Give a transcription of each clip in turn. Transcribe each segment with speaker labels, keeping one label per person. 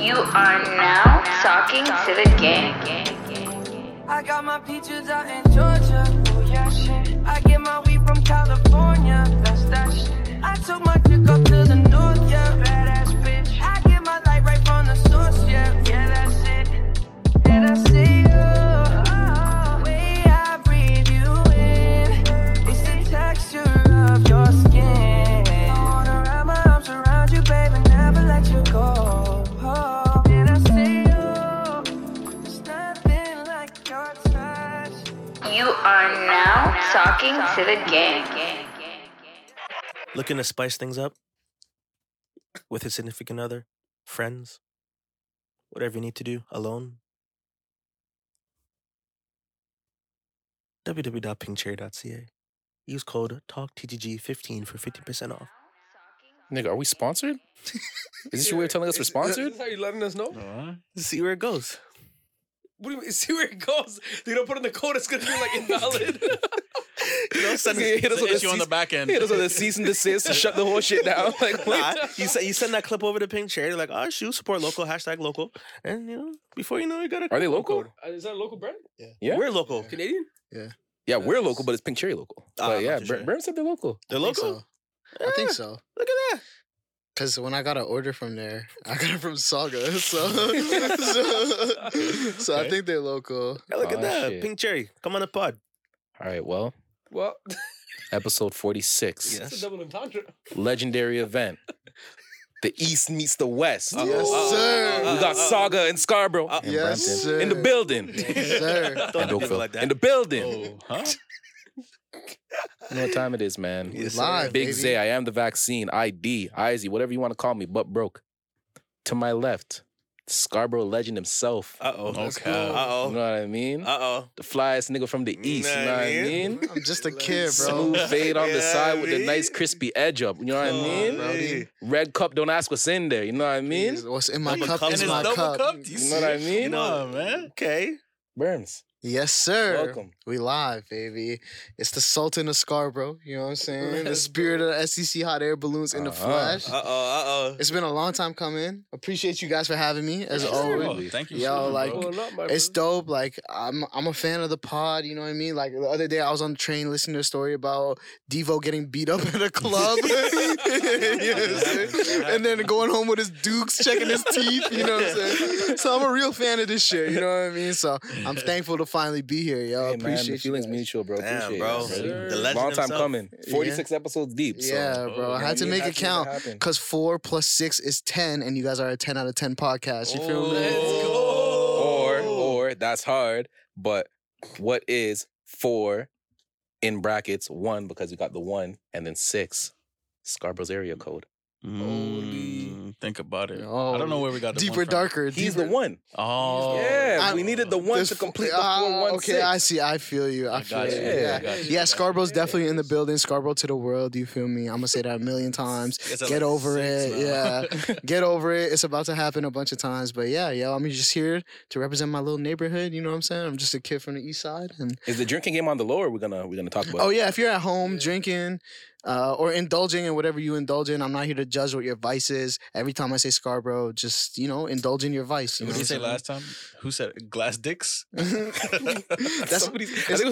Speaker 1: You are now talking to the gang.
Speaker 2: I got my peaches out in Georgia. Oh yeah, shit. I get my weed from California. That's that shit. I took my chick up to the north, yeah. Badass bitch. I get my light right from the source, yeah. Yeah, that's it. And I see you. Oh, way I breathe you in. It's the texture of your skin. I wanna wrap my arms around you, baby, never let you go. Oh, and I see you. There's nothing like your touch.
Speaker 1: You are now talking to the gang.
Speaker 3: Looking to spice things up with his significant other, friends, whatever you need to do, alone. www.pingcherry.ca. Use code TALKTGG15 for 15% off.
Speaker 4: Nigga, are we sponsored? Is this your way of telling us we're
Speaker 5: Is- is that-
Speaker 4: sponsored?
Speaker 5: Is that how you letting us know?
Speaker 3: See where it goes.
Speaker 5: What do you mean? See where it goes. They don't put in the code. It's gonna be like invalid.
Speaker 3: You know, send,
Speaker 4: Yeah, hit us
Speaker 6: the
Speaker 4: with a
Speaker 6: issue on the
Speaker 4: cease-
Speaker 6: back end.
Speaker 4: hit us with a cease and desist. shut the whole shit down. Like, what?
Speaker 3: Nah, you, send, you send that clip over to Ping Cherry, like, oh, shoot, support local, hashtag local. And, you know, before you know it, you got a
Speaker 4: Are they local?
Speaker 5: Uh, Is that a local brand?
Speaker 4: Yeah.
Speaker 3: We're local.
Speaker 5: Canadian?
Speaker 4: Yeah, we're local, but it's Pink Cherry local.
Speaker 3: Ah,
Speaker 4: but
Speaker 3: I'm
Speaker 4: yeah,
Speaker 3: not too sure.
Speaker 4: Bur- Burn said they're local.
Speaker 3: They're
Speaker 7: I think
Speaker 3: local?
Speaker 7: so. I think
Speaker 3: Yeah,
Speaker 7: so.
Speaker 3: Look at that.
Speaker 7: Cause when I got an order from there, I got it from Saga. So, so, so I
Speaker 4: Okay.
Speaker 7: think they're local.
Speaker 3: Yeah, look
Speaker 4: Oh,
Speaker 3: at that.
Speaker 4: shit.
Speaker 3: Pink Cherry, come on the pod.
Speaker 4: All right, well,
Speaker 5: Well,
Speaker 4: episode 46,
Speaker 3: Yes.
Speaker 5: it's a double entendre.
Speaker 4: legendary event. The East meets the West.
Speaker 3: Uh-oh.
Speaker 7: Yes,
Speaker 3: Oh,
Speaker 7: sir.
Speaker 4: We got Saga and Scarborough
Speaker 3: Uh,
Speaker 4: and
Speaker 7: yes,
Speaker 4: Brampton.
Speaker 7: sir.
Speaker 4: in the building.
Speaker 7: Yes, sir.
Speaker 3: Don't do people
Speaker 4: Oakville.
Speaker 3: like that.
Speaker 4: In the building.
Speaker 6: Oh, huh?
Speaker 4: You know what time it is, man.
Speaker 3: Yes, sir.
Speaker 7: Live,
Speaker 4: uh, Big
Speaker 7: baby.
Speaker 4: Zay, I am the vaccine, ID, Izzy, whatever you want to call me, but broke. To my left, Scarborough legend himself.
Speaker 3: Uh oh.
Speaker 6: Let's Okay. go.
Speaker 3: Uh
Speaker 4: You know
Speaker 3: oh.
Speaker 4: what I mean?
Speaker 3: Uh oh.
Speaker 4: the flyest nigga from the east. You know what I mean?
Speaker 7: I'm just a kid, bro.
Speaker 4: Smooth fade on
Speaker 3: Yeah,
Speaker 4: the side with
Speaker 3: me.
Speaker 4: a nice crispy edge up. You know what I mean?
Speaker 7: bro. Brody.
Speaker 4: Red cup, don't ask what's in there. You know what I mean?
Speaker 7: What's in my
Speaker 3: Double
Speaker 7: cup
Speaker 3: cup.
Speaker 7: is
Speaker 3: And it's
Speaker 7: my
Speaker 6: double
Speaker 7: cup.
Speaker 6: cup. Do
Speaker 4: You know what I
Speaker 6: see?
Speaker 4: mean?
Speaker 6: Come on, man.
Speaker 3: Okay.
Speaker 4: Burns.
Speaker 7: Yes, sir.
Speaker 4: Welcome.
Speaker 7: We live, baby. It's the Sultan of Scarborough. You know what I'm saying? The
Speaker 5: Let's
Speaker 7: spirit of the SEC hot air balloons in the
Speaker 4: Uh-huh.
Speaker 7: flesh.
Speaker 3: Uh oh. Uh oh.
Speaker 7: It's been a long time coming. Appreciate you guys for having me, as
Speaker 4: Yes, sir.
Speaker 7: always.
Speaker 6: Oh, thank you.
Speaker 7: Yo,
Speaker 6: so much,
Speaker 7: like,
Speaker 6: bro.
Speaker 5: Well, not my
Speaker 7: It's
Speaker 5: brother.
Speaker 7: dope. Like I'm, I'm a fan of the pod. You know what I mean? Like the other day, I was on the train listening to a story about Devo getting beat up at a club, Yes. and then going home with his dukes, checking his teeth. You know what I'm saying? So I'm a real fan of this shit. You know what I mean? So I'm thankful to finally be here,
Speaker 4: Hey,
Speaker 7: yo.
Speaker 4: man,
Speaker 7: appreciate
Speaker 4: the
Speaker 7: you
Speaker 4: feelings
Speaker 7: guys.
Speaker 4: mutual, bro.
Speaker 3: Damn,
Speaker 4: Appreciate
Speaker 3: bro.
Speaker 4: it,
Speaker 5: Yes, sir.
Speaker 3: The legend
Speaker 4: Long time
Speaker 3: himself.
Speaker 4: coming. 46 episodes deep. So.
Speaker 7: yeah,
Speaker 6: oh,
Speaker 7: bro. I had to
Speaker 4: I mean,
Speaker 7: make
Speaker 4: that
Speaker 7: it
Speaker 4: shit
Speaker 7: count
Speaker 4: happened.
Speaker 7: because four plus six is ten, and you guys are a ten out of ten podcast. You
Speaker 3: Oh,
Speaker 7: feel me?
Speaker 6: Oh.
Speaker 5: Let's go.
Speaker 4: Or, or that's hard, but what is four in brackets one because you got the one and then six? Scarborough's area code.
Speaker 6: Mm, think about it. I
Speaker 7: Holy.
Speaker 6: don't know where we got the one
Speaker 7: Oh, Deeper,
Speaker 6: from.
Speaker 7: darker.
Speaker 4: He's
Speaker 7: deeper.
Speaker 4: the one.
Speaker 6: Oh,
Speaker 4: Yeah,
Speaker 7: I-
Speaker 4: we needed the one
Speaker 7: This-
Speaker 4: to complete the
Speaker 7: ah,
Speaker 4: four uh, one
Speaker 7: Okay,
Speaker 4: six.
Speaker 7: I see. I feel you. I,
Speaker 6: I
Speaker 7: feel
Speaker 6: got
Speaker 7: you.
Speaker 6: you.
Speaker 4: Yeah.
Speaker 7: Yeah.
Speaker 6: I got you.
Speaker 7: Yeah, Scarborough's definitely in the building. Scarborough to the world. You feel me? I'm gonna say that a million times.
Speaker 3: It's at
Speaker 7: Get
Speaker 3: like
Speaker 7: over
Speaker 3: six
Speaker 7: it.
Speaker 3: now.
Speaker 7: Yeah, get over it. It's about to happen a bunch of times. But yeah, yo, I'm just here to represent my little neighborhood. You know what I'm saying? I'm just a kid from the east side. And
Speaker 4: Is the drinking game on the lower? We're gonna we're gonna talk about.
Speaker 7: oh yeah, if you're at home drinking. Uh, or indulging in whatever you indulge in. I'm not here to judge what your vice is. Every time I say Scarborough, just you know, indulge in your vice. You
Speaker 6: What did
Speaker 7: know
Speaker 6: you say
Speaker 7: what I'm
Speaker 6: last time? Who said it? glass dicks?
Speaker 7: saying?
Speaker 4: That's what I think it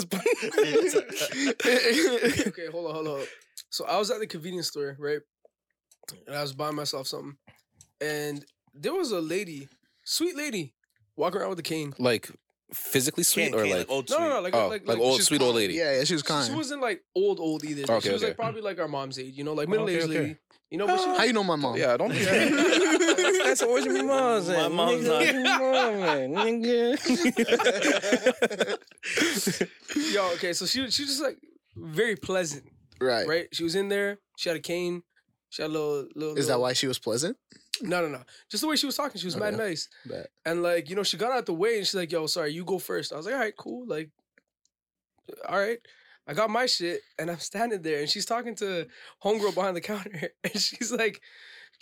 Speaker 4: was.
Speaker 5: okay, okay, hold on, hold on. So I was at the convenience store, right? And I was buying myself something. And there was a lady, sweet lady, walking around with a cane.
Speaker 4: like physically sweet
Speaker 3: Can't-
Speaker 4: or
Speaker 3: can't,
Speaker 4: like,
Speaker 3: old
Speaker 5: No, no,
Speaker 3: sweet.
Speaker 5: no, like
Speaker 4: oh,
Speaker 5: like,
Speaker 4: like, old
Speaker 5: she's
Speaker 4: sweet
Speaker 5: kind.
Speaker 4: old lady.
Speaker 7: yeah, yeah, she was kind.
Speaker 5: She wasn't like old old either.
Speaker 4: Okay,
Speaker 5: she was
Speaker 4: okay.
Speaker 5: like probably like our mom's age, you know, like middle aged
Speaker 4: okay.
Speaker 5: lady. You know, but she
Speaker 7: How you know my mom?
Speaker 4: Yeah, I don't. that's, that's the origin of my mom's.
Speaker 3: My mom's not-
Speaker 4: nigga.
Speaker 5: yo, okay, so she she was just like very pleasant,
Speaker 7: Right.
Speaker 5: right? She was in there, she had a cane, she had a little little
Speaker 7: Is that
Speaker 5: little-
Speaker 7: why she was pleasant?
Speaker 5: No, no, no. Just the way she was talking, she was mad
Speaker 7: Okay.
Speaker 5: nice.
Speaker 7: Bet.
Speaker 5: And like, you know, she got out the way and she's like, yo, sorry, you go first. I was like, all right, cool. Like, all right. I got my shit and I'm standing there and she's talking to homegirl behind the counter and she's like,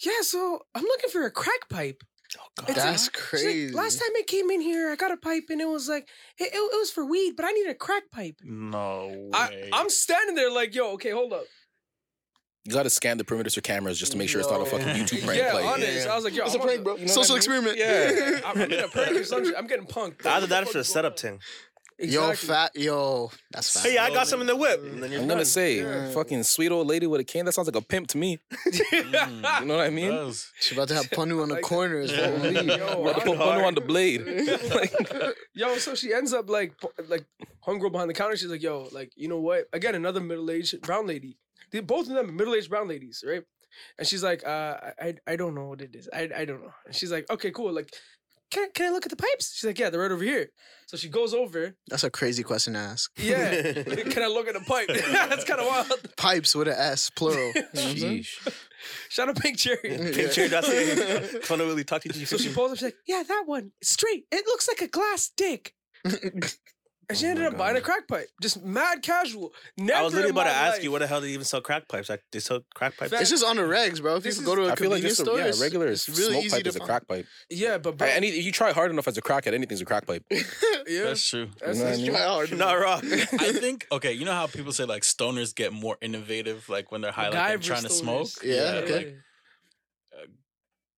Speaker 5: yeah, so I'm looking for a crack pipe. It's like-
Speaker 7: That's
Speaker 5: she's like,
Speaker 7: crazy.
Speaker 5: Last time I came in here, I got a pipe and it was like, it, it, it was for weed, but I need a crack pipe.
Speaker 6: No way.
Speaker 5: I, I'm standing there like, yo, okay, hold up.
Speaker 4: You gotta scan the perimeters for cameras just to make sure it's not a fucking YouTube prank.
Speaker 5: yeah,
Speaker 4: like,
Speaker 5: honest. I was like, yo,
Speaker 4: it's
Speaker 5: I'm
Speaker 4: a
Speaker 5: on
Speaker 4: prank,
Speaker 5: the-
Speaker 4: bro. You know what I
Speaker 7: Social
Speaker 4: mean?
Speaker 7: experiment.
Speaker 4: Yeah.
Speaker 5: I'm, I'm getting a prank or some shit. I'm getting punked.
Speaker 3: Either that or for the setup thing.
Speaker 7: Yo,
Speaker 5: Exactly.
Speaker 7: fat. Yo, that's fat.
Speaker 3: Hey, I got some in the whip. And then you're
Speaker 4: I'm
Speaker 3: done.
Speaker 4: gonna say,
Speaker 7: Yeah.
Speaker 4: fucking sweet old lady with a cane. That sounds like a pimp to me. You know what I mean?
Speaker 8: Does.
Speaker 7: She about to have Panu on the
Speaker 5: Like-
Speaker 7: corners.
Speaker 8: Yeah.
Speaker 7: bro.
Speaker 5: Yo,
Speaker 4: About to put
Speaker 5: honest.
Speaker 4: Bono on the blade. Like,
Speaker 5: Yo, so she ends up like po- like homegirl behind the counter. She's like, yo, like you know what? Again, another middle aged brown lady. They, both of them middle aged brown ladies, right? And she's like, uh, I- I I don't know what it is. I I don't know. And she's like, okay, cool. Like, can I- can I look at the pipes? She's like, yeah, they're right over here. So she goes over.
Speaker 7: That's a crazy question to ask.
Speaker 5: Yeah, can I look at the pipe? That's kind of wild.
Speaker 7: Pipes with an S, plural. You know what I'm saying?
Speaker 5: Shout out Pink Cherry.
Speaker 3: Picture that's it. Don't really talk to you.
Speaker 5: So she pulls up. She's like, yeah, that one It's straight. It looks like a glass dick. And she
Speaker 4: Oh
Speaker 5: ended
Speaker 4: my
Speaker 5: up buying a
Speaker 4: God.
Speaker 5: crack pipe, just mad casual. Never
Speaker 3: I was literally
Speaker 5: in
Speaker 3: about to
Speaker 5: my
Speaker 3: ask
Speaker 5: life-
Speaker 3: you, what the hell do you even sell crack pipes? Like, they sell crack pipes.
Speaker 5: Fact-
Speaker 7: It's just on the regs, bro. If you
Speaker 5: This
Speaker 7: go to a
Speaker 4: I feel like
Speaker 7: convenience
Speaker 4: just a,
Speaker 7: store,
Speaker 4: yeah,
Speaker 7: it's-
Speaker 4: regular
Speaker 7: it's really
Speaker 4: smoke
Speaker 7: easy
Speaker 4: pipe
Speaker 7: to
Speaker 4: is a
Speaker 7: find.
Speaker 4: crack pipe.
Speaker 5: Yeah, but bro,
Speaker 4: I, any, you try hard enough as a crackhead, anything's a crack pipe.
Speaker 5: yeah,
Speaker 8: That's true.
Speaker 5: that's-
Speaker 4: know what I
Speaker 5: that's
Speaker 4: mean?
Speaker 5: true.
Speaker 7: Try hard.
Speaker 3: Not wrong.
Speaker 8: I think okay, you know how people say like stoners get more innovative, like when they're high, like and
Speaker 5: MacGyver
Speaker 8: trying to smoke.
Speaker 5: stoners.
Speaker 7: Yeah, okay.
Speaker 5: like,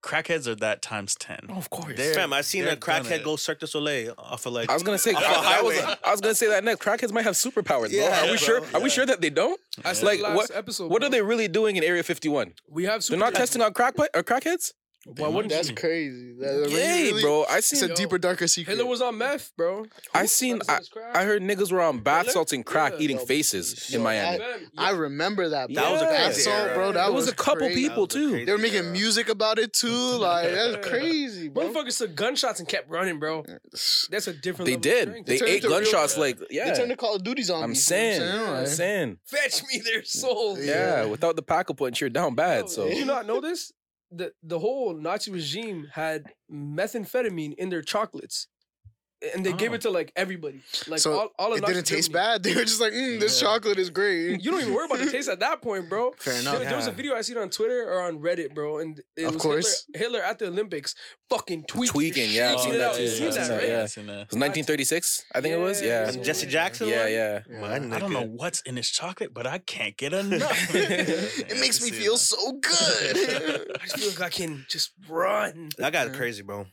Speaker 8: Crackheads are that times ten.
Speaker 4: of course.
Speaker 8: They're-
Speaker 3: Fam, I seen
Speaker 8: they're
Speaker 3: a crackhead
Speaker 8: gonna-
Speaker 3: go Cirque du Soleil off of like.
Speaker 4: I was gonna say, I,
Speaker 3: Off a
Speaker 4: I was,
Speaker 3: highway.
Speaker 4: I was gonna say that next. Crackheads might have superpowers, bro.
Speaker 3: Yeah,
Speaker 4: are we
Speaker 3: bro.
Speaker 4: sure? Are
Speaker 3: Yeah.
Speaker 4: we sure that they don't?
Speaker 5: I said
Speaker 4: Like,
Speaker 5: last
Speaker 4: what-
Speaker 5: episode,
Speaker 4: What
Speaker 5: bro,
Speaker 4: are they really doing in Area 51?
Speaker 5: We have
Speaker 4: They're
Speaker 5: super.
Speaker 4: not testing on crack pipe or crackheads.
Speaker 8: Why wouldn't
Speaker 7: That's
Speaker 8: you?
Speaker 7: crazy. That, that
Speaker 4: Hey,
Speaker 7: really-
Speaker 4: bro, I
Speaker 7: It's
Speaker 4: seen.
Speaker 7: a
Speaker 5: Yo.
Speaker 7: deeper, darker secret.
Speaker 5: Hitler was on meth, bro.
Speaker 4: I seen. I, I heard niggas were on bath salts and crack
Speaker 5: Yeah.
Speaker 4: eating faces in
Speaker 7: Yo,
Speaker 4: Miami.
Speaker 7: I remember that. Bro.
Speaker 3: That was a
Speaker 4: Yeah.
Speaker 3: crazy
Speaker 7: That's all,
Speaker 3: era.
Speaker 7: bro. That
Speaker 4: There was,
Speaker 7: was
Speaker 4: a couple
Speaker 7: crazy.
Speaker 4: people
Speaker 3: That was a
Speaker 4: too.
Speaker 3: uh, crazy- uh,
Speaker 7: They were making
Speaker 3: Yeah.
Speaker 7: music about it too. Like that's crazy, bro.
Speaker 5: Motherfuckers took gunshots and kept running, bro. That's a different.
Speaker 4: They
Speaker 5: level of
Speaker 4: did.
Speaker 5: strength.
Speaker 4: They
Speaker 7: turned
Speaker 4: ate
Speaker 7: to real-
Speaker 4: gunshots. Like
Speaker 7: They turned
Speaker 4: yeah,
Speaker 7: the Call of Duties on.
Speaker 4: I'm
Speaker 7: me,
Speaker 4: saying.
Speaker 7: You know what
Speaker 4: I'm saying.
Speaker 5: fetch me their soul.
Speaker 4: Yeah, without the pack a punch, you're down bad. So
Speaker 5: Did you not know this? The the whole Nazi regime had methamphetamine in their chocolates, and they gave
Speaker 8: Oh.
Speaker 5: it to like everybody. Like
Speaker 7: So
Speaker 5: all, all of
Speaker 7: It
Speaker 5: Nazi
Speaker 7: didn't taste
Speaker 5: Germany.
Speaker 7: bad. They were just like, mm, this
Speaker 8: Yeah.
Speaker 7: chocolate is great.
Speaker 5: You don't even worry about the taste at that point, bro.
Speaker 7: Fair
Speaker 5: There,
Speaker 7: enough.
Speaker 5: there was a
Speaker 3: Yeah.
Speaker 5: video I seen on Twitter or on Reddit, bro, and it
Speaker 7: Of
Speaker 5: was
Speaker 7: course.
Speaker 5: Hitler, Hitler at the Olympics, fucking tweaking,
Speaker 4: Tweaking, yeah, I've
Speaker 5: shaking
Speaker 4: seen
Speaker 5: it
Speaker 4: that
Speaker 5: out.
Speaker 4: too.
Speaker 5: You
Speaker 4: I've
Speaker 5: seen
Speaker 4: seen
Speaker 5: that,
Speaker 4: that,
Speaker 5: right?
Speaker 4: yeah.
Speaker 8: Seen that.
Speaker 4: It was 1936, I think it was. Yeah.
Speaker 3: And Jesse Jackson.
Speaker 4: Yeah,
Speaker 3: one?
Speaker 4: yeah.
Speaker 3: My
Speaker 8: I don't know
Speaker 3: nigga.
Speaker 8: what's in his chocolate, but I can't get enough.
Speaker 7: it makes me feel so good.
Speaker 5: I just feel like I can just run.
Speaker 3: That guy's crazy, bro.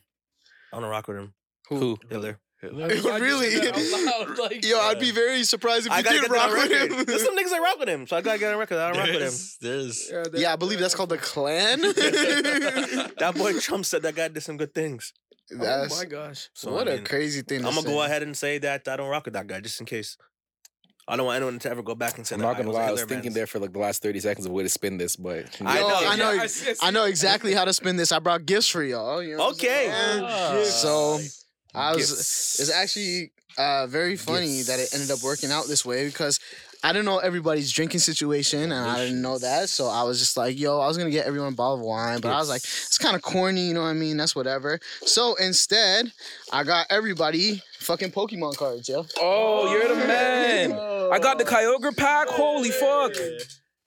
Speaker 3: I want to rock with him.
Speaker 4: Who?
Speaker 3: Hitler.
Speaker 5: I just- I just
Speaker 7: Really?
Speaker 5: said that out loud, like,
Speaker 7: Yo, I'd be very surprised if
Speaker 3: I
Speaker 7: you
Speaker 3: gotta
Speaker 7: did
Speaker 3: get that
Speaker 7: rock
Speaker 3: on
Speaker 7: with
Speaker 3: record. There's
Speaker 7: him.
Speaker 3: some niggas that rock with him, so I gotta get on record. that I don't rock with him.
Speaker 8: There's, there's
Speaker 5: they're-
Speaker 7: Yeah, I believe that's called the
Speaker 3: Oh
Speaker 7: clan.
Speaker 3: That boy Trump said that guy did some good things.
Speaker 5: Oh
Speaker 7: that's
Speaker 5: my gosh.
Speaker 3: So,
Speaker 7: what
Speaker 3: I
Speaker 7: a
Speaker 3: mean,
Speaker 7: crazy thing.
Speaker 3: I'm
Speaker 7: to
Speaker 3: gonna go
Speaker 7: say.
Speaker 3: ahead and say that I don't rock with that guy, just in case. I don't want anyone to ever go back and say
Speaker 4: I'm
Speaker 3: that.
Speaker 4: not gonna
Speaker 3: was a
Speaker 4: lie, I was
Speaker 3: Hitler
Speaker 4: thinking
Speaker 3: man's.
Speaker 4: there for like the last 30 seconds of a way to spin this, but
Speaker 3: I
Speaker 7: Yo,
Speaker 3: know,
Speaker 7: I know,
Speaker 5: yeah, I
Speaker 7: ex-
Speaker 5: see, I see.
Speaker 7: I know exactly how to spin this. I brought gifts for y'all. you know what I'm
Speaker 3: Okay.
Speaker 7: saying?
Speaker 8: Oh,
Speaker 7: So
Speaker 8: gifts.
Speaker 7: I was. It's actually uh, very funny that it ended up working out this way because I didn't know everybody's drinking situation and I didn't know that. So I was just like, yo, I was gonna get everyone a bottle of wine, but I was like, it's kind of corny, you know what I mean? That's whatever. So instead, I got everybody fucking Pokemon cards, yo.
Speaker 4: Oh, you're the man. I got the Kyogre pack. Holy fuck.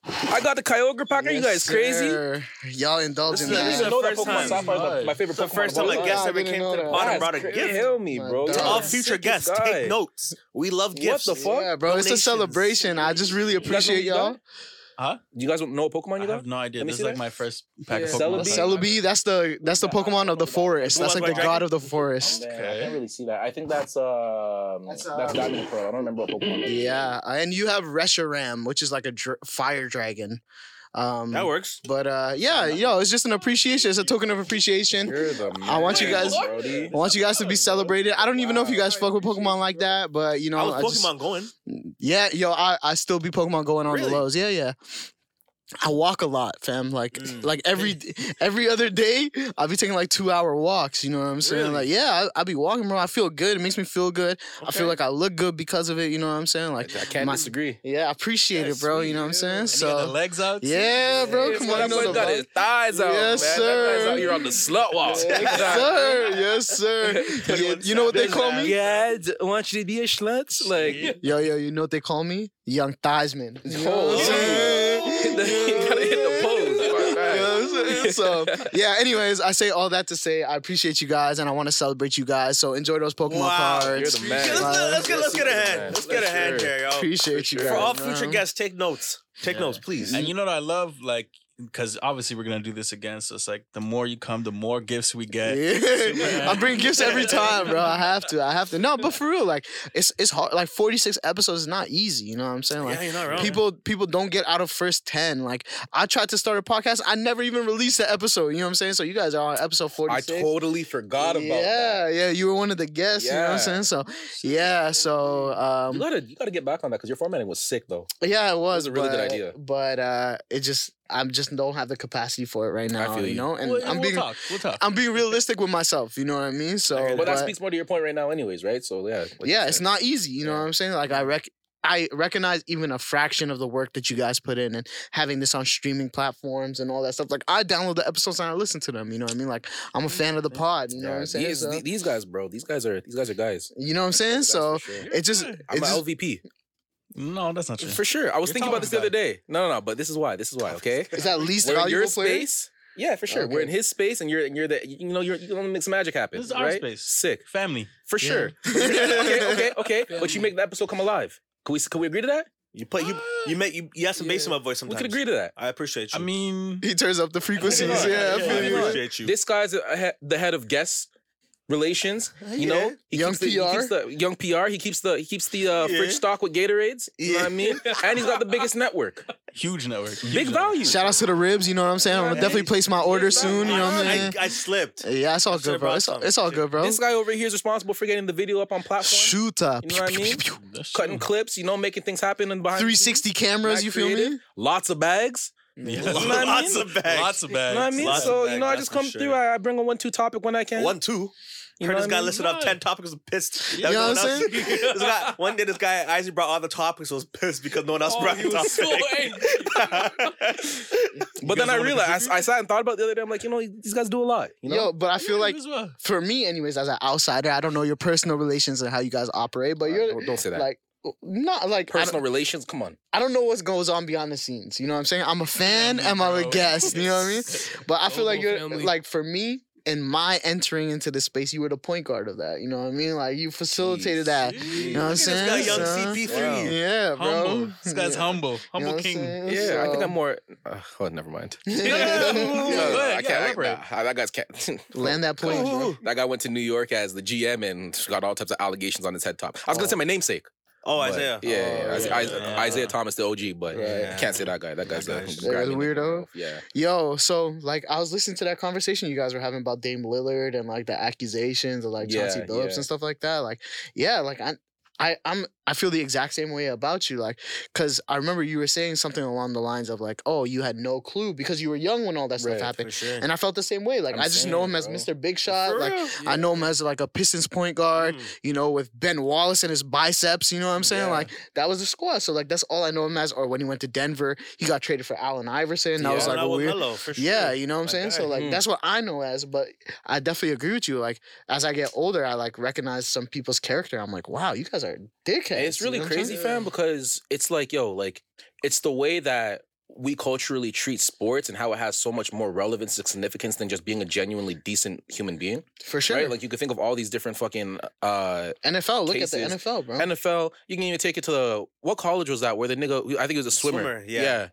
Speaker 4: I got the Kyogre pack. Are you guys
Speaker 7: Yes,
Speaker 4: crazy?
Speaker 7: sir. Y'all indulging
Speaker 3: This is- this is
Speaker 7: that.
Speaker 3: a-
Speaker 4: know that
Speaker 3: first
Speaker 4: Pokemon
Speaker 3: time.
Speaker 4: Sapphire is my favorite
Speaker 3: the
Speaker 4: Pokemon.
Speaker 3: first time
Speaker 4: of all
Speaker 3: a
Speaker 7: God,
Speaker 4: time.
Speaker 3: guest
Speaker 7: I
Speaker 3: ever
Speaker 7: didn't
Speaker 3: came
Speaker 7: know
Speaker 3: to the
Speaker 4: Oh,
Speaker 7: that.
Speaker 3: pod and
Speaker 7: That's
Speaker 3: brought a gift.
Speaker 4: Kill me,
Speaker 7: My
Speaker 4: bro.
Speaker 7: dog.
Speaker 3: To
Speaker 7: Yeah,
Speaker 3: all
Speaker 7: sick
Speaker 3: future guests,
Speaker 4: guy.
Speaker 3: take notes. We love gifts.
Speaker 4: the fuck?
Speaker 7: Yeah, bro, it's
Speaker 3: Donations.
Speaker 7: a celebration. I just really appreciate
Speaker 4: you got?
Speaker 7: y'all.
Speaker 4: You guys don't know what Pokemon
Speaker 8: I
Speaker 4: you got?
Speaker 8: have no idea.
Speaker 4: Let me
Speaker 8: This
Speaker 4: see
Speaker 8: is like
Speaker 4: that.
Speaker 8: my first pack of
Speaker 5: Yeah.
Speaker 8: Pokemon.
Speaker 4: Celebi?
Speaker 7: Celebi, that's the that's the Pokemon of the forest.
Speaker 3: Blue
Speaker 7: That's
Speaker 3: eyes
Speaker 7: like the
Speaker 3: white dragon?
Speaker 7: god of the
Speaker 4: Oh,
Speaker 7: forest.
Speaker 8: Okay. can't
Speaker 4: really see that. I think that's um
Speaker 7: That's, uh, that's Diamond
Speaker 4: Pearl. I don't remember what Pokemon.
Speaker 7: Yeah, and you have Reshiram, which is like a dr- fire dragon. Um,
Speaker 3: That works.
Speaker 7: But uh, yeah, yo, it's just an appreciation. It's a token of appreciation.
Speaker 4: You're the man,
Speaker 7: I want you guys-
Speaker 4: Brody.
Speaker 7: I want you guys to be celebrated. I don't even know if you guys fuck with Pokemon like that, but you know,
Speaker 3: I was
Speaker 7: I just-
Speaker 3: Pokemon going.
Speaker 7: yeah, yo, I, I still be Pokemon going on
Speaker 3: Really?
Speaker 7: the lows. Yeah, yeah. I walk a lot, fam. Like
Speaker 3: Mm.
Speaker 7: like every every other day, I'll be taking like two hour walks. You know what I'm saying?
Speaker 3: Really?
Speaker 7: Like yeah, I, I be walking, bro. I feel good. It makes me feel good. I feel like I look good because of it. You know what I'm saying? Like
Speaker 4: I can't
Speaker 7: my-
Speaker 4: disagree.
Speaker 7: Yeah, I appreciate it, bro. You know what I'm saying?
Speaker 8: And you
Speaker 4: uh,
Speaker 8: got the
Speaker 7: So
Speaker 8: legs out. too?
Speaker 7: yeah, bro.
Speaker 4: Yes,
Speaker 7: Come
Speaker 4: man,
Speaker 7: on, you
Speaker 4: that boy
Speaker 7: know the
Speaker 4: got
Speaker 7: vibe.
Speaker 4: his thighs out,
Speaker 7: Yes,
Speaker 4: man. That guy's
Speaker 7: sir.
Speaker 4: out here on the slut walk.
Speaker 7: Yes, sir. Yes, sir. You, you know what they call me?
Speaker 4: Yeah, I want you to be a schlutz. Like,
Speaker 7: Yo, yo, you know what they call me? Young Theismann. You know what I'm
Speaker 4: Oh.
Speaker 7: saying?
Speaker 4: You gotta hit the pose.
Speaker 7: You know what I'm saying? so yeah. Anyways, I say all that to say I appreciate you guys and I want to celebrate you guys. So enjoy those Pokemon
Speaker 3: Wow,
Speaker 4: You're
Speaker 7: cards.
Speaker 4: the man.
Speaker 3: Yeah, let's, let's get let's get ahead. Let's get
Speaker 4: Let's
Speaker 3: ahead
Speaker 4: hear it.
Speaker 3: here, yo.
Speaker 7: Appreciate you guys.
Speaker 3: For all
Speaker 7: man.
Speaker 3: future guests, take notes. Take notes, please.
Speaker 8: And you know what I love, like, because obviously we're gonna do this again. So it's like the more you come, the more gifts we get.
Speaker 7: Yeah. I bring gifts every time, bro. I have to. I have to. No, but for real, like it's it's hard. Like 46 episodes is not easy. You know what I'm saying? Like
Speaker 3: yeah, you're not wrong.
Speaker 7: people people don't get out of first 10. Like I tried to start a podcast, I never even released the episode. You know what I'm saying? So you guys are on episode
Speaker 4: I
Speaker 7: 46.
Speaker 4: totally forgot about
Speaker 7: yeah,
Speaker 4: that.
Speaker 7: yeah, you were one of the guests. You know what I'm
Speaker 4: Yeah.
Speaker 7: saying? So yeah, so
Speaker 4: You
Speaker 7: um,
Speaker 4: gotta, you gotta get back on that because your formatting was sick though.
Speaker 7: yeah, it was,
Speaker 4: a really good
Speaker 7: but-
Speaker 4: idea.
Speaker 7: But uh, it just I'm just don't have the capacity for it right now.
Speaker 4: feel
Speaker 7: you
Speaker 4: you.
Speaker 7: know, and
Speaker 8: We'll,
Speaker 7: I'm
Speaker 8: we'll
Speaker 7: being
Speaker 8: talk. We'll talk.
Speaker 7: I'm being realistic with myself. You know what I mean? So,
Speaker 4: But,
Speaker 7: but-
Speaker 4: that speaks more to your point right now, anyways, right? So yeah, like you
Speaker 7: yeah,
Speaker 4: said.
Speaker 7: it's not easy. You know
Speaker 4: Yeah.
Speaker 7: what I'm saying? Like I rec- I recognize even a fraction of the work that you guys put in and having this on streaming platforms and all that stuff. Like I download the episodes and I listen to them. You know what I mean? Like I'm a fan of the pod. You know
Speaker 4: Yeah,
Speaker 7: what I'm saying?
Speaker 4: These,
Speaker 7: So-
Speaker 4: the- these guys, bro. These guys are these guys are guys.
Speaker 7: you know what I'm saying?
Speaker 4: That's
Speaker 7: So
Speaker 4: for sure.
Speaker 7: it just
Speaker 4: I'm
Speaker 7: it
Speaker 4: an
Speaker 7: just
Speaker 4: LVP
Speaker 8: no, that's not true.
Speaker 4: for sure. I was
Speaker 8: You're
Speaker 4: thinking
Speaker 8: talking
Speaker 4: about this the
Speaker 8: about
Speaker 4: other day. No, no, no. But this is why. This is why. Okay.
Speaker 7: is that least
Speaker 4: We're in
Speaker 7: valuable
Speaker 4: your
Speaker 7: player?
Speaker 4: space. Yeah, for sure. We're
Speaker 7: Okay.
Speaker 4: in his space, and you're and you're the you know you're you gonna make some magic happen.
Speaker 8: This is our
Speaker 4: right?
Speaker 8: space.
Speaker 4: Sick
Speaker 8: Family.
Speaker 4: for
Speaker 7: Yeah.
Speaker 4: sure. okay, okay, okay. But you make the episode come alive. Can we can we agree to that?
Speaker 3: You play you you make you, you have some bass in my voice
Speaker 4: We
Speaker 3: sometimes.
Speaker 4: could agree to that.
Speaker 3: I appreciate you.
Speaker 8: I mean,
Speaker 7: He turns up the frequencies.
Speaker 4: Yeah,
Speaker 7: Yeah,
Speaker 4: yeah,
Speaker 7: I feel
Speaker 4: yeah.
Speaker 7: you.
Speaker 3: I appreciate you.
Speaker 4: This guy's a- a he- the head of guest relations. You
Speaker 7: Yeah.
Speaker 4: know,
Speaker 7: Young
Speaker 4: keeps the, he
Speaker 7: PR.
Speaker 4: keeps the young PR. He keeps the he keeps the uh,
Speaker 3: Yeah.
Speaker 4: fridge stock with Gatorades. You know what I mean? And he's got the biggest network.
Speaker 8: huge network. Huge
Speaker 4: Big
Speaker 8: network.
Speaker 4: value.
Speaker 7: Shout outs to the ribs. You know what I'm saying? I'm gonna definitely place my order soon. You know what I'm
Speaker 3: I,
Speaker 7: saying?
Speaker 3: I slipped.
Speaker 7: Yeah, it's all
Speaker 3: should've
Speaker 7: good, bro.
Speaker 3: brought
Speaker 7: It's all,
Speaker 3: some.
Speaker 7: it's all good, bro.
Speaker 4: This guy over here is responsible for getting the video up on platform,
Speaker 7: Shoot up.
Speaker 4: You know what I mean?
Speaker 8: That's
Speaker 4: cutting
Speaker 8: true.
Speaker 4: clips. You know, making things happen and behind the scenes.
Speaker 7: 360 cameras,
Speaker 4: Mad
Speaker 7: you feel
Speaker 4: creative.
Speaker 7: me?
Speaker 4: Lots of bags.
Speaker 8: Yes.
Speaker 4: You know what I
Speaker 3: Lots
Speaker 4: mean?
Speaker 3: of bags.
Speaker 8: Lots of
Speaker 4: You
Speaker 8: bags.
Speaker 4: know what I mean?
Speaker 3: Lots
Speaker 4: so
Speaker 3: of
Speaker 4: you know, I
Speaker 3: bags,
Speaker 4: just
Speaker 3: that's
Speaker 4: come
Speaker 3: for
Speaker 4: through.
Speaker 3: sure.
Speaker 4: I, I bring a one-two topic when I can.
Speaker 3: One two.
Speaker 4: You know
Speaker 3: Curtis
Speaker 4: what
Speaker 3: guy
Speaker 4: I mean?
Speaker 3: listed off ten topics was pissed.
Speaker 7: You know
Speaker 3: That no
Speaker 7: what I'm
Speaker 3: one else- this guy, one day, this guy Isaac brought all the topics. Was pissed because no one else
Speaker 8: Oh,
Speaker 3: brought
Speaker 8: he
Speaker 3: the
Speaker 8: was so
Speaker 3: topic.
Speaker 4: But then I realized I, I sat and thought about it the other day. I'm like, you know, these guys do a lot. You know,
Speaker 7: Yo, but I feel like
Speaker 8: as well.
Speaker 7: for me, anyways, as an outsider, I don't know your personal relations and how you guys operate, but
Speaker 4: Uh,
Speaker 7: you're
Speaker 4: don't, don't say that.
Speaker 7: like not like I
Speaker 4: Personal
Speaker 7: don't,
Speaker 4: relations. Come on.
Speaker 7: I don't know what goes on behind the scenes. You know what I'm saying? I'm a fan.
Speaker 8: Family,
Speaker 7: Am I a
Speaker 8: bro.
Speaker 7: guest? You know what I mean? But I feel like
Speaker 9: Global
Speaker 7: you're
Speaker 9: family.
Speaker 7: like for me and my entering into this space, you were the point guard of that. You know what I mean? Like you facilitated that. You know what I'm
Speaker 3: This guy
Speaker 7: saying?
Speaker 3: young
Speaker 7: son?
Speaker 3: CP3.
Speaker 7: Yeah,
Speaker 8: Humble.
Speaker 7: bro.
Speaker 8: This guy's
Speaker 7: Yeah.
Speaker 8: humble.
Speaker 7: You know
Speaker 8: Humble
Speaker 7: what I'm
Speaker 8: king.
Speaker 7: saying?
Speaker 4: Yeah, I think
Speaker 7: So-
Speaker 4: I'm more. Uh, oh, never mind.
Speaker 8: Yeah.
Speaker 4: No, no,
Speaker 8: ahead,
Speaker 4: I
Speaker 8: yeah,
Speaker 4: can't. I,
Speaker 8: elaborate.
Speaker 4: nah, that guy's can't.
Speaker 7: Land that plane, bro.
Speaker 4: that guy went to New York as the GM and got all types of allegations on his head top. I was gonna say my namesake.
Speaker 3: Oh,
Speaker 4: but-
Speaker 3: Isaiah.
Speaker 4: Yeah, yeah, yeah.
Speaker 7: Oh,
Speaker 4: Isa-
Speaker 8: yeah.
Speaker 4: Isa- Isaiah Thomas, the OG, but
Speaker 7: Right.
Speaker 4: can't say that guy. That guy's
Speaker 3: That
Speaker 4: a
Speaker 3: guy's-
Speaker 7: That guy's a weirdo.
Speaker 4: Yeah.
Speaker 7: Yo, so like I was listening to that conversation you guys were having about Dame Lillard and like the accusations of like Chauncey
Speaker 4: Yeah,
Speaker 7: Billups
Speaker 4: yeah.
Speaker 7: and stuff like that. Like, yeah, like I, I, I'm, I feel the exact same way about you. Like, cause I remember you were saying something along the lines of like, oh, you had no clue because you were young when all that stuff
Speaker 4: Right,
Speaker 7: happened,
Speaker 3: sure.
Speaker 7: and I felt the same way. Like,
Speaker 4: I'm
Speaker 7: i just know
Speaker 4: saying,
Speaker 7: him as
Speaker 4: bro.
Speaker 7: Mr. Big Shot.
Speaker 3: For
Speaker 7: Like,
Speaker 3: real?
Speaker 7: I know him as like a Pistons point guard.
Speaker 3: Mm.
Speaker 7: You know, with Ben Wallace and his biceps. You know what I'm saying?
Speaker 4: Yeah.
Speaker 7: Like, that was the squad. So like, that's all I know him as. Or when he went to Denver, he got traded for Allen Iverson. That was
Speaker 4: Yeah.
Speaker 7: like
Speaker 3: Not
Speaker 7: a
Speaker 3: with
Speaker 7: weird.
Speaker 3: Melo, for sure.
Speaker 7: Yeah, you know what I'm
Speaker 3: Like
Speaker 7: saying? So
Speaker 3: that.
Speaker 7: like
Speaker 4: Mm.
Speaker 7: that's what I know as, but I definitely agree with you. Like as I get older, I like recognize some people's character. I'm like, wow, you guys are dickheads.
Speaker 4: And it's
Speaker 7: you
Speaker 4: really
Speaker 7: know what I'm
Speaker 4: crazy,
Speaker 7: saying?
Speaker 4: fam, because it's like, yo, like, it's the way that we culturally treat sports and how it has so much more relevance and significance than just being a genuinely decent human being.
Speaker 7: For sure.
Speaker 4: Right? Like, you can think of all these different fucking uh,
Speaker 7: NFL, look at the
Speaker 4: cases.
Speaker 7: NFL, bro.
Speaker 4: NFL. You can even take it to the, what college was that where the nigga, I think he was a swimmer.
Speaker 3: Swimmer, yeah.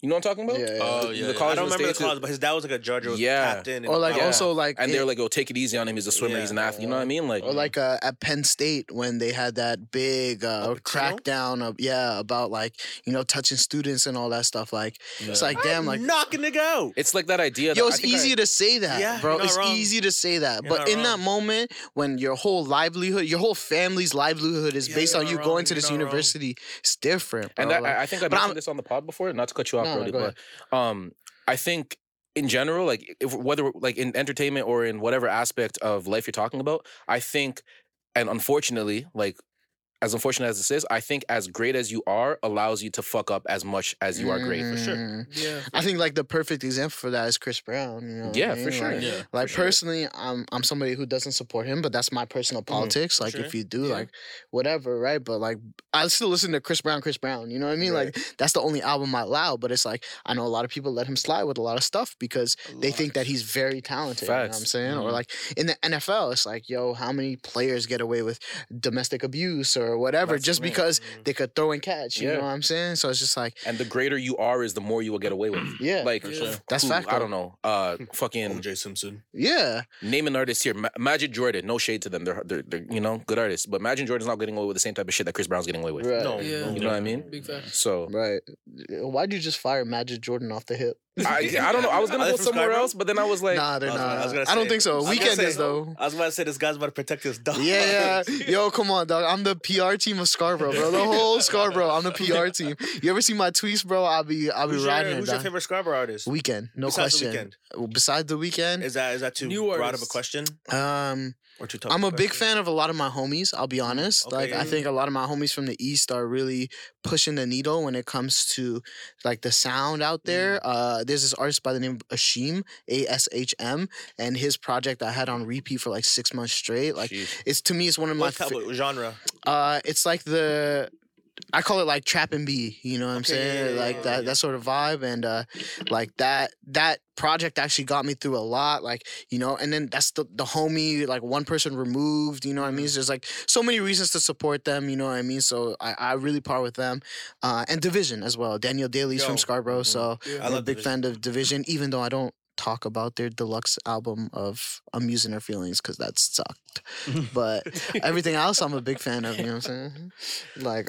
Speaker 4: You know what I'm talking about?
Speaker 7: Yeah, yeah.
Speaker 8: Oh,
Speaker 4: The-
Speaker 8: yeah,
Speaker 4: The
Speaker 8: yeah.
Speaker 4: college
Speaker 3: I don't
Speaker 4: in
Speaker 3: remember the
Speaker 4: States was-
Speaker 3: cause, but his dad was like a Georgia was
Speaker 4: Yeah.
Speaker 3: captain.
Speaker 7: or like
Speaker 4: Yeah.
Speaker 7: also like
Speaker 4: And
Speaker 7: it-
Speaker 4: they're like, yo, take it easy on him. He's a swimmer. He's an
Speaker 7: Yeah.
Speaker 4: athlete. You know what I mean? Like,
Speaker 7: or like uh, at Penn State when they had that big uh,
Speaker 3: Oh, Pitino?
Speaker 7: crackdown of yeah about like you know touching students and all that stuff like it's like damn like
Speaker 3: knocking the go.
Speaker 4: it's like that idea.
Speaker 7: Yo,
Speaker 4: that I
Speaker 7: it's
Speaker 4: think I-
Speaker 7: easy to say that,
Speaker 3: Yeah,
Speaker 7: bro.
Speaker 3: you're not
Speaker 7: It's
Speaker 3: wrong.
Speaker 7: easy to say that.
Speaker 3: You're
Speaker 7: but
Speaker 3: not
Speaker 7: in that
Speaker 3: wrong.
Speaker 7: moment when your whole livelihood, your whole family's livelihood is
Speaker 3: Yeah,
Speaker 7: based
Speaker 3: you're
Speaker 7: on
Speaker 3: not
Speaker 7: you
Speaker 3: wrong.
Speaker 7: going to
Speaker 3: You're
Speaker 7: this
Speaker 3: not wrong.
Speaker 7: university, it's different. Bro.
Speaker 4: And that,
Speaker 7: Oh, Like,
Speaker 4: I I think I
Speaker 7: but I'm-
Speaker 4: mentioned this on the pod before. Not to cut you off,
Speaker 7: No, no,
Speaker 4: Brody,
Speaker 7: go
Speaker 4: but um, I think in general, like if, whether like in entertainment or in whatever aspect of life you're talking about, I think, and unfortunately, like as unfortunate as this is, I think as great as you are allows you to fuck up as much as you are great. For sure.
Speaker 7: Mm.
Speaker 5: Yeah.
Speaker 7: I think like the perfect example for that is Chris Brown. You know what I
Speaker 4: Yeah, for
Speaker 7: mean?
Speaker 4: sure.
Speaker 7: Like,
Speaker 8: Yeah.
Speaker 7: like
Speaker 4: for sure.
Speaker 7: personally, I'm I'm somebody who doesn't support him, but that's my personal
Speaker 4: Mm-hmm.
Speaker 7: politics. like
Speaker 8: sure.
Speaker 7: if you do,
Speaker 5: Yeah.
Speaker 7: like whatever, right? But like I still listen to Chris Brown, Chris Brown. You know what I mean?
Speaker 4: Right.
Speaker 7: Like that's the only album I allow. But it's like I know a lot of people let him slide with a lot of stuff because they think that he's very talented. You know what I'm
Speaker 4: Facts. Mm-hmm.
Speaker 7: saying? Or
Speaker 8: Mhm.
Speaker 7: like in the NFL, it's like, yo, how many players get away with domestic abuse or whatever
Speaker 4: That's
Speaker 7: just
Speaker 4: me.
Speaker 7: because they could throw and catch? You
Speaker 4: Yeah.
Speaker 7: know what I'm saying? So it's just like,
Speaker 4: And the greater you are is the more you will get away with.
Speaker 7: yeah,
Speaker 4: Like
Speaker 5: For sure.
Speaker 7: That's
Speaker 4: who-
Speaker 7: fact,
Speaker 4: I don't know. Uh, fucking
Speaker 8: OJ Simpson.
Speaker 7: yeah,
Speaker 4: name an artist here. Ma- Magic Jordan. No shade to them. They're, they're they're you know good artists, but Magic Jordan's not getting away with the same type of shit that Chris Brown's getting away with.
Speaker 7: right.
Speaker 8: No,
Speaker 5: Yeah.
Speaker 8: no,
Speaker 4: You know what I mean?
Speaker 5: Big facts.
Speaker 4: So
Speaker 7: Right. Why'd you just fire Magic Jordan off the hip?
Speaker 4: I, I don't know. I was
Speaker 8: Are
Speaker 4: gonna
Speaker 8: they
Speaker 4: go
Speaker 8: from
Speaker 4: somewhere
Speaker 8: Skybro?
Speaker 4: else, but then I was like,
Speaker 7: nah, they're
Speaker 3: I was
Speaker 7: not.
Speaker 3: gonna- I
Speaker 7: I,
Speaker 3: was gonna
Speaker 7: don't
Speaker 3: say-
Speaker 7: think
Speaker 3: I
Speaker 7: so.
Speaker 3: was gonna
Speaker 7: Weekend
Speaker 3: say-
Speaker 7: is though.
Speaker 3: I was about to say this guy's about to protect his dog.
Speaker 7: Yeah, yeah. Yo, come on, dog. I'm the PR team of Scarborough, bro. The whole Scarborough. I'm the PR team. You ever see my tweets, bro? I'll be, I'll be
Speaker 3: Who's, your,
Speaker 7: riding it,
Speaker 3: who's your
Speaker 7: dog.
Speaker 3: favorite Scarborough artist?
Speaker 7: Weekend, no
Speaker 3: Besides The
Speaker 7: question.
Speaker 3: Weeknd.
Speaker 7: Well, Besides the weekend,
Speaker 3: Is that is that too
Speaker 5: New
Speaker 3: broad of a
Speaker 5: artists.
Speaker 3: question
Speaker 7: um,
Speaker 3: or too tough? of
Speaker 7: I'm a Mm-hmm. big
Speaker 3: question?
Speaker 7: fan of a lot of my homies. I'll be honest.
Speaker 3: okay,
Speaker 7: like,
Speaker 3: yeah.
Speaker 7: I think a lot of my homies from the East are really pushing the needle when it comes to like the sound out there. Uh, there's this artist by the name of Ashim, A S H M, and his project I had on repeat for like six months straight. Like,
Speaker 4: Sheesh.
Speaker 7: it's to me, it's one of my.
Speaker 3: What
Speaker 7: Fa-
Speaker 3: type of genre?
Speaker 7: uh, it's like the. I call it like trap and B, you know what I'm
Speaker 3: Okay,
Speaker 7: saying?
Speaker 3: yeah, yeah,
Speaker 7: like
Speaker 3: yeah,
Speaker 7: that
Speaker 3: yeah.
Speaker 7: that sort of vibe and uh like that that project actually got me through a lot like, you know, and then that's the the homie like one person removed, you know
Speaker 3: Mm-hmm.
Speaker 7: what I mean? It's just like so many reasons to support them, you know what I mean? So I, I really part with them. Uh and Division as well. Daniel Daly's
Speaker 3: Yo. mm-hmm.
Speaker 7: from Scarborough, so
Speaker 5: Yeah.
Speaker 3: I
Speaker 7: I'm a
Speaker 3: love
Speaker 7: big
Speaker 3: Division.
Speaker 7: fan of Division even though I don't talk about their deluxe album of I'm using her feelings cuz that sucked. but everything else I'm a big fan of, you know what I'm saying? Like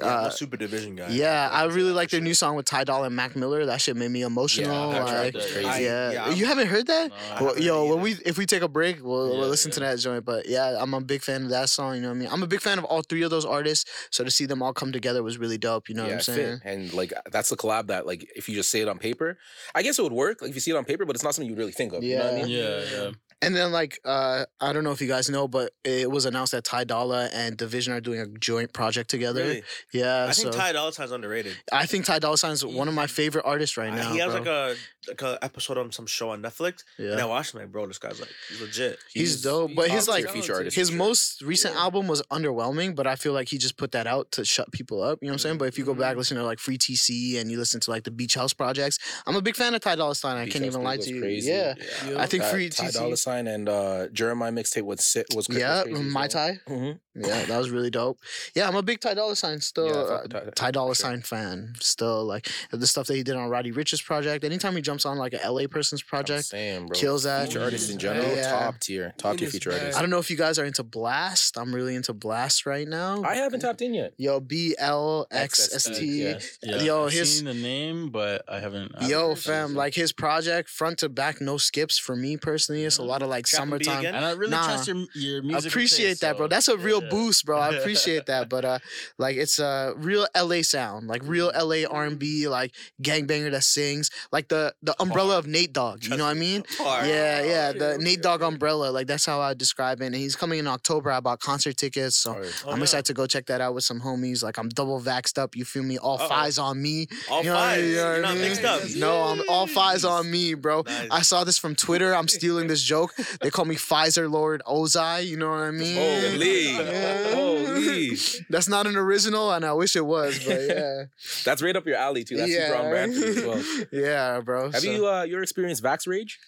Speaker 3: Yeah, I'm
Speaker 7: uh
Speaker 3: a super division guy.
Speaker 7: yeah, I
Speaker 3: for
Speaker 7: really
Speaker 3: sure,
Speaker 7: like
Speaker 3: for
Speaker 7: their
Speaker 3: sure.
Speaker 7: new song with Ty Dolla and Mac Miller. That shit made me emotional.
Speaker 4: that track
Speaker 7: like,
Speaker 4: was
Speaker 7: yeah,
Speaker 4: crazy.
Speaker 3: yeah,
Speaker 7: you
Speaker 3: I'm-
Speaker 7: haven't heard that?
Speaker 8: No,
Speaker 3: I
Speaker 7: well,
Speaker 3: haven't
Speaker 7: yo,
Speaker 3: either.
Speaker 7: when we if we take a break, we'll,
Speaker 8: Yeah,
Speaker 7: we'll listen to
Speaker 8: yeah.
Speaker 7: that joint. But yeah, I'm a big fan of that song. You know what I mean? I'm a big fan of all three of those artists. So to see them all come together was really dope. You know what
Speaker 4: yeah,
Speaker 7: I'm
Speaker 4: it fit.
Speaker 7: saying?
Speaker 4: And like that's the collab that like if you just say it on paper, I guess it would work. Like if you see it on paper, but it's not something you really think of. You know what I
Speaker 7: Yeah.
Speaker 4: mean?
Speaker 8: Yeah, yeah.
Speaker 7: And then like uh, I don't know if you guys know, but it was announced that Ty Dolla and Division are doing a joint project together.
Speaker 3: Really?
Speaker 7: Yeah,
Speaker 3: I
Speaker 7: so
Speaker 3: think Ty Dolla Sign's underrated.
Speaker 7: I think Ty Dolla Sign's one of my favorite artists right
Speaker 3: I-
Speaker 7: now.
Speaker 3: he has
Speaker 7: bro.
Speaker 3: like a like a episode on some show on Netflix,
Speaker 7: yeah.
Speaker 3: and I watched him. Like, bro, this guy's like he's legit.
Speaker 7: He's dope, but his,
Speaker 4: Top tier
Speaker 7: like,
Speaker 4: feature artist.
Speaker 7: His
Speaker 4: for sure.
Speaker 7: most recent
Speaker 5: Yeah.
Speaker 7: album was underwhelming, but I feel like he just put that out to shut people up. You know what I'm saying? But if you go back, listen to like Free TC and you listen to like the Beach House projects, I'm a big fan of Ty Dolla Sign. I
Speaker 4: Beach
Speaker 7: can't
Speaker 4: House
Speaker 7: even
Speaker 4: Dude
Speaker 7: lie
Speaker 4: was
Speaker 7: to you.
Speaker 4: crazy.
Speaker 7: Yeah,
Speaker 5: Yeah.
Speaker 7: I think
Speaker 4: Ty-
Speaker 7: Free
Speaker 4: Ty Dolla
Speaker 7: TC.
Speaker 4: Sign and uh, Jeremiah mixtape was sit was cra- was
Speaker 7: Yeah,
Speaker 4: crazy as
Speaker 7: my
Speaker 4: well.
Speaker 7: Ty.
Speaker 4: Mhm.
Speaker 7: Yeah, that was really dope. Yeah, I'm a big Ty Dolla Sign still.
Speaker 4: Yeah, I fuck
Speaker 7: uh,
Speaker 4: with Ty- for
Speaker 7: Ty Dolla
Speaker 4: sure.
Speaker 7: Sign fan still. Like the stuff that he did on Roddy Rich's project. Anytime he jumps on like a LA person's
Speaker 4: I'm
Speaker 7: project,
Speaker 4: saying, bro.
Speaker 7: kills that.
Speaker 4: feature artists in general,
Speaker 7: Yeah.
Speaker 4: top tier, top
Speaker 5: In
Speaker 4: tier
Speaker 5: his
Speaker 4: feature
Speaker 5: bag.
Speaker 4: artists.
Speaker 7: I don't know if you guys are into Blast. I'm really into Blast right now.
Speaker 4: I haven't tapped in yet.
Speaker 7: Yo, B L X S T.
Speaker 4: Yeah.
Speaker 8: Uh, Yeah,
Speaker 7: Yo,
Speaker 8: I've
Speaker 7: his-
Speaker 8: seen the name, but I haven't. I haven't
Speaker 7: Yo,
Speaker 8: heard of
Speaker 7: fam,
Speaker 8: it.
Speaker 7: like his project, front to back, no skips. For me personally, it's a lot of like
Speaker 3: Trap and beat
Speaker 7: summertime.
Speaker 3: again?
Speaker 8: and I really
Speaker 7: nah.
Speaker 8: trust your your
Speaker 7: I
Speaker 8: music.
Speaker 7: appreciate
Speaker 8: taste,
Speaker 7: that, bro.
Speaker 8: so-
Speaker 7: That's a real
Speaker 8: yeah.
Speaker 7: boost, bro. I appreciate that, but uh, like it's a real LA sound, like real LA R and B, like gangbanger that sings, like the the umbrella of Nate Dogg. You know what I mean?
Speaker 3: Hard.
Speaker 7: Yeah, yeah,
Speaker 5: Okay,
Speaker 7: the
Speaker 5: okay,
Speaker 7: Nate Dogg
Speaker 5: okay.
Speaker 7: umbrella, like that's how I describe it. And he's coming in October. I bought concert tickets, so
Speaker 4: Alright.
Speaker 3: Oh,
Speaker 7: I'm
Speaker 3: yeah.
Speaker 7: excited to go check that out with some homies. Like I'm double vaxxed up. You feel me? All
Speaker 3: Uh-oh.
Speaker 7: fies on me.
Speaker 3: All
Speaker 7: You know what I
Speaker 3: five.
Speaker 7: mean?
Speaker 3: You're
Speaker 7: You know
Speaker 3: not
Speaker 7: what I
Speaker 3: mixed
Speaker 7: mean?
Speaker 3: up.
Speaker 7: No, I'm all fies on me, bro.
Speaker 3: Nice.
Speaker 7: I saw this from Twitter. I'm stealing this joke. They call me Pfizer Lord Ozai. You know what I mean?
Speaker 4: Holy,
Speaker 7: Yeah.
Speaker 4: holy,
Speaker 7: That's not an original, and I wish it was, but yeah,
Speaker 4: that's right up your alley too. That's
Speaker 7: yeah,
Speaker 4: super on brand for you as well.
Speaker 7: yeah, bro.
Speaker 4: Have
Speaker 7: So-
Speaker 4: you uh, your experience Vax Rage?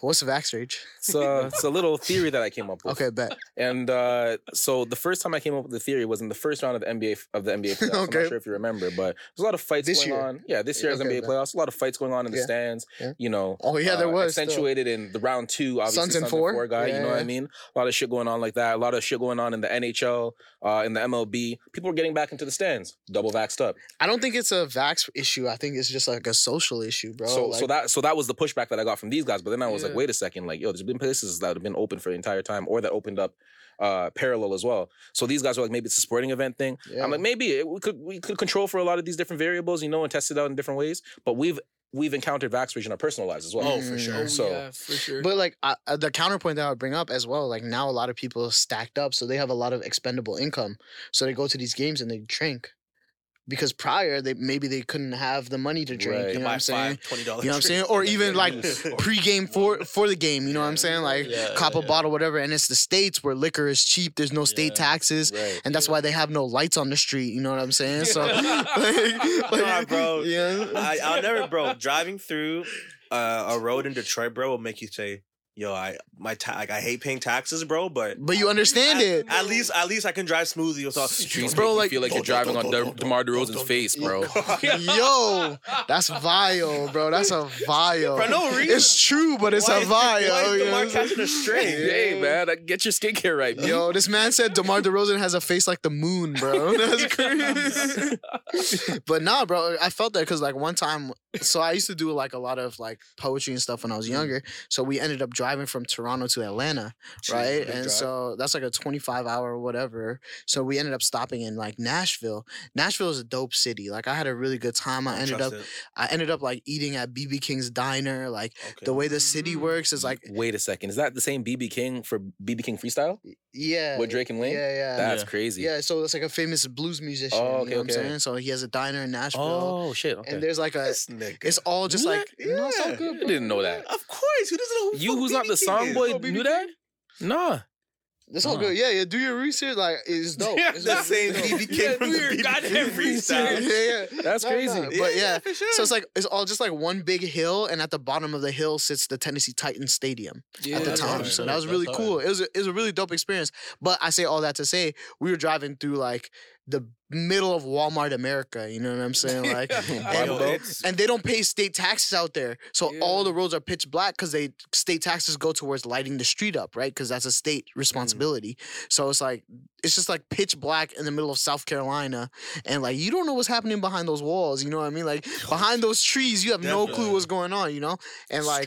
Speaker 7: What's the vax rage?
Speaker 4: It's, uh, it's a little theory that I came up with.
Speaker 7: Okay, bet.
Speaker 4: And uh, so the first time I came up with the theory was in the first round of the NBA f- of the NBA playoffs. I'm
Speaker 7: Okay.
Speaker 4: not sure if you remember, but there's a lot of fights
Speaker 7: This
Speaker 4: going
Speaker 7: year.
Speaker 4: on. Yeah, this year's
Speaker 7: Okay,
Speaker 4: NBA
Speaker 7: but-
Speaker 4: playoffs, a lot of fights going on in the
Speaker 7: Yeah.
Speaker 4: stands.
Speaker 7: Yeah.
Speaker 4: You know,
Speaker 7: Oh yeah, there
Speaker 4: uh,
Speaker 7: was. still.
Speaker 4: accentuated in the round two. Obviously,
Speaker 7: Suns and four?
Speaker 4: guy. You know what I
Speaker 7: Yeah.
Speaker 4: mean? A lot of shit going on like that. A lot of shit going on in the NHL, uh, in the MLB. People are getting back into the stands, double vaxxed up.
Speaker 7: I don't think it's a vax issue. I think it's just like a social issue, bro.
Speaker 4: so,
Speaker 7: like,
Speaker 4: so that so that was the pushback that I got from these guys. But then I was like,
Speaker 5: Yeah.
Speaker 4: wait a second, like yo, there's been places that have been open for the entire time, or that opened up uh parallel as well. So these guys were like, maybe it's a sporting event thing.
Speaker 7: yeah.
Speaker 4: I'm like, maybe it, we could we could control for a lot of these different variables, you know, and test it out in different ways. But we've we've encountered Vaxbridge in our personal lives as well.
Speaker 7: Oh, for sure.
Speaker 5: Oh,
Speaker 4: So
Speaker 5: yeah, for sure.
Speaker 7: But like I, uh, the counterpoint that I would bring up as well, like now a lot of people stacked up, so they have a lot of expendable income. So they go to these games and they drink, because prior they maybe they couldn't have the money to drink.
Speaker 4: Right.
Speaker 7: You know what I'm saying?
Speaker 3: twenty dollars.
Speaker 7: You know what I'm saying? Or even like pre-game for for the game. You know what I'm saying? Like
Speaker 8: Yeah,
Speaker 7: cop
Speaker 8: yeah,
Speaker 7: a
Speaker 8: yeah.
Speaker 7: bottle, whatever. And it's the states where liquor is cheap. There's no state
Speaker 8: Yeah.
Speaker 7: taxes.
Speaker 4: right.
Speaker 7: And that's why they have no lights on the street. You know what I'm saying? So, like,
Speaker 3: Nah, bro.
Speaker 7: Yeah.
Speaker 3: I, I'll never, bro. Driving through uh, a road in Detroit, bro, will make you say, "Yo, I my ta- like, I hate paying taxes, bro." But
Speaker 7: But you understand
Speaker 3: at,
Speaker 7: it.
Speaker 3: at least, at least I can drive smoothly without.
Speaker 4: Streets
Speaker 7: Bro,
Speaker 4: bro,
Speaker 7: like-
Speaker 4: like, you feel like you're driving on De- DeMar DeRozan's face, bro.
Speaker 7: Yo, that's vile, bro. That's a vile.
Speaker 3: For no reason.
Speaker 7: It's true, but it's
Speaker 3: Why
Speaker 7: a
Speaker 3: is-
Speaker 7: vile.
Speaker 3: why is
Speaker 7: you know
Speaker 3: DeMar
Speaker 7: what I'm
Speaker 3: catching a
Speaker 7: saying?
Speaker 3: stray?
Speaker 4: hey, man, like, get your skincare right, bro.
Speaker 7: Yo, this man said DeMar DeRozan has a face like the moon, bro. That's crazy. but nah, bro, I felt that because like one time, so I used to do like a lot of like poetry and stuff when I was younger. So we ended up driving from Toronto to Atlanta, right?
Speaker 3: big
Speaker 7: and
Speaker 3: drive.
Speaker 7: so that's like a 25 hour or whatever. So we ended up stopping in like Nashville. Nashville is a dope city. Like I had a really good time. I ended up, I ended up like eating at BB King's diner. Like the way the city works
Speaker 4: Mm.
Speaker 7: is like,
Speaker 4: Wait a second. Is that the same BB King for BB King Freestyle
Speaker 7: yeah,
Speaker 4: with Drake and
Speaker 7: yeah,
Speaker 4: Lane?
Speaker 7: yeah.
Speaker 4: That's
Speaker 8: Yeah.
Speaker 4: crazy.
Speaker 7: Yeah, so it's like a famous blues musician.
Speaker 4: Oh,
Speaker 7: you know what
Speaker 4: okay,
Speaker 7: I'm
Speaker 4: okay.
Speaker 7: saying? So he has a diner in Nashville.
Speaker 4: Oh shit. Okay.
Speaker 7: And there's like a
Speaker 3: This nigga.
Speaker 7: it's all just
Speaker 4: What?
Speaker 7: like no, it's all
Speaker 3: Yeah.
Speaker 7: good.
Speaker 4: I didn't know that.
Speaker 3: of course, who doesn't know who
Speaker 4: You
Speaker 3: fuck
Speaker 4: who's not
Speaker 3: BB
Speaker 4: the
Speaker 3: King
Speaker 4: song
Speaker 3: is?
Speaker 4: boy knew that? Nah.
Speaker 7: It's all
Speaker 4: Huh.
Speaker 7: good. Yeah, yeah. Do your research. Like it's dope.
Speaker 5: Yeah,
Speaker 7: It's
Speaker 3: The
Speaker 7: dope.
Speaker 3: same
Speaker 7: It's dope.
Speaker 3: BB King
Speaker 5: Yeah,
Speaker 3: from
Speaker 5: do
Speaker 3: the
Speaker 5: your
Speaker 3: BB King
Speaker 5: goddamn
Speaker 3: freestyle.
Speaker 5: research.
Speaker 7: yeah, yeah.
Speaker 4: That's
Speaker 7: No, no,
Speaker 4: crazy.
Speaker 7: But yeah.
Speaker 3: for sure.
Speaker 7: So it's like it's all just like one big hill, and at the bottom of the hill sits the Tennessee Titans Stadium
Speaker 5: yeah,
Speaker 7: at the
Speaker 5: that's
Speaker 7: time.
Speaker 5: hard.
Speaker 7: So
Speaker 8: dope.
Speaker 7: that was
Speaker 8: That's
Speaker 7: really
Speaker 8: hard.
Speaker 7: cool. It was a, it was a really dope experience. But I say all that to say we were driving through like the middle of Walmart America. You know what I'm saying? Like
Speaker 5: Yeah.
Speaker 3: Yo,
Speaker 7: bro.
Speaker 3: it's-
Speaker 7: and they don't pay state taxes out there. So all the roads are pitch black because they state taxes go towards lighting the street up, right? Because that's a
Speaker 5: Mm.
Speaker 7: state responsibility. So it's like it's just like pitch black in the middle of South Carolina, and like you don't know what's happening behind those walls. You know what I mean? Like behind those trees, you have no clue
Speaker 8: Definitely.
Speaker 7: what's going on. You know, and like.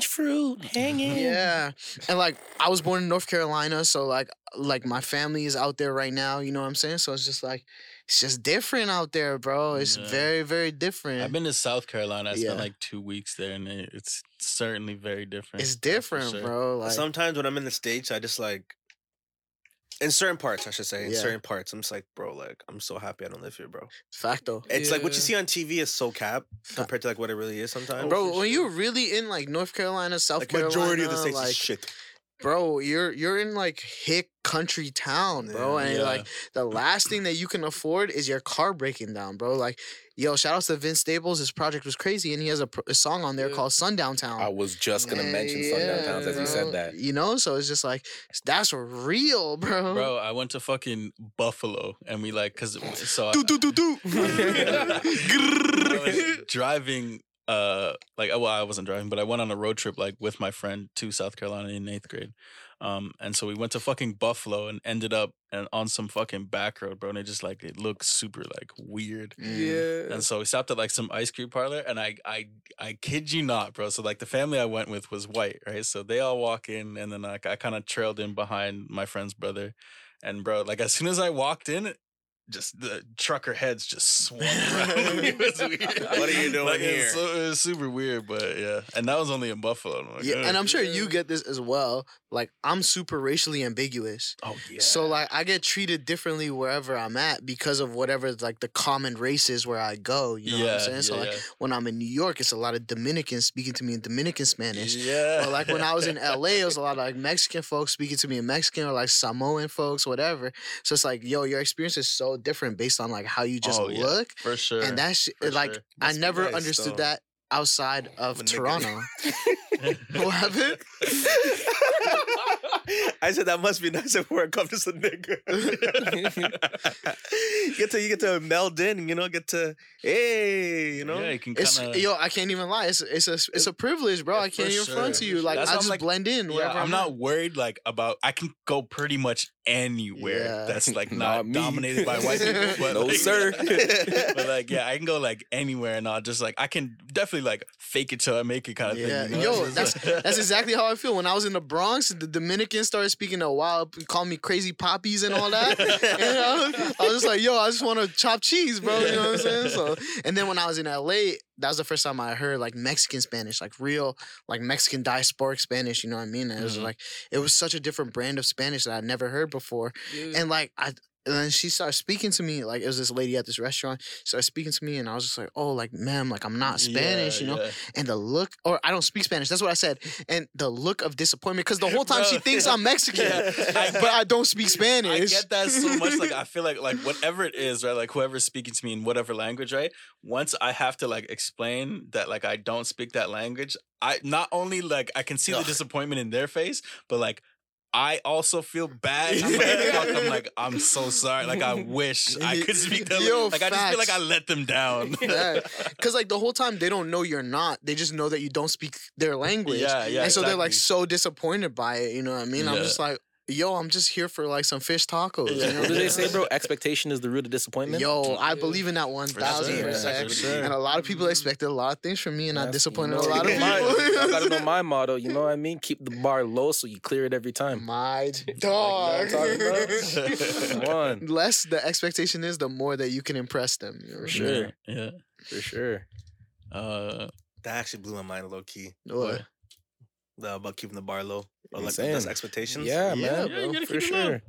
Speaker 4: fruit hanging.
Speaker 7: yeah. And like I was born in North Carolina, so like like my family is out there right now, you know what I'm saying? So it's just like it's just different out there, bro. It's
Speaker 8: Yeah.
Speaker 7: very very different.
Speaker 8: I've been to South Carolina. I spent
Speaker 7: Yeah.
Speaker 8: like two weeks there, and it, it's certainly very different.
Speaker 7: It's
Speaker 8: that's for
Speaker 7: different,
Speaker 8: sure.
Speaker 7: bro. Like
Speaker 3: Sometimes when I'm in the states, I just like. In certain parts, I should say, in
Speaker 7: Yeah.
Speaker 3: certain parts, I'm just like, bro, like, I'm so happy I don't live here, bro.
Speaker 7: facto,
Speaker 3: It's like what you
Speaker 5: Yeah.
Speaker 3: see on TV is so cap compared to like what it really is sometimes.
Speaker 7: bro.
Speaker 5: for
Speaker 7: When
Speaker 5: sure.
Speaker 7: you're really in like North Carolina, South
Speaker 3: Oh, like
Speaker 7: Carolina,
Speaker 3: majority of the states
Speaker 7: like
Speaker 3: is shit.
Speaker 7: bro, you're you're in like hick country town, bro,
Speaker 3: Yeah.
Speaker 7: and
Speaker 8: Yeah.
Speaker 7: like the last thing that you can afford is your car breaking down, bro. Like, yo, shout outs to Vince Staples. His project was crazy, and he has a, pr- a song on there
Speaker 5: Yeah.
Speaker 7: called Sundown Town.
Speaker 4: I was just gonna
Speaker 7: Yeah,
Speaker 4: mention Sundown
Speaker 7: yeah,
Speaker 4: Towns as you
Speaker 7: bro.
Speaker 4: said that.
Speaker 7: You know, so it's just like that's real, bro.
Speaker 8: Bro, I went to fucking Buffalo, and we like, cause so I,
Speaker 7: Do do do do.
Speaker 8: I was driving. Uh, like well, I wasn't driving, but I went on a road trip like with my friend to South Carolina in eighth grade, um, and so we went to fucking Buffalo and ended up and on some fucking back road, bro, and it just like it looked super like weird,
Speaker 5: Yeah.
Speaker 8: And so we stopped at like some ice cream parlor, and I, I, I kid you not, bro. So like the family I went with was white, right? So they all walk in, and then like I kind of trailed in behind my friend's brother, and bro, like as soon as I walked in, just the trucker heads just swung around. it was weird.
Speaker 3: What are you doing
Speaker 8: Like, it was
Speaker 3: here?
Speaker 8: so- it was super weird, but yeah. And that was only in Buffalo. and I'm like,
Speaker 7: Yeah, and
Speaker 8: "Ugh."
Speaker 7: I'm sure you get this as well. Like I'm super racially ambiguous.
Speaker 8: oh yeah.
Speaker 7: So like I get treated differently wherever I'm at because of whatever like the common race is where I go. You know what I'm saying? so like when I'm in New York, it's a lot of Dominicans speaking to me in Dominican Spanish.
Speaker 8: yeah.
Speaker 7: Or like when I was in LA, it was a lot of like Mexican folks speaking to me in Mexican or like Samoan folks, whatever. So it's like, yo, your experience is so different based on like how you just
Speaker 8: Oh, yeah,
Speaker 7: look.
Speaker 8: for sure.
Speaker 7: And that sh-
Speaker 8: for
Speaker 7: like
Speaker 8: sure.
Speaker 7: I
Speaker 3: Must be
Speaker 7: never
Speaker 3: nice,
Speaker 7: understood
Speaker 3: though.
Speaker 7: that outside
Speaker 3: I'm
Speaker 7: of
Speaker 3: a nigga.
Speaker 7: Toronto. what happened?
Speaker 3: I said that must be nice if we're comes to nigga. you get to you get to meld in, you know, get to hey, you know.
Speaker 8: yeah, you can
Speaker 7: It's
Speaker 8: kind of
Speaker 7: yo, I can't even lie. It's it's a it's a privilege, bro.
Speaker 8: Yeah,
Speaker 7: I can't
Speaker 8: for
Speaker 7: even front to
Speaker 8: sure.
Speaker 7: you. Like
Speaker 8: That's
Speaker 7: I
Speaker 8: why I'm
Speaker 7: just
Speaker 8: like-
Speaker 7: blend in
Speaker 8: Yeah,
Speaker 7: wherever
Speaker 8: I'm
Speaker 7: at.
Speaker 8: not worried like about I can go pretty much anywhere
Speaker 7: Yeah.
Speaker 8: that's like
Speaker 4: Not
Speaker 8: not,
Speaker 4: me.
Speaker 8: dominated by white people. But
Speaker 4: No,
Speaker 8: like-
Speaker 4: sir.
Speaker 8: but like yeah, I can go like anywhere and I'll just like I can definitely like fake it till I make it kind of
Speaker 7: Yeah.
Speaker 8: thing. you know?
Speaker 7: Yo,
Speaker 8: It's
Speaker 7: that's
Speaker 8: just-
Speaker 7: that's exactly how I feel. When I was in the Bronx, the Dominicans started speaking a wild, called me crazy poppies and all that. and I was, I was just like, yo, I just want to chop cheese, bro. You know what I'm saying? So, and then when I was in LA, that was the first time I heard like Mexican Spanish, like real like Mexican diasporic Spanish. You know what I mean? And It was
Speaker 8: Mhm.
Speaker 7: like it was such a different brand of Spanish that I'd never heard before. And like I and then she started speaking to me, like it was this lady at this restaurant, started speaking to me, and I was just like, Oh, like ma'am, like I'm not Spanish,
Speaker 8: Yeah,
Speaker 7: you know?
Speaker 8: yeah.
Speaker 7: And the look or I don't speak Spanish, that's what I said. And the look of disappointment, because the whole time she
Speaker 8: Bro,
Speaker 7: thinks I'm Mexican,
Speaker 8: yeah. I
Speaker 7: but I don't speak
Speaker 8: I
Speaker 7: Spanish.
Speaker 8: get that so much. Like I feel like like whatever it is, right? Like whoever's speaking to me in whatever language, right? Once I have to like explain that like I don't speak that language, I not only like I can see the
Speaker 3: Ugh.
Speaker 8: disappointment in their face, but like I also feel bad. I'm like, fuck, I'm like, I'm so sorry. Like I wish I could speak that.
Speaker 7: Yo,
Speaker 8: like I just feel like I
Speaker 7: facts.
Speaker 8: let them down.
Speaker 7: Because like the whole time they don't know you're not. They just know that you don't speak their language.
Speaker 8: Yeah, yeah,
Speaker 7: And so they're like
Speaker 8: exactly.
Speaker 7: so disappointed by it. You know what I mean? I'm
Speaker 8: Yeah.
Speaker 7: just like, yo, I'm just here for like some fish tacos.
Speaker 8: Yeah.
Speaker 7: You know
Speaker 4: What do they say,
Speaker 7: what
Speaker 4: bro? Expectation is the root of
Speaker 7: I mean?
Speaker 4: disappointment.
Speaker 7: Yo, I
Speaker 5: Yeah.
Speaker 7: believe in that one thousand
Speaker 3: sure,
Speaker 7: percent.
Speaker 3: for sure.
Speaker 7: And a lot of people expected a lot of things from me, and I
Speaker 4: Mm-hmm. That's-
Speaker 7: disappointed
Speaker 4: you
Speaker 7: a
Speaker 4: know,
Speaker 7: lot of
Speaker 4: you gotta know my- I gotta know
Speaker 7: people.
Speaker 4: my motto. You know what I mean? Keep the bar low so you clear it every time.
Speaker 7: My
Speaker 4: Like,
Speaker 7: dog.
Speaker 4: you know what I'm
Speaker 7: Mm-hmm.
Speaker 4: talking about? One
Speaker 7: Less the expectation is, the more that you can impress them. you know?
Speaker 4: For sure.
Speaker 8: Yeah.
Speaker 4: for sure.
Speaker 8: Uh,
Speaker 3: That actually blew my mind low key.
Speaker 7: What?
Speaker 3: The, about keeping the bar low. Or like
Speaker 4: Same.
Speaker 3: that's expectations.
Speaker 4: Yeah, man.
Speaker 8: Yeah, you gotta
Speaker 4: for
Speaker 8: keep it low.
Speaker 4: sure.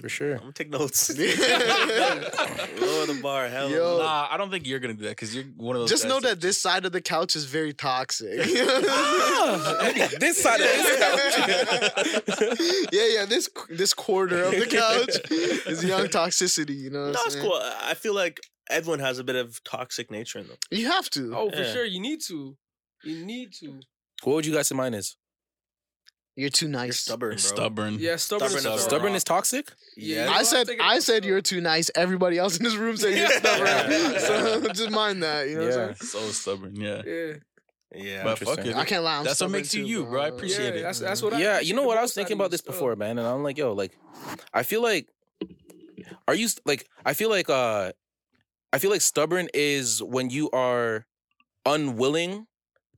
Speaker 4: For sure.
Speaker 3: I'm gonna take notes. Lower
Speaker 7: Yo.
Speaker 3: the bar, hell.
Speaker 8: nah, I don't think you're gonna do that because you're one of those.
Speaker 7: Just
Speaker 8: guys
Speaker 7: know that this side of the couch is very toxic.
Speaker 3: Ah!
Speaker 4: this side of this couch.
Speaker 7: yeah, yeah. This this quarter of the couch is young toxicity. You know, what
Speaker 3: No,
Speaker 7: I'm
Speaker 3: it's
Speaker 7: saying?
Speaker 3: cool. I I feel like everyone has a bit of toxic nature in them.
Speaker 7: You have to.
Speaker 5: Oh, for
Speaker 4: Yeah.
Speaker 5: sure. You need to. You need to.
Speaker 7: Mm-hmm.
Speaker 4: what would you guys say mine is?
Speaker 7: You're too nice.
Speaker 3: You're stubborn, bro.
Speaker 8: stubborn.
Speaker 5: Yeah, stubborn.
Speaker 3: Stubborn
Speaker 5: as
Speaker 3: as
Speaker 5: fuck.
Speaker 3: a
Speaker 4: Stubborn
Speaker 3: rock.
Speaker 4: is toxic?
Speaker 5: Yeah,
Speaker 7: I
Speaker 5: you
Speaker 7: said
Speaker 5: gotta take it
Speaker 7: I said
Speaker 5: personal.
Speaker 7: you're too nice. Everybody else in this room said you're
Speaker 3: Yeah.
Speaker 7: stubborn. so just mind that. You know what I'm saying?
Speaker 8: So stubborn. Yeah.
Speaker 5: Yeah,
Speaker 3: Yeah.
Speaker 8: But fuck
Speaker 4: Interesting.
Speaker 8: it.
Speaker 7: I can't lie. I'm
Speaker 8: That's what
Speaker 7: stubborn
Speaker 8: makes you
Speaker 7: too,
Speaker 8: you, bro. I appreciate
Speaker 5: yeah.
Speaker 8: it.
Speaker 5: That's that's what. I
Speaker 4: yeah, you
Speaker 5: appreciate
Speaker 4: know what? I
Speaker 5: about
Speaker 4: was thinking
Speaker 5: side of
Speaker 4: about
Speaker 5: you
Speaker 4: this
Speaker 5: still.
Speaker 4: before, man, and I'm like, yo, like, I feel like, are you st- like? I feel like, uh, I feel like stubborn is when you are unwilling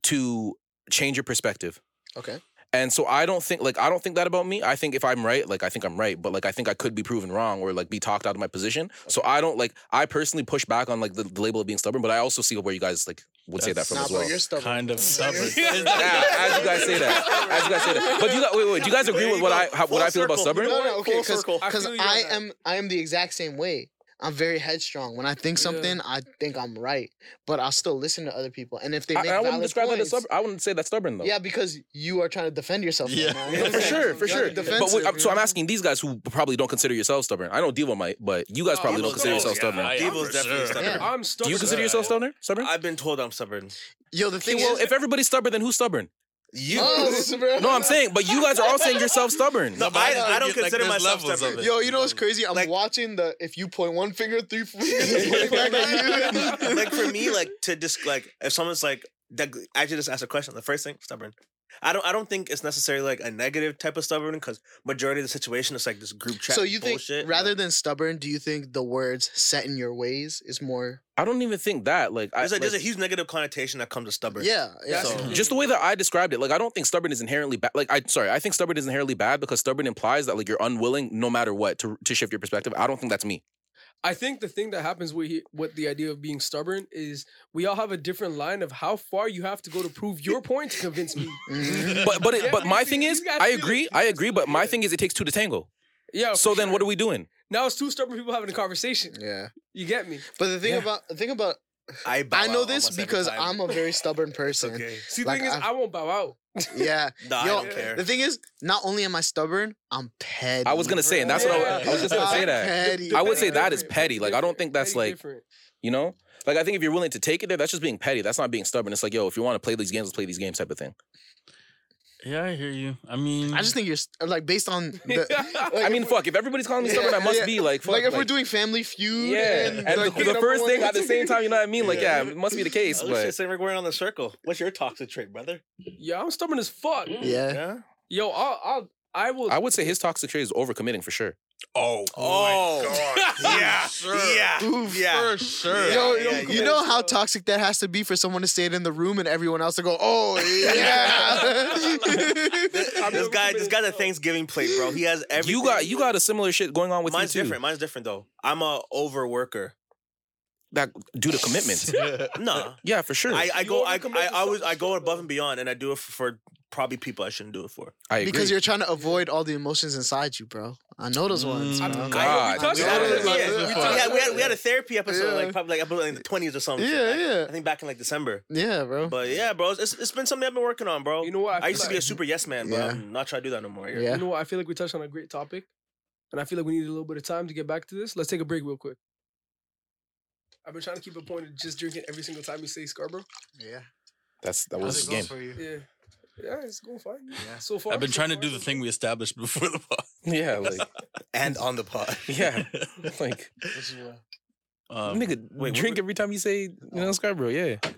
Speaker 4: to change your perspective.
Speaker 7: Okay.
Speaker 4: And so I don't think like I don't think that about me. I think if I'm right, like I think I'm right, but like I think I could be proven wrong or like be talked out of my position. So I don't like I personally push back on like the, the label of being stubborn, but I also see where you guys like would say that
Speaker 8: That's-
Speaker 4: from
Speaker 7: Nah,
Speaker 4: as
Speaker 7: bro,
Speaker 4: well.
Speaker 7: you're stubborn.
Speaker 8: Kind of stubborn.
Speaker 4: Yeah, as you guys say that, as you guys say that. But do you guys, wait, wait, do you guys agree with what I how, what I feel about stubborn?
Speaker 7: No, no, okay,
Speaker 3: Full
Speaker 7: because
Speaker 3: circle.
Speaker 5: I
Speaker 7: because
Speaker 5: feel you on
Speaker 7: I
Speaker 5: that.
Speaker 7: am I am the exact same way. I'm very headstrong. When I think
Speaker 5: Yeah.
Speaker 7: something, I think I'm right, but I'll still listen to other people. And if they
Speaker 4: I,
Speaker 7: make
Speaker 4: I wouldn't
Speaker 7: valid
Speaker 4: describe that as
Speaker 7: points-
Speaker 4: stubborn. I wouldn't say that's stubborn though.
Speaker 7: Yeah, because you are trying to defend yourself.
Speaker 8: Yeah.
Speaker 7: right now. You know
Speaker 8: Yeah,
Speaker 7: what
Speaker 4: for
Speaker 7: I'm saying?
Speaker 4: sure, for
Speaker 7: You're
Speaker 4: sure.
Speaker 7: defensive,
Speaker 4: But wait, I'm, so
Speaker 7: you
Speaker 4: I'm
Speaker 7: know?
Speaker 4: asking these guys who probably don't consider yourselves stubborn. I know Devo might, but you guys
Speaker 5: No,
Speaker 4: probably
Speaker 5: I'm
Speaker 4: don't
Speaker 5: a
Speaker 4: consider
Speaker 5: stubborn.
Speaker 4: yourself stubborn.
Speaker 8: I am
Speaker 3: Devil's
Speaker 8: for
Speaker 3: definitely
Speaker 8: sure.
Speaker 3: stubborn.
Speaker 5: I'm
Speaker 4: Do
Speaker 5: stubborn.
Speaker 4: you consider
Speaker 5: as
Speaker 4: yourself
Speaker 5: fuck.
Speaker 4: stubborn? Stubborn?
Speaker 3: I've been told I'm stubborn.
Speaker 7: Yo, the
Speaker 4: Okay,
Speaker 7: thing
Speaker 4: well,
Speaker 7: is,
Speaker 4: if everybody's stubborn, then who's stubborn?
Speaker 3: You.
Speaker 7: Oh, bro.
Speaker 4: No, I'm saying, but you guys are all saying yourself stubborn.
Speaker 3: No,
Speaker 8: but
Speaker 3: I,
Speaker 8: I just
Speaker 3: I don't
Speaker 8: think it- like,
Speaker 3: consider
Speaker 8: there's
Speaker 3: myself
Speaker 8: levels of
Speaker 3: stubborn.
Speaker 8: it.
Speaker 7: Yo, you know what's crazy? I'm
Speaker 3: Like-
Speaker 7: watching the if you point one finger, three fingers is pointing back at you.
Speaker 3: like for me, like to just like if someone's like that, I should just ask a question. The first thing, stubborn. I don't. I don't think it's necessarily like a negative type of stubborn because majority of the situation is like this group chat.
Speaker 7: So you think
Speaker 3: bullshit,
Speaker 7: rather than stubborn, do you think the words set in your ways is more
Speaker 4: I don't even think that. Like, I,
Speaker 3: there's, a, there's a
Speaker 4: like,
Speaker 3: huge negative connotation that comes to stubborn.
Speaker 7: Yeah, yeah.
Speaker 5: That's-
Speaker 4: just the way that I described it, like I don't think stubborn is inherently bad. Like I sorry, I think stubborn is inherently bad because stubborn implies that like you're unwilling, no matter what, to to shift your perspective. I don't think that's me.
Speaker 5: I think the thing that happens with he- with the idea of being stubborn is we all have a different line of how far you have to go to prove your point to convince me.
Speaker 7: Mhm.
Speaker 4: But but it,
Speaker 5: Yeah,
Speaker 4: but
Speaker 5: you
Speaker 4: my
Speaker 5: feel-
Speaker 4: thing
Speaker 5: you
Speaker 4: is,
Speaker 5: guys
Speaker 4: I
Speaker 5: feel
Speaker 4: agree,
Speaker 5: it.
Speaker 4: I agree. But my
Speaker 5: Yeah.
Speaker 4: thing is, it takes two to tango.
Speaker 5: Yeah.
Speaker 4: So
Speaker 5: Oh, for
Speaker 4: then, what
Speaker 5: sure.
Speaker 4: are we doing?
Speaker 5: Now it's two stubborn people having a conversation.
Speaker 7: yeah.
Speaker 5: You get me?
Speaker 7: But the thing
Speaker 4: Yeah.
Speaker 7: about the thing about
Speaker 3: I bow
Speaker 7: I know
Speaker 3: out
Speaker 7: this
Speaker 3: almost every
Speaker 7: because
Speaker 3: time.
Speaker 7: I'm a very stubborn
Speaker 3: It's
Speaker 7: person.
Speaker 3: okay.
Speaker 5: See, the
Speaker 7: Like,
Speaker 5: thing is,
Speaker 7: I've-
Speaker 5: I,
Speaker 4: Ah.
Speaker 5: won't bow out.
Speaker 7: Yeah.
Speaker 3: Nah,
Speaker 7: Yo,
Speaker 3: I don't care.
Speaker 7: The thing is, not only am I stubborn, I'm petty.
Speaker 4: I was gonna say, and that's what I, I was just gonna say
Speaker 7: I'm
Speaker 4: that.
Speaker 7: petty,
Speaker 4: I would say
Speaker 7: bro.
Speaker 4: that is petty. Like, I don't think that's,
Speaker 5: Petty
Speaker 4: like-
Speaker 5: different.
Speaker 4: You know, like I think if you're willing to take it there, that's just being petty. That's not being stubborn. It's like, yo, if you want to play these games, let's play these games type of thing.
Speaker 8: Yeah, I hear you. I mean,
Speaker 7: I just think you're st- like based on the
Speaker 4: I mean, fuck. If everybody's calling me stubborn, I must
Speaker 7: Yeah.
Speaker 4: be like, fuck.
Speaker 7: like if we're doing Family Feud.
Speaker 4: yeah,
Speaker 7: and,
Speaker 4: and,
Speaker 7: like,
Speaker 4: the, the
Speaker 7: number
Speaker 4: first
Speaker 7: one-
Speaker 4: thing at the same time, you know what I mean? Like,
Speaker 3: Yeah.
Speaker 4: yeah, it must be the case.
Speaker 3: At least
Speaker 4: But
Speaker 3: it's like we're on the circle. What's your toxic trait, brother?
Speaker 5: Yo, I'm stubborn as fuck.
Speaker 7: Yeah.
Speaker 3: Yeah.
Speaker 5: Yo, I'll, I'll, I will.
Speaker 4: I would say his toxic trait is overcommitting for sure.
Speaker 8: oh,
Speaker 3: Oh. Yeah. Yeah.
Speaker 7: Oof.
Speaker 3: Yeah.
Speaker 8: for sure.
Speaker 3: Yeah.
Speaker 7: Yo,
Speaker 3: yeah,
Speaker 7: you
Speaker 3: yeah.
Speaker 7: know how toxic that has to be for someone to stay in the room and everyone else to go, oh yeah.
Speaker 3: This guy, this guy's a Thanksgiving plate, bro. He has everything.
Speaker 4: You got you got a similar shit going on with
Speaker 3: Mine's
Speaker 4: you too.
Speaker 3: different. Mine's different though. I'm a overworker.
Speaker 4: that due to commitment.
Speaker 3: No.
Speaker 4: yeah, for sure.
Speaker 3: I,
Speaker 4: I,
Speaker 3: I
Speaker 5: You
Speaker 3: go I,
Speaker 5: overcommit
Speaker 3: I
Speaker 5: to
Speaker 3: always
Speaker 5: some
Speaker 3: I go
Speaker 5: shit,
Speaker 3: above
Speaker 5: though.
Speaker 3: and beyond and I do it for, for probably people I shouldn't do it for.
Speaker 4: agree.
Speaker 7: because you're trying to avoid all the emotions inside you, bro. I know those ones.
Speaker 8: Mm,
Speaker 7: Bro.
Speaker 4: God.
Speaker 5: I- we touched
Speaker 3: We
Speaker 7: Yeah,
Speaker 3: had,
Speaker 5: on
Speaker 3: a,
Speaker 5: it.
Speaker 7: yeah,
Speaker 5: Yeah,
Speaker 7: yeah.
Speaker 5: we
Speaker 3: we, had,
Speaker 5: touched
Speaker 3: we, had,
Speaker 5: on
Speaker 3: we had a
Speaker 5: it.
Speaker 3: therapy episode
Speaker 7: Yeah.
Speaker 3: like probably like, probably in the twenties or something.
Speaker 7: Yeah, yeah.
Speaker 3: I think back in like December.
Speaker 7: Yeah, bro.
Speaker 3: But yeah, bro, it's, it's been something I've been working on, bro.
Speaker 5: You know what?
Speaker 3: I
Speaker 5: feel
Speaker 3: used to be a
Speaker 5: like-
Speaker 3: super yes man, but
Speaker 7: Yeah.
Speaker 3: I'm not trying to do that no more.
Speaker 7: yeah.
Speaker 5: You know what? I feel like we touched on a great topic, and I feel like we need a little bit of time to get back to this. Let's take a break real quick. I've been trying to keep a point of just drinking every single time you say Scarborough.
Speaker 7: Yeah.
Speaker 4: That's that was his game.
Speaker 5: Yeah, yeah, it's going fine.
Speaker 7: Yeah.
Speaker 5: So far,
Speaker 8: I've been
Speaker 5: so
Speaker 8: trying to
Speaker 5: far,
Speaker 8: do the
Speaker 5: so
Speaker 8: thing we established before the pod.
Speaker 4: Yeah, like
Speaker 3: And on the pod.
Speaker 4: yeah, like
Speaker 8: Um,
Speaker 4: nigga,
Speaker 3: what
Speaker 4: drink
Speaker 3: were-
Speaker 4: every time you say you know Scarborough. Yeah,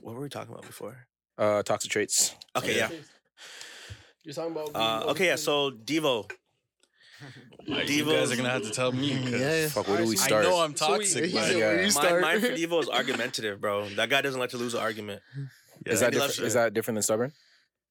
Speaker 3: What were we talking about before?
Speaker 4: uh, toxic traits.
Speaker 3: Okay, yeah.
Speaker 5: You're talking about.
Speaker 3: Uh, okay, yeah. So Devo,
Speaker 8: you guys
Speaker 3: Devo's-
Speaker 8: are gonna have to tell me. 'cause
Speaker 7: Yeah.
Speaker 4: Fuck, where do we
Speaker 5: I
Speaker 4: start?
Speaker 8: I know I'm
Speaker 5: So we-
Speaker 8: toxic.
Speaker 7: He's
Speaker 8: but-
Speaker 7: a
Speaker 4: Yeah.
Speaker 7: restart.
Speaker 3: mine, mine for Devo is argumentative, bro. That guy doesn't like to lose an argument.
Speaker 8: Yeah.
Speaker 4: Is that
Speaker 3: He loves
Speaker 4: different?
Speaker 3: you.
Speaker 4: Is that different than stubborn?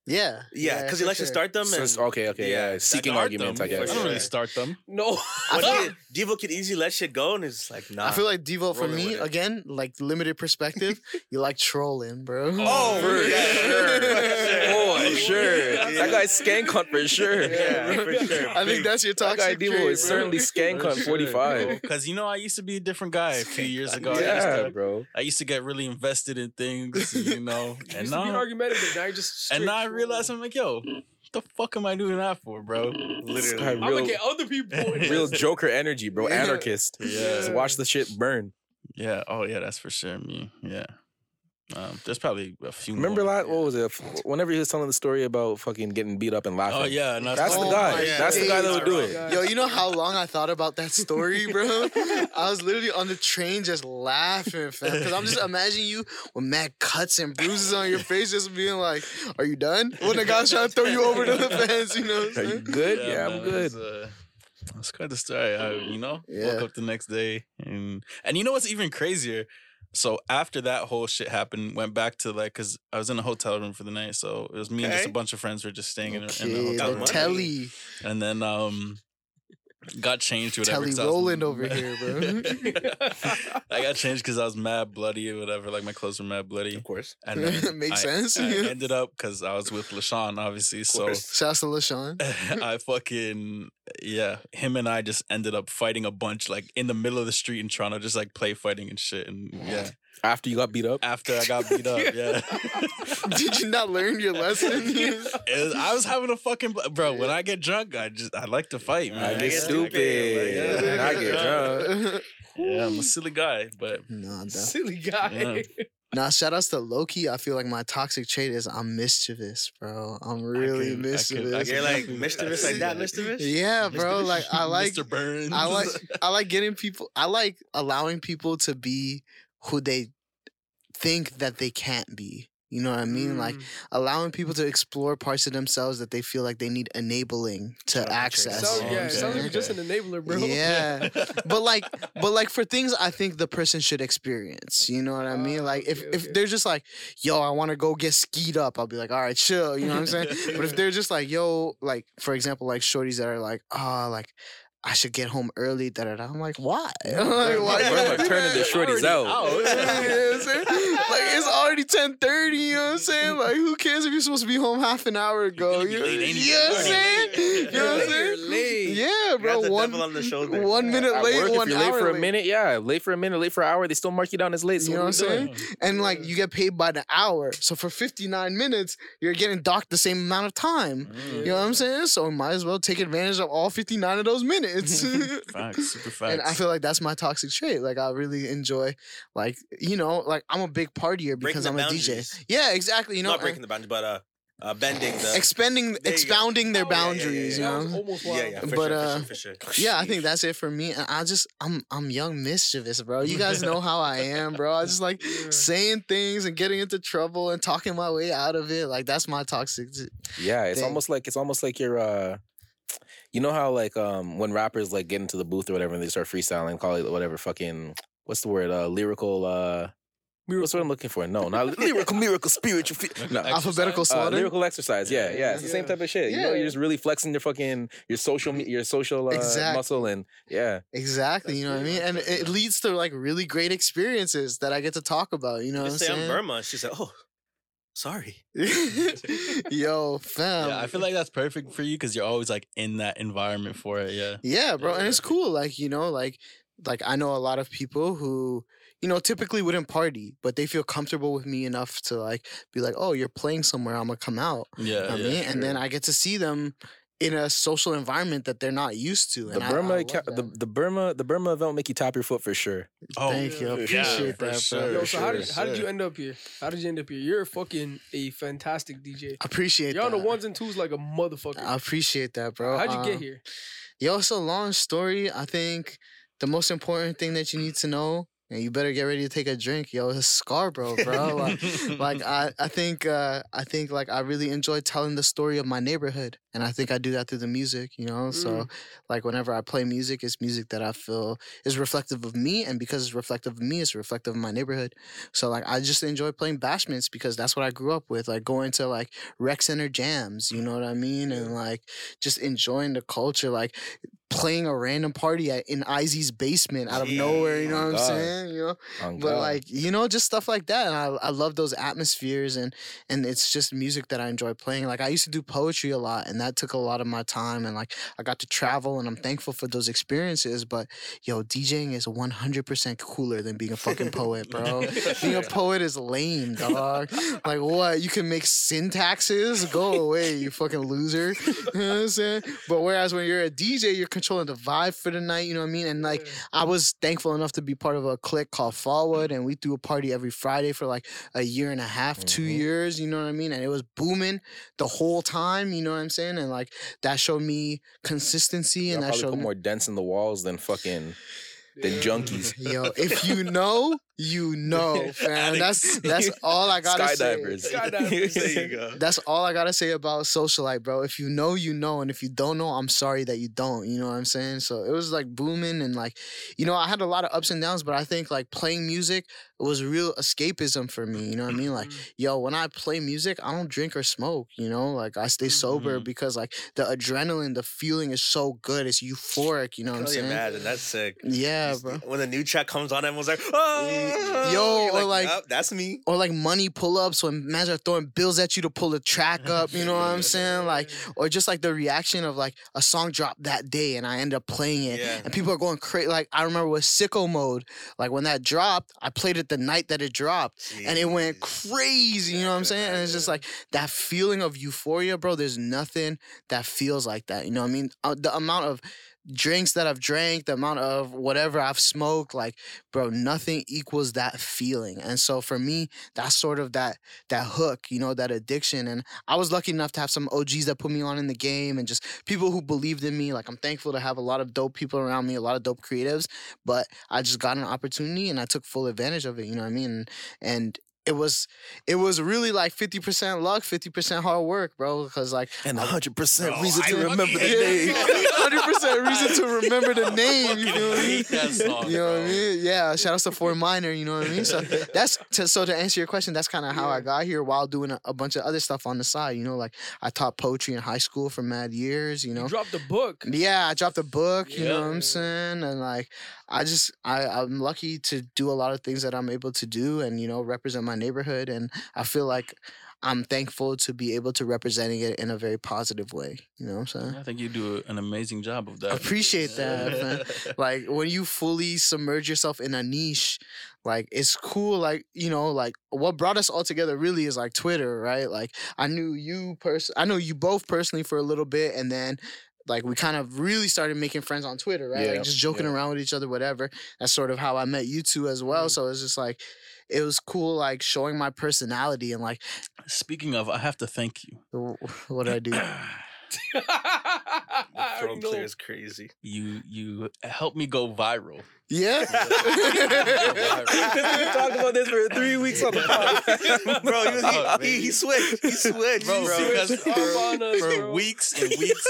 Speaker 7: Yeah.
Speaker 3: Yeah, because he
Speaker 7: for
Speaker 3: likes
Speaker 7: sure.
Speaker 3: to start them.
Speaker 4: So
Speaker 3: And
Speaker 4: it's- okay, okay,
Speaker 3: yeah,
Speaker 4: yeah.
Speaker 3: that
Speaker 4: Seeking
Speaker 8: Start
Speaker 4: arguments,
Speaker 8: them.
Speaker 4: I guess.
Speaker 8: I don't
Speaker 3: Yeah.
Speaker 8: really start them.
Speaker 5: no.
Speaker 3: but
Speaker 7: I
Speaker 3: he- Devo could easily let shit go, and it's like, nah.
Speaker 7: I feel like Devo for
Speaker 3: Rolling
Speaker 7: me
Speaker 3: with it.
Speaker 7: again, like limited perspective. you like trolling, bro.
Speaker 4: Oh, for
Speaker 3: yeah,
Speaker 4: sure.
Speaker 3: sure.
Speaker 4: Oh, sure. That guy's skank cunt for sure.
Speaker 3: Yeah, for sure.
Speaker 7: I think that's your
Speaker 4: That
Speaker 7: toxic
Speaker 4: guy
Speaker 7: trait,
Speaker 4: Devo is
Speaker 7: bro.
Speaker 4: certainly skank cunt 45.
Speaker 8: Because you know, I used to be a different guy a few years ago. Oh, I, used
Speaker 4: Yeah,
Speaker 8: to,
Speaker 4: bro.
Speaker 8: I used to get really invested in things, you know,
Speaker 5: You
Speaker 8: and
Speaker 5: used to be
Speaker 8: now,
Speaker 5: argumentative. Now you're just.
Speaker 8: and now I realize I'm like, yo,
Speaker 5: Mm.
Speaker 8: what the fuck am I doing that for, bro?
Speaker 4: This
Speaker 3: Literally.
Speaker 4: guy
Speaker 5: I'm gonna
Speaker 4: real,
Speaker 5: get other people. in
Speaker 4: real
Speaker 5: this.
Speaker 4: Joker energy, bro.
Speaker 7: Yeah.
Speaker 4: Anarchist.
Speaker 8: Yeah.
Speaker 4: Just watch the shit burn.
Speaker 8: Yeah. Oh, yeah. That's for sure. Me. Yeah. Um, there's probably a few.
Speaker 4: Remember
Speaker 8: more.
Speaker 4: last, what was it? Whenever he was telling the story about fucking getting beat up and laughing.
Speaker 8: Oh yeah. And
Speaker 4: That's the
Speaker 7: Oh my
Speaker 4: guy. That's the guy that would do
Speaker 5: days,
Speaker 4: it.
Speaker 5: bro.
Speaker 7: Yo, you know how long I thought about that story, bro? I was literally on the train just laughing, fam. Because I'm just imagining you with mad cuts and bruises on your face, just being like, Are you done? When the guy's trying to throw you over to the fence, you know what I'm
Speaker 4: Are you
Speaker 7: saying?
Speaker 4: good? Yeah, I'm
Speaker 8: man,
Speaker 4: good.
Speaker 8: It's, uh, it's quite the story. I, you know, woke
Speaker 7: Yeah.
Speaker 8: up the next day, and and you know what's even crazier? So after that whole shit happened, went back to like, cause I was in a hotel room for the night, so it was me and just a
Speaker 3: Okay.
Speaker 8: bunch of friends were just staying in, a- in the
Speaker 7: Okay,
Speaker 8: hotel
Speaker 7: the
Speaker 8: room,
Speaker 3: money.
Speaker 7: telly,
Speaker 8: and then um, got changed. Whatever.
Speaker 7: telly
Speaker 8: 'cause I was-
Speaker 7: Roland over here, bro.
Speaker 8: I got changed because I was mad bloody or whatever. Like my clothes were mad bloody,
Speaker 3: Of course.
Speaker 8: and then
Speaker 7: Makes
Speaker 8: I-
Speaker 7: sense,
Speaker 8: I
Speaker 7: yeah.
Speaker 8: ended up because I was with Lashawn, obviously. So
Speaker 3: course.
Speaker 7: Shouts to LaShawn.
Speaker 8: I fucking yeah. Him and I just ended up fighting a bunch, like in the middle of the street in Toronto, just like play fighting and shit. And yeah,
Speaker 4: After you got beat up,
Speaker 8: after I got beat up, yeah,
Speaker 7: Did you not learn your lesson?
Speaker 8: It was- I was having a fucking bl- bro. When I get drunk, I just I like to fight, man.
Speaker 4: I
Speaker 3: I
Speaker 4: get
Speaker 3: guess
Speaker 4: stupid.
Speaker 3: stupid.
Speaker 4: and I get drunk.
Speaker 8: Yeah, I'm a silly guy, but
Speaker 7: Nah, dawg.
Speaker 5: Silly guy.
Speaker 7: Nah, shout outs to Loki. I feel like my toxic trait is I'm mischievous, bro. I'm
Speaker 8: I
Speaker 7: really
Speaker 8: can- I can- I
Speaker 7: mischievous.
Speaker 8: can
Speaker 3: You're like
Speaker 8: definitely-
Speaker 3: mischievous like that, mischievous?
Speaker 7: yeah, bro. Like I like
Speaker 8: Mr. Burns.
Speaker 7: I like I like getting people I like allowing people to be who they think that they can't be. You know what I mean? Like allowing people to explore parts of themselves that they feel like they need enabling to
Speaker 3: Shout out to
Speaker 7: access.
Speaker 5: Sound-
Speaker 7: you know
Speaker 5: yeah,
Speaker 7: what
Speaker 5: it
Speaker 7: I'm
Speaker 5: sounds like
Speaker 7: saying?
Speaker 5: you're just an enabler, bro.
Speaker 7: Yeah. but like but like for things I think the person should experience. You know what I mean?
Speaker 5: Ah,
Speaker 7: Like if
Speaker 5: okay, okay.
Speaker 7: if they're just like, yo, I wanna go get skied up, I'll be like, all right, chill. You know what I'm saying? but if they're just like, yo, like for example, like shorties that are like, ah, like I should get home early, da da da. I'm like, why? I'm like,
Speaker 4: Bro,
Speaker 7: why you
Speaker 4: I'm
Speaker 7: gotta
Speaker 4: like
Speaker 7: do
Speaker 4: turning the
Speaker 7: that?
Speaker 4: shorties out.
Speaker 3: Oh,
Speaker 7: you know what I'm saying? Like it's already 10:30, you know what I'm saying? Like who cares if you're supposed to be home half an hour ago? You know,
Speaker 8: late anyway.
Speaker 7: you know what I'm saying? You know what I'm
Speaker 5: You're
Speaker 7: saying?
Speaker 5: late.
Speaker 7: Yeah,
Speaker 3: You got
Speaker 7: bro.
Speaker 3: the
Speaker 7: One
Speaker 3: devil on the shoulder.
Speaker 7: one minute
Speaker 4: At
Speaker 7: late,
Speaker 4: work,
Speaker 7: one
Speaker 4: if you're
Speaker 7: hour
Speaker 4: late for a
Speaker 7: late.
Speaker 4: minute, yeah, late for a minute, late for an hour, they still mark you down as late. So
Speaker 7: You know what I'm
Speaker 4: what are you
Speaker 7: saying?
Speaker 4: doing?
Speaker 7: And like you get paid by the hour. So for 59 minutes, you're getting docked the same amount of time.
Speaker 8: Mm,
Speaker 7: You
Speaker 5: Oh,
Speaker 7: know what I'm saying? So might as well take advantage of all 59 of those minutes.
Speaker 8: Facts, super facts.
Speaker 7: and I feel like that's my toxic trait. Like I really enjoy like you know, like I'm a big
Speaker 3: Breaking
Speaker 7: partier because
Speaker 3: the
Speaker 7: I'm a
Speaker 3: boundaries.
Speaker 7: DJ. Yeah, exactly. You know,
Speaker 3: Not breaking the boundaries, but uh, uh bending the.
Speaker 7: and expending
Speaker 3: go.
Speaker 7: expounding their
Speaker 3: Oh, yeah, Oh, yeah, yeah,
Speaker 5: That
Speaker 7: boundaries, you know.
Speaker 5: was almost wild.
Speaker 3: yeah, yeah, for
Speaker 7: But,
Speaker 3: sure,
Speaker 7: uh,
Speaker 3: for sure, for sure.
Speaker 7: Yeah, I think that's it for me. And I just I'm I'm young mischievous, bro. You guys know how I am, bro. I just like
Speaker 5: Yeah.
Speaker 7: saying things and getting into trouble and talking my way out of it. Like that's my toxic. t-
Speaker 4: Yeah, it's
Speaker 7: thing.
Speaker 4: almost like it's almost like you're uh you know how like um when rappers like get into the booth or whatever and they start freestyling, call it whatever fucking what's the word? Uh lyrical uh
Speaker 10: That's what I'm looking for. No, not lyrical, miracle, spiritual. Fe- no.
Speaker 7: Alphabetical
Speaker 8: Exercise?
Speaker 10: Uh,
Speaker 7: slaughter.
Speaker 10: lyrical exercise, yeah,
Speaker 8: Yeah.
Speaker 10: yeah, it's the same type of shit. You know,
Speaker 7: Yeah.
Speaker 10: you're just really flexing your fucking your social me- your social uh,
Speaker 7: Exact-
Speaker 10: muscle and yeah,
Speaker 7: Exactly, you know what I mean, and it leads to like really great experiences that I get to talk about. You know
Speaker 11: I
Speaker 7: what I'm
Speaker 11: say I'm
Speaker 7: saying?
Speaker 11: Burma. She said, "Oh, sorry."
Speaker 7: Yo, fam.
Speaker 8: yeah, I feel like that's perfect for you because you're always like in that environment for it. Yeah.
Speaker 7: Yeah, bro, and it's
Speaker 8: Yeah.
Speaker 7: cool. Like you know, like like I know a lot of people who you know typically wouldn't party, but they feel comfortable with me enough to like be like, oh, you're playing somewhere, I'm gonna come out.
Speaker 8: Yeah.
Speaker 7: I
Speaker 8: Uh, yeah,
Speaker 7: mean,
Speaker 8: sure.
Speaker 7: and then I get to see them in a social environment that they're not used to.
Speaker 10: the
Speaker 7: and I- I
Speaker 10: Burma
Speaker 7: love
Speaker 10: ca- the,
Speaker 7: that.
Speaker 10: the Burma the Burma event will make you top your foot for sure.
Speaker 8: Oh,
Speaker 7: Thank you. I
Speaker 8: yeah,
Speaker 7: appreciate
Speaker 8: for
Speaker 7: that, bro.
Speaker 8: sure,
Speaker 5: Yo,
Speaker 8: for
Speaker 5: so how did,
Speaker 8: sure,
Speaker 5: how did
Speaker 8: sure.
Speaker 5: you end up here? How did you end up here? You're fucking a fantastic DJ.
Speaker 7: appreciate
Speaker 5: You're on the
Speaker 7: that.
Speaker 5: ones and twos like a
Speaker 7: I
Speaker 5: motherfucker.
Speaker 7: appreciate that, bro.
Speaker 5: How'd you
Speaker 7: Um,
Speaker 5: get here?
Speaker 7: Yo, it's a long story. I think the most important thing that you need to know, and you better get ready to take a drink, yo, is Scarborough, bro. like, like, I, I think uh, I think like I really enjoy telling the story of my neighborhood. And I think I do that through the music, you know? So like whenever I play music, it's music that I feel is reflective of me, and because it's reflective of me, it's reflective of my neighborhood. So like I just enjoy playing bashments because that's what I grew up with. Like going to like rec center jams, you know what I mean? And like just enjoying the culture, like playing a random party at, in Izzy's basement out of
Speaker 11: Yeah.
Speaker 7: nowhere, you know
Speaker 10: Oh,
Speaker 7: what I'm
Speaker 10: God.
Speaker 7: saying? You know?
Speaker 10: On
Speaker 7: But
Speaker 4: oh.
Speaker 10: God.
Speaker 7: like, you know, just stuff like that. And I, I love those atmospheres and and it's just music that I enjoy playing. Like I used to do poetry a lot and that took a lot of my time and like I got to travel and I'm thankful for those experiences. But yo, DJing is 100% cooler than being a fucking poet, bro. being a poet is lame, dog. Like what? You can make syntaxes? Go away, you fucking loser. You know what I'm saying? But whereas when you're a DJ, you're controlling the vibe for the night, you know what I mean? And like I was thankful enough to be part of a clique called Fallwood, and we threw a party every Friday for like a year and a half, two
Speaker 10: Mhm.
Speaker 7: years, you know what I mean? And it was booming the whole time, you know what I'm saying? And like that showed me consistency
Speaker 10: Y'all
Speaker 7: and that
Speaker 10: probably
Speaker 7: showed
Speaker 10: put
Speaker 7: me.
Speaker 10: more dents in the walls than fucking than junkies.
Speaker 7: Yo, if you know, you know, fam.
Speaker 10: Addicts.
Speaker 7: That's that's all I gotta
Speaker 10: Skydivers.
Speaker 7: say.
Speaker 5: Skydivers.
Speaker 11: There you
Speaker 3: Oh,
Speaker 11: go.
Speaker 7: That's all I gotta say about socialite, bro. If you know, you know, and if you don't know, I'm sorry that you don't. You know what I'm saying? So it was like booming, and like, you know, I had a lot of ups and downs, but I think like playing music was real escapism for me. You know what I mean? Like, yo, when I play music, I don't drink or smoke. You know, like I stay sober
Speaker 8: Mhm.
Speaker 7: because like the adrenaline, the feeling is so good, it's euphoric. You know
Speaker 11: Can
Speaker 7: what I'm
Speaker 11: only
Speaker 7: saying?
Speaker 11: imagine that's sick.
Speaker 7: Yeah,
Speaker 11: Just-
Speaker 7: bro.
Speaker 11: When the new track comes on, everyone's like,
Speaker 3: Mm,
Speaker 11: "Oh,
Speaker 7: Yo,
Speaker 11: You're
Speaker 7: or like-
Speaker 11: "Yup, that's me."
Speaker 7: or like money pull ups when mans are throwing bills at you to pull the track up, you know what I'm saying? Like, or just like the reaction of like a song dropped that day and I end up playing it
Speaker 11: Yeah.
Speaker 7: and people are going crazy. Like, I remember with Sicko Mode, like when that dropped, I played it the night that it dropped and it went crazy, you know what I'm saying? And it's just like that feeling of euphoria, bro. There's nothing that feels like that, you know what I mean? Uh, the amount of drinks that I've drank, the amount of whatever I've smoked, like, bro, nothing equals that feeling. And so for me, that's sort of that that hook, you know, that addiction. And I was lucky enough to have some OGs that put me on in the game and just people who believed in me. Like I'm thankful to have a lot of dope people around me, a lot of dope creatives. But I just got an opportunity and I took full advantage of it. You know what I mean? And it was it was really like 50% luck, 50% hard work, bro. Cause like
Speaker 10: And 100%
Speaker 8: Bro,
Speaker 10: reason
Speaker 8: Oh, I
Speaker 10: to remember the
Speaker 8: fucking-
Speaker 10: day.
Speaker 7: Hundred percent reason to remember the name. You
Speaker 8: fucking
Speaker 7: know what I mean?
Speaker 8: hate that song,
Speaker 7: you know what I
Speaker 8: bro.
Speaker 7: mean? Yeah. Shout outs to Four Minor. You know what I mean? So that's to, so to answer your question. That's kind of how I got here while doing a, a bunch of other stuff on the side. You know, like I taught poetry in high school for mad years. You know.
Speaker 5: You dropped the book.
Speaker 7: Yeah, I dropped a book, you know what
Speaker 5: Yeah.
Speaker 7: I'm saying? And like I just I, I'm lucky to do a lot of things that I'm able to do and, you know, represent my neighborhood and I feel like I'm thankful to be able to representing it in a very positive way. You know what I'm saying?
Speaker 8: I think you do an amazing job of that.
Speaker 7: Appreciate that, man. like when you fully submerge yourself in a niche like it's cool like you know like what brought us all together really is like twitter right like i knew you person i know you both personally for a little bit and then like we kind of really started making friends on twitter right
Speaker 10: Yeah,
Speaker 7: like just joking
Speaker 10: yeah.
Speaker 7: around with each other whatever that's sort of how i met you two as well so it's just like it was cool like showing my personality and like
Speaker 8: Speaking of, I have to thank you.
Speaker 7: w- what did i do
Speaker 5: I already
Speaker 11: Throat
Speaker 5: know.
Speaker 11: clear is crazy.
Speaker 8: You you helped me go viral.
Speaker 7: yeah
Speaker 11: Bro,
Speaker 10: we talked about this for three weeks on the podcast.
Speaker 11: he, was- he, he, he switched. He switched,
Speaker 8: Bro,
Speaker 11: bro.
Speaker 8: because
Speaker 5: Up on us,
Speaker 8: for
Speaker 5: bro.
Speaker 8: weeks and weeks,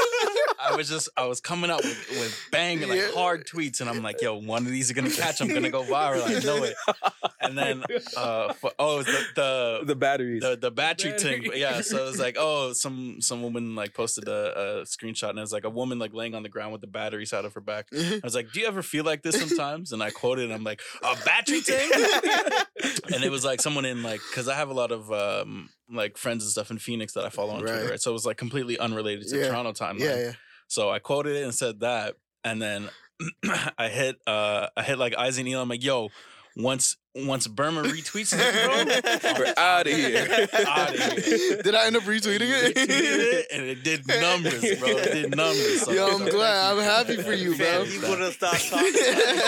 Speaker 8: I I was just I was coming up with, with bang like
Speaker 7: Yeah.
Speaker 8: hard tweets, and I'm like, yo, one of these are gonna catch. I'm gonna go viral. I know it. And then uh, for, oh, the the
Speaker 4: the batteries.
Speaker 8: the the battery
Speaker 5: Battery.
Speaker 8: thing. but Yeah, so it was like, oh, some some woman like posted a, a screenshot and it was like a woman like laying on the ground with the batteries out of her back. I was like, do you ever feel like this sometimes? And I quoted, and I'm like, a battery thing. and it was like someone in like because I have a lot of um like friends and stuff in Phoenix that I follow on Twitter,
Speaker 7: Right.
Speaker 8: right? So it was like completely unrelated to
Speaker 7: Yeah.
Speaker 8: Toronto timeline.
Speaker 7: yeah, yeah.
Speaker 8: So I quoted it and said that, and then I hit uh I hit like Isaac Neal. I'm like, yo, once once Burma retweets this, bro,
Speaker 4: We're out of here.
Speaker 8: Outta here.
Speaker 7: Did I end up retweeting it?
Speaker 8: and it did numbers, bro. It did numbers. So-
Speaker 7: Yo, I'm
Speaker 8: so
Speaker 7: glad. I'm
Speaker 8: thank
Speaker 7: happy for
Speaker 11: Man,
Speaker 7: you, bro.
Speaker 11: you would have stopped talking.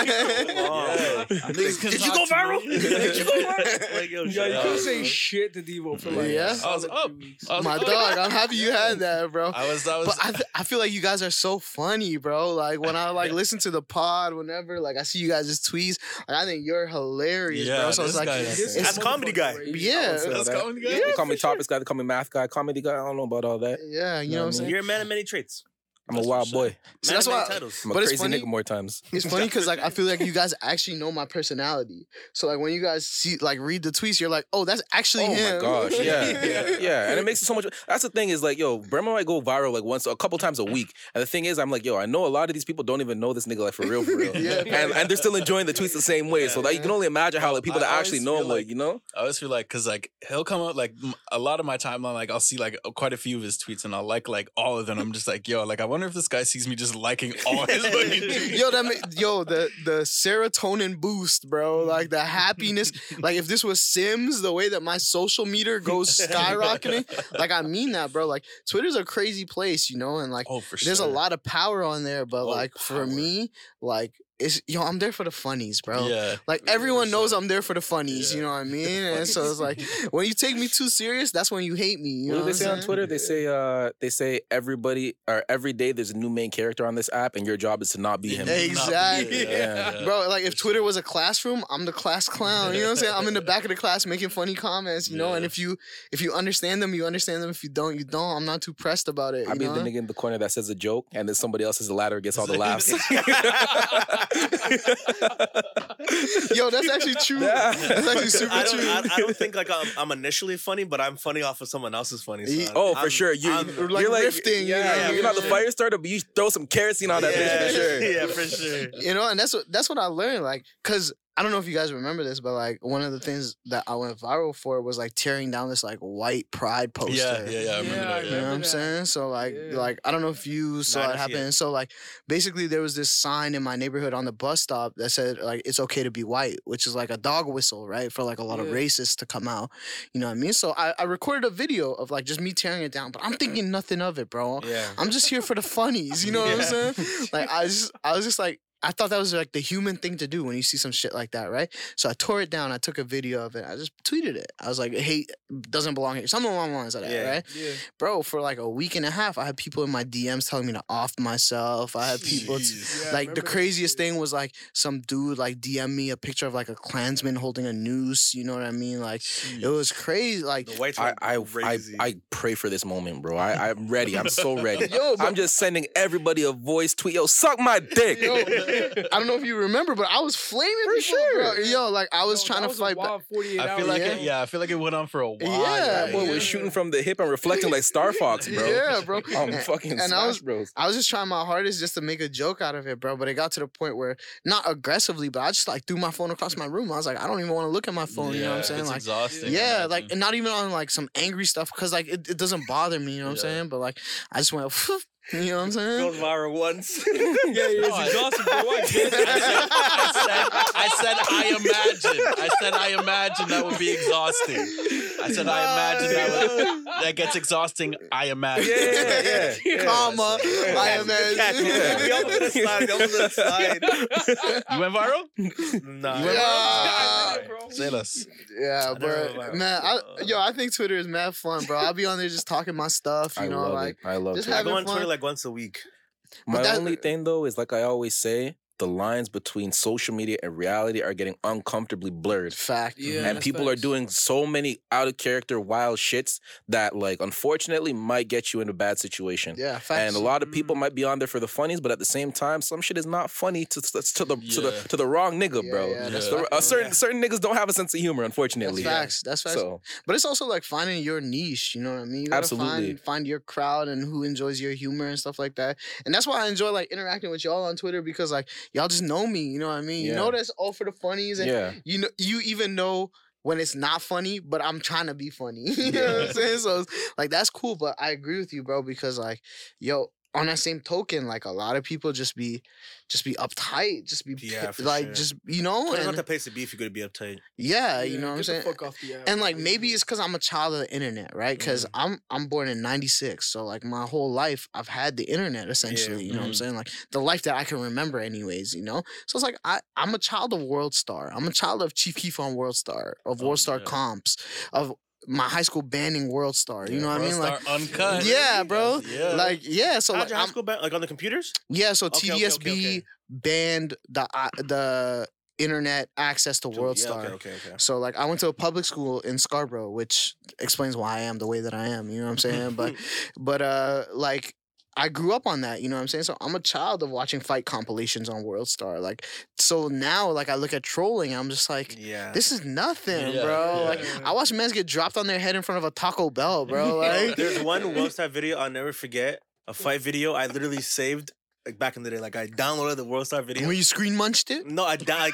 Speaker 11: About it.
Speaker 8: Yeah. Niggas can
Speaker 11: Did you
Speaker 8: talk
Speaker 11: go
Speaker 8: to
Speaker 11: viral?
Speaker 8: me.
Speaker 11: Did you go viral? Like, yo,
Speaker 5: Yeah,
Speaker 11: shut
Speaker 5: you
Speaker 11: up,
Speaker 5: couldn't
Speaker 11: bro.
Speaker 5: say shit to Devo for like
Speaker 7: Yeah.
Speaker 5: a
Speaker 8: I was
Speaker 5: solid
Speaker 8: up.
Speaker 5: few weeks.
Speaker 8: I was-
Speaker 7: My dog. I'm happy you had that, bro.
Speaker 8: I was. I was.
Speaker 7: But I, th- I feel like you guys are so funny, bro. Like when I like listen to the pod, whenever like I see you guys just tweets, like, I think you're hilarious, bro.
Speaker 8: Yeah,
Speaker 7: So it's
Speaker 8: this
Speaker 7: like,
Speaker 8: guy-
Speaker 7: it's,
Speaker 5: This
Speaker 11: That's
Speaker 5: motherfucker
Speaker 11: comedy guy.
Speaker 5: right here.
Speaker 7: yeah,
Speaker 4: That's
Speaker 8: That's going good.
Speaker 4: They call me topics guy. They call me math guy, comedy guy. I don't know about all that.
Speaker 7: yeah. You know what I'm saying?
Speaker 11: You're a man of many traits.
Speaker 4: I'm a wild boy.
Speaker 7: So
Speaker 11: Man
Speaker 7: that's
Speaker 11: of many
Speaker 7: why-
Speaker 11: titles.
Speaker 4: I'm a
Speaker 7: But it's
Speaker 4: crazy
Speaker 7: funny-
Speaker 4: nigga more times.
Speaker 7: It's funny because like I feel like you guys actually know my personality. So like when you guys see like read the tweets, you're like, oh, that's actually
Speaker 4: Oh
Speaker 7: him.
Speaker 4: my gosh, yeah, yeah, yeah, and it makes it so much. That's the thing is like, yo, Bremer might go viral like once, a couple times a week, and the thing is, I'm like, yo, I know a lot of these people don't even know this nigga like for real, for real,
Speaker 7: Yeah.
Speaker 4: and, and they're still enjoying the tweets the same way. So like, you can only imagine how like people
Speaker 8: I
Speaker 4: that actually
Speaker 8: always
Speaker 4: know
Speaker 8: feel
Speaker 4: him, like,
Speaker 8: like-
Speaker 4: you know,
Speaker 8: I always feel like because like he'll come up like m- a lot of my timeline. Like I'll see like uh, quite a few of his tweets, and I'll like like all of them. I'm just like, yo, like I wonder if this guy sees me just liking all his fucking tweets.
Speaker 7: yo, that ma- yo the the serotonin boost, bro. Like the happiness. like if this was Sims, the way that my social meter goes skyrocketing. like I mean that, bro. Like Twitter's a crazy place, you know, and like
Speaker 8: Oh, for sure.
Speaker 7: there's a lot of power on there. But
Speaker 8: Oh,
Speaker 7: like for
Speaker 8: power.
Speaker 7: me, like it's yo, I'm there for the funnies, bro.
Speaker 8: Yeah.
Speaker 7: Like everyone knows
Speaker 8: sure.
Speaker 7: I'm there for the funnies, you know what I mean? And so it's like when you take me too serious, that's when you hate me.
Speaker 4: What
Speaker 7: You know
Speaker 4: do they
Speaker 7: what
Speaker 4: say
Speaker 7: I'm
Speaker 4: on Twitter? They say uh they say everybody or every day there's a new main character on this app and your job is to not be him.
Speaker 7: Hey. Exactly.
Speaker 4: Yeah.
Speaker 8: yeah.
Speaker 7: Bro, like if Twitter was a classroom, I'm the class clown. You know what I'm saying? I'm in the back of the class making funny comments, you know. And
Speaker 8: Yeah.
Speaker 7: if you if you understand them, you understand them. If you don't, you don't. I'm not too pressed about it.
Speaker 4: I
Speaker 7: You
Speaker 4: be
Speaker 7: know?
Speaker 4: the nigga in the corner that says a joke and then somebody else is the ladder gets all the laughs.
Speaker 7: Yo, that's actually true.
Speaker 4: Yeah.
Speaker 7: That's actually super
Speaker 11: I
Speaker 7: true.
Speaker 11: don't, I, I don't think like I'm, I'm initially funny, but I'm funny off of someone else's funny. So
Speaker 7: Ye-
Speaker 11: I'm-
Speaker 4: Oh, for
Speaker 11: I'm-
Speaker 4: sure. You,
Speaker 11: I'm-
Speaker 4: you're
Speaker 7: like
Speaker 4: like,
Speaker 7: rifting, you
Speaker 4: Yeah,
Speaker 7: know?
Speaker 4: yeah, you're not the
Speaker 7: Yeah.
Speaker 4: fire starter, but you throw some kerosene on that
Speaker 11: yeah,
Speaker 4: bitch for sure.
Speaker 11: yeah, for sure.
Speaker 7: you know, and that's what that's what I learned. Like, cause I don't know if you guys remember this, but like one of the things that I went viral for was like tearing down this like white pride poster.
Speaker 8: Yeah, yeah, yeah. I remember
Speaker 5: Yeah, I
Speaker 8: that.
Speaker 7: You know
Speaker 8: Yeah.
Speaker 7: what I'm
Speaker 5: that.
Speaker 7: saying? So like
Speaker 5: Yeah.
Speaker 7: like I don't know if you saw
Speaker 11: I
Speaker 7: it
Speaker 11: didn't see
Speaker 7: happen. So like basically there was this sign in my neighborhood on the bus stop that said like it's okay to be white, which is like a dog whistle, right? For like a lot of
Speaker 5: Yeah.
Speaker 7: racists to come out. You know what I mean? So I, I recorded a video of like just me tearing it down, but I'm thinking nothing of it, bro.
Speaker 8: Yeah.
Speaker 7: I'm just here for the funnies. You know what I'm saying? Like I just I was just like I thought that was like the human thing to do when you see some shit like that, right? So I tore it down. I took a video of it. I just tweeted it. I was like, "Hate doesn't belong here." Something along the lines of that,
Speaker 11: Yeah.
Speaker 7: right?
Speaker 5: Yeah.
Speaker 7: Bro, for like a week and a half, I had people in my DMs telling me to off myself. I had people t-
Speaker 8: Jeez.
Speaker 5: Yeah, I
Speaker 7: like the
Speaker 5: remember that
Speaker 7: craziest
Speaker 5: shit.
Speaker 7: thing was like some dude like DM me a picture of like a Klansman holding a noose. You know what I mean? Like it was crazy. Like
Speaker 11: The whites
Speaker 4: I,
Speaker 11: are
Speaker 4: I, I,
Speaker 11: crazy.
Speaker 4: I pray for this moment, bro. I, I'm ready. I'm so ready.
Speaker 7: Yo, but-
Speaker 4: I'm just sending everybody a voice tweet. Yo, suck my dick.
Speaker 7: Yo, I don't know if you remember, but I was flaming
Speaker 4: For
Speaker 7: people, bro.
Speaker 4: sure.
Speaker 7: Yo, like I was
Speaker 5: No,
Speaker 7: trying
Speaker 5: that
Speaker 7: to
Speaker 5: a
Speaker 7: fight back.
Speaker 5: wild 48
Speaker 8: I feel
Speaker 5: hours,
Speaker 8: like
Speaker 5: bro.
Speaker 8: it, yeah, I feel like it went on for a while.
Speaker 7: Yeah.
Speaker 4: That boy was shooting from the hip and reflecting like Star Fox, bro.
Speaker 7: Yeah, bro.
Speaker 4: I'm
Speaker 7: And-
Speaker 4: fucking
Speaker 7: and I
Speaker 4: Smash
Speaker 7: was-
Speaker 4: Bros.
Speaker 7: I was just trying my hardest just to make a joke out of it, bro. But it got to the point where not aggressively, but I just like threw my phone across my room. I was like, I don't even want to look at my phone. you know what I'm saying?
Speaker 8: It's
Speaker 7: Like,
Speaker 8: exhausting.
Speaker 7: yeah,
Speaker 8: I
Speaker 7: like
Speaker 8: imagine.
Speaker 7: and not even on like some angry stuff because like it, it doesn't bother me. You know what I'm
Speaker 8: Yeah.
Speaker 7: saying? But like I just went, you know what I'm saying?
Speaker 11: Going viral once.
Speaker 5: Yeah, yeah,
Speaker 8: No, I-
Speaker 5: it's exhausting, bro. I get it.
Speaker 8: I said, I said, I imagine. I said, I imagine that would be exhausting. I said, I imagine that would, that gets exhausting. I imagine.
Speaker 4: Yeah, yeah, yeah.
Speaker 7: Comma, I
Speaker 11: Yeah. Y'all
Speaker 7: imagine.
Speaker 11: let it slide. Y'all let it slide.
Speaker 8: You went viral?
Speaker 11: Nah.
Speaker 7: Yeah.
Speaker 8: Say us.
Speaker 7: Yeah,
Speaker 11: don't know
Speaker 7: bro.
Speaker 11: about-
Speaker 7: Man, I,
Speaker 5: Uh.
Speaker 7: yo, I think Twitter is mad fun, bro. I'll be on there just talking my stuff, you
Speaker 4: I
Speaker 7: know,
Speaker 4: love
Speaker 7: like
Speaker 4: it. I love
Speaker 7: just
Speaker 4: it.
Speaker 11: I
Speaker 7: having
Speaker 11: go on
Speaker 7: fun.
Speaker 11: Twitter like once a week.
Speaker 4: My
Speaker 7: that-
Speaker 4: only thing though is like I always say, the lines between social media and reality are getting uncomfortably blurred.
Speaker 7: Fact.
Speaker 5: Yeah.
Speaker 4: and
Speaker 5: that's
Speaker 4: people
Speaker 5: facts.
Speaker 4: are doing so many out of character wild shits that like unfortunately might get you in a bad situation.
Speaker 7: Yeah. Facts.
Speaker 4: And a lot of
Speaker 8: Mm-hmm.
Speaker 4: people might be on there for the funnies, but at the same time, some shit is not funny to, to, to the to the
Speaker 8: Yeah.
Speaker 4: to the wrong nigga,
Speaker 7: Yeah,
Speaker 4: bro.
Speaker 7: yeah, that's
Speaker 4: The-
Speaker 7: fact,
Speaker 4: uh, certain
Speaker 3: yeah.
Speaker 4: certain niggas don't have a sense of humor, unfortunately.
Speaker 7: That's facts. That's facts.
Speaker 4: So
Speaker 7: But it's also like finding your niche, you know what I mean? You gotta
Speaker 4: Absolutely.
Speaker 7: Find, find your crowd and who enjoys your humor and stuff like that. And that's why I enjoy like interacting with y'all on Twitter because like y'all just know me, you know what I mean? You
Speaker 4: Yeah.
Speaker 7: know that's all for the funnies and
Speaker 4: yeah,
Speaker 7: you know you even know when it's not funny, but I'm trying to be funny. you know what I'm saying? So it's, like that's cool, but I agree with you, bro, because like, yo, on that same token, like a lot of people just be just be uptight, just be
Speaker 3: Yeah,
Speaker 7: pit-
Speaker 3: for
Speaker 7: like
Speaker 3: sure.
Speaker 7: just you know,
Speaker 3: It's not
Speaker 7: and,
Speaker 3: the place to be if you're gonna be uptight.
Speaker 7: yeah,
Speaker 5: Yeah,
Speaker 7: you know what I'm
Speaker 5: get
Speaker 7: saying?
Speaker 5: The fuck off the app.
Speaker 7: and like maybe it's because I'm a child of the internet, right? Because
Speaker 3: Mm-hmm.
Speaker 7: I'm I'm born in '96, so like my whole life I've had the internet essentially. You know what I'm
Speaker 3: mm-hmm.
Speaker 7: saying? Like the life that I can remember, anyways. You know, so it's like I I'm a child of World Star. I'm a child of Chief Keef on World Star, of
Speaker 8: Oh,
Speaker 7: World Star
Speaker 8: yeah.
Speaker 7: comps, of my high school banding World Star. You know what I mean? Like.
Speaker 8: uncut.
Speaker 7: Yeah, bro.
Speaker 8: Yeah.
Speaker 7: Like yeah, so
Speaker 3: How'd
Speaker 7: like,
Speaker 3: your high
Speaker 7: I'm,
Speaker 3: school back? Like on the computers?
Speaker 7: yeah, so
Speaker 3: Okay, okay, okay,
Speaker 7: TDSB
Speaker 3: okay.
Speaker 7: banned the uh, the internet access to World
Speaker 3: yeah,
Speaker 7: Star.
Speaker 3: Okay, okay, okay.
Speaker 7: So like I went to a public school in Scarborough, which explains why I am the way that I am. You know what I'm saying? but but uh like I grew up on that, you know what I'm saying? So I'm a child of watching fight compilations on World Star. Like so now like I look at trolling, I'm just like
Speaker 3: Yeah.
Speaker 7: this is nothing,
Speaker 8: Yeah,
Speaker 7: bro.
Speaker 8: yeah.
Speaker 7: Like I watch men get dropped on their head in front of a Taco Bell, bro. Like
Speaker 3: There's one World Star video I'll never forget. A fight video I literally saved like back in the day. Like I downloaded the World Star video.
Speaker 7: when you screen munched it?
Speaker 3: No, I, down- I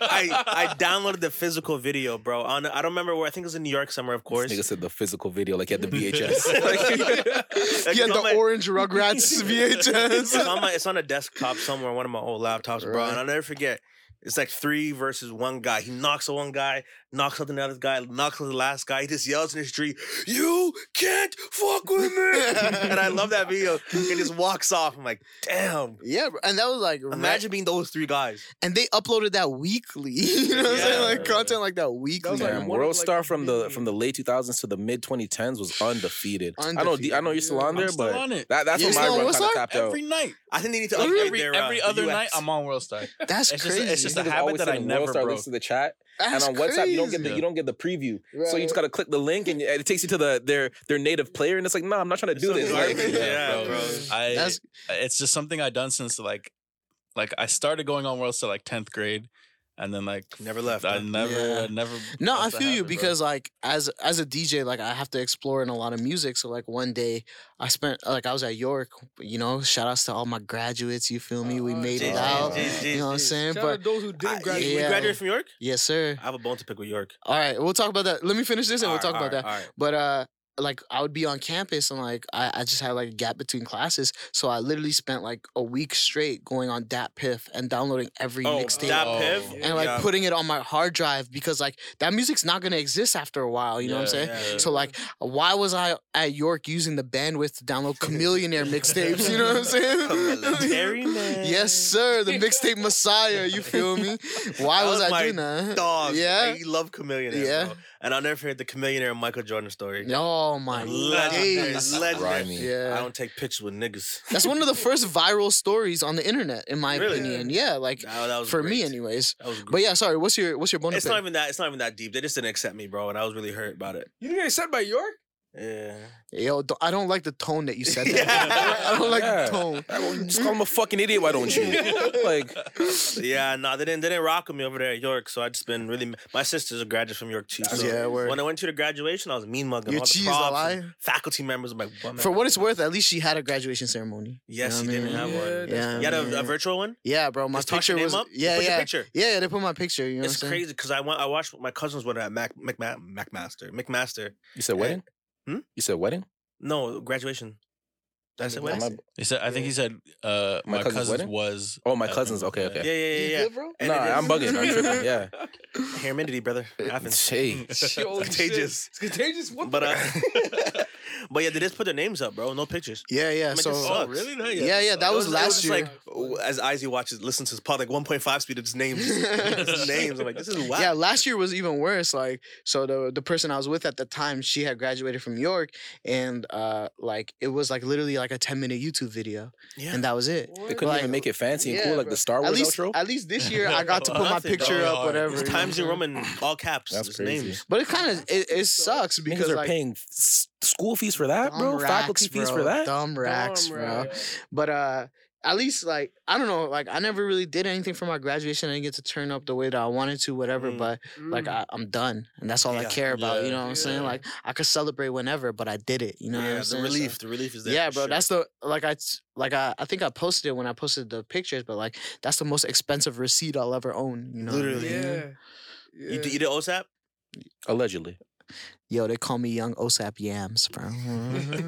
Speaker 3: I I downloaded the physical video, bro. On I don't remember where. I think it was in New York somewhere, of course.
Speaker 4: this nigga said the physical video, like he had the VHS.
Speaker 3: Like,
Speaker 7: Yeah,
Speaker 3: it's
Speaker 7: the
Speaker 3: on my-
Speaker 7: orange Rugrats
Speaker 3: it's
Speaker 7: VHS.
Speaker 3: on my it's on a desktop somewhere, one of my old laptops, bro.
Speaker 7: Right.
Speaker 3: And I'll never forget. It's like three versus one guy. He knocks on one guy, knocks out another guy, knocks on the last guy. He just yells in the street, "You can't fuck with me!" and I love that video. He just walks off. I'm like, damn.
Speaker 7: Yeah, bro. and that was like right-
Speaker 3: Imagine being those three guys.
Speaker 7: and they uploaded that weekly. You know what I'm saying?
Speaker 3: Yeah.
Speaker 7: Like content like that weekly.
Speaker 5: was like
Speaker 4: Damn,
Speaker 5: one of,
Speaker 4: World
Speaker 5: like,
Speaker 4: Star
Speaker 5: the
Speaker 4: from the
Speaker 5: big-
Speaker 4: from the late 2000s to the mid 2010s was undefeated. I know D- I know you're still on
Speaker 8: I'm
Speaker 4: there,
Speaker 8: still
Speaker 4: but
Speaker 8: on it.
Speaker 4: that, that's
Speaker 7: You're
Speaker 4: when my
Speaker 7: still on
Speaker 4: run
Speaker 7: World
Speaker 4: kind of
Speaker 7: Star?
Speaker 4: tapped out.
Speaker 8: every night.
Speaker 3: I think they need to
Speaker 8: Every,
Speaker 3: upgrade
Speaker 8: every,
Speaker 3: their, uh, the
Speaker 8: other
Speaker 3: UX.
Speaker 8: night, I'm on World Star.
Speaker 7: That's
Speaker 8: It's just,
Speaker 7: crazy.
Speaker 8: it's just a
Speaker 4: Niggas
Speaker 8: habit
Speaker 4: always
Speaker 8: that I
Speaker 4: sending
Speaker 8: never
Speaker 4: World Star
Speaker 8: broke.
Speaker 4: links to the chat,
Speaker 7: That's
Speaker 4: and on WhatsApp you don't get the
Speaker 7: crazy.
Speaker 4: you don't get the preview, so
Speaker 7: Right.
Speaker 4: you just gotta click the link and it takes you to the their their native player, and it's like, nah, I'm not trying to do this.
Speaker 3: not
Speaker 4: Like,
Speaker 3: working. Yeah,
Speaker 8: bro. I
Speaker 7: That's-
Speaker 8: it's just something I done since like like I started going on World Star like tenth grade, and then like
Speaker 3: Never left,
Speaker 8: I
Speaker 3: huh?
Speaker 8: never,
Speaker 7: Yeah.
Speaker 8: I never.
Speaker 7: No, I
Speaker 8: left the
Speaker 7: feel you
Speaker 8: habit, bro.
Speaker 7: because like as as a DJ, like I have to explore in a lot of music. So like one day I spent like I was at York, you know, shout outs to all my graduates, you feel me? We
Speaker 5: Oh,
Speaker 7: made
Speaker 3: Jeez,
Speaker 7: it
Speaker 8: jeez,
Speaker 7: out.
Speaker 8: jeez,
Speaker 7: you know what I'm
Speaker 3: jeez.
Speaker 7: saying?
Speaker 5: Shout out
Speaker 7: But
Speaker 5: to those who didn't
Speaker 3: I-
Speaker 5: graduate.
Speaker 3: You
Speaker 7: yeah.
Speaker 3: graduated from York?
Speaker 7: yes, sir.
Speaker 3: I have a bone to pick with York.
Speaker 7: All right, we'll talk about that. Let me finish this and we'll talk about that.
Speaker 3: All right.
Speaker 7: But uh like I would be on campus and like I, I just had like a gap between classes. So I literally spent like a week straight going on Dat Piff and downloading every
Speaker 3: Oh,
Speaker 7: mixtape.
Speaker 3: that
Speaker 8: Oh.
Speaker 3: piv?
Speaker 5: And,
Speaker 7: and like
Speaker 3: Yeah.
Speaker 7: putting it on my hard drive because like that music's not gonna exist after a while. You know what I'm
Speaker 8: Yeah,
Speaker 7: saying?
Speaker 3: yeah.
Speaker 7: So like, why was I at York using the bandwidth to download Chameleonaire mixtapes? You know what I'm saying?
Speaker 3: Terry man.
Speaker 7: yes, sir. The mixtape Messiah. You feel me? Why
Speaker 3: That
Speaker 7: was,
Speaker 3: was
Speaker 7: I
Speaker 3: my
Speaker 7: doing that?
Speaker 3: Dog.
Speaker 7: Yeah.
Speaker 3: You love Chameleon.
Speaker 7: Yeah.
Speaker 3: Yeah. And I'll never forget the Chameleon and Michael Jordan story.
Speaker 7: Oh my
Speaker 3: Legendary.
Speaker 7: days.
Speaker 3: Legendary.
Speaker 4: Grimy.
Speaker 3: I
Speaker 7: Yeah.
Speaker 3: don't take pictures with niggas.
Speaker 7: That's one of the first viral stories on the internet, in my
Speaker 3: Really?
Speaker 7: opinion. Yeah, like
Speaker 3: That, that was
Speaker 7: for me,
Speaker 3: great.
Speaker 7: anyways.
Speaker 3: That was great.
Speaker 7: But yeah, sorry. What's your what's your bonus?
Speaker 3: it's not even that. It's not even that deep. They just didn't accept me, bro, and I was really hurt about it.
Speaker 5: You didn't get said by York?
Speaker 3: Yeah.
Speaker 7: Yo, don't- I don't like the tone that you said. That.
Speaker 3: Yeah.
Speaker 7: I don't like
Speaker 4: Yeah.
Speaker 7: the tone.
Speaker 4: Just call him a fucking idiot, why don't you? Like,
Speaker 3: Yeah. No, they didn't. They didn't rock with me over there at York. So I just been really. My sister's a graduate from York too. So
Speaker 7: Yeah, word.
Speaker 3: When I went to the graduation, I was mean mugging
Speaker 7: You
Speaker 3: all
Speaker 7: cheesed
Speaker 3: the
Speaker 7: a
Speaker 3: props.
Speaker 7: lie.
Speaker 3: and Faculty members were like, "Bum
Speaker 7: For
Speaker 3: ass
Speaker 7: what it's
Speaker 3: nigga."
Speaker 7: worth, at least she had a graduation ceremony.
Speaker 3: Yes,
Speaker 7: You
Speaker 3: he
Speaker 7: know
Speaker 3: didn't
Speaker 7: what I
Speaker 3: have
Speaker 7: mean?
Speaker 3: one.
Speaker 5: that's-
Speaker 7: Yeah,
Speaker 3: You had a,
Speaker 7: yeah.
Speaker 3: a virtual one.
Speaker 7: Yeah, bro, my
Speaker 3: Just touch
Speaker 7: picture
Speaker 3: your name
Speaker 7: was
Speaker 3: up? They
Speaker 7: yeah,
Speaker 3: put your
Speaker 7: yeah,
Speaker 3: picture.
Speaker 7: yeah, yeah. They put my picture. You know,
Speaker 3: It's
Speaker 7: what I'm saying?
Speaker 3: crazy because I went. I watched my cousins went at Mac McMa- McMaster. McMaster.
Speaker 4: you said wedding?
Speaker 3: Hmm?
Speaker 4: You said wedding?
Speaker 3: No graduation. That's it.
Speaker 4: Yeah,
Speaker 3: Wedding?
Speaker 4: my,
Speaker 8: He said, I think he said, uh,
Speaker 4: My
Speaker 8: my,
Speaker 4: cousin's
Speaker 8: cousin's
Speaker 4: wedding?
Speaker 8: was.
Speaker 4: oh, my
Speaker 8: at
Speaker 4: cousins.
Speaker 8: Mc-
Speaker 4: Okay,
Speaker 8: yeah.
Speaker 4: okay.
Speaker 3: Uh, Yeah, yeah, yeah. yeah.
Speaker 7: bro?
Speaker 3: And
Speaker 4: Nah,
Speaker 3: it is-
Speaker 4: I'm bugging. I'm tripping. Yeah.
Speaker 3: Hermendity, brother. Happens.
Speaker 4: Hey.
Speaker 5: Yo, shit.
Speaker 3: Contagious.
Speaker 5: It's contagious. What
Speaker 3: But
Speaker 5: the
Speaker 3: uh, But yeah, they just put their names up, bro. No pictures.
Speaker 7: Yeah, yeah.
Speaker 3: Like,
Speaker 7: So
Speaker 3: this
Speaker 8: Oh,
Speaker 3: sucks.
Speaker 8: really? No,
Speaker 7: yeah, yeah. That
Speaker 3: It
Speaker 7: was
Speaker 3: it
Speaker 7: last
Speaker 3: just
Speaker 7: year.
Speaker 3: Like, w- as Izzy watches, listens to his pod like 1.5 speed, it's names, it's names. I'm like, this is wow.
Speaker 7: Yeah, last year was even worse. Like, so the the person I was with at the time, she had graduated from York, and uh, like it was like literally like a ten minute YouTube video,
Speaker 3: Yeah.
Speaker 7: and that was it.
Speaker 5: What?
Speaker 10: They couldn't
Speaker 7: Like-
Speaker 10: even make it fancy and
Speaker 5: Yeah,
Speaker 10: cool like
Speaker 5: bro.
Speaker 10: the Star
Speaker 7: At
Speaker 10: Wars
Speaker 7: least,
Speaker 10: outro.
Speaker 7: at least this year, I got to put my
Speaker 8: Nothing,
Speaker 7: picture
Speaker 8: bro.
Speaker 7: up, whatever.
Speaker 3: it's
Speaker 7: you know
Speaker 3: Times
Speaker 7: what
Speaker 3: in
Speaker 7: I'm saying?
Speaker 3: Roman, all caps.
Speaker 10: That's
Speaker 3: it's
Speaker 10: crazy.
Speaker 3: names.
Speaker 7: But it kind of it, it sucks because
Speaker 10: Niggas are
Speaker 7: like
Speaker 10: paying s- school fees for that,
Speaker 7: dumb
Speaker 10: bro.
Speaker 7: racks,
Speaker 10: Faculty fees
Speaker 7: bro,
Speaker 10: for that.
Speaker 7: Dumb racks,
Speaker 5: Dumb,
Speaker 7: bro. But uh at least like I don't know, like I never really did anything for my graduation. I didn't get to turn up the way that I wanted to, whatever.
Speaker 3: Mm.
Speaker 7: But like
Speaker 5: Mm.
Speaker 7: I, I'm done, and that's all I
Speaker 3: Yeah.
Speaker 7: care about. You
Speaker 8: Yeah.
Speaker 7: know what I'm saying?
Speaker 5: Yeah.
Speaker 7: Like I could celebrate whenever, but I did it. You know what
Speaker 3: Yeah,
Speaker 7: I'm
Speaker 3: the
Speaker 7: saying?
Speaker 3: relief,
Speaker 7: So-
Speaker 3: the relief is there.
Speaker 7: yeah,
Speaker 3: for
Speaker 7: bro.
Speaker 3: sure.
Speaker 7: That's the like I t- like I, I think I posted it when I posted the pictures, but like that's the most expensive receipt I'll ever own. You know? what I
Speaker 3: Literally.
Speaker 7: mean?
Speaker 5: yeah.
Speaker 3: You, d-
Speaker 5: Yeah.
Speaker 3: you did OSAP?
Speaker 10: Allegedly.
Speaker 7: Yo, they call me Young OSAP Yams, bro.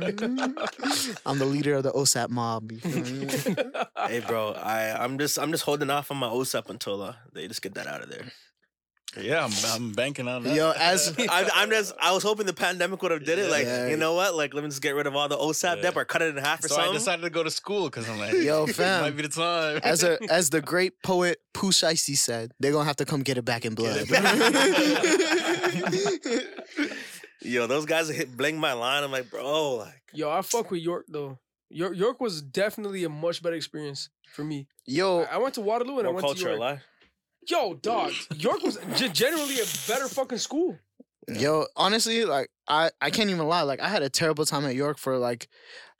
Speaker 7: I'm the leader of the OSAP mob. You feel me?
Speaker 3: hey, bro, I, I'm just I'm just holding off on my OSAP until uh, they just get that out of there.
Speaker 8: Yeah, I'm, I'm banking on that.
Speaker 7: Yo, as-
Speaker 3: I'm, I'm just I was hoping the pandemic would have did it. Like,
Speaker 7: Yeah.
Speaker 3: you know what? Like, let me just get rid of all the OSAP
Speaker 8: Yeah.
Speaker 3: debt or cut it in half or
Speaker 8: so I
Speaker 3: something.
Speaker 8: decided to go to school because I'm like,
Speaker 7: Yo,
Speaker 8: this
Speaker 7: fam.
Speaker 8: might be the time.
Speaker 7: as a as the great poet Pooh Shiesty said, they're gonna have to come get it back in blood.
Speaker 3: Yo, those guys hit bling my line. I'm like, bro, like
Speaker 5: Yo, I fuck with York though. York, York was definitely a much better experience for me. I,
Speaker 7: Yo,
Speaker 5: I went to Waterloo and I
Speaker 3: more
Speaker 5: went
Speaker 3: culture
Speaker 5: to York.
Speaker 3: alive.
Speaker 5: Yo, dog, York was ge- generally a better fucking school.
Speaker 7: yo, honestly, like I I can't even lie. Like I had a terrible time at York for like,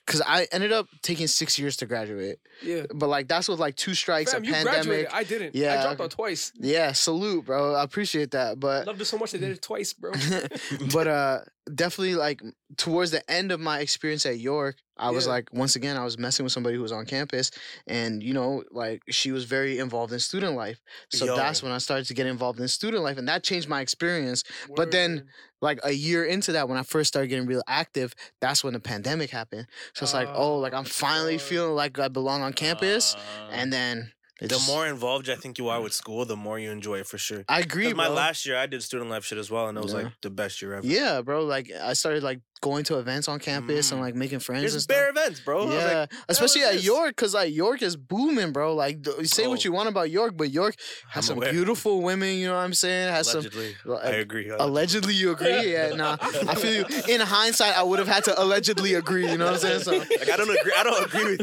Speaker 7: cause I ended up taking six years to graduate,
Speaker 5: Yeah,
Speaker 7: but like that's with like two strikes,
Speaker 5: fam,
Speaker 7: a
Speaker 5: you graduated.
Speaker 7: pandemic.
Speaker 5: I didn't. I
Speaker 7: Yeah. Uh,
Speaker 5: dropped out twice.
Speaker 7: Yeah, salute, bro. I appreciate that, but
Speaker 5: Loved it so much they did it twice, bro.
Speaker 7: but uh definitely like towards the end of my experience at York, I was
Speaker 5: Yeah.
Speaker 7: like once again I was messing with somebody who was on campus and you know like she was very involved in student life. So
Speaker 3: Yo.
Speaker 7: that's when I started to get involved in student life and that changed my experience. But then- Like a year into that when I first started getting real active, that's when the pandemic happened. So it's like, oh, like I'm finally
Speaker 5: Oh.
Speaker 7: feeling like I belong on campus
Speaker 8: Uh,
Speaker 7: and then it
Speaker 3: Uh, The
Speaker 7: just-
Speaker 3: more involved I think you are with school, the more you enjoy it for sure.
Speaker 7: I agree
Speaker 3: 'Cause my
Speaker 7: bro.
Speaker 3: last year I did student life shit as well, and it was
Speaker 7: Yeah.
Speaker 3: like the best year ever.
Speaker 7: Yeah, bro, like I started like going to events on campus and
Speaker 3: Mm.
Speaker 7: like making friends and
Speaker 3: There's
Speaker 7: stuff.
Speaker 3: bare events, bro. I was
Speaker 7: Yeah,
Speaker 3: like,
Speaker 7: especially
Speaker 3: hell
Speaker 7: at
Speaker 3: is this?
Speaker 7: York, because like York is booming, bro. Like, th- say what
Speaker 3: Oh.
Speaker 7: you want about York, but York has
Speaker 3: I'm
Speaker 7: some
Speaker 3: aware.
Speaker 7: beautiful women. You know what I'm saying? Has some.
Speaker 3: allegedly.
Speaker 7: like,
Speaker 3: I agree.
Speaker 7: Allegedly, you agree? Yeah, nah. I feel you. In hindsight, I would have had to allegedly agree. You know what I'm saying? So,
Speaker 3: Like I don't agree. I don't agree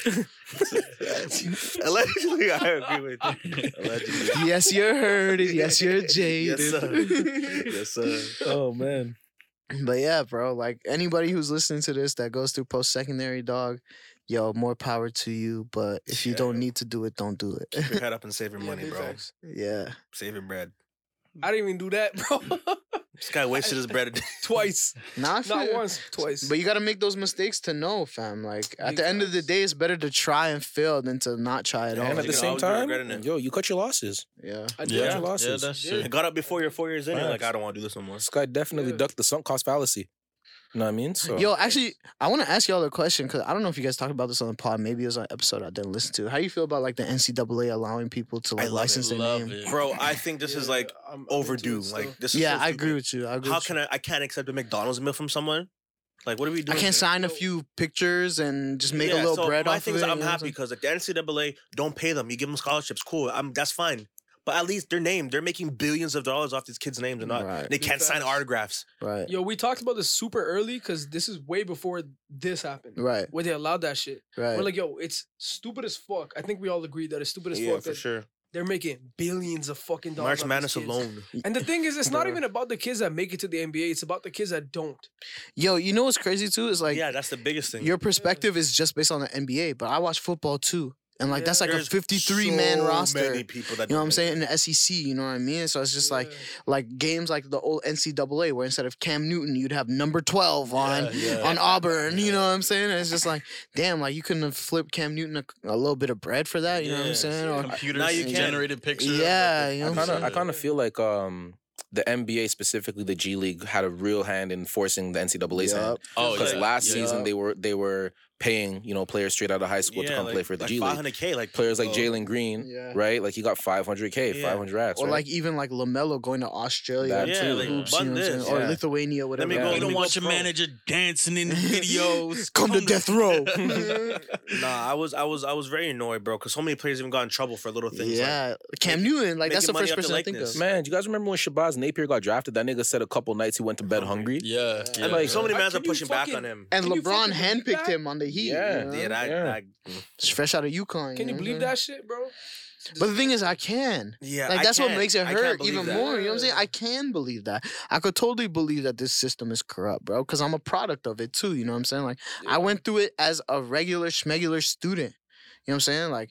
Speaker 3: with you. Allegedly, I agree with you. Allegedly.
Speaker 7: yes, you're hurting. Yes, you're jaded.
Speaker 3: Yes, sir. Yes, sir.
Speaker 10: Oh man.
Speaker 7: But yeah, bro. Like anybody who's listening to this that goes through post secondary, dog, yo, more power to you. But if you
Speaker 3: Yeah.
Speaker 7: don't need to do it, don't do
Speaker 3: Keep your
Speaker 7: it.
Speaker 3: head up and save your
Speaker 5: Yeah,
Speaker 3: money,
Speaker 5: big
Speaker 3: bro.
Speaker 5: facts.
Speaker 7: yeah.
Speaker 3: Save your bread.
Speaker 5: I didn't even do that, bro.
Speaker 3: This guy wasted his bread.
Speaker 5: twice,
Speaker 7: Nah, I feel
Speaker 5: not
Speaker 7: you.
Speaker 5: once, twice.
Speaker 7: But you gotta make those mistakes to know, fam. Like at
Speaker 5: Big
Speaker 7: the end of the
Speaker 5: facts.
Speaker 7: day, it's better to try and fail than to not try at
Speaker 3: Yeah,
Speaker 7: all.
Speaker 10: And
Speaker 3: you
Speaker 10: at the
Speaker 3: can
Speaker 10: same
Speaker 3: always be regretting
Speaker 10: time,
Speaker 3: it.
Speaker 10: yo, you cut your losses.
Speaker 7: yeah.
Speaker 5: I did.
Speaker 8: yeah,
Speaker 10: Yeah.
Speaker 5: Yeah.
Speaker 8: yeah,
Speaker 10: Losses.
Speaker 8: that's
Speaker 5: Yeah.
Speaker 8: true.
Speaker 3: Got up before you're four years in. You're like,
Speaker 10: Facts.
Speaker 3: I don't want to do this no more.
Speaker 10: This guy definitely
Speaker 5: Yeah.
Speaker 10: ducked the sunk cost fallacy. You know what I mean? So
Speaker 7: Yo, actually, I want to ask y'all a question because I don't know if you guys talked about this on the pod. Maybe it was an episode I didn't listen to. How you feel about like the NCAA allowing people to like
Speaker 3: love it.
Speaker 7: license their
Speaker 8: Love
Speaker 7: name?
Speaker 8: it.
Speaker 3: Bro, I think this is like
Speaker 5: I'm- I'm into it
Speaker 3: overdue.
Speaker 5: still.
Speaker 3: Like this is
Speaker 7: Yeah,
Speaker 3: so
Speaker 7: I agree
Speaker 3: stupid.
Speaker 7: with you. I agree.
Speaker 3: How
Speaker 7: with
Speaker 3: can
Speaker 7: you.
Speaker 3: I? I can't accept a McDonald's meal from someone. Like, what are we
Speaker 7: I
Speaker 3: doing?
Speaker 7: can't
Speaker 3: here?
Speaker 7: sign a few pictures and just make a
Speaker 3: Yeah,
Speaker 7: little
Speaker 3: so
Speaker 7: bread
Speaker 3: my
Speaker 7: off
Speaker 3: thing
Speaker 7: of
Speaker 3: is
Speaker 7: it?
Speaker 3: I'm
Speaker 7: you know what
Speaker 3: happy because like the NCAA don't pay them. You give them scholarships, cool. I'm that's fine. But at least their name, they're making billions of dollars off these kids' names and not
Speaker 7: Right.
Speaker 3: they can't sign
Speaker 5: Exactly.
Speaker 3: autographs.
Speaker 7: Right.
Speaker 5: Yo, we talked about this super early because this is way before this happened,
Speaker 7: Right.
Speaker 5: where they allowed that shit.
Speaker 7: Right.
Speaker 5: We're like, yo, it's stupid as fuck. I think we all agree that it's stupid as fuck. that
Speaker 3: sure.
Speaker 5: They're making billions of fucking dollars.
Speaker 3: March Madness
Speaker 5: off these kids.
Speaker 3: alone.
Speaker 5: And the thing is, it's not
Speaker 7: Bruh.
Speaker 5: even about the kids that make it to the NBA. It's about the kids that don't.
Speaker 7: Yo, you know what's crazy too is like
Speaker 3: yeah, that's the biggest thing.
Speaker 7: your perspective is just based on the NBA, but I watch football too. And like that's like
Speaker 3: There's
Speaker 7: a 53 man
Speaker 3: so
Speaker 7: roster.
Speaker 3: Many people that
Speaker 7: You
Speaker 3: don't
Speaker 7: know what I'm
Speaker 3: make
Speaker 7: saying? In the SEC, you know what I mean? So it's just like
Speaker 5: Yeah.
Speaker 7: like games like the old NCAA where instead of Cam Newton, you'd have number 12 on
Speaker 8: yeah.
Speaker 7: on Auburn. You know what I'm saying? And it's just like, damn, like you couldn't have flipped Cam Newton a, a little bit of bread for that. You know what I'm
Speaker 3: Yes,
Speaker 7: saying? Or-
Speaker 8: Computer
Speaker 3: Now you can.
Speaker 8: generated picture. of, like,
Speaker 7: Yeah,
Speaker 8: the-
Speaker 7: you know
Speaker 10: I
Speaker 7: what I'm
Speaker 10: kind
Speaker 7: saying?
Speaker 10: of I kind of feel like um the NBA specifically the G League had a real hand in forcing the NCAA's hand
Speaker 7: Yup.
Speaker 8: Oh,
Speaker 10: because
Speaker 8: yeah.
Speaker 10: last
Speaker 8: Yeah.
Speaker 10: season they were they were
Speaker 4: paying you know players straight out of high school to come
Speaker 3: like,
Speaker 4: play for the
Speaker 3: like
Speaker 4: G League.
Speaker 3: 500k, like
Speaker 4: Players like
Speaker 3: oh,
Speaker 4: Jalen Green,
Speaker 7: Yeah.
Speaker 4: right? Like he got 500k,
Speaker 3: Yeah.
Speaker 4: 500 racks.
Speaker 7: Or
Speaker 4: right?
Speaker 7: like even like Lamelo going to Australia
Speaker 4: That
Speaker 7: to
Speaker 3: Yeah,
Speaker 7: the
Speaker 3: like,
Speaker 7: hoops,
Speaker 3: bun
Speaker 7: you know what I'm
Speaker 3: this,
Speaker 7: saying? or
Speaker 4: yeah.
Speaker 7: Lithuania, whatever.
Speaker 3: me
Speaker 4: go-
Speaker 8: You
Speaker 3: let
Speaker 8: don't
Speaker 3: me
Speaker 8: want
Speaker 3: go
Speaker 8: your
Speaker 3: pro.
Speaker 8: manager dancing in the videos.
Speaker 7: Come to death row.
Speaker 3: Nah, I was I was I was very annoyed, bro, because so many players even got in trouble for little things. like-
Speaker 7: yeah, Cam Newton. Like that's
Speaker 3: making
Speaker 7: the
Speaker 3: money
Speaker 7: first
Speaker 3: off the
Speaker 7: person I think
Speaker 3: likeness.
Speaker 7: of.
Speaker 4: Man, do you guys remember when Shabazz Napier got drafted? That nigga said a couple nights he went to bed hungry.
Speaker 8: Yeah, yeah.
Speaker 3: and like so many
Speaker 5: Like,
Speaker 3: mans are
Speaker 5: can you
Speaker 3: pushing back
Speaker 5: fucking-
Speaker 3: on him.
Speaker 7: And
Speaker 5: Can you
Speaker 7: LeBron
Speaker 5: fucking believe
Speaker 7: handpicked
Speaker 5: that?
Speaker 7: him on the Heat.
Speaker 4: Yeah.
Speaker 7: you know?
Speaker 3: Yeah, that,
Speaker 4: Yeah.
Speaker 3: that-
Speaker 7: fresh out of UConn.
Speaker 5: Can you
Speaker 7: know?
Speaker 5: believe that shit, bro?
Speaker 7: But the thing is, I can.
Speaker 3: yeah,
Speaker 7: Like
Speaker 3: I
Speaker 7: that's what
Speaker 3: can't-
Speaker 7: makes it
Speaker 3: I can't
Speaker 7: hurt
Speaker 3: believe
Speaker 7: even
Speaker 3: that.
Speaker 7: more. You know what I'm saying? I can believe that. I could totally believe that this system is corrupt, bro. Because I'm a product of it too. You know what I'm saying? Like I went through it as a regular schmegular student. You know what I'm saying? Like,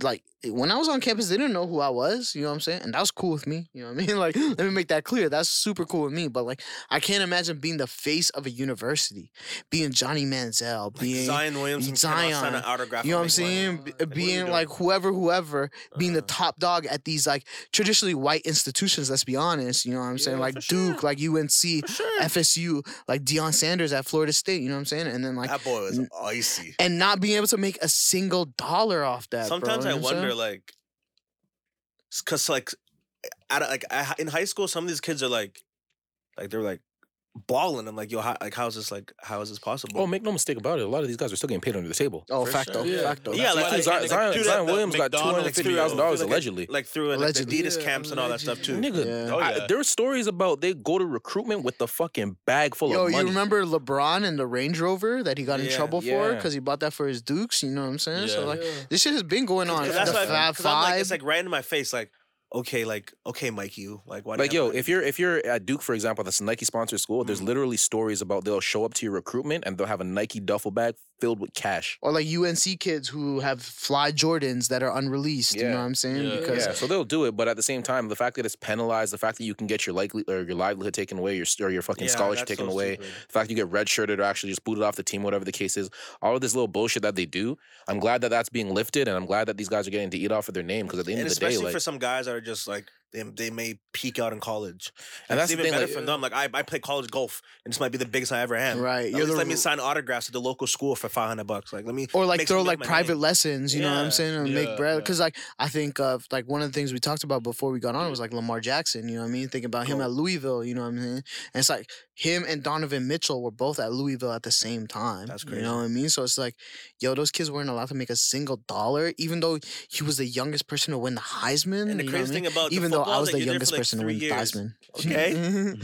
Speaker 7: like when I was on campus, they didn't know who I was. You know what I'm saying? And that was cool with me. You know what I mean? Like, let me make that clear. That's super cool with me. But like, I can't imagine being the face of a university, being Johnny Manziel, being
Speaker 3: Zion Williamson cannot sign
Speaker 7: Zion.
Speaker 3: an autograph.
Speaker 7: you know
Speaker 3: and
Speaker 7: what I'm
Speaker 3: make money.
Speaker 7: saying? B-
Speaker 3: are you
Speaker 7: being
Speaker 3: doing?
Speaker 7: like whoever, whoever, being the
Speaker 3: Uh-huh.
Speaker 7: top dog at these like traditionally white institutions. Let's be honest. You know what I'm saying? Like Duke, like UNC, FSU, like Deion Sanders at Florida State. You know what I'm saying? And then like
Speaker 3: That boy was icy.
Speaker 7: and not being able to make a single dollar off that. bro,
Speaker 3: Sometimes
Speaker 7: you
Speaker 3: I
Speaker 7: know what I'm
Speaker 3: wonder,
Speaker 7: saying?
Speaker 3: like, because like, I don't- like I, in high school, some of these kids are like, like they're like balling. I'm like, yo, how, like, how is this like, how is this possible?
Speaker 4: Oh, make no mistake about it. A lot of these guys are still getting paid under the table.
Speaker 7: Oh,
Speaker 8: For
Speaker 7: facto,
Speaker 8: sure. Yeah.
Speaker 7: facto.
Speaker 3: yeah,
Speaker 8: That's
Speaker 3: like,
Speaker 8: why
Speaker 3: like,
Speaker 8: they
Speaker 4: Zion,
Speaker 8: can't
Speaker 4: Zion,
Speaker 8: do that,
Speaker 4: Zion
Speaker 8: the
Speaker 4: Williams got two hundred
Speaker 8: McDonald's
Speaker 4: fifty thousand dollars
Speaker 3: video.
Speaker 4: allegedly.
Speaker 3: like through like, the
Speaker 7: Allegedly.
Speaker 3: Adidas
Speaker 5: Yeah,
Speaker 3: camps and all that stuff too.
Speaker 4: Nigga,
Speaker 7: Yeah.
Speaker 8: Oh,
Speaker 4: I-
Speaker 8: yeah.
Speaker 4: there are stories about they go to recruitment with the fucking bag full
Speaker 7: Yo,
Speaker 4: of money.
Speaker 7: you remember LeBron and the Range Rover that he got in
Speaker 3: Yeah.
Speaker 7: trouble for
Speaker 4: Yeah.
Speaker 7: because he bought that for his Dukes? You know what I'm saying? So
Speaker 8: Yeah.
Speaker 7: like,
Speaker 5: Yeah.
Speaker 7: this shit has been going on.
Speaker 3: 'Cause that's
Speaker 7: the
Speaker 3: why,
Speaker 7: Fab
Speaker 3: 'cause I'm like,
Speaker 7: Five.
Speaker 3: it's like right in my face, like, okay, like, okay, Mike, you, like, why? do you
Speaker 4: like
Speaker 3: have
Speaker 4: yo,
Speaker 3: money?
Speaker 4: if you're if you're at Duke, for example, that's a Nike sponsored school,
Speaker 3: Mm-hmm.
Speaker 4: there's literally stories about they'll show up to your recruitment and they'll have a Nike duffel bag filled with cash.
Speaker 7: or like UNC kids who have fly Jordans that are unreleased. You know
Speaker 4: Yeah.
Speaker 7: what I'm saying?
Speaker 8: Yeah.
Speaker 7: Because
Speaker 4: Yeah, so they'll do it, but at the same time, the fact that it's penalized, the fact that you can get your likely or your livelihood taken away, your or your fucking
Speaker 3: Yeah,
Speaker 4: scholarship
Speaker 3: that's
Speaker 4: taken
Speaker 3: so
Speaker 4: away,
Speaker 3: stupid.
Speaker 4: the fact you get redshirted or actually just booted off the team, whatever the case is, all of this little bullshit that they do. I'm glad that that's being lifted, and I'm glad that these guys are getting to eat off of their name because at the end
Speaker 3: and
Speaker 4: of the day,
Speaker 3: especially
Speaker 4: like,
Speaker 3: for some guys that are just like they, they may peak out in college,
Speaker 4: And that's
Speaker 3: it's
Speaker 4: the
Speaker 3: even
Speaker 4: thing,
Speaker 3: better
Speaker 4: like-
Speaker 3: for them. Like I, I play college golf, and this might be the biggest I ever had.
Speaker 7: uh Right,
Speaker 3: At
Speaker 7: you're
Speaker 3: least
Speaker 7: the
Speaker 3: let me
Speaker 7: ru-
Speaker 3: sign autographs at the local school for five hundred bucks. Like let me
Speaker 7: or like
Speaker 3: make-
Speaker 7: throw
Speaker 3: make
Speaker 7: like
Speaker 3: my
Speaker 7: private
Speaker 3: name.
Speaker 7: lessons. You know what I'm
Speaker 3: Yeah,
Speaker 7: saying? And make
Speaker 8: yeah,
Speaker 7: bread.
Speaker 8: yeah.
Speaker 7: Because like I think of like one of the things we talked about before we got on was like Lamar Jackson. You know what I mean? Thinking about him at Louisville. You know what I mean? And it's like him and Donovan Mitchell were both at Louisville at the same time.
Speaker 3: That's
Speaker 7: You know what I mean? So it's like, yo, those kids weren't allowed to make a single dollar, even though he was the youngest person to win the Heisman.
Speaker 3: And the
Speaker 7: Mm, you know what I
Speaker 3: craziest
Speaker 7: mean?
Speaker 3: thing about the
Speaker 7: even though I
Speaker 3: football
Speaker 7: was
Speaker 3: is that
Speaker 7: the
Speaker 3: you're there
Speaker 7: youngest
Speaker 3: for, like,
Speaker 7: person to win
Speaker 3: three
Speaker 7: the
Speaker 3: years.
Speaker 7: Heisman.
Speaker 3: Okay.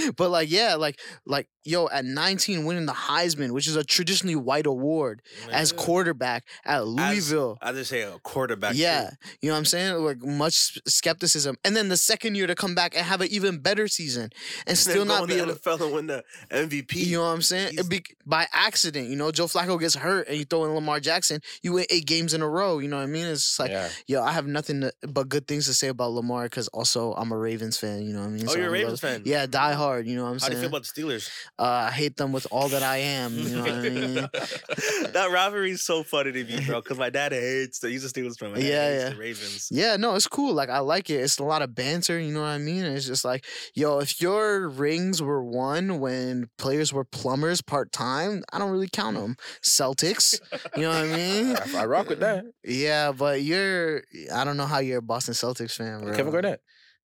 Speaker 7: but like, yeah, like, like, yo, at 19, winning the Heisman, which is a traditionally white award, as quarterback at Louisville.
Speaker 3: I just say a quarterback.
Speaker 7: yeah, you know what I'm saying? Like much skepticism, and then the second year to come back and have an even better season, and still not be
Speaker 3: the
Speaker 7: able. to
Speaker 3: NFL and win the MVP.
Speaker 7: you know what I'm saying? It
Speaker 3: He's-
Speaker 7: be, by accident, you know, Joe Flacco gets hurt and you throw in Lamar Jackson, you win eight games in a row. You know what I mean? It's just like,
Speaker 4: Yeah.
Speaker 7: yo, I have nothing to, but good things to say about Lamar because also I'm a Ravens fan. You know what I mean?
Speaker 3: Oh, you're a
Speaker 7: I'm
Speaker 3: Ravens
Speaker 7: little-
Speaker 3: fan.
Speaker 7: Yeah, die hard. You know what I'm
Speaker 3: How
Speaker 7: saying?
Speaker 3: do you feel about the Steelers?
Speaker 7: uh, I hate them with all that I am. You know what I mean?
Speaker 3: that rivalry is so funny to me, bro. Because my dad hates the. He's a Steelers fan. My dad
Speaker 7: Yeah,
Speaker 3: hates
Speaker 7: yeah.
Speaker 3: the Ravens.
Speaker 7: Yeah, no, it's cool. Like I like it. It's a lot of banter, you know what I mean? And it's just like, yo, if your rings were won when players were plumbers part time, I don't really count them. Celtics, you know what I mean?
Speaker 4: I, I rock with that.
Speaker 7: Yeah, but you're I don't know how you're a Boston Celtics fan, bro.
Speaker 4: Kevin Garnett,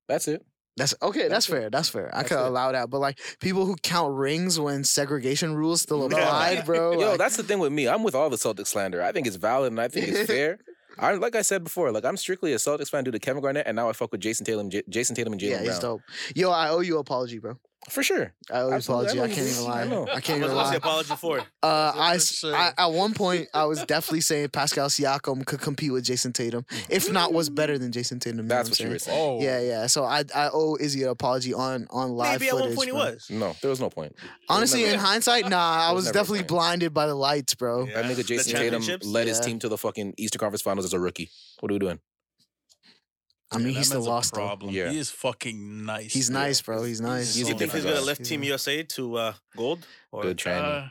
Speaker 4: that's it.
Speaker 7: That's okay, that's,
Speaker 4: That's it.
Speaker 7: fair. That's fair. I could
Speaker 4: That's it.
Speaker 7: allow that. But like people who count rings when segregation rules still applied, bro.
Speaker 4: Yo,
Speaker 7: like-
Speaker 4: that's the thing with me. I'm with all the Celtics slander. I think it's valid and I think it's fair. I like I said before, like I'm strictly a Celtics fan due to Kevin Garnett, and now I fuck with Jason Tatum, J- Jason Tatum and Jalen
Speaker 7: yeah,
Speaker 4: Brown
Speaker 7: he's dope. Yo, I owe you an apology, bro.
Speaker 4: for sure.
Speaker 7: I owe you an
Speaker 4: Absolutely. I
Speaker 7: apology. I
Speaker 4: know
Speaker 7: can't
Speaker 4: you-
Speaker 7: even
Speaker 4: I know.
Speaker 7: lie. I can't
Speaker 3: What's
Speaker 7: even
Speaker 3: what's
Speaker 7: lie.
Speaker 3: the apology for?
Speaker 7: Uh, I,
Speaker 8: That's
Speaker 7: s- I- at one point I was definitely saying Pascal Siakam could compete with Jason Tatum, if not was better than Jason Tatum. you know
Speaker 4: That's
Speaker 7: I'm
Speaker 4: what you
Speaker 7: saying?
Speaker 4: were saying.
Speaker 8: Oh,
Speaker 7: Yeah, yeah. So I I owe Izzy an apology on on live
Speaker 3: Maybe at
Speaker 7: footage.
Speaker 3: one point he
Speaker 7: bro.
Speaker 3: was.
Speaker 4: No, there was no point.
Speaker 7: Honestly,
Speaker 4: never-
Speaker 7: in hindsight, nah, I
Speaker 4: It was
Speaker 7: was
Speaker 4: never a
Speaker 7: definitely
Speaker 4: point.
Speaker 7: blinded by the lights, bro.
Speaker 3: Yeah.
Speaker 4: That nigga
Speaker 3: The
Speaker 4: Jason Tatum
Speaker 3: championships?
Speaker 4: led his
Speaker 7: Yeah.
Speaker 4: team to the fucking Eastern Conference Finals as a rookie. What are we doing?
Speaker 7: I mean, he's still lost. though.
Speaker 8: Problem.
Speaker 4: Yeah.
Speaker 8: He is fucking nice.
Speaker 7: He's
Speaker 8: dude.
Speaker 7: nice, bro. He's nice.
Speaker 4: He's
Speaker 3: Do
Speaker 4: a
Speaker 3: you think he's
Speaker 4: different
Speaker 3: gonna
Speaker 4: guy.
Speaker 3: lift Team USA to uh, gold? Or
Speaker 4: Good tranny,
Speaker 8: Uh, I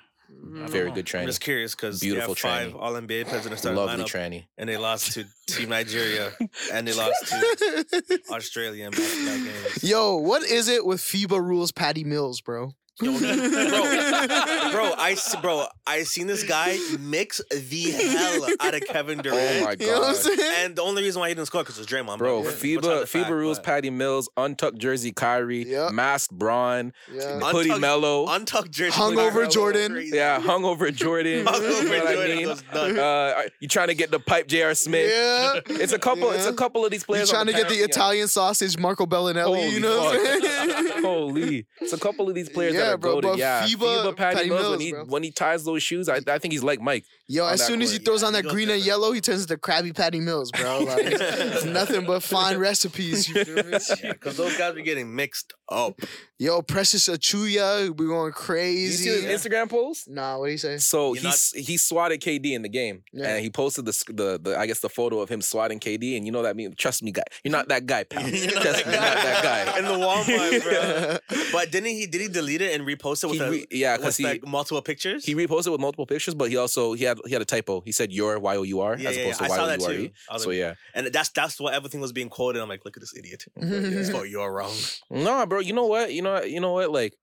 Speaker 8: don't
Speaker 4: very
Speaker 8: know.
Speaker 4: good
Speaker 3: I'm
Speaker 4: tranny,
Speaker 3: just curious because you
Speaker 4: Beautiful
Speaker 3: have five
Speaker 4: tranny.
Speaker 3: All NBA players in the starting
Speaker 4: lovely
Speaker 3: lineup,
Speaker 4: tranny.
Speaker 3: and they lost to Team Nigeria, and they lost to Australia in back-to-back games.
Speaker 7: Yo, what is it with FIBA rules, Patty Mills, bro?
Speaker 3: bro, I s- bro, I seen this guy mix the hell out of Kevin
Speaker 4: Oh
Speaker 3: Durant.
Speaker 4: my
Speaker 7: You know what I'm
Speaker 4: god.
Speaker 7: saying?
Speaker 3: and the only reason why he didn't score because it's Draymond,
Speaker 4: Bro,
Speaker 3: We're- we're talking
Speaker 4: FIBA,
Speaker 3: fact,
Speaker 4: FIBA rules
Speaker 3: but-
Speaker 4: Patty Mills, untucked jersey Kyrie,
Speaker 7: Yep.
Speaker 4: masked Braun,
Speaker 7: Yeah.
Speaker 4: hoodie
Speaker 3: Untucked-
Speaker 4: Mello,
Speaker 3: Untucked jersey,
Speaker 7: Hungover
Speaker 3: Hungover
Speaker 7: Jordan.
Speaker 4: yeah, hungover Jordan.
Speaker 3: Hungover
Speaker 4: you know what I
Speaker 3: Jordan
Speaker 4: mean?
Speaker 3: goes nuts.
Speaker 4: Uh, you trying to get the pipe J.R. Smith.
Speaker 7: Yeah.
Speaker 4: It's a couple. It's a couple of these
Speaker 7: You're
Speaker 4: players. on
Speaker 7: trying to get the
Speaker 4: Paris- yeah.
Speaker 7: Italian sausage, Marco Bellinelli.
Speaker 4: Holy
Speaker 7: you know what I'm
Speaker 4: fuck.
Speaker 7: saying?
Speaker 4: Holy, it's a couple of these players
Speaker 7: Yeah,
Speaker 4: that are
Speaker 7: bro,
Speaker 4: goaded.
Speaker 7: but
Speaker 4: Yeah,
Speaker 7: FIBA
Speaker 4: FIBA Patty,
Speaker 7: Patty
Speaker 4: Mills, when
Speaker 7: Mills,
Speaker 4: he
Speaker 7: bro.
Speaker 4: when he ties those shoes, I, I think he's like Mike.
Speaker 7: Yo,
Speaker 4: On
Speaker 7: as
Speaker 4: that
Speaker 7: soon as he
Speaker 3: court,
Speaker 7: throws
Speaker 3: yeah,
Speaker 7: on
Speaker 3: he
Speaker 7: that
Speaker 3: goes
Speaker 7: green and
Speaker 3: different.
Speaker 7: yellow, he turns into Krabby Patty Mills, bro. Like, it's nothing but fine recipes. You feel me?
Speaker 3: because those guys were getting mixed up.
Speaker 7: Yo, Precious Achuya, we going
Speaker 4: You
Speaker 7: crazy.
Speaker 4: see his Instagram post?
Speaker 7: Nah, what do you say?
Speaker 4: So
Speaker 3: You're
Speaker 4: he s he swatted KD in the game,
Speaker 7: Yeah.
Speaker 4: and he posted the, sc- the the I guess the photo of him swatting KD, and you know that mean trust me, guy, you're not that guy, pal.
Speaker 8: You're not
Speaker 4: trust
Speaker 8: that
Speaker 4: me, you're not that guy.
Speaker 3: in the Walmart, bro. But didn't he? Did he delete it and repost it with
Speaker 4: He
Speaker 3: a,
Speaker 4: re- yeah,
Speaker 3: with
Speaker 4: because he
Speaker 3: like multiple pictures?
Speaker 4: he reposted with multiple pictures, but he also he had he had a typo. He said your y o u r
Speaker 3: yeah,
Speaker 4: as
Speaker 3: yeah, yeah.
Speaker 4: opposed
Speaker 3: I
Speaker 4: to
Speaker 3: saw
Speaker 4: y
Speaker 3: that
Speaker 4: o u r
Speaker 3: too.
Speaker 4: e.
Speaker 3: I was
Speaker 4: So
Speaker 3: like,
Speaker 4: yeah,
Speaker 3: and that's that's what everything was being quoted. I'm like, look at this idiot.
Speaker 4: Oh,
Speaker 3: So you're wrong.
Speaker 4: No, bro. You know what? You know. You know what? Like,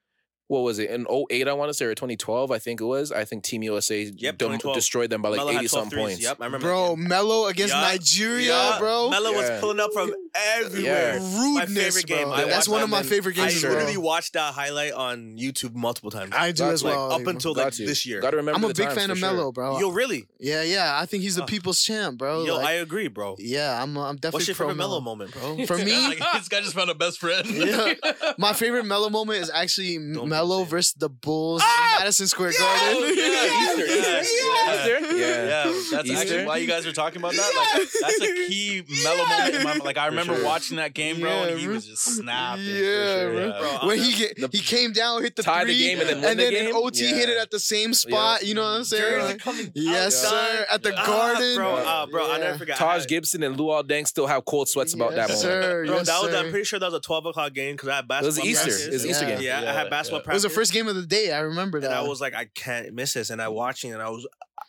Speaker 4: what was it in 08, I want to say, or twenty twelve? I think it was. I think Team USA
Speaker 3: Yep,
Speaker 4: dem-
Speaker 3: 2012.
Speaker 4: destroyed them by like
Speaker 3: Melo had
Speaker 4: eighty
Speaker 3: 12
Speaker 4: something
Speaker 3: threes.
Speaker 4: points.
Speaker 3: Yep, I remember.
Speaker 7: bro, Mello against
Speaker 3: Yeah.
Speaker 7: Nigeria, bro.
Speaker 3: Melo
Speaker 4: Yeah.
Speaker 3: was pulling up from everywhere.
Speaker 4: Yeah.
Speaker 3: My
Speaker 7: Rudeness,
Speaker 3: favorite
Speaker 7: bro.
Speaker 3: game. I watched
Speaker 7: That's one of
Speaker 3: that
Speaker 7: my
Speaker 3: and
Speaker 7: favorite
Speaker 3: I
Speaker 7: games, bro.
Speaker 3: literally watched that highlight on YouTube multiple times.
Speaker 7: I do
Speaker 4: Got
Speaker 7: as
Speaker 4: you.
Speaker 7: well.
Speaker 3: up
Speaker 7: even.
Speaker 3: until
Speaker 4: Got
Speaker 3: like
Speaker 4: you.
Speaker 3: this year.
Speaker 4: Got to remember.
Speaker 7: I'm a
Speaker 4: the
Speaker 7: big
Speaker 4: times
Speaker 7: fan
Speaker 4: for
Speaker 7: of
Speaker 4: sure.
Speaker 7: Mello, bro.
Speaker 3: Yo, really?
Speaker 7: yeah, yeah. I think he's the people's champ, bro.
Speaker 3: Yo,
Speaker 7: Like,
Speaker 3: I agree, bro.
Speaker 7: yeah, I'm. I'm definitely.
Speaker 3: What's your
Speaker 7: pro
Speaker 3: favorite Melo moment, bro?
Speaker 7: For me,
Speaker 8: Like, this guy just found a best friend.
Speaker 7: yeah, my favorite Mello moment is actually Mello versus the Bulls,
Speaker 3: Ah!
Speaker 7: in Madison Square Garden.
Speaker 4: Easter, yeah. Easter? Yeah.
Speaker 8: Yeah, that's
Speaker 4: Easter?
Speaker 8: actually why you guys were talking about that. Like, that's a key mellow moment. In my, like I remember watching that game, bro,
Speaker 7: Yeah,
Speaker 8: and he
Speaker 7: bro.
Speaker 8: was just snapping. for
Speaker 7: Yeah,
Speaker 8: sure,
Speaker 7: bro.
Speaker 8: yeah.
Speaker 3: Oh,
Speaker 7: when he get, he came down, hit the
Speaker 4: Tie the
Speaker 7: three,
Speaker 4: game and then win the game?
Speaker 7: in OT hit
Speaker 4: Yeah.
Speaker 7: it at the same spot. You know what I'm saying? Like, yes,
Speaker 3: outside.
Speaker 7: sir. At the
Speaker 3: Ah,
Speaker 7: garden,
Speaker 3: bro. ah, bro, I
Speaker 7: Yeah.
Speaker 3: never forget. I
Speaker 4: Taj
Speaker 3: had-
Speaker 4: Gibson and Luol Deng still have cold sweats about
Speaker 7: yes,
Speaker 4: that moment.
Speaker 7: Sir,
Speaker 3: Bro,
Speaker 7: yes,
Speaker 3: that was.
Speaker 7: sir.
Speaker 3: I'm pretty sure that was a 12 o'clock game because I had
Speaker 4: It was
Speaker 3: basketball.
Speaker 4: Easter.
Speaker 3: practice.
Speaker 4: It was Easter
Speaker 7: Yeah.
Speaker 4: game.
Speaker 3: Yeah, I
Speaker 8: Yeah,
Speaker 3: had basketball
Speaker 7: It
Speaker 3: practice.
Speaker 7: was the first game of the day. I remember that.
Speaker 3: and I was like, I can't miss this. And I watching, and I was,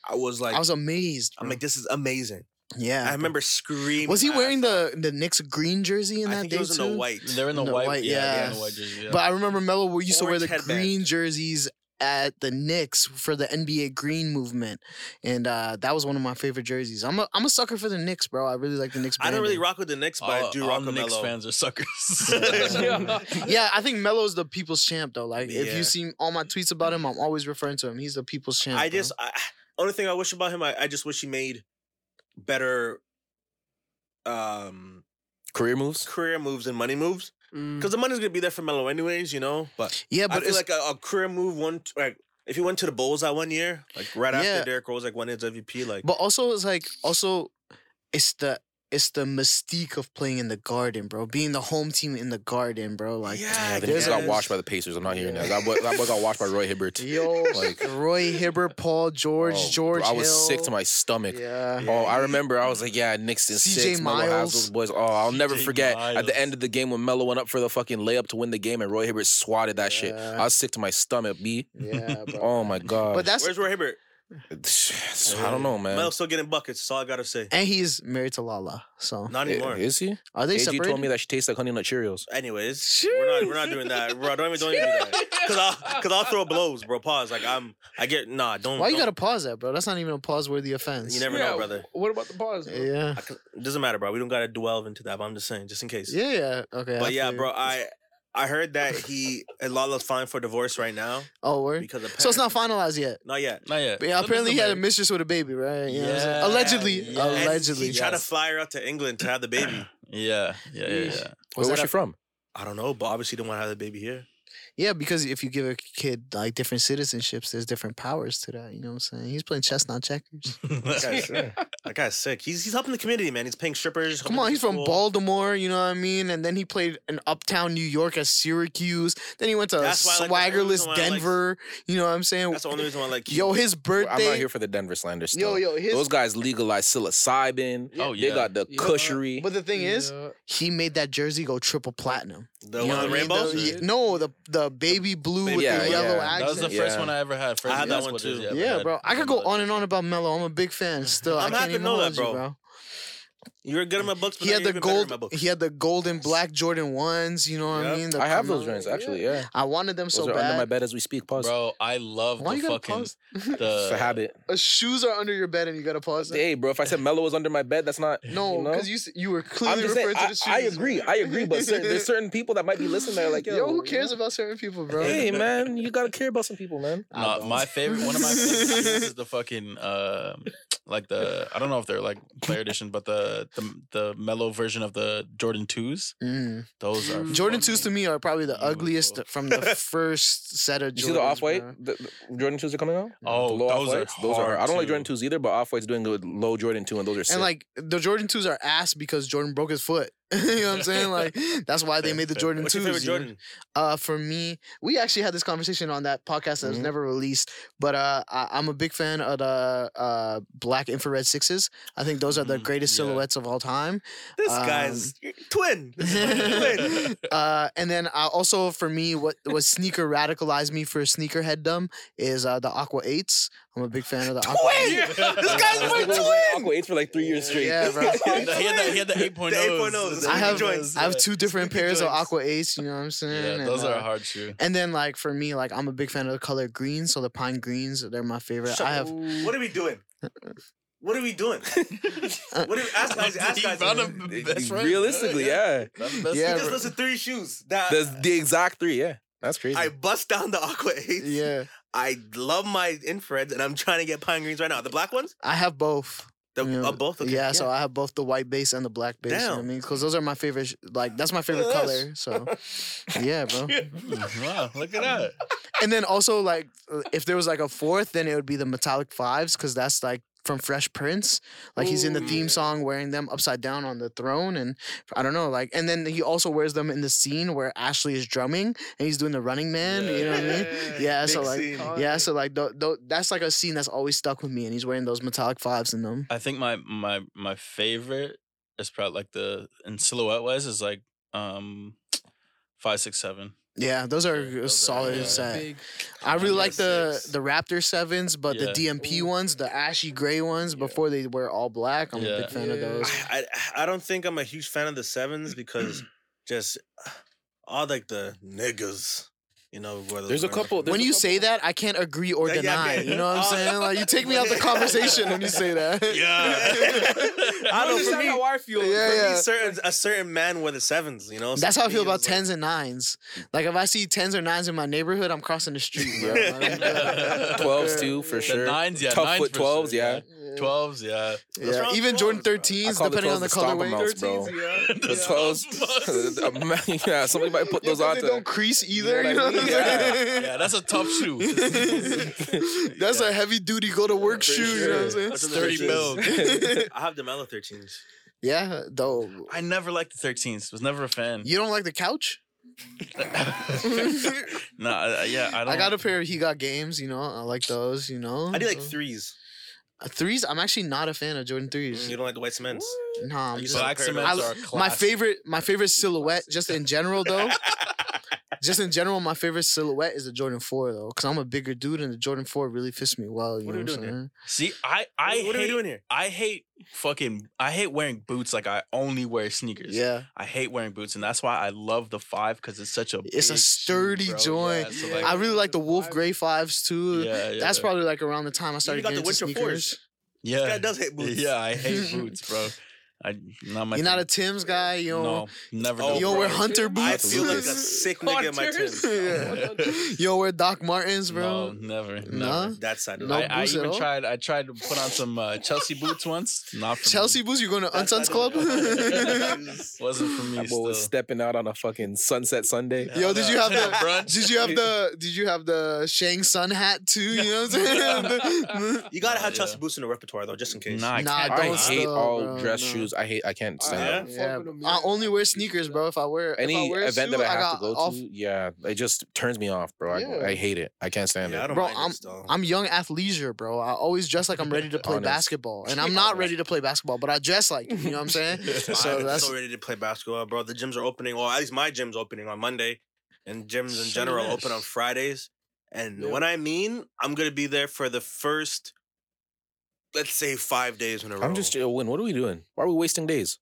Speaker 3: I was like,
Speaker 7: I was amazed.
Speaker 3: I'm like, this is amazing.
Speaker 7: yeah.
Speaker 3: I remember screaming.
Speaker 7: was he
Speaker 3: my
Speaker 7: wearing
Speaker 3: ass off.
Speaker 7: the the Knicks green jersey in
Speaker 3: I
Speaker 7: that
Speaker 3: think
Speaker 7: day
Speaker 3: he was
Speaker 7: too?
Speaker 3: in the white.
Speaker 8: They're in the,
Speaker 7: The
Speaker 8: white,
Speaker 7: white,
Speaker 8: yeah, they're in
Speaker 7: yeah.
Speaker 8: the white jersey, yeah.
Speaker 7: But I remember Melo used to wear
Speaker 3: Orange
Speaker 7: the
Speaker 3: headband.
Speaker 7: green jerseys at the Knicks for the NBA green movement, and uh, that was one of my favorite jerseys. I'm a I'm a sucker for the Knicks, bro. I really like the Knicks.
Speaker 3: I don't really
Speaker 7: branding.
Speaker 3: rock with the Knicks, but I
Speaker 8: all,
Speaker 3: do
Speaker 8: all
Speaker 3: rock with
Speaker 8: Knicks
Speaker 3: Melo.
Speaker 8: fans are suckers.
Speaker 7: Yeah, I think Melo's the people's champ though. Like if
Speaker 3: Yeah.
Speaker 7: you see all my tweets about him, I'm always referring to him. He's the people's champ.
Speaker 3: I
Speaker 7: bro.
Speaker 3: just I, only thing I wish about him, I, I just wish he made better um
Speaker 4: Career moves.
Speaker 3: career moves and money moves because the money's gonna be there for Melo anyways, you know. But,
Speaker 7: Mm-hmm. yeah,
Speaker 3: I
Speaker 7: but
Speaker 3: feel
Speaker 7: it's
Speaker 3: like a, a career move one like if he went to the Bulls that one year, like right
Speaker 7: Yeah.
Speaker 3: after Derrick Rose like won his MVP, like
Speaker 7: But also, it's like also, it's the it's the mystique of playing in the garden, bro. Being the home team in the garden, bro. Like,
Speaker 3: yeah,
Speaker 4: Then he just
Speaker 7: There's-
Speaker 4: got washed by the Pacers. I'm not hearing that. That boy, that boy got washed by Roy Hibbert.
Speaker 7: yo, like Roy Hibbert, Paul George,
Speaker 4: Oh,
Speaker 7: George.
Speaker 4: bro, I was
Speaker 7: Hill.
Speaker 4: sick to my stomach.
Speaker 7: Yeah.
Speaker 4: Oh, I remember. I was like, yeah, Nixon
Speaker 7: CJ
Speaker 4: six, Melo has
Speaker 7: Miles.
Speaker 4: those boys. Oh, I'll never
Speaker 8: CJ
Speaker 4: forget. At
Speaker 8: Miles.
Speaker 4: the end of the game, when Melo went up for the fucking layup to win the game, and Roy Hibbert swatted that shit.
Speaker 7: Yeah.
Speaker 4: I was sick to my stomach, b.
Speaker 7: Yeah, bro.
Speaker 4: Oh my god.
Speaker 7: But that's
Speaker 3: where's Roy Hibbert?
Speaker 4: I don't know, man.
Speaker 3: Melo's still getting buckets. That's all I gotta say.
Speaker 7: and he's married to Lala. So
Speaker 3: Not anymore.
Speaker 4: Is he?
Speaker 7: are they
Speaker 4: AG
Speaker 7: separated?
Speaker 4: told me that she tastes like Honey Nut Cheerios.
Speaker 3: Anyways, we're not we're not doing that, bro. Don't even don't even do that. Cause I'll cause I'll throw blows, bro. Pause. Like I'm I get nah. Don't.
Speaker 7: Why you
Speaker 3: don't-
Speaker 7: gotta pause that, bro? That's not even a pause worthy offense.
Speaker 3: You never
Speaker 5: Yeah,
Speaker 3: know, brother.
Speaker 5: What about the bars? bro?
Speaker 7: Yeah.
Speaker 3: I c- doesn't matter, bro. We don't gotta delve into that. But I'm just saying, just in case.
Speaker 7: Yeah. Yeah. Okay. I
Speaker 3: But yeah,
Speaker 7: feel you.
Speaker 3: bro. I I heard that he Lala's filing for divorce right now
Speaker 7: Oh, word.
Speaker 3: because of
Speaker 7: So it's not finalized yet.
Speaker 3: not yet.
Speaker 8: Not yet.
Speaker 7: But yeah, apparently he had a
Speaker 8: Something's
Speaker 7: mistress with a baby, right? You know what I'm saying?
Speaker 8: Yeah,
Speaker 7: Allegedly.
Speaker 8: yeah.
Speaker 3: And
Speaker 7: Allegedly.
Speaker 3: he tried to fly her out to England to have the baby.
Speaker 8: the- Yeah, yeah, yeah. yeah.
Speaker 4: Where was she from?
Speaker 3: I don't know, but obviously didn't want to have the baby here.
Speaker 7: Yeah, because if you give a kid like different citizenships, there's different powers to that. You know what I'm saying? He's playing chess, not checkers.
Speaker 3: That guy's, that guy's sick. He's he's helping the community, man. He's paying strippers.
Speaker 7: Come
Speaker 3: helping
Speaker 7: on, he's from
Speaker 3: people.
Speaker 7: Baltimore. You know what I mean? And then he played in uptown New York at Syracuse. Then he went to
Speaker 3: That's why I like- that's the only
Speaker 7: swaggerless
Speaker 3: reason why I like-
Speaker 7: Denver. you know what I'm saying?
Speaker 3: That's the only reason why I like
Speaker 7: Yo, his birthday.
Speaker 4: I'm not here for the Denver slander
Speaker 7: yo,
Speaker 4: still.
Speaker 7: yo, his.
Speaker 4: Those guys legalized psilocybin.
Speaker 8: Oh
Speaker 4: They
Speaker 8: yeah.
Speaker 4: got the
Speaker 5: Yeah.
Speaker 4: cushery.
Speaker 7: but the thing is,
Speaker 5: Yeah.
Speaker 7: he made that jersey go triple platinum.
Speaker 3: the one
Speaker 7: You know
Speaker 3: with the
Speaker 7: what I mean?
Speaker 3: rainbow.
Speaker 7: The- yeah, no, the the baby blue with
Speaker 4: Yeah,
Speaker 7: the
Speaker 4: yeah.
Speaker 7: yellow
Speaker 4: That
Speaker 8: that was
Speaker 7: accent.
Speaker 8: the first
Speaker 4: Yeah.
Speaker 8: one I ever had. First
Speaker 3: I had that
Speaker 8: that's
Speaker 3: one
Speaker 8: what it is,
Speaker 3: too.
Speaker 8: I ever
Speaker 7: Yeah,
Speaker 8: had.
Speaker 7: bro. I could go on and on about Mello. I'm a big fan still. I
Speaker 3: I'm
Speaker 7: can't
Speaker 3: happy to
Speaker 7: even
Speaker 3: know that,
Speaker 7: hold you,
Speaker 3: bro. You were good in my books, but
Speaker 7: He had the
Speaker 3: gold.
Speaker 7: gold.
Speaker 3: my books.
Speaker 7: He had the gold and black Jordan ones. You know what I
Speaker 3: Yep.
Speaker 7: mean? The
Speaker 4: I have those
Speaker 7: Carmelo-
Speaker 4: joints actually. Yeah,
Speaker 7: I wanted them so
Speaker 4: those are
Speaker 7: bad.
Speaker 4: under my bed as we speak. Pause.
Speaker 8: Bro, I love
Speaker 7: Why
Speaker 8: the
Speaker 7: you gotta
Speaker 8: fucking
Speaker 7: pause?
Speaker 4: It's a
Speaker 8: the
Speaker 4: habit.
Speaker 7: Uh, shoes are under your bed and you gotta pause. Them.
Speaker 4: Hey, bro, if I said Mello was under my bed, that's not
Speaker 7: No,
Speaker 4: You know?
Speaker 7: because you, s you were
Speaker 4: I'm
Speaker 7: clearly
Speaker 4: just saying. I,
Speaker 7: referring to the shoes.
Speaker 4: I agree. I agree. But cer- there's certain people that might be listening. That are like, yo,
Speaker 7: Yo, who cares about certain people, bro?
Speaker 4: Hey, man, you gotta care about some people, man.
Speaker 7: I
Speaker 8: no,
Speaker 7: don't.
Speaker 8: my favorite one of my favorite shoes is the fucking uh, like the I don't know if they're like player edition, but the the the mellow version of the Jordan twos.
Speaker 7: Mm.
Speaker 8: Those are
Speaker 7: Jordan twos to
Speaker 8: fucking-
Speaker 7: me are probably the
Speaker 8: Beautiful.
Speaker 7: ugliest from the first set of Jordans.
Speaker 4: You see the off white
Speaker 7: bro.
Speaker 4: Jordan twos are coming out.
Speaker 8: Oh,
Speaker 4: The low
Speaker 8: those are
Speaker 4: Off-Whites? those are.
Speaker 8: hard
Speaker 4: I don't like
Speaker 8: too.
Speaker 4: Jordan twos either, but off white's doing a low Jordan two, and those are sick.
Speaker 7: And like the Jordan twos are ass because Jordan broke his foot. you know what I'm saying? Like that's why they
Speaker 8: Fair,
Speaker 7: made the
Speaker 8: fair,
Speaker 7: Jordan
Speaker 3: What's
Speaker 7: twos.
Speaker 3: your favorite
Speaker 7: you know?
Speaker 3: Jordan?
Speaker 7: Uh, for me, we actually had this conversation on that podcast that was
Speaker 8: Mm-hmm.
Speaker 4: Mhm.
Speaker 7: never released. But uh, I, I'm a big fan of the uh black infrared sixes. I think those are the
Speaker 8: Mhm,
Speaker 7: greatest
Speaker 8: yeah.
Speaker 7: silhouettes of all time.
Speaker 3: This
Speaker 7: Um,
Speaker 3: guy's twin. This is my twin.
Speaker 7: uh, and then I also for me, what what sneaker radicalized me for sneakerheaddom is uh the Aqua Eights. I'm a big fan of the Aqua.
Speaker 3: Twin!
Speaker 7: Eights.
Speaker 3: This guy's
Speaker 4: This
Speaker 3: my
Speaker 4: nigga was
Speaker 3: twin.
Speaker 4: wearing Aqua eights for like three years straight.
Speaker 7: Yeah, bro.
Speaker 8: He had the- he had the, he had the 8.0s.
Speaker 3: 8.0s.
Speaker 8: The oh
Speaker 7: I have
Speaker 3: joints.
Speaker 7: I have two different
Speaker 3: Sneaky
Speaker 7: pairs of
Speaker 3: joints.
Speaker 7: Aqua Eights. You know what I'm saying?
Speaker 8: Yeah,
Speaker 7: And,
Speaker 8: those are
Speaker 7: uh,
Speaker 8: a hard shoe.
Speaker 7: And then like for me, like I'm a big fan of the color green, so the pine greens they're my favorite. I have
Speaker 3: What are we doing? What are we doing? what are we, ask guys? Ask guys.
Speaker 4: Realistically, yeah.
Speaker 7: Yeah,
Speaker 3: Just
Speaker 7: bro.
Speaker 3: listed three shoes. That
Speaker 4: The, the exact three, yeah. That's crazy.
Speaker 3: I bust down the Aqua Eights.
Speaker 7: yeah,
Speaker 3: I love my infrareds, and I'm trying to get pine greens right now. The black ones,
Speaker 7: I have both.
Speaker 3: the
Speaker 7: you know.
Speaker 3: uh, both. Okay.
Speaker 7: yeah, so I have both the white base and the black base. You know what I
Speaker 3: Damn.
Speaker 7: mean? Because those are my favorite. sh- Like that's my favorite
Speaker 3: Look at
Speaker 7: color. So yeah, bro.
Speaker 8: Mm, wow, look at that.
Speaker 7: And then also like uh, if there was like a fourth, then it would be the metallic fives because that's like. From Fresh Prince, like he's in the theme song wearing them upside down on the throne, and I don't know, like, and then he also wears them in the scene where Ashley is drumming and he's doing the Running Man, you know what I mean? Yeah, so like, yeah, so like, th- th- that's like a scene that's always stuck with me, and he's wearing those metallic fives in them.
Speaker 8: I think my my my favorite is probably like the in silhouette wise is like um five six seven.
Speaker 7: Yeah, those are a
Speaker 8: those are-
Speaker 7: solid
Speaker 8: yeah.
Speaker 7: set.
Speaker 5: Big.
Speaker 7: I really
Speaker 8: Number
Speaker 7: like the
Speaker 8: six.
Speaker 7: the Raptor sevens, but
Speaker 8: Yeah.
Speaker 7: the DMP ones, the ashy gray ones, before they were all black. I'm a
Speaker 8: Yeah.
Speaker 7: big fan of
Speaker 5: Yeah.
Speaker 7: those.
Speaker 3: I, I I don't think I'm a huge fan of the sevens because just uh, all like the niggas, you know. Where those
Speaker 4: There's a
Speaker 3: were.
Speaker 4: couple.
Speaker 7: When you say that, I can't agree or
Speaker 3: Yeah, yeah,
Speaker 7: deny.
Speaker 3: yeah.
Speaker 7: You know what I'm
Speaker 3: Oh.
Speaker 7: saying? Like you take me out the conversation when you say that.
Speaker 3: I
Speaker 5: I
Speaker 3: don't know. For
Speaker 5: understand
Speaker 3: me,
Speaker 5: how I feel.
Speaker 7: Yeah, yeah.
Speaker 3: for me, certain a certain man wore the sevens. You know. So
Speaker 7: That's how I
Speaker 3: for
Speaker 7: feel
Speaker 3: me, it
Speaker 7: about
Speaker 3: was like-
Speaker 7: tens and nines. Like if I see tens or nines in my neighborhood, I'm crossing the street. Bro. Like, I'm good.
Speaker 4: 12s too, for
Speaker 8: The
Speaker 4: sure.
Speaker 8: nines, yeah,
Speaker 4: Tough
Speaker 8: nines
Speaker 4: foot
Speaker 8: for
Speaker 4: 12s,
Speaker 8: sure,
Speaker 4: yeah.
Speaker 8: Twelves, yeah.
Speaker 3: What's
Speaker 7: Yeah,
Speaker 3: wrong with
Speaker 7: even Jordan
Speaker 3: 12s,
Speaker 7: 13s,
Speaker 4: I call the
Speaker 7: depending on
Speaker 4: 12s
Speaker 7: the
Speaker 4: the stomp
Speaker 7: colorway.
Speaker 4: amounts, bro.
Speaker 5: 13s, yeah.
Speaker 8: The
Speaker 5: yeah.
Speaker 4: 12s. yeah, somebody might put
Speaker 7: Yeah,
Speaker 4: those
Speaker 7: 'cause
Speaker 4: on.
Speaker 7: they
Speaker 4: to-
Speaker 7: don't crease either.
Speaker 4: Yeah,
Speaker 7: you know what I'm
Speaker 4: like, yeah,
Speaker 7: saying?
Speaker 8: Yeah, that's a tough shoe.
Speaker 7: That's a heavy duty go to work shoe. You know what I'm saying?
Speaker 3: What's in the
Speaker 8: Thirty
Speaker 3: 13s?
Speaker 8: mil.
Speaker 3: I have the mellow thirteens.
Speaker 7: Yeah, though.
Speaker 8: I never liked the thirteens. Was never a fan.
Speaker 7: You don't like the couch?
Speaker 8: Nah, I- I- yeah, I don't.
Speaker 7: I got a pair of He Got Games. You know, I like those. You know,
Speaker 3: I do like
Speaker 7: so-
Speaker 3: threes.
Speaker 7: Uh, threes. I'm actually not a fan of Jordan threes.
Speaker 3: You don't like the white cements.
Speaker 7: Nah, I'm
Speaker 3: You
Speaker 7: just
Speaker 3: Mm. like
Speaker 8: black
Speaker 3: pair of
Speaker 8: cements
Speaker 7: I,
Speaker 8: are a
Speaker 7: my
Speaker 8: classic.
Speaker 7: favorite, my favorite silhouette, just in general though. just in general, my favorite silhouette is the Jordan Four though, because I'm a bigger dude and the Jordan Four really fits me well. You
Speaker 3: What
Speaker 7: know
Speaker 3: are we
Speaker 7: what
Speaker 3: doing
Speaker 7: I'm
Speaker 3: here?
Speaker 7: saying?
Speaker 8: See, I, I
Speaker 3: what are we
Speaker 8: hate-
Speaker 3: doing here?
Speaker 8: I hate fucking. I hate wearing boots. Like I only wear sneakers.
Speaker 7: Yeah.
Speaker 8: I hate wearing boots, and that's why I love the five because it's such a.
Speaker 7: It's a
Speaker 8: big
Speaker 7: sturdy
Speaker 8: shoe, bro.
Speaker 7: joint.
Speaker 8: Yeah, so,
Speaker 5: Yeah.
Speaker 8: like,
Speaker 7: I really like the Wolf
Speaker 5: Five.
Speaker 7: Gray fives too.
Speaker 8: yeah, yeah.
Speaker 7: That's probably like around the time I started
Speaker 3: got
Speaker 7: getting
Speaker 3: the
Speaker 7: into
Speaker 3: Winter Force.
Speaker 7: sneakers.
Speaker 8: yeah.
Speaker 3: That does hate boots.
Speaker 8: Yeah, I hate boots, bro. I not my.
Speaker 7: You're not a
Speaker 8: thing.
Speaker 7: Tim's guy. You don't,
Speaker 8: no, never.
Speaker 3: Oh,
Speaker 7: you
Speaker 8: done
Speaker 7: don't wear
Speaker 8: bro.
Speaker 7: Hunter boots.
Speaker 3: I feel like a sick nigga in my
Speaker 5: Hunters.
Speaker 3: Timbs.
Speaker 7: yeah. You don't wear Doc Martens,
Speaker 8: No,
Speaker 7: bro.
Speaker 8: never.
Speaker 7: Nah.
Speaker 8: Never.
Speaker 3: That side of
Speaker 7: No
Speaker 3: the
Speaker 8: I, I
Speaker 7: boots at
Speaker 8: even
Speaker 7: all?
Speaker 8: tried. I tried to put on some uh, Chelsea boots once. Not for me.
Speaker 7: Chelsea boots. You're going to Unsons Club.
Speaker 8: wasn't for me.
Speaker 4: That boy was
Speaker 8: still.
Speaker 4: stepping out on a fucking sunset Sunday.
Speaker 7: Yo, did you have the?
Speaker 8: Brunch.
Speaker 7: Did you have the? Did you have the Shang Sun hat too? You know what I'm saying?
Speaker 3: You gotta have
Speaker 8: Yeah.
Speaker 3: Chelsea Boots in the repertoire though, just in case.
Speaker 8: Nah, I
Speaker 7: Nah,
Speaker 8: can't-
Speaker 4: I
Speaker 7: don't
Speaker 4: hate
Speaker 7: still,
Speaker 4: all
Speaker 7: bro,
Speaker 4: dress
Speaker 7: no.
Speaker 4: shoes. I hate. I can't stand
Speaker 5: I
Speaker 4: them.
Speaker 5: don't
Speaker 7: Yeah,
Speaker 5: fuck with 'em,
Speaker 7: I
Speaker 5: yeah.
Speaker 7: only wear sneakers, bro. If I wear if I
Speaker 4: Any
Speaker 7: wear a
Speaker 4: event
Speaker 7: shoe,
Speaker 4: that I have
Speaker 7: got
Speaker 4: to go
Speaker 7: off-
Speaker 4: to, yeah, it just turns me off, bro.
Speaker 7: Yeah.
Speaker 4: I, I hate it. I can't stand
Speaker 3: yeah, I
Speaker 4: it.
Speaker 3: don't
Speaker 7: Bro,
Speaker 3: mind
Speaker 7: I'm-
Speaker 3: this, though.
Speaker 7: I'm young athleisure, bro. I always dress like I'm ready to play
Speaker 4: Honest.
Speaker 7: basketball, and I'm not ready to play basketball, but I dress like it, you know what I'm saying. so
Speaker 3: I'm
Speaker 7: that's
Speaker 3: so ready to play basketball, bro. The gyms are opening, or at least my gym's opening on Monday, and gyms in
Speaker 8: So
Speaker 3: general
Speaker 8: nice.
Speaker 3: open on Fridays. And
Speaker 5: Yeah.
Speaker 3: when I mean, I'm gonna be there for the first let's say five days in a row.
Speaker 4: I'm just yo, when what are we doing? Why are we wasting days?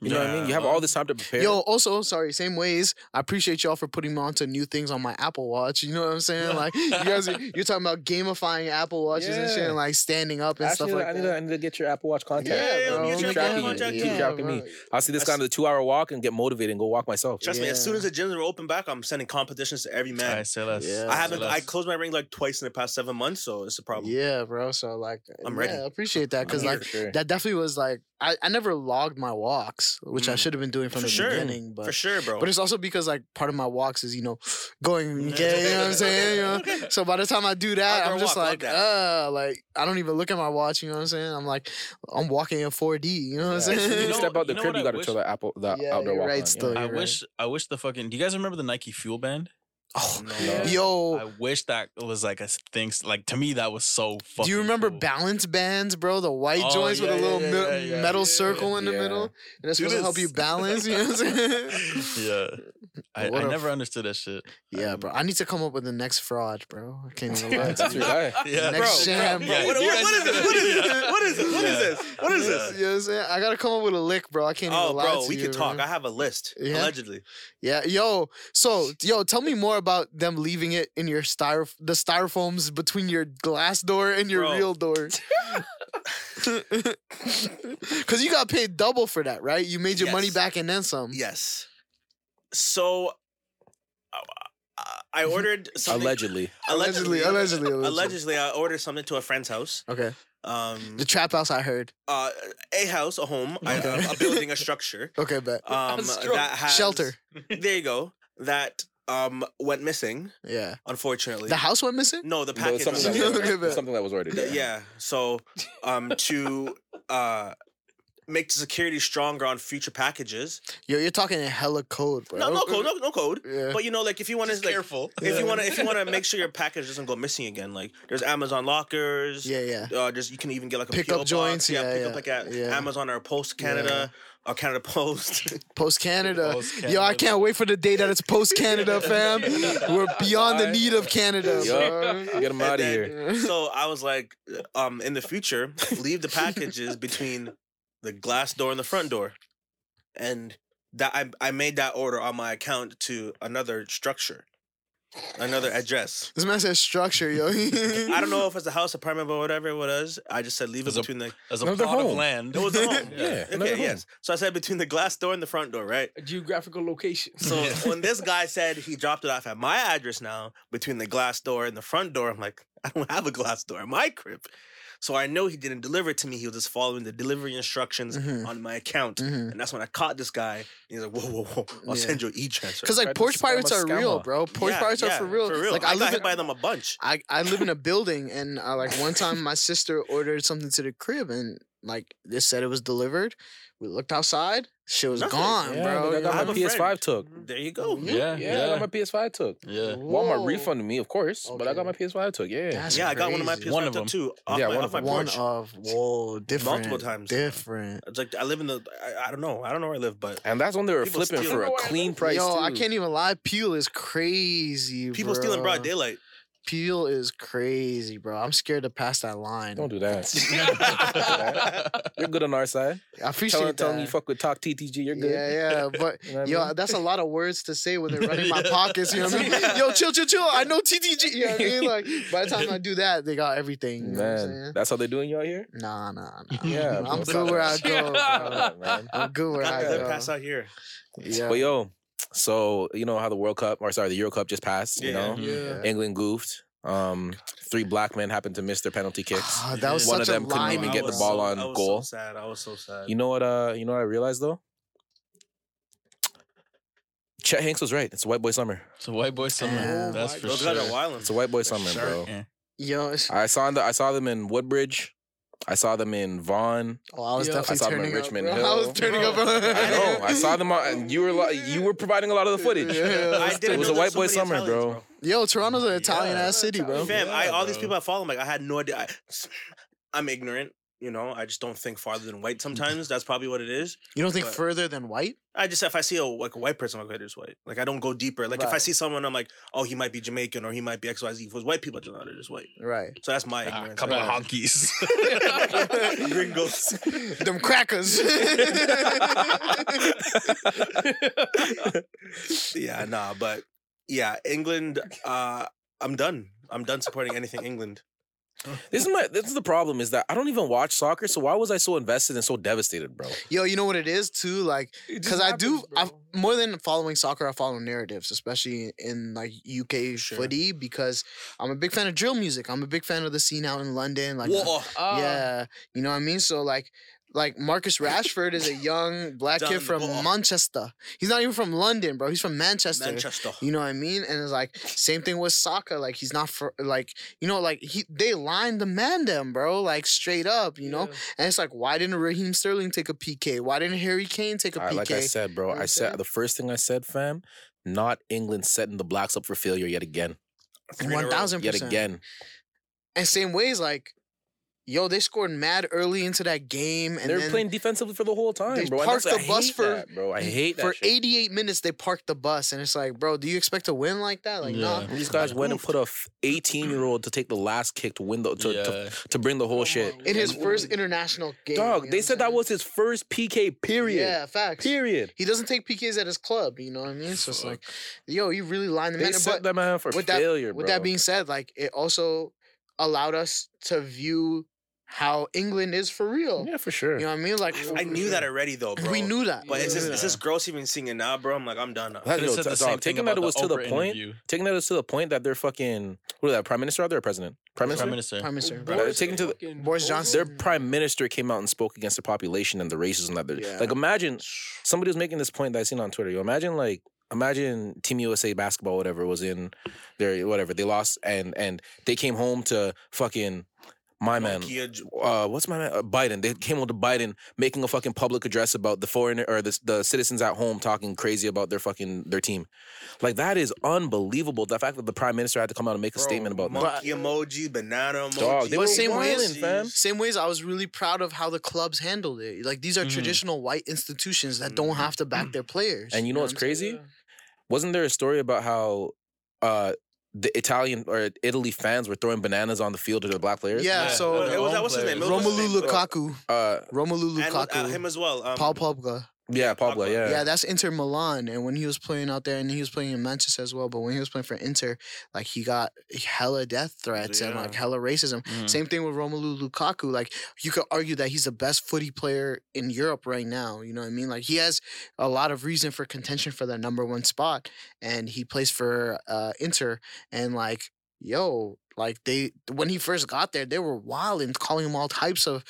Speaker 4: You know what I mean? You have all this time to prepare.
Speaker 7: Yo, also, sorry, same ways. I appreciate y'all for putting me onto new things on my Apple Watch. You know what I'm saying? Like, you guys, are- you're talking about gamifying Apple Watches and shit,
Speaker 5: Yeah.
Speaker 7: and like standing up and
Speaker 4: Actually,
Speaker 7: stuff like
Speaker 4: I need,
Speaker 7: that.
Speaker 4: to, I need to get your Apple Watch contact.
Speaker 3: Yeah,
Speaker 7: bro.
Speaker 3: get your
Speaker 4: keep
Speaker 3: Apple
Speaker 4: tracking
Speaker 3: Watch
Speaker 4: you.
Speaker 3: active.
Speaker 4: Keep tracking me.
Speaker 7: bro.
Speaker 4: I'll see this guy on the two-hour walk and get motivated and go walk myself.
Speaker 3: Trust me, as soon
Speaker 7: Yeah.
Speaker 3: as the gyms are open back, I'm sending competitions to every man.
Speaker 8: I say less.
Speaker 7: Yeah.
Speaker 3: I haven't. I
Speaker 8: Less.
Speaker 3: closed my ring like twice in the past seven months, so it's a problem.
Speaker 7: Yeah, bro. So like,
Speaker 3: I'm
Speaker 7: yeah,
Speaker 3: ready.
Speaker 7: I appreciate that because
Speaker 4: Yeah,
Speaker 7: like
Speaker 4: for sure.
Speaker 7: that definitely was like I, I never logged my walks, which I
Speaker 3: Mm.
Speaker 7: should have been doing from
Speaker 3: For
Speaker 7: the
Speaker 3: sure.
Speaker 7: beginning. But
Speaker 3: for sure, bro.
Speaker 7: But it's also because like part of my walks is you know going gay. You know what I'm saying? You know? So by the time I do that,
Speaker 3: Outdoor
Speaker 7: I'm just
Speaker 3: walk, love
Speaker 7: like,
Speaker 3: that.
Speaker 7: uh, like I don't even look at my watch. You know what I'm saying? I'm like, I'm walking in 4D. You know what I'm
Speaker 4: As soon as
Speaker 7: saying?
Speaker 4: you
Speaker 8: know-
Speaker 4: step out the
Speaker 8: you know
Speaker 10: what
Speaker 4: crib, you
Speaker 8: I
Speaker 4: got to
Speaker 8: wish-
Speaker 4: chill the Apple, the
Speaker 7: Yeah,
Speaker 4: outdoor
Speaker 7: you're
Speaker 4: walk.
Speaker 7: right,
Speaker 4: on, yeah.
Speaker 7: still.
Speaker 8: I
Speaker 7: You're
Speaker 8: wish I wish the fucking do you guys remember the Nike Fuel Band?
Speaker 7: oh,
Speaker 5: Yeah.
Speaker 7: yo.
Speaker 8: I wish that was like a s- thing s- like to me that was so fucking
Speaker 7: do you remember
Speaker 8: cool.
Speaker 7: balance bands, bro? The white
Speaker 8: Oh,
Speaker 7: joints
Speaker 8: yeah,
Speaker 7: with a little
Speaker 8: yeah,
Speaker 7: me-
Speaker 8: yeah, yeah,
Speaker 7: metal
Speaker 8: yeah.
Speaker 7: circle in the
Speaker 4: Yeah.
Speaker 7: middle, and it's
Speaker 8: Do
Speaker 7: supposed to help
Speaker 8: this.
Speaker 7: you balance. You know what I'm saying?
Speaker 8: yeah. I,
Speaker 7: What
Speaker 8: I
Speaker 7: a
Speaker 8: never understood that shit.
Speaker 7: Yeah,
Speaker 8: Um,
Speaker 7: bro. I need to come up with the next fraud, bro. I can't even lie.
Speaker 4: That's
Speaker 7: to
Speaker 4: your
Speaker 7: you.
Speaker 4: guy.
Speaker 8: Yeah,
Speaker 7: Next
Speaker 8: bro.
Speaker 7: jam, bro.
Speaker 8: Yeah,
Speaker 3: what,
Speaker 8: you
Speaker 3: what-
Speaker 8: guys-
Speaker 3: what is this? What is this?
Speaker 8: Yeah.
Speaker 3: What is this? What is this? What is
Speaker 7: Yeah.
Speaker 3: this?
Speaker 7: You know what I'm saying? I gotta come up with a lick, bro. I can't
Speaker 3: Oh,
Speaker 7: even lie
Speaker 3: bro,
Speaker 7: to
Speaker 3: we
Speaker 7: you,
Speaker 3: could
Speaker 7: bro.
Speaker 3: talk. I have a list,
Speaker 7: Yeah? Mm-hmm.
Speaker 3: allegedly.
Speaker 7: Yeah, yo. So, yo, tell me more about them leaving it in your styro the styrofoams between your glass door and your
Speaker 3: Bro.
Speaker 7: real door. Cause you got paid double for that, right? You made your money
Speaker 3: Yes.
Speaker 7: back and then some.
Speaker 3: Yes. So, uh, uh, I ordered something.
Speaker 4: Allegedly,
Speaker 7: Allegedly, allegedly, allegedly.
Speaker 3: allegedly, I ordered something to a friend's house.
Speaker 7: Okay.
Speaker 3: Um,
Speaker 7: The trap house I heard.
Speaker 3: uh, a house, a home, I-
Speaker 7: Okay.
Speaker 3: a, a building, a structure.
Speaker 7: Okay, bet.
Speaker 3: Um, that has
Speaker 7: Shelter.
Speaker 3: There you go. That um went missing,
Speaker 7: Yeah.
Speaker 3: unfortunately.
Speaker 7: The house went missing?
Speaker 3: no, the
Speaker 4: But
Speaker 3: package.
Speaker 4: it's something,
Speaker 3: was
Speaker 4: that was
Speaker 7: Okay,
Speaker 4: ordered.
Speaker 7: bet.
Speaker 4: It's something that was ordered.
Speaker 3: Th- yeah. So, um, to uh, make the security stronger on future packages.
Speaker 7: Yo, you're talking in hella code, bro.
Speaker 3: No, no code, no, no code.
Speaker 7: Yeah.
Speaker 3: But you know, like if you want to, like,
Speaker 8: careful.
Speaker 3: if you want to, if you want to make sure your package doesn't go missing again, like there's Amazon lockers.
Speaker 7: Yeah, yeah.
Speaker 3: Uh, just you can even get like a
Speaker 7: Pick
Speaker 3: PO
Speaker 7: up
Speaker 3: box.
Speaker 7: joints, yeah,
Speaker 3: pick
Speaker 7: yeah,
Speaker 3: up like at
Speaker 7: yeah.
Speaker 3: Amazon or Post Canada or Canada Post.
Speaker 7: Post Canada.
Speaker 8: Post
Speaker 7: uh, Yo, I
Speaker 8: Canada.
Speaker 7: can't wait for the day that it's post Canada, fam. We're beyond the need of Canada.
Speaker 4: Yo,
Speaker 7: bro.
Speaker 4: get him out of
Speaker 3: And
Speaker 4: here.
Speaker 7: Yeah.
Speaker 3: so I was like, um, in the future, leave the packages between the glass door and the front door, and that I I made that order on my account to another structure, another address.
Speaker 7: This man says structure, yo.
Speaker 3: I don't know if it's a house, apartment, or whatever it was. I just said leave it
Speaker 8: There's a-
Speaker 3: between the.
Speaker 8: As a
Speaker 4: Another
Speaker 8: plot of
Speaker 4: home.
Speaker 8: land.
Speaker 3: It was a home.
Speaker 4: Yeah, another
Speaker 3: Okay.
Speaker 4: home.
Speaker 3: Yes. So I said between the glass door and the front door, right?
Speaker 5: A geographical location.
Speaker 3: So when this guy said he dropped it off at my address now, between the glass door and the front door, I'm like, I don't have a glass door in my crib. So I know he didn't deliver it to me. He was just following the delivery instructions
Speaker 7: Mhm.
Speaker 3: on my account.
Speaker 7: Mhm.
Speaker 3: And that's when I caught this guy. And he's like, whoa, whoa, whoa. I'll
Speaker 7: Yeah.
Speaker 3: send you an e-transfer.
Speaker 7: Because like
Speaker 4: Tried to
Speaker 7: porch
Speaker 4: spam
Speaker 7: pirates
Speaker 4: a
Speaker 7: are
Speaker 4: scammer.
Speaker 7: real, bro. Porch
Speaker 3: Yeah,
Speaker 7: pirates
Speaker 3: yeah,
Speaker 7: are for real.
Speaker 3: For real.
Speaker 7: Like
Speaker 3: I,
Speaker 7: I,
Speaker 3: got
Speaker 7: live
Speaker 3: hit
Speaker 7: in,
Speaker 3: by them a bunch.
Speaker 7: I, I live in a building and uh, like one time my sister ordered something to the crib and like they said it was delivered. We looked outside, shit was
Speaker 3: Nothing.
Speaker 7: gone,
Speaker 4: Yeah,
Speaker 7: bro.
Speaker 4: I
Speaker 7: yo.
Speaker 3: I'm
Speaker 4: got
Speaker 3: a
Speaker 4: my PS5
Speaker 3: friend.
Speaker 4: took.
Speaker 3: There you
Speaker 7: Mm,
Speaker 3: go.
Speaker 8: Yeah,
Speaker 4: Yeah, I got
Speaker 8: yeah,
Speaker 4: my PS5 took.
Speaker 8: yeah.
Speaker 7: Whoa.
Speaker 4: Walmart refunded me, of course, but I
Speaker 7: Okay.
Speaker 4: got my PS5 took. Yeah,
Speaker 7: That's
Speaker 3: yeah, I got one of my
Speaker 7: crazy.
Speaker 3: PS5
Speaker 8: One of
Speaker 3: took
Speaker 8: them.
Speaker 3: too. Off
Speaker 4: Yeah,
Speaker 3: my,
Speaker 4: one
Speaker 3: off
Speaker 4: of
Speaker 3: my
Speaker 4: them.
Speaker 7: One uh,
Speaker 3: porch.
Speaker 7: of whoa, different,
Speaker 3: times.
Speaker 7: different.
Speaker 3: It's like I live in the I, I don't know. I don't know where I live, but
Speaker 4: and that's when they were
Speaker 3: People
Speaker 4: flipping
Speaker 3: steal.
Speaker 4: for a clean price.
Speaker 7: Yo, I
Speaker 4: too.
Speaker 7: can't even lie. Peel is crazy.
Speaker 3: people
Speaker 7: bro.
Speaker 3: steal in broad daylight.
Speaker 7: Peel is crazy, bro. I'm scared to pass that line.
Speaker 4: Don't do that. You're good on our side.
Speaker 7: I appreciate
Speaker 4: Telling, telling
Speaker 7: that.
Speaker 4: you fuck with talk TTG, you're good.
Speaker 7: Yeah, yeah, but
Speaker 4: You know what I
Speaker 7: yo,
Speaker 4: mean?
Speaker 7: that's a lot of words to say when they're running my pockets. You know what I mean? Yo, chill, chill, chill. I know TTG. You know what I mean? Like by the time I do that, they got everything. You know what I'm
Speaker 4: Man,
Speaker 7: saying?
Speaker 4: that's how they're doing y'all here.
Speaker 7: Nah, nah, nah.
Speaker 4: Yeah,
Speaker 7: I'm
Speaker 4: bro.
Speaker 7: good where I go. Bro.
Speaker 4: man.
Speaker 7: I'm good where I
Speaker 3: I
Speaker 7: go.
Speaker 3: pass out here.
Speaker 7: Yeah,
Speaker 4: But yo, so you know how the World Cup or sorry, the Euro Cup just passed. You
Speaker 3: Yeah.
Speaker 4: know,
Speaker 7: Mm, yeah.
Speaker 4: England goofed. Um, three black men happened to miss their penalty kicks.
Speaker 7: Ah, that was
Speaker 4: One of
Speaker 7: such a
Speaker 4: them couldn't
Speaker 7: lie,
Speaker 4: even
Speaker 3: Oh, I
Speaker 4: get the
Speaker 3: was
Speaker 4: ball
Speaker 3: so-
Speaker 4: on
Speaker 3: I was
Speaker 4: goal.
Speaker 3: So sad. I was so sad.
Speaker 4: You know what? Uh, you know what I realized though. Chet Hanks was right. It's a white boy summer.
Speaker 8: It's a white boy summer.
Speaker 7: Oh
Speaker 8: that's
Speaker 5: my
Speaker 8: for
Speaker 3: Those
Speaker 8: sure.
Speaker 3: guys are wilding.
Speaker 4: It's a white boy summer,
Speaker 3: sure.
Speaker 4: bro.
Speaker 8: Yeah.
Speaker 7: Yo, it's,
Speaker 4: I saw the, I saw them in Woodbridge. I saw them in Vaughn.
Speaker 7: oh, I was
Speaker 5: Yo, I
Speaker 7: definitely
Speaker 4: saw him in
Speaker 7: turning
Speaker 4: Richmond
Speaker 7: up. bro.
Speaker 4: Hill.
Speaker 7: I was turning up.
Speaker 4: I know. I saw them. On, you were lo- you were providing a lot of the footage.
Speaker 7: Yeah.
Speaker 3: I didn't
Speaker 4: It was
Speaker 3: know
Speaker 4: a
Speaker 3: there
Speaker 4: white
Speaker 3: so
Speaker 4: boy
Speaker 3: many
Speaker 4: summer,
Speaker 3: Italians,
Speaker 4: bro.
Speaker 7: Yo, Toronto's an Italian ass
Speaker 5: Yeah.
Speaker 7: city, bro.
Speaker 3: Fam,
Speaker 8: Yeah,
Speaker 3: I all these
Speaker 8: bro.
Speaker 3: people I follow, I'm like, I had no idea. I, am ignorant. You know, I just don't think farther than
Speaker 4: Mm.
Speaker 3: white. Sometimes that's probably what it is.
Speaker 7: You don't think
Speaker 3: But-
Speaker 7: further than white?
Speaker 3: I just if I see a like a white person, I'm like "Okay, this white. Like I don't go deeper. Like if I
Speaker 7: Right.
Speaker 3: see someone, I'm like, oh, he might be Jamaican or he might be X Y Z. If it was white people, I just know they're just white.
Speaker 7: Right.
Speaker 3: So that's my
Speaker 8: Ah,
Speaker 3: ignorance.
Speaker 8: come
Speaker 3: Like,
Speaker 8: on, honkies.
Speaker 3: Gringos.
Speaker 7: Them crackers.
Speaker 3: yeah, nah, but yeah, England. Uh, I'm done. I'm done supporting anything England.
Speaker 4: This is my this is the problem is that I don't even watch soccer, so why was I so invested and so devastated, bro?
Speaker 7: Yo, you know what it is too? Like,
Speaker 5: It just
Speaker 7: because I do
Speaker 5: happens,
Speaker 7: I've,
Speaker 5: bro.
Speaker 7: more than following soccer, I follow narratives, especially in like UK footy, because I'm a big fan of drill music. I'm a big fan of the scene out in London. Like,
Speaker 5: Ah,
Speaker 7: yeah, you know what I mean. So like. Like Marcus Rashford is a young black
Speaker 3: Done
Speaker 7: kid from
Speaker 3: well.
Speaker 7: Manchester. He's not even from London, bro. He's from Manchester.
Speaker 3: Manchester.
Speaker 7: You know what I mean? And it's like same thing with Saka. Like he's not for like you know like he they lined the man them, bro. Like straight up, you know.
Speaker 5: yeah.
Speaker 7: And it's like why didn't Raheem Sterling take a PK? Why didn't Harry Kane take a
Speaker 4: I,
Speaker 7: PK?
Speaker 4: like I said, bro, I said the first thing I said, fam, not England setting the blacks up for failure yet again,
Speaker 3: in a row.
Speaker 7: One thousand
Speaker 4: yet
Speaker 7: percent.
Speaker 4: again.
Speaker 7: And same ways like. Yo, they scored mad early into that game, and
Speaker 4: they were
Speaker 7: then
Speaker 4: playing defensively for the whole time,
Speaker 7: they
Speaker 4: bro. and that's-
Speaker 7: parked
Speaker 4: I
Speaker 7: the bus
Speaker 4: hate
Speaker 7: for-
Speaker 4: that, bro. I hate that.
Speaker 7: for
Speaker 4: shit.
Speaker 7: 88 minutes they parked the bus, and it's like, bro, do you expect to win like that? Like, nah.
Speaker 8: Yeah.
Speaker 4: These guys went and put a 18 year old to take the last kick to win the to, to,
Speaker 8: yeah.
Speaker 4: to bring the whole shit.
Speaker 7: In his first international game, you
Speaker 4: Dog,
Speaker 7: know
Speaker 4: they
Speaker 7: what
Speaker 4: said
Speaker 7: I'm
Speaker 4: that was his first PK.
Speaker 7: saying?
Speaker 4: Period.
Speaker 7: Yeah, facts.
Speaker 4: Period.
Speaker 7: He doesn't take PKs at his club. You know what I mean? So it's like, yo, you really lined the
Speaker 4: They
Speaker 7: man. up.
Speaker 4: set that man up for
Speaker 7: with that-
Speaker 4: failure, bro.
Speaker 7: With that being said, like it also allowed us to view how England is for real.
Speaker 4: yeah, for sure.
Speaker 7: You know what I mean? Like
Speaker 3: I knew that already, though, bro.
Speaker 7: we knew that.
Speaker 3: but it's just it's just gross even seeing it now, bro. I'm like, I'm done. Now.
Speaker 4: That-
Speaker 8: Could've
Speaker 4: yo,
Speaker 8: said
Speaker 4: t- dog,
Speaker 8: the same thing
Speaker 4: taking that it
Speaker 8: about
Speaker 4: was
Speaker 8: the
Speaker 4: to the
Speaker 8: Oprah
Speaker 4: point.
Speaker 8: interview.
Speaker 4: Taking that it was to the point that they're fucking. What is that? Prime minister out there, or president? Prime minister.
Speaker 8: Prime Minister.
Speaker 7: prime minister.
Speaker 4: Bro,
Speaker 5: Boris
Speaker 4: taking to the-
Speaker 5: fucking
Speaker 7: Boris
Speaker 5: Johnson.
Speaker 7: Johnson.
Speaker 4: Their prime minister came out and spoke against the population and the racism that they're
Speaker 7: Yeah.
Speaker 4: like. Imagine somebody was making this point that I seen on Twitter. You imagine like imagine Team USA basketball, whatever was in their whatever they lost and and they came home to fucking my man.
Speaker 3: Nokia j-
Speaker 4: Uh, what's my man? Uh, Biden. They came home to Biden making a fucking public address about the foreigner or the the citizens at home talking crazy about their fucking their team. Like that is unbelievable. The fact that the prime minister had to come out and make a
Speaker 3: bro,
Speaker 4: statement about that.
Speaker 3: monkey emoji, banana emoji.
Speaker 4: Dog, they
Speaker 7: But
Speaker 4: were
Speaker 7: same way
Speaker 4: wilding,
Speaker 7: as-
Speaker 4: fam.
Speaker 7: Same ways, I was really proud of how the clubs handled it. Like these are
Speaker 4: Mm-hmm.
Speaker 8: Mhm.
Speaker 7: traditional white institutions that don't have to back their players.
Speaker 4: And you know what's
Speaker 7: what I'm
Speaker 4: crazy?
Speaker 5: Yeah.
Speaker 4: Wasn't there a story about how uh the Italian or Italy fans were throwing bananas on the field to the black players?
Speaker 7: saying? Yeah,
Speaker 8: Yeah.
Speaker 7: so
Speaker 3: It was- what's his name? It was-
Speaker 7: Romelu Lukaku,
Speaker 4: Uh,
Speaker 7: Romelu
Speaker 3: and with, uh, him
Speaker 7: Lukaku,
Speaker 3: as well. Um,
Speaker 7: Paul Pogba.
Speaker 4: yeah, Pogba. Yeah.
Speaker 7: Yeah, that's Inter Milan. And when he was playing out there, and he was playing in Manchester as well, but when he was playing for Inter, like he got hella death threats and
Speaker 3: Yeah.
Speaker 7: like hella racism.
Speaker 8: Mhm.
Speaker 7: Same thing with Romelu Lukaku. Like you could argue that he's the best footy player in Europe right now. You know what I mean? Like he has a lot of reason for contention for that number one spot, and he plays for uh, Inter. And like, yo, like they when he first got there, they were wild and calling him all types of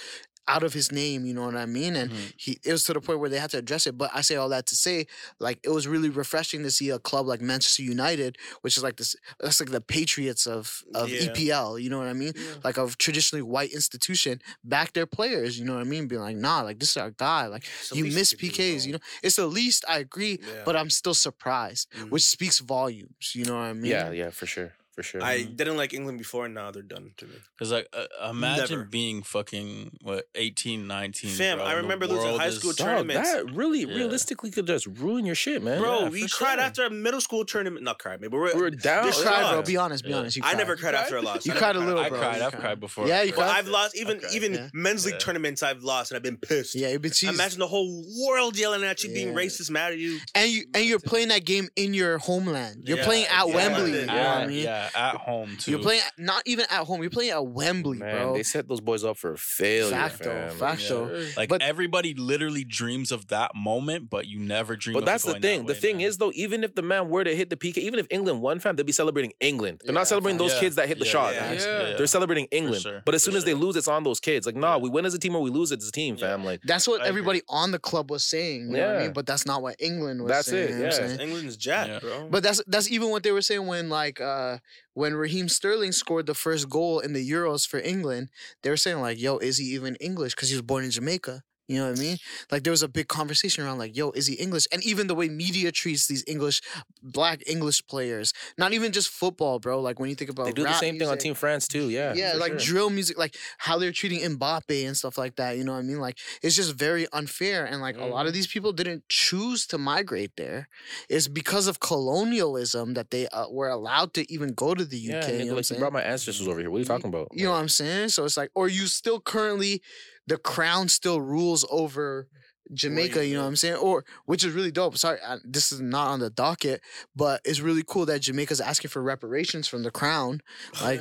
Speaker 7: out of his name. You know what I mean? And
Speaker 8: Mhm.
Speaker 7: he it was to the point where they had to address it. But I say all that to say, like it was really refreshing to see a club like Manchester United, which is like this that's like the Patriots of of
Speaker 3: Yeah.
Speaker 7: EPL, you know what I mean? Like of traditionally white institution, back their players, you know what I mean? Being like, nah, like this is our guy. Like
Speaker 3: it's the
Speaker 7: you
Speaker 3: least
Speaker 7: miss
Speaker 3: could do,
Speaker 7: PKs,
Speaker 3: bro.
Speaker 7: you know? It's the least I agree,
Speaker 3: Yeah.
Speaker 7: but I'm still surprised,
Speaker 3: Mhm.
Speaker 7: which speaks volumes, you know what I mean?
Speaker 4: Yeah, yeah, for sure, for
Speaker 7: uh,
Speaker 4: sure.
Speaker 8: Mm.
Speaker 3: I didn't like England before, and now they're done to me.
Speaker 8: Because like, uh, imagine
Speaker 3: Never.
Speaker 8: being fucking what 18, 19.
Speaker 3: Fam,
Speaker 8: bro,
Speaker 3: I
Speaker 8: and the
Speaker 3: remember losing
Speaker 8: world
Speaker 3: high
Speaker 8: is-
Speaker 3: school
Speaker 4: Dog,
Speaker 3: tournaments.
Speaker 4: that really
Speaker 8: Yeah.
Speaker 4: realistically could just ruin your shit, man.
Speaker 3: Bro,
Speaker 8: Yeah,
Speaker 3: we
Speaker 8: for
Speaker 3: cried
Speaker 8: sure.
Speaker 3: after a middle school tournament. Not cried, maybe we're.
Speaker 4: we were down.
Speaker 7: You
Speaker 3: This
Speaker 7: cried, bro.
Speaker 3: God.
Speaker 7: Be honest, be
Speaker 8: Yeah.
Speaker 7: honest. You
Speaker 3: I never
Speaker 7: cried.
Speaker 3: cried after a
Speaker 5: cried?
Speaker 3: loss.
Speaker 7: You
Speaker 3: I never
Speaker 7: cried a little,
Speaker 8: I
Speaker 7: bro.
Speaker 8: cried.
Speaker 7: You
Speaker 8: I've
Speaker 7: cried.
Speaker 8: cried before.
Speaker 7: Yeah, you
Speaker 3: But
Speaker 8: I've
Speaker 7: cried.
Speaker 8: cried.
Speaker 3: I've lost even
Speaker 8: Okay.
Speaker 3: even
Speaker 7: Yeah.
Speaker 3: men's league
Speaker 8: Yeah.
Speaker 3: tournaments. I've lost, and I've been pissed.
Speaker 7: Yeah, you've been cheesed.
Speaker 3: Imagine the whole world yelling at you, being
Speaker 7: Yeah.
Speaker 3: racist, mad at you.
Speaker 7: and you and you're playing that game in your homeland. You're
Speaker 8: Yeah,
Speaker 7: playing at
Speaker 3: yeah,
Speaker 7: Wembley.
Speaker 3: yeah,
Speaker 7: you know
Speaker 8: yeah,
Speaker 7: what I mean?
Speaker 8: yeah, at home too.
Speaker 7: You're playing not even at home. You're playing at Wembley,
Speaker 4: man,
Speaker 7: bro.
Speaker 4: they set those boys up for failure,
Speaker 7: Facto,
Speaker 4: fam.
Speaker 7: facto.
Speaker 5: Sure.
Speaker 8: like
Speaker 7: but-
Speaker 8: everybody literally dreams of that moment, but you never dream.
Speaker 4: But
Speaker 8: of
Speaker 4: that's
Speaker 8: it
Speaker 4: the
Speaker 8: going
Speaker 4: thing.
Speaker 8: That
Speaker 4: the
Speaker 8: way,
Speaker 4: thing
Speaker 8: man.
Speaker 4: is, though, even if the man were to hit the PK, even if England won, fam, they'd be celebrating England. They're
Speaker 7: Yeah,
Speaker 4: not celebrating
Speaker 7: fam.
Speaker 4: those
Speaker 8: Yeah,
Speaker 4: kids that hit the
Speaker 8: yeah,
Speaker 4: shot.
Speaker 5: Yeah.
Speaker 4: They're celebrating England.
Speaker 8: sure,
Speaker 4: But as
Speaker 8: for
Speaker 4: soon as they
Speaker 8: sure.
Speaker 4: lose, it's on those kids. Like, nah, we win as a team or we lose as a team, fam. Like,
Speaker 7: That's what
Speaker 8: I agree.
Speaker 7: everybody on the club was saying. You know what I
Speaker 4: Yeah.
Speaker 7: mean? But that's not what England was
Speaker 4: That's
Speaker 7: saying.
Speaker 4: it,
Speaker 7: you know what I'm
Speaker 4: yeah.
Speaker 7: saying?
Speaker 3: England's jacked,
Speaker 8: Yeah.
Speaker 3: bro.
Speaker 7: But that's that's even what they were saying when like uh when Raheem Sterling scored the first goal in the Euros for England, they were saying like, "Yo, is he even English? Because he was born in Jamaica." You know what I mean? Like there was a big conversation around like, yo, is he English? And even the way media treats these English, black English players, not even just football, bro. Like when you think about
Speaker 10: They do the
Speaker 7: rap
Speaker 10: same thing on
Speaker 7: music,
Speaker 10: Team France too. Yeah.
Speaker 7: yeah,
Speaker 10: for
Speaker 7: like
Speaker 10: sure.
Speaker 7: drill music, like how they're treating Mbappe and stuff like that. You know what I mean? Like it's just very unfair. And like a lot
Speaker 10: Mm-hmm.
Speaker 7: of these people didn't choose to migrate there. It's because of colonialism that they uh, were allowed to even go to the UK.
Speaker 10: yeah,
Speaker 7: you,
Speaker 10: nigga,
Speaker 7: know what I'm
Speaker 10: like you
Speaker 7: saying?
Speaker 10: brought my ancestors over here. What are you talking about?
Speaker 7: you know what I'm saying? So it's like, or you still currently, the crown still rules over. Jamaica, you know what I'm saying, or which is really dope. Sorry, I, this is not on the docket, but it's really cool that Jamaica's asking for reparations from the crown. Like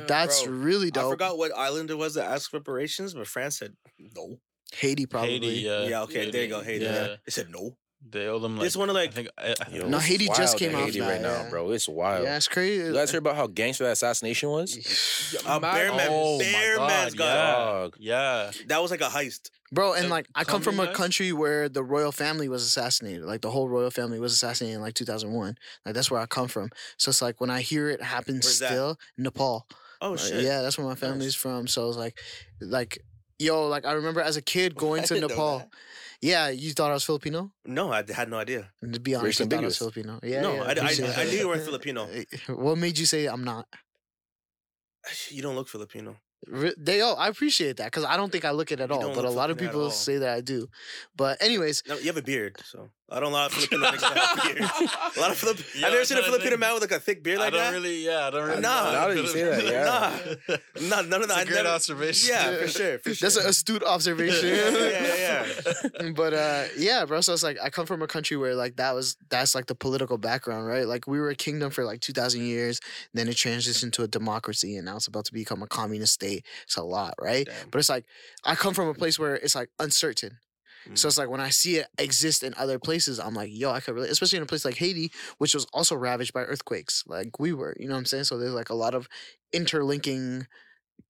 Speaker 5: Yeah,
Speaker 7: that's
Speaker 3: bro.
Speaker 7: really dope.
Speaker 3: I forgot what island it was that asked for reparations, but France said no.
Speaker 7: Haiti probably.
Speaker 8: Haiti, yeah.
Speaker 3: yeah, okay, there you go, Haiti.
Speaker 8: Yeah.
Speaker 3: Yeah. They said no.
Speaker 8: They owe them like.
Speaker 3: It's one of
Speaker 8: I
Speaker 3: like
Speaker 8: think. I, I,
Speaker 10: Yo,
Speaker 7: No,
Speaker 10: it's
Speaker 7: Haiti just
Speaker 10: wild in
Speaker 7: came off
Speaker 10: Haiti
Speaker 7: that,
Speaker 10: right
Speaker 7: yeah.
Speaker 10: now, bro. It's wild.
Speaker 7: Yeah, it's crazy.
Speaker 10: You guys hear about how gangster that assassination was?
Speaker 3: a bear man.
Speaker 8: oh
Speaker 3: bear
Speaker 8: my
Speaker 3: man's
Speaker 8: god!
Speaker 3: got
Speaker 10: Dog.
Speaker 8: Yeah.
Speaker 3: that was like a heist.
Speaker 7: Bro, and
Speaker 8: Uh,
Speaker 7: like I come from a
Speaker 8: communist?
Speaker 7: country where the royal family was assassinated. Like the whole royal family was assassinated in like 2001. Like that's where I come from. So it's like when I hear it happen
Speaker 3: Where's that?
Speaker 7: still, Nepal.
Speaker 3: Oh
Speaker 7: Like,
Speaker 3: shit.
Speaker 7: yeah, that's where my family's from. So it's like like yo, like I remember as a kid going
Speaker 3: Oh, I
Speaker 7: to
Speaker 3: didn't know
Speaker 7: Nepal.
Speaker 3: that.
Speaker 7: Yeah, you thought I was Filipino?
Speaker 3: No, I d- had no idea.
Speaker 7: To be honest, I
Speaker 10: Racially
Speaker 7: thought I was
Speaker 10: ambiguous.
Speaker 7: Filipino. Yeah.
Speaker 3: no,
Speaker 7: yeah,
Speaker 3: I d- I,
Speaker 7: racially
Speaker 3: I knew you weren't
Speaker 7: ambiguous.
Speaker 3: Filipino.
Speaker 7: What made you say I'm not?
Speaker 3: You don't look Filipino.
Speaker 7: Re- They all, I appreciate that because I don't think I look it at
Speaker 3: You
Speaker 7: all,
Speaker 3: don't
Speaker 7: but a
Speaker 3: look
Speaker 7: lot of
Speaker 3: Filipino at
Speaker 7: people
Speaker 3: all.
Speaker 7: say that I do. But anyways,
Speaker 3: No, you have a beard, so I don't know how Filipino niggas have a beard. A lot of Filip-
Speaker 8: Yeah,
Speaker 3: I've never
Speaker 8: I'm
Speaker 3: seen a
Speaker 8: trying to
Speaker 3: Filipino
Speaker 8: think.
Speaker 3: man with like a thick beard
Speaker 8: I
Speaker 3: like
Speaker 8: don't
Speaker 3: that.
Speaker 8: really. Yeah, I don't really.
Speaker 3: Nah.
Speaker 8: know.
Speaker 3: Now
Speaker 10: that you say that,
Speaker 3: yeah. no, none of that.
Speaker 8: It's
Speaker 3: I
Speaker 8: a great
Speaker 3: never-
Speaker 8: observation.
Speaker 3: Yeah, for sure, for sure.
Speaker 7: uh, that's an astute observation.
Speaker 3: yeah, yeah, yeah.
Speaker 7: but uh, yeah, bro. So it's like I come from a country where like that was that's like the political background, right? Like we were a kingdom for like two thousand years, then it transitioned to a democracy, and now it's about to become a communist state. It's a lot, right?
Speaker 3: Damn.
Speaker 7: But it's like I come from a place where it's like uncertain. So it's like when I see it exist in other places, I'm like, yo, I could really, especially in a place like Haiti, which was also ravaged by earthquakes, like we were. You know what I'm saying? So there's like a lot of interlinking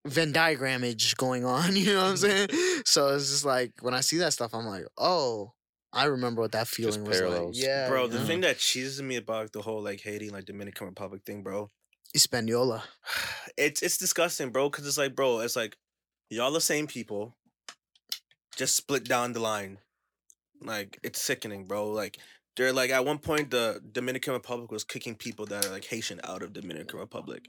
Speaker 7: Venn diagramage going on. You know what I'm saying? so it's just like when I see that stuff, I'm like, oh, I remember what that feeling was like.
Speaker 10: parallels.
Speaker 7: Yeah,
Speaker 3: Bro,
Speaker 7: you
Speaker 3: the
Speaker 7: know?
Speaker 3: thing that cheeses me about the whole like Haiti, like Dominican Republic thing, bro,
Speaker 7: Hispaniola.
Speaker 3: it's it's disgusting, bro. Because it's like, bro, it's like y'all the same people, just split down the line. Like it's sickening, bro. Like they're like at one point the Dominican Republic was kicking people that are like Haitian out of Dominican Republic.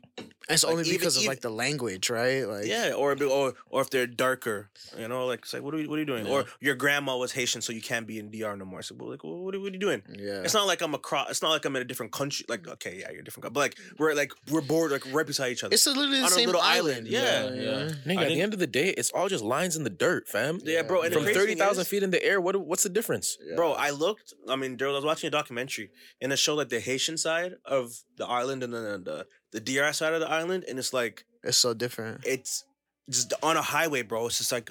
Speaker 7: It's
Speaker 3: Like,
Speaker 7: only
Speaker 3: even-
Speaker 7: because of
Speaker 3: even-
Speaker 7: like the language, right? Like,
Speaker 3: Yeah, or be- or or if they're darker, you know, like it's like what are you, what are you doing? Or your grandma was Haitian, so you can't be in DR no more. So we're like, well, what are, what are you doing?
Speaker 7: yeah.
Speaker 3: It's not like I'm across. It's not like I'm in a different country. Like okay, yeah, you're a different, co- but like we're like we're bored, like right beside each other.
Speaker 7: It's literally the
Speaker 3: on a
Speaker 7: same
Speaker 3: little island,
Speaker 7: island.
Speaker 3: yeah.
Speaker 7: you
Speaker 8: Yeah.
Speaker 7: know?
Speaker 10: Nigga,
Speaker 8: I
Speaker 10: at the
Speaker 8: didn't-
Speaker 10: end of the day, it's all just lines in the dirt, fam.
Speaker 3: yeah, bro. And
Speaker 10: From
Speaker 3: the thirty
Speaker 10: 30,000
Speaker 3: thousand
Speaker 10: feet in the air, what what's the difference?
Speaker 3: bro. I looked. I mean, there, I was watching a documentary and it showed like the Haitian side of the island and then the the DR side of the island, and it's like
Speaker 7: It's so different.
Speaker 3: it's just on a highway, bro. It's just like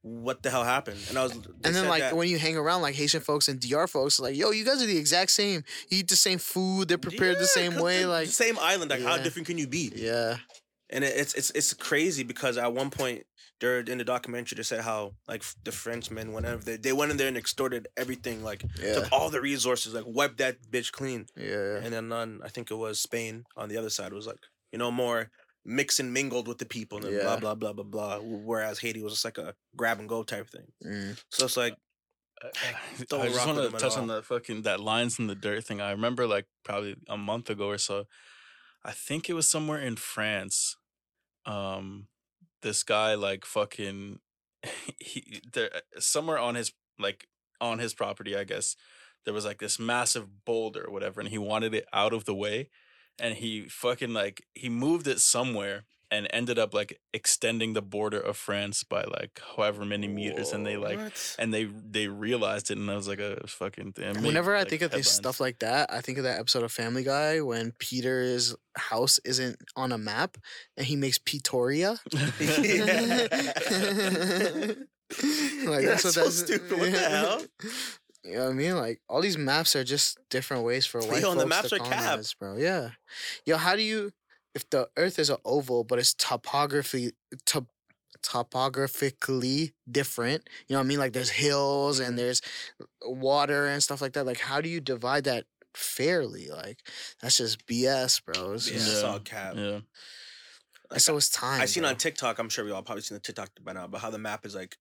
Speaker 3: what the hell happened? And I was
Speaker 7: And then, like,
Speaker 3: when.
Speaker 7: when you hang around, like, Haitian folks and DR folks, like, yo, you guys are the exact same. You eat the same food. They're prepared the
Speaker 3: Yeah,
Speaker 7: same
Speaker 3: 'cause
Speaker 7: way.
Speaker 3: they're
Speaker 7: Like,
Speaker 3: the same island. Like how
Speaker 7: Yeah.
Speaker 3: different can you be?
Speaker 7: yeah.
Speaker 3: And it, it's it's it's crazy because at one point there in the documentary they said how like f- the Frenchmen went over there, they went in there and extorted everything, like
Speaker 7: Yeah.
Speaker 3: took all the resources, like wiped that bitch clean.
Speaker 7: Yeah.
Speaker 3: And then on I think it was Spain on the other side was like you know more mix and mingled with the people and then
Speaker 7: Yeah.
Speaker 3: blah blah blah blah blah. Whereas Haiti was just like a grab and go type thing.
Speaker 7: Mm.
Speaker 3: So it's like Don't
Speaker 8: I just
Speaker 3: rock
Speaker 8: want
Speaker 3: with
Speaker 8: to
Speaker 3: them at
Speaker 8: touch on
Speaker 3: all.
Speaker 8: that fucking that lines in the dirt thing. I remember like probably a month ago or so. I think it was somewhere in France. Um, this guy like fucking he there uh, somewhere on his like on his property, I guess there was like this massive boulder or whatever, and he wanted it out of the way, and he fucking like he moved it somewhere and ended up like extending the border of France by like however many meters, and they like and they they realized it, and I was like, "Oh, fucking damn!"
Speaker 7: Whenever I think of this stuff like that, I think of that episode of Family Guy when Peter's house isn't on a map and he makes Petoria. like
Speaker 3: That's so stupid. What the hell?
Speaker 7: You know what I mean? Like all these maps are just different ways for white
Speaker 3: Yo,
Speaker 7: folks
Speaker 3: and the maps
Speaker 7: to
Speaker 3: are cap.
Speaker 7: colonize, bro. Yeah. Yo, how do you if the earth is an oval but it's topography top topographically different, you know what I mean? Like there's hills
Speaker 3: Mm-hmm.
Speaker 7: and there's water and stuff like that. Like how do you divide that fairly? Like that's just BS, bro. It's
Speaker 3: yeah,
Speaker 7: just-
Speaker 3: it's
Speaker 8: Yeah.
Speaker 3: all cap.
Speaker 8: yeah,
Speaker 7: so it's time.
Speaker 3: I seen
Speaker 7: bro.
Speaker 3: on TikTok. I'm sure we all probably seen the TikTok by now, but how the map is like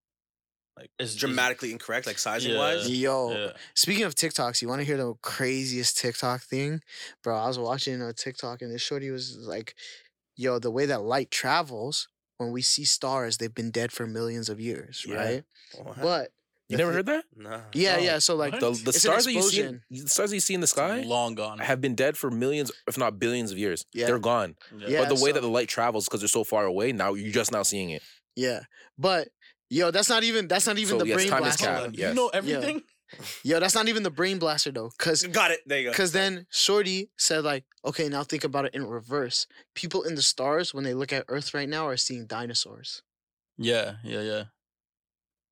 Speaker 3: like
Speaker 8: It's- it's-
Speaker 3: dramatically incorrect, like sizing
Speaker 8: Yeah.
Speaker 3: wise.
Speaker 7: Yo,
Speaker 8: Yeah.
Speaker 7: Speaking of TikToks, you want to hear the craziest TikTok thing? Bro, I was watching a TikTok and this shorty was like, yo, the way that light travels, when we see stars, they've been dead for millions of years,
Speaker 3: Yeah.
Speaker 7: right?
Speaker 3: What?
Speaker 7: But
Speaker 4: You
Speaker 7: the
Speaker 4: never
Speaker 7: thi-
Speaker 4: heard that?
Speaker 3: Nah.
Speaker 7: Yeah,
Speaker 8: Oh,
Speaker 7: yeah. So like
Speaker 8: what?
Speaker 7: the-
Speaker 4: The, the
Speaker 7: It's an
Speaker 4: stars that you see, in-
Speaker 7: explosion.
Speaker 4: the stars that you see in the
Speaker 8: It's
Speaker 4: sky
Speaker 8: long gone.
Speaker 4: have been dead for millions, if not billions of years.
Speaker 7: Yeah.
Speaker 4: They're gone.
Speaker 7: Yeah,
Speaker 4: but the way
Speaker 7: so-
Speaker 4: that the light travels, because they're so far away, now you're just now seeing it.
Speaker 7: yeah. But yo, that's not even that's not even
Speaker 4: So,
Speaker 7: the
Speaker 4: yes,
Speaker 7: brain
Speaker 4: time is
Speaker 7: blaster.
Speaker 4: cap.
Speaker 8: Hold on,
Speaker 4: Yes.
Speaker 8: You know everything?
Speaker 7: Yo, that's not even the brain blaster though. Cause
Speaker 3: Got it. There you go.
Speaker 7: Because then Shorty said, like, okay, now think about it in reverse. People in the stars, when they look at Earth right now, are seeing dinosaurs.
Speaker 8: Yeah, yeah, yeah,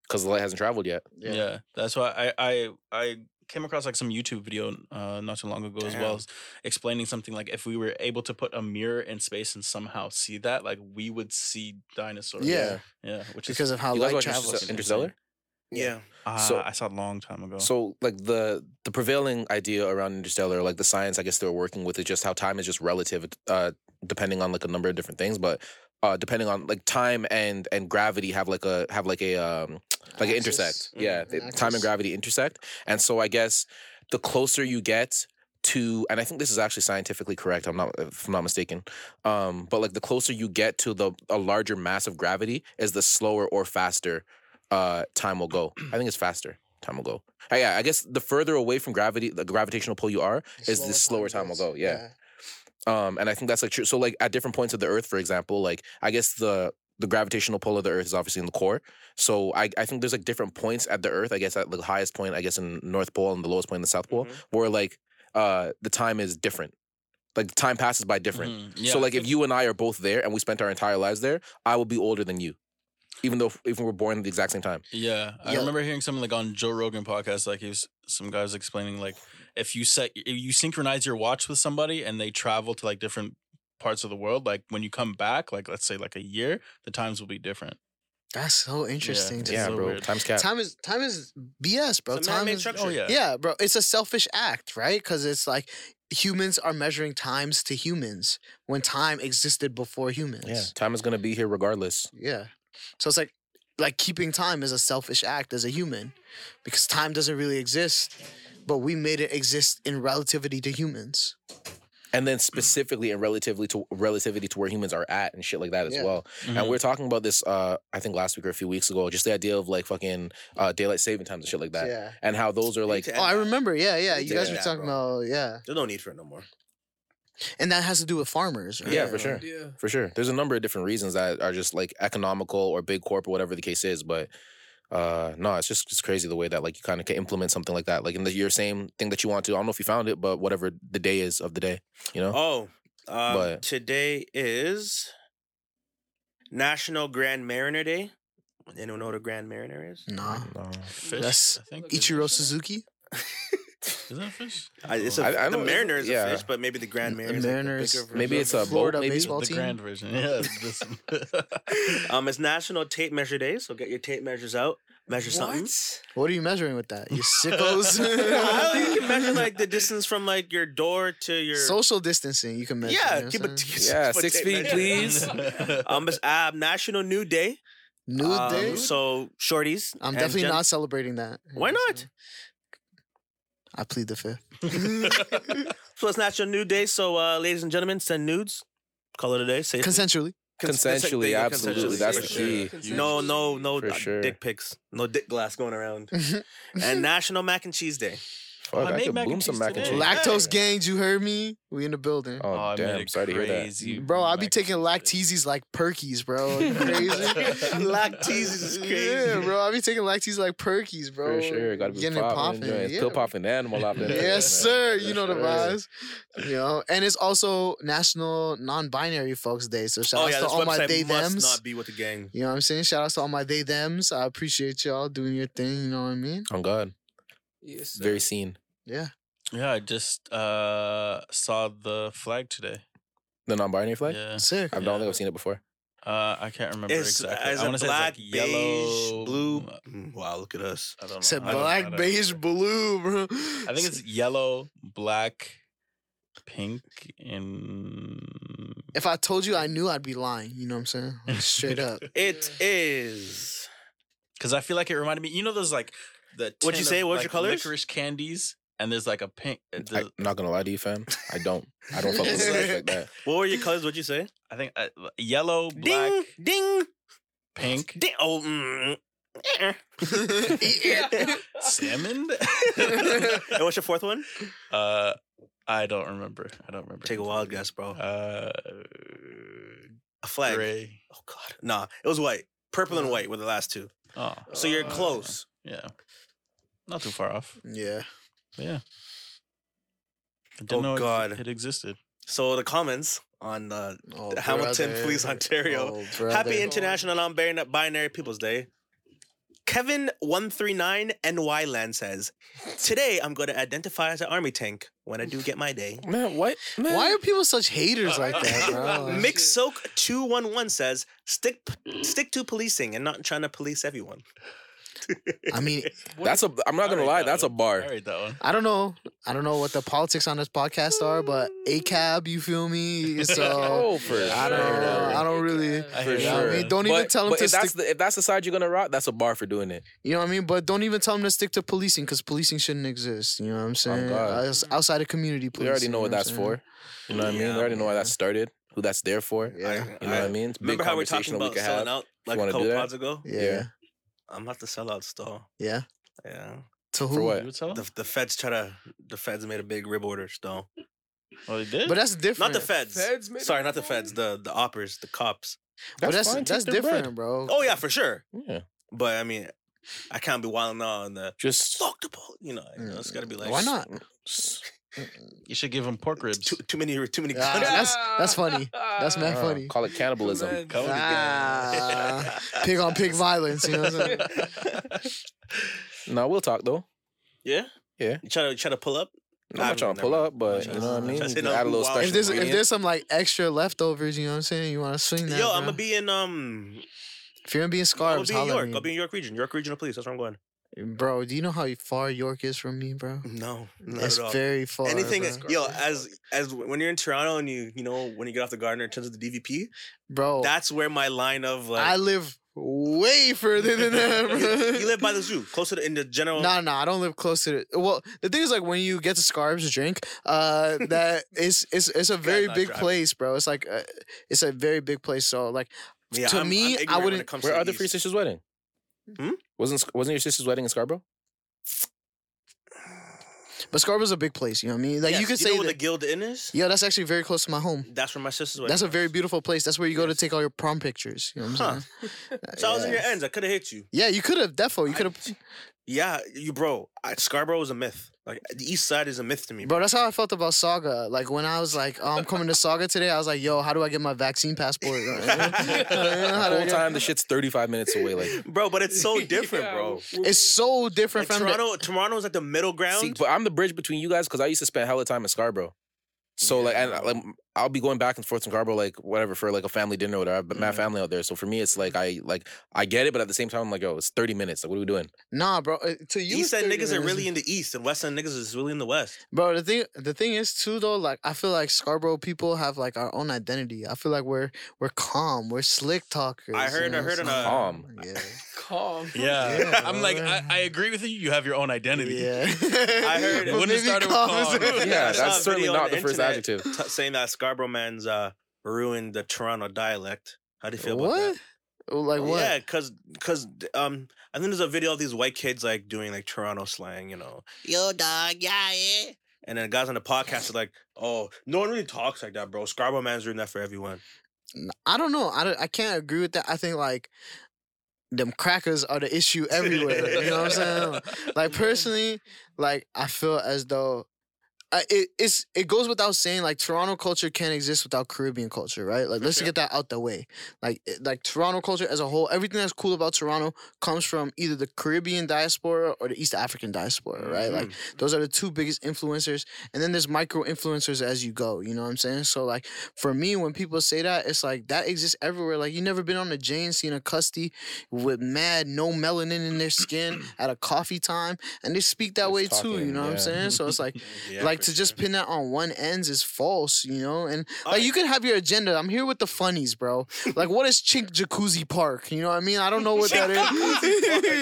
Speaker 4: Because the light hasn't traveled yet.
Speaker 8: yeah, That's why I, I I came across like some YouTube video uh, not too long ago as well, s- explaining something like if we were able to put a mirror in space and somehow see that, like we would see dinosaurs.
Speaker 7: Yeah.
Speaker 8: yeah, which
Speaker 7: Because
Speaker 8: is
Speaker 7: of how
Speaker 4: you guys
Speaker 7: light
Speaker 4: watch
Speaker 7: travels.
Speaker 4: Interstellar? Interstellar?
Speaker 3: yeah.
Speaker 8: uh,
Speaker 4: so-
Speaker 8: I saw it a long time ago.
Speaker 4: So, like the the prevailing idea around Interstellar, like the science, I guess they're working with, is just how time is just relative, uh, depending on like a number of different things. But uh, depending on like time and and gravity have like a have like a um, like
Speaker 7: Axis. Mm-hmm.
Speaker 4: it intersect.
Speaker 3: Mm-hmm.
Speaker 4: Yeah,
Speaker 7: An
Speaker 4: it- time
Speaker 7: axis.
Speaker 4: and gravity intersect, and so I guess the closer you get to, and I think this is actually scientifically correct. I'm not, if I'm not mistaken, um, but like the closer you get to the a larger mass of gravity, is the slower or faster uh, time will go. I think it's faster. Time will go. Uh, yeah, I guess the further away from gravity, the gravitational pull you are, is the slower time will go.
Speaker 7: goes.
Speaker 4: Yeah. Um, and I think that's like true. So like at different points of the Earth, for example, like I guess the the gravitational pull of the Earth is obviously in the core. So I, I think there's like different points at the Earth. I guess at the highest point, I guess in North Pole and the lowest point in the South Pole,
Speaker 8: Mm-hmm.
Speaker 4: where like uh the time is different. Like the time passes by different.
Speaker 8: Mhm, yeah,
Speaker 4: so
Speaker 8: I
Speaker 4: like if
Speaker 8: think-
Speaker 4: you and I are both there and we spent our entire lives there, I will be older than you. Even though even we're born at the exact same time.
Speaker 8: Yeah, I
Speaker 7: Yeah.
Speaker 8: remember hearing something like on Joe Rogan podcast. Like he was some guy was explaining like if you set if you synchronize your watch with somebody and they travel to like different parts of the world, like when you come back, like let's say like a year, the times will be different.
Speaker 7: That's so interesting.
Speaker 8: It's
Speaker 7: to
Speaker 4: yeah,
Speaker 8: so
Speaker 4: bro.
Speaker 8: weird.
Speaker 4: Time's cap.
Speaker 7: Time is time is BS, bro.
Speaker 3: It's a
Speaker 7: time
Speaker 3: man-made
Speaker 7: is
Speaker 3: structure.
Speaker 8: Oh yeah,
Speaker 7: yeah, bro. It's a selfish act, right? Because it's like humans are measuring times to humans when time existed before humans.
Speaker 4: yeah. Time is gonna be here regardless.
Speaker 7: Yeah. So it's like like keeping time is a selfish act as a human because time doesn't really exist, but we made it exist in relativity to humans.
Speaker 4: and then
Speaker 8: Mm-hmm.
Speaker 4: specifically and relatively to relativity to where humans are at and shit like that as
Speaker 7: Yeah.
Speaker 4: well. And
Speaker 8: Mhm.
Speaker 4: we are talking about this, uh, I think last week or a few weeks ago, just the idea of like fucking uh, daylight saving times and shit like that,
Speaker 7: Yeah.
Speaker 4: and how those are like,
Speaker 3: to
Speaker 7: Oh, I
Speaker 3: end that.
Speaker 7: remember. Yeah, yeah. You
Speaker 3: Yeah.
Speaker 7: guys were
Speaker 3: Yeah,
Speaker 7: talking about yeah.
Speaker 3: There's no need for it no more.
Speaker 7: And that has to do with farmers, right?
Speaker 4: yeah, for sure,
Speaker 5: Yeah.
Speaker 4: for sure. There's a number of different reasons that are just like economical or big corp or whatever the case is, but. Uh no, it's just it's crazy the way that like you kind of can implement something like that, like in the, your same thing that you want to. I don't know if you found it, but whatever the day is of the day, you know.
Speaker 3: Oh, um,
Speaker 4: But-
Speaker 3: today is National Grand Mariner Day. Anyone know what a Grand Mariner is?
Speaker 7: Nah.
Speaker 4: No.
Speaker 8: fish.
Speaker 7: That's
Speaker 8: I think
Speaker 7: Ichiro Suzuki?
Speaker 8: is that a fish?
Speaker 3: I, it's
Speaker 8: Oh,
Speaker 3: a,
Speaker 4: I- I
Speaker 3: the
Speaker 4: don't-
Speaker 3: Mariner is
Speaker 4: yeah.
Speaker 3: a fish, but maybe the Grand
Speaker 7: The
Speaker 3: Mariner. is like the
Speaker 7: Mariners-
Speaker 3: bigger version.
Speaker 4: Maybe it's a boat.
Speaker 7: Florida
Speaker 4: Maybe
Speaker 7: baseball
Speaker 8: the
Speaker 7: team?
Speaker 8: grand version. Yeah, this one.
Speaker 3: Um, it's National Tape Measure Day, so get your tape measures out. Measure something.
Speaker 7: What are you measuring with that? You sickos.
Speaker 3: Well, you can measure like the distance from like your door to your.
Speaker 7: Social distancing, you can measure.
Speaker 3: yeah,
Speaker 7: you know
Speaker 3: keep
Speaker 7: what
Speaker 3: it.
Speaker 7: I'm saying?
Speaker 4: Yeah, six feet, please.
Speaker 8: Oh,
Speaker 3: Um, it's uh, National New Day.
Speaker 7: Nude
Speaker 3: Um,
Speaker 7: day.
Speaker 3: So shorties.
Speaker 7: I'm
Speaker 3: and
Speaker 7: definitely
Speaker 3: gen-
Speaker 7: not celebrating that.
Speaker 3: Why not?
Speaker 7: I plead the fifth.
Speaker 3: So it's National Nude Day. So, uh, ladies and gentlemen, send nudes. Call it a day. Say
Speaker 7: Consensually.
Speaker 4: Consensually,
Speaker 3: Yeah,
Speaker 4: absolutely.
Speaker 3: consensually,
Speaker 4: That's
Speaker 3: for
Speaker 4: the
Speaker 3: sure.
Speaker 4: key.
Speaker 3: No, no, no
Speaker 4: For
Speaker 3: uh,
Speaker 4: sure.
Speaker 3: dick pics. No dick glass going around. and National Mac and Cheese Day.
Speaker 4: Fuck,
Speaker 8: I
Speaker 4: I,
Speaker 8: made
Speaker 4: could
Speaker 8: mac and
Speaker 4: boom some
Speaker 8: cheese
Speaker 4: mac and
Speaker 8: today.
Speaker 4: cheese.
Speaker 7: Lactose gangs, you heard me? We in the building.
Speaker 4: Oh,
Speaker 8: I made
Speaker 4: damn!
Speaker 8: a
Speaker 4: Sorry to hear that.
Speaker 8: crazy
Speaker 7: Bro, I be
Speaker 8: mac-
Speaker 7: taking lacteases like perkies, bro. Crazy.
Speaker 3: Lacteases is
Speaker 7: Yeah,
Speaker 3: crazy.
Speaker 7: bro. I be taking lacteases like perkies,
Speaker 4: For
Speaker 7: bro.
Speaker 4: sure, gotta be
Speaker 7: Getting it
Speaker 4: popping.
Speaker 7: poppin',
Speaker 4: joints.
Speaker 7: yeah,
Speaker 4: Pill popping animal out there.
Speaker 7: Yes,
Speaker 4: man.
Speaker 7: sir. You
Speaker 4: For
Speaker 7: know the
Speaker 4: sure.
Speaker 7: vibes. You know, and it's also National Non-Binary Folks Day. So shout
Speaker 3: Oh
Speaker 7: outs
Speaker 3: yeah,
Speaker 7: to
Speaker 3: this
Speaker 7: all my they
Speaker 3: website must
Speaker 7: thems.
Speaker 3: not be with the gang.
Speaker 7: You know what I'm saying? Shout outs to all my they thems. I appreciate y'all doing your thing. You know what I mean?
Speaker 4: Oh God,
Speaker 5: Yes, sir.
Speaker 4: very seen.
Speaker 7: Yeah.
Speaker 8: Yeah, I just uh saw the flag today.
Speaker 4: The non-binary flag.
Speaker 8: Yeah.
Speaker 7: Sick.
Speaker 4: I don't think I've seen it before.
Speaker 8: Uh, I can't remember
Speaker 3: It's
Speaker 8: exactly.
Speaker 3: as
Speaker 8: I
Speaker 3: a
Speaker 8: want to say
Speaker 3: black,
Speaker 8: it's like yellow,
Speaker 3: beige, blue.
Speaker 8: I
Speaker 3: Mm, Wow, look at us.
Speaker 8: don't know.
Speaker 7: Said
Speaker 8: I don't know how
Speaker 7: black,
Speaker 8: to-
Speaker 7: beige, blue, bro.
Speaker 8: I think it's yellow, black, pink, and
Speaker 7: If I told you I knew, I'd be lying. You know what I'm saying? Like, straight up.
Speaker 3: It is
Speaker 8: because I feel like it reminded me. You know, those like the
Speaker 3: What'd you
Speaker 8: tin
Speaker 3: say?
Speaker 8: of,
Speaker 3: What was your
Speaker 8: like,
Speaker 3: colors?
Speaker 8: Licorice candies, and there's like a pink.
Speaker 4: I,
Speaker 8: uh, the-
Speaker 4: am not gonna lie to you, fam. I don't. I don't fuck with stuff like that.
Speaker 3: What were your colors? What'd you say?
Speaker 8: I think uh, yellow, black,
Speaker 3: ding,
Speaker 8: pink,
Speaker 3: ding. Oh, mm, eh,
Speaker 8: salmon.
Speaker 3: eh. and what's your fourth one?
Speaker 8: uh, I don't remember. I don't remember.
Speaker 3: Take a wild guess, bro.
Speaker 8: Uh,
Speaker 3: A flag.
Speaker 8: gray.
Speaker 3: Oh God, nah. It was white. Purple and white were the last two.
Speaker 8: Oh,
Speaker 3: So you're close.
Speaker 8: yeah, not too far off.
Speaker 7: Yeah.
Speaker 8: Yeah. I didn't
Speaker 3: Oh,
Speaker 8: know it-
Speaker 3: God.
Speaker 8: It, existed.
Speaker 3: So the comments on uh,
Speaker 7: Oh,
Speaker 3: Hamilton
Speaker 7: brother.
Speaker 3: Police Ontario.
Speaker 7: Oh, brother.
Speaker 3: Happy International Non-Binary People's Day. Kevin one three nine NY Land says, "Today I'm going to identify as an army tank when I do get my day."
Speaker 4: Man, what? Man.
Speaker 7: Why are people such haters like that, bro? Like,
Speaker 3: Mick Soak two one one says, "Stick stick to policing and not trying to police everyone."
Speaker 7: I mean,
Speaker 4: That's a. I'm not gonna
Speaker 8: Alright,
Speaker 4: lie.
Speaker 8: that
Speaker 4: That's a
Speaker 8: one.
Speaker 4: bar.
Speaker 8: I read that one.
Speaker 7: I don't know. I don't know what the politics on this podcast are, but ACAB, you feel me? So
Speaker 4: Oh, for
Speaker 7: I don't.
Speaker 4: sure.
Speaker 7: I don't really.
Speaker 8: I
Speaker 4: For
Speaker 8: hear
Speaker 7: Yeah, I
Speaker 4: sure.
Speaker 7: mean, don't even tell 'em
Speaker 4: but
Speaker 7: to
Speaker 4: if that's
Speaker 7: stick-
Speaker 4: the, if that's the side you're gonna rock, that's a bar for doing it.
Speaker 7: You know what I mean? But don't even tell them to stick to policing because policing shouldn't exist. You know what I'm saying?
Speaker 4: Oh, God.
Speaker 7: Outs- Outside of community
Speaker 4: We
Speaker 7: policing.
Speaker 4: already know
Speaker 7: you
Speaker 4: what
Speaker 7: I'm
Speaker 4: that's
Speaker 7: saying?
Speaker 4: for. You know what I mean?
Speaker 3: Yeah,
Speaker 4: We already know why that started, who that's there for.
Speaker 7: Yeah.
Speaker 4: You know what I mean? It's a big
Speaker 3: Remember how we are talking
Speaker 4: conversation that we
Speaker 3: about
Speaker 4: could
Speaker 3: selling
Speaker 4: have.
Speaker 3: out like
Speaker 4: wanna
Speaker 3: a
Speaker 4: do
Speaker 3: couple
Speaker 4: that.
Speaker 3: pods ago?
Speaker 7: Yeah. Yeah.
Speaker 4: Yeah.
Speaker 3: I'm about to sell out store. Yeah,
Speaker 7: To who?
Speaker 4: For
Speaker 8: You
Speaker 4: what?
Speaker 8: would tell?
Speaker 3: the the feds try to the feds made a big rib order store.
Speaker 8: Oh, they did.
Speaker 7: But that's
Speaker 3: Not
Speaker 7: different.
Speaker 3: the feds.
Speaker 5: Feds made
Speaker 3: Sorry,
Speaker 5: a
Speaker 3: not the
Speaker 5: rib
Speaker 3: feds. The the oppers, the cops.
Speaker 7: But that's
Speaker 4: fine,
Speaker 7: that's,
Speaker 4: take their bread.
Speaker 7: different, bro.
Speaker 3: Oh yeah, for sure.
Speaker 4: Yeah.
Speaker 3: But I mean, I can't be wilding out on the
Speaker 4: Just
Speaker 3: fuck the pol-" You know, you know, it's got to be like
Speaker 7: Why not?
Speaker 8: you should give them pork ribs.
Speaker 3: Too, too many too many
Speaker 7: Ah,
Speaker 3: guns.
Speaker 7: that's that's funny. That's mad
Speaker 4: uh,
Speaker 7: funny.
Speaker 4: call it cannibalism.
Speaker 5: Come
Speaker 8: on.
Speaker 7: Ah, pig on pig violence. You know what I'm saying?
Speaker 4: No, we'll talk though.
Speaker 3: Yeah.
Speaker 4: Yeah.
Speaker 3: You try to try to pull up.
Speaker 4: I'm not trying to pull up, but you know what I mean.
Speaker 3: Just hit
Speaker 4: Add a
Speaker 3: up
Speaker 4: little
Speaker 3: Wow.
Speaker 4: special
Speaker 7: If there's if
Speaker 4: ingredient.
Speaker 7: there's some like extra leftovers, you know what I'm saying? You want to swing that?
Speaker 3: Yo,
Speaker 7: bro.
Speaker 3: I'm gonna be in um.
Speaker 7: If you're in being
Speaker 3: i
Speaker 7: scarves,
Speaker 3: be in
Speaker 7: holla at
Speaker 3: York.
Speaker 7: me.
Speaker 3: I'll be in York Region. York Regional Police. That's where I'm going.
Speaker 7: Bro, do you know how far York is from me, bro?
Speaker 3: No, Mm, not
Speaker 7: It's
Speaker 3: at all.
Speaker 7: very far.
Speaker 3: Anything,
Speaker 7: bro.
Speaker 3: is, yo, as as when you're in Toronto and you you know when you get off the Gardner, it turns to the DVP.
Speaker 7: bro.
Speaker 3: That's where my line of like.
Speaker 7: I live way further than that, bro.
Speaker 3: you live by the zoo, closer to in the general.
Speaker 7: No, no, I don't live close to it. Well, the thing is, like, when you get to Scarves drink, uh, that it's it's it's a very
Speaker 3: not
Speaker 7: big
Speaker 3: driving.
Speaker 7: place, bro. It's like uh, it's a very big place. So, like,
Speaker 3: Yeah,
Speaker 7: to
Speaker 3: I'm- I'm
Speaker 7: me, I
Speaker 3: ignorant when
Speaker 7: wouldn't-
Speaker 3: it comes to
Speaker 4: Where are the three
Speaker 3: East.
Speaker 4: sisters' wedding?
Speaker 3: Hmm?
Speaker 4: Wasn't wasn't your sister's wedding in Scarborough?
Speaker 7: but Scarves a big place. You know what I mean? Like,
Speaker 3: Yes,
Speaker 7: you could
Speaker 3: know
Speaker 7: say
Speaker 3: where the
Speaker 7: that.
Speaker 3: guild inn is.
Speaker 7: Yo, that's actually very close to my home.
Speaker 3: That's where my sister's.
Speaker 7: That's a
Speaker 3: wedding
Speaker 7: very
Speaker 3: was.
Speaker 7: beautiful place. That's where you go to take all your prom pictures. You know what I'm
Speaker 3: Huh.
Speaker 7: saying?
Speaker 3: So I was in
Speaker 7: Yeah.
Speaker 3: your ends. I could have hit you.
Speaker 7: Yeah, you could have defo. You
Speaker 3: I-
Speaker 7: could have,
Speaker 3: Yeah, you bro. I, Scarborough is a myth. Like the East Side is a myth to me. Bro.
Speaker 7: bro. That's how I felt about Saga. Like when I was like, oh, I'm coming to Saga today. I was like, yo, how do I get my vaccine passport?
Speaker 4: The
Speaker 7: How do I
Speaker 4: whole
Speaker 7: get-
Speaker 4: time the shit's 35 minutes away. Like,
Speaker 3: Bro, but it's so different,
Speaker 5: Yeah,
Speaker 3: bro.
Speaker 7: It's so different
Speaker 3: Like
Speaker 7: from the-
Speaker 3: Toronto, Toronto's like the middle ground.
Speaker 4: see, but I'm the bridge between you guys because I used to spend hella time in Scarborough. So like, and like, I'll be going back and forth in Scarborough, like whatever, for like a family dinner or whatever. But
Speaker 3: Mm-hmm.
Speaker 4: my family out there, so for me, it's like I like I get it, but at the same time, I'm like, yo, it's 30 minutes. Like, what are we doing?
Speaker 7: Nah, bro. uh, To you,
Speaker 3: East
Speaker 7: it's
Speaker 3: Side
Speaker 7: 30
Speaker 3: niggas are
Speaker 7: minutes.
Speaker 3: really in the East, and West Side niggas is really in the West.
Speaker 7: bro. The thing, the thing is too though. Like I feel like Scarborough people have like our own identity. I feel like we're we're calm. We're slick talkers.
Speaker 3: I heard-
Speaker 7: you know
Speaker 3: I heard
Speaker 7: what
Speaker 3: on a-
Speaker 7: I'm
Speaker 4: Calm.
Speaker 7: saying?
Speaker 5: Calm.
Speaker 8: yeah.
Speaker 7: Yeah,
Speaker 8: I'm like,
Speaker 7: bro.
Speaker 8: I, I agree with you. You have your own identity.
Speaker 7: Yeah, yeah.
Speaker 3: I heard it.
Speaker 7: But
Speaker 8: Wouldn't
Speaker 7: maybe
Speaker 8: have started with
Speaker 7: calm is-
Speaker 8: calm.
Speaker 4: Yeah,
Speaker 3: I saw a
Speaker 4: that's certainly
Speaker 3: video on
Speaker 4: not the, first
Speaker 3: internet
Speaker 4: adjective.
Speaker 3: t- saying that Scarborough man's uh, ruined the Toronto dialect. How do you feel
Speaker 7: What?
Speaker 3: about
Speaker 7: Like
Speaker 3: that?
Speaker 7: what?
Speaker 3: Yeah, cause, cause, um, I think there's a video of these white kids like doing like Toronto slang, you know, yo dog, yeah, eh. And then guys on the podcast are like, oh, no one really talks like that, bro. Scarborough man's doing that for everyone.
Speaker 7: N- I don't know. I, don't, I can't agree with that. I think like them crackers are the issue everywhere. you know what I'm saying? Like personally, like I feel as though I, it it's it goes without saying like Toronto culture can't exist without Caribbean culture, right? Like let's get that out the way. Like it- like Toronto culture as a whole, everything that's cool about Toronto comes from either the Caribbean diaspora or the East African diaspora, right? Like those are the two biggest influencers, and then there's micro influencers as you go. You know what I'm saying? So like for me, when people say that, it's like that exists everywhere. Like you never been on a Jane seen a custy with mad no melanin in their skin at a coffee time, and they speak that
Speaker 4: Just
Speaker 7: way too.
Speaker 4: talking,
Speaker 7: You know what I'm
Speaker 4: yeah.
Speaker 7: saying? So it's like
Speaker 3: Yeah,
Speaker 7: like like to just pin that on one ends is false, you know. And like you could have your agenda. I'm here with the funnies, bro. Like what is Chink Jacuzzi Park? You know what I mean? I don't know what that is. you know what I'm saying? you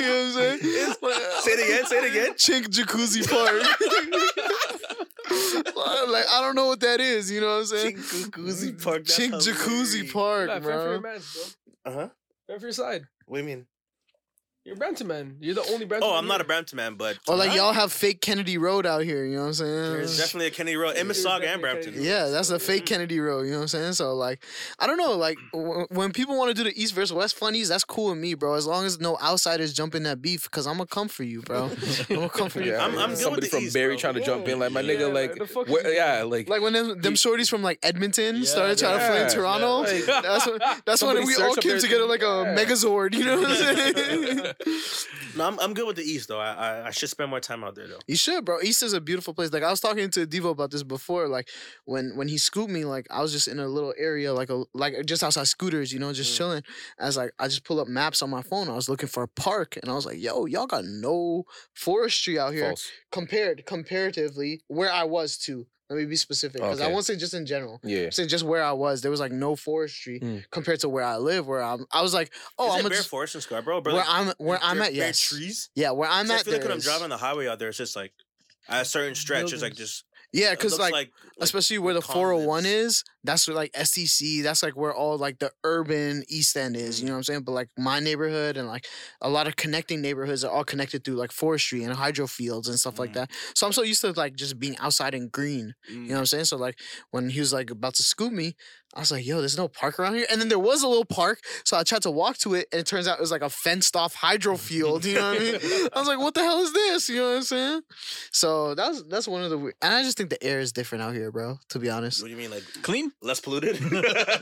Speaker 7: know what I'm saying?
Speaker 3: Say it again. Say it again.
Speaker 7: Chink Jacuzzi Park. like I don't know what that is. You know what I'm saying? Chink Jacuzzi
Speaker 3: Park, that's
Speaker 7: Chink Mm, Jacuzzi
Speaker 3: hilarious.
Speaker 7: Park,
Speaker 5: Nah, fair for your
Speaker 7: bro.
Speaker 5: match, bro.
Speaker 3: Uh-huh.
Speaker 5: Fair for your side.
Speaker 3: What do you mean?
Speaker 5: You're a Brampton man. You're the only Brampton.
Speaker 3: Oh, I'm
Speaker 5: man
Speaker 3: not a Brampton man, but
Speaker 7: Or Oh, like y'all have fake Kennedy Road out here. You know what I'm saying?
Speaker 3: there's definitely Mm. a Kennedy Road in
Speaker 5: There's
Speaker 3: Mississauga and
Speaker 5: definitely a
Speaker 3: Brampton.
Speaker 5: Kennedy
Speaker 7: Yeah, that's a fake Kennedy Road. You know what I'm saying? So like, I don't know. Like w- when people want to do the East versus West funnies, that's cool with me, bro. As long as no outsiders jump in that beef, because I'm gonna come for you, bro. I'm gonna come for you.
Speaker 3: I'm, I'm good
Speaker 4: Somebody
Speaker 3: with the
Speaker 4: from
Speaker 3: East,
Speaker 4: Barry
Speaker 3: bro.
Speaker 4: trying to jump in, like my
Speaker 5: Yeah,
Speaker 4: nigga,
Speaker 5: the fuck
Speaker 4: like,
Speaker 5: is
Speaker 4: where,
Speaker 5: he-
Speaker 4: yeah, like,
Speaker 7: Like when them, them shorties from like Edmonton started trying to play in
Speaker 4: yeah,
Speaker 7: Toronto, that's when, that's when
Speaker 4: Somebody
Speaker 7: we
Speaker 4: search
Speaker 7: all
Speaker 4: up
Speaker 7: came
Speaker 4: their-
Speaker 7: together like a Megazord. You know what I'm saying?
Speaker 3: No, I'm, I'm good with the East though. I, I I should spend more time out there though.
Speaker 7: You should, bro. East is a beautiful place. Like I was talking to Devo about this before. Like when when he scooped me, like I was just in a little area, like a like just outside scooters, you know,
Speaker 4: Mm.
Speaker 7: just chilling. I was like, I just pull up maps on my phone. I was looking for a park, and I was like, Yo, y'all got no forestry out here
Speaker 4: false.
Speaker 7: compared comparatively where I was to. Let me be specific because I
Speaker 4: Okay.
Speaker 7: won't say just in general.
Speaker 4: Yeah.
Speaker 7: Say just where I was, there was like no forestry
Speaker 4: Mm.
Speaker 7: compared to where I live. Where I'm, I was like,
Speaker 3: Oh,
Speaker 7: oh,
Speaker 3: Is
Speaker 7: I'm
Speaker 3: it
Speaker 7: a
Speaker 3: bare
Speaker 7: just,
Speaker 3: forest in Scarborough, bro?
Speaker 7: where I'm where I'm
Speaker 3: Bare-
Speaker 7: at.
Speaker 3: bare
Speaker 7: Yes,
Speaker 3: trees.
Speaker 7: yeah, where I'm
Speaker 3: So I
Speaker 7: at.
Speaker 3: feel like when
Speaker 7: there
Speaker 3: I'm
Speaker 7: is-
Speaker 3: driving the highway out there, it's just like at a certain stretch, it's like just it
Speaker 7: yeah, because
Speaker 3: looks
Speaker 7: like
Speaker 3: like-
Speaker 7: especially where the
Speaker 3: with
Speaker 7: 401
Speaker 3: convents.
Speaker 7: is that's where like stc that's like where all like the urban east end is
Speaker 3: Mm.
Speaker 7: you know what i'm saying but like my neighborhood and like a lot of connecting neighborhoods are all connected through like forestry and hydro fields and stuff
Speaker 3: Mm.
Speaker 7: like that so i'm so used to like just being outside and green you
Speaker 3: Mm-hmm. mm,
Speaker 7: know what i'm saying so like when he was like about to scoop me i was like yo there's no park around here and then there was a little park so i tried to walk to it and it turns out it was like a fenced off hydro field you know what i mean i was like what the hell is this you know what i'm saying so that's that's one of the weir- and I just think the air is different out here, bro. To be honest,
Speaker 3: what do you mean, like
Speaker 8: Clean.
Speaker 3: less polluted?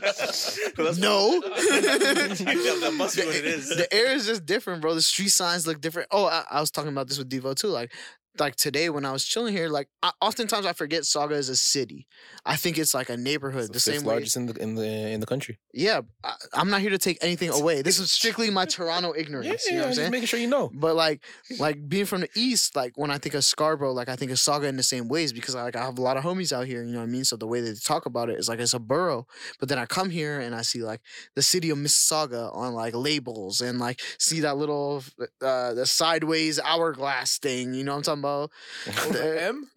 Speaker 3: Less-
Speaker 7: no,
Speaker 3: I feel that must be what it is.
Speaker 7: the air is just different, bro. The street signs look different. Oh, I, I was talking about this with Devo too. Like, like today when I was chilling here, like I, oftentimes I forget Saga is a city. I think it's like a neighborhood.
Speaker 4: the
Speaker 7: the
Speaker 4: fifth
Speaker 7: same way,
Speaker 4: largest in the in the in the country.
Speaker 7: yeah. I, I'm not here to take anything away. This is strictly my Toronto ignorance. you know what I'm saying?
Speaker 4: making sure you know.
Speaker 7: But like, like being from the east, like when I think of Scarborough, like I think of Saga in the same ways because I, like I have a lot of homies out here. You know what I mean? So the way they talk about it is like it's a borough. But then I come here and I see like the city of Mississauga on like labels and like see that little uh, the sideways hourglass thing. You know what I'm talking about? The-
Speaker 5: M.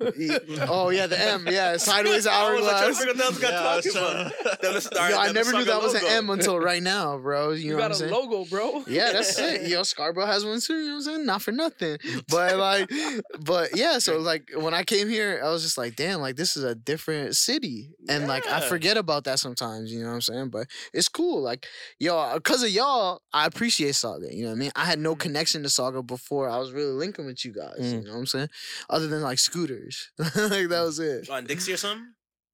Speaker 7: oh yeah, the M. Yeah, sideways hourglass.
Speaker 3: I was like, I forgot
Speaker 8: Yeah, I was
Speaker 3: that was
Speaker 8: trying
Speaker 3: talking about.
Speaker 8: to-
Speaker 3: That was- all right,
Speaker 7: Yo, I
Speaker 3: that
Speaker 7: never knew
Speaker 3: Mississauga
Speaker 7: that was an
Speaker 3: logo.
Speaker 7: M until right now, bro. You,
Speaker 5: You,
Speaker 7: know what
Speaker 5: got
Speaker 7: I'm
Speaker 5: a
Speaker 7: saying?
Speaker 5: logo, bro.
Speaker 7: Yeah, that's it. Yo, Scarborough has one too. You know what I'm saying? Not for nothing. But like, but yeah. So like, when I came here, I was just like, damn, like this is a different city, and like I
Speaker 3: Yeah.
Speaker 7: forget about that sometimes. You know what I'm saying? But it's cool. Like, yo, because of y'all, I appreciate Saga. You know what I mean? I had no connection to Saga before. I was really linking with you guys. You know what I'm saying? Other than like scooters, like that was it.
Speaker 3: on Dixie or something.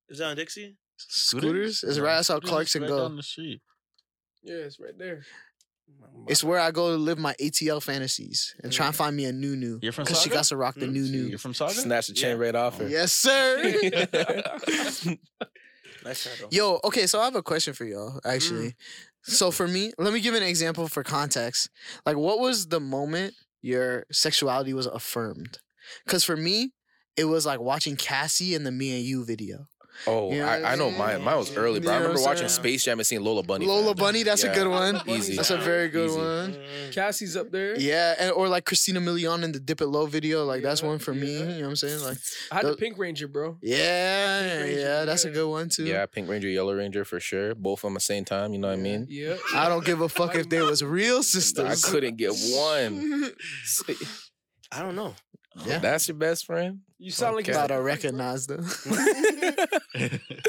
Speaker 3: Is that on Dixie?
Speaker 7: Scooters is right outside Clarkson
Speaker 8: right
Speaker 7: Go.
Speaker 8: down the street.
Speaker 5: Yeah, it's right there.
Speaker 7: It's where I go to live my ATL fantasies and try and find me a new new.
Speaker 8: You're from
Speaker 7: Cause she
Speaker 8: Saga?
Speaker 7: got to rock the new new.
Speaker 8: You're from Saga.
Speaker 4: Snatch the chain
Speaker 3: Yeah.
Speaker 4: right off her.
Speaker 7: Yes, sir.
Speaker 3: Nice try though.
Speaker 7: Yo, okay, so I have a question for y'all, actually. So for me, let me give an example for context. Like, what was the moment your sexuality was affirmed? Because for me, it was like watching Cassie and the Me and You video.
Speaker 4: Oh,
Speaker 7: Yeah,
Speaker 4: I, I know mine. Mine was early,
Speaker 7: You
Speaker 4: bro.
Speaker 7: know
Speaker 4: I
Speaker 7: what
Speaker 4: remember
Speaker 7: I'm
Speaker 4: watching
Speaker 7: saying?
Speaker 4: Space Jam and seeing Lola Bunny.
Speaker 7: Lola
Speaker 4: fam.
Speaker 7: Bunny, that's a
Speaker 4: Yeah.
Speaker 7: good one.
Speaker 4: Easy.
Speaker 7: That's a very good
Speaker 4: Easy.
Speaker 7: one.
Speaker 3: Mm.
Speaker 5: Cassie's up there.
Speaker 7: Yeah, and or like Christina Milian in the Dip It Low video, like that's
Speaker 5: Yeah,
Speaker 7: one for me. You
Speaker 5: yeah.
Speaker 7: know what I'm saying? Like,
Speaker 5: I had the
Speaker 7: Those-
Speaker 5: Pink Ranger, bro.
Speaker 7: yeah,
Speaker 5: Ranger,
Speaker 7: yeah, that's a
Speaker 5: yeah.
Speaker 7: good one too.
Speaker 4: Yeah, Pink Ranger, Yellow Ranger for sure. Both of them at the same time. You know what I mean?
Speaker 5: Yeah.
Speaker 7: I don't give a fuck if there was real
Speaker 4: I
Speaker 7: sisters.
Speaker 4: couldn't get one.
Speaker 3: I don't know.
Speaker 4: That's your best friend.
Speaker 5: You sound like
Speaker 4: Okay.
Speaker 5: you're
Speaker 7: Thought I recognized them.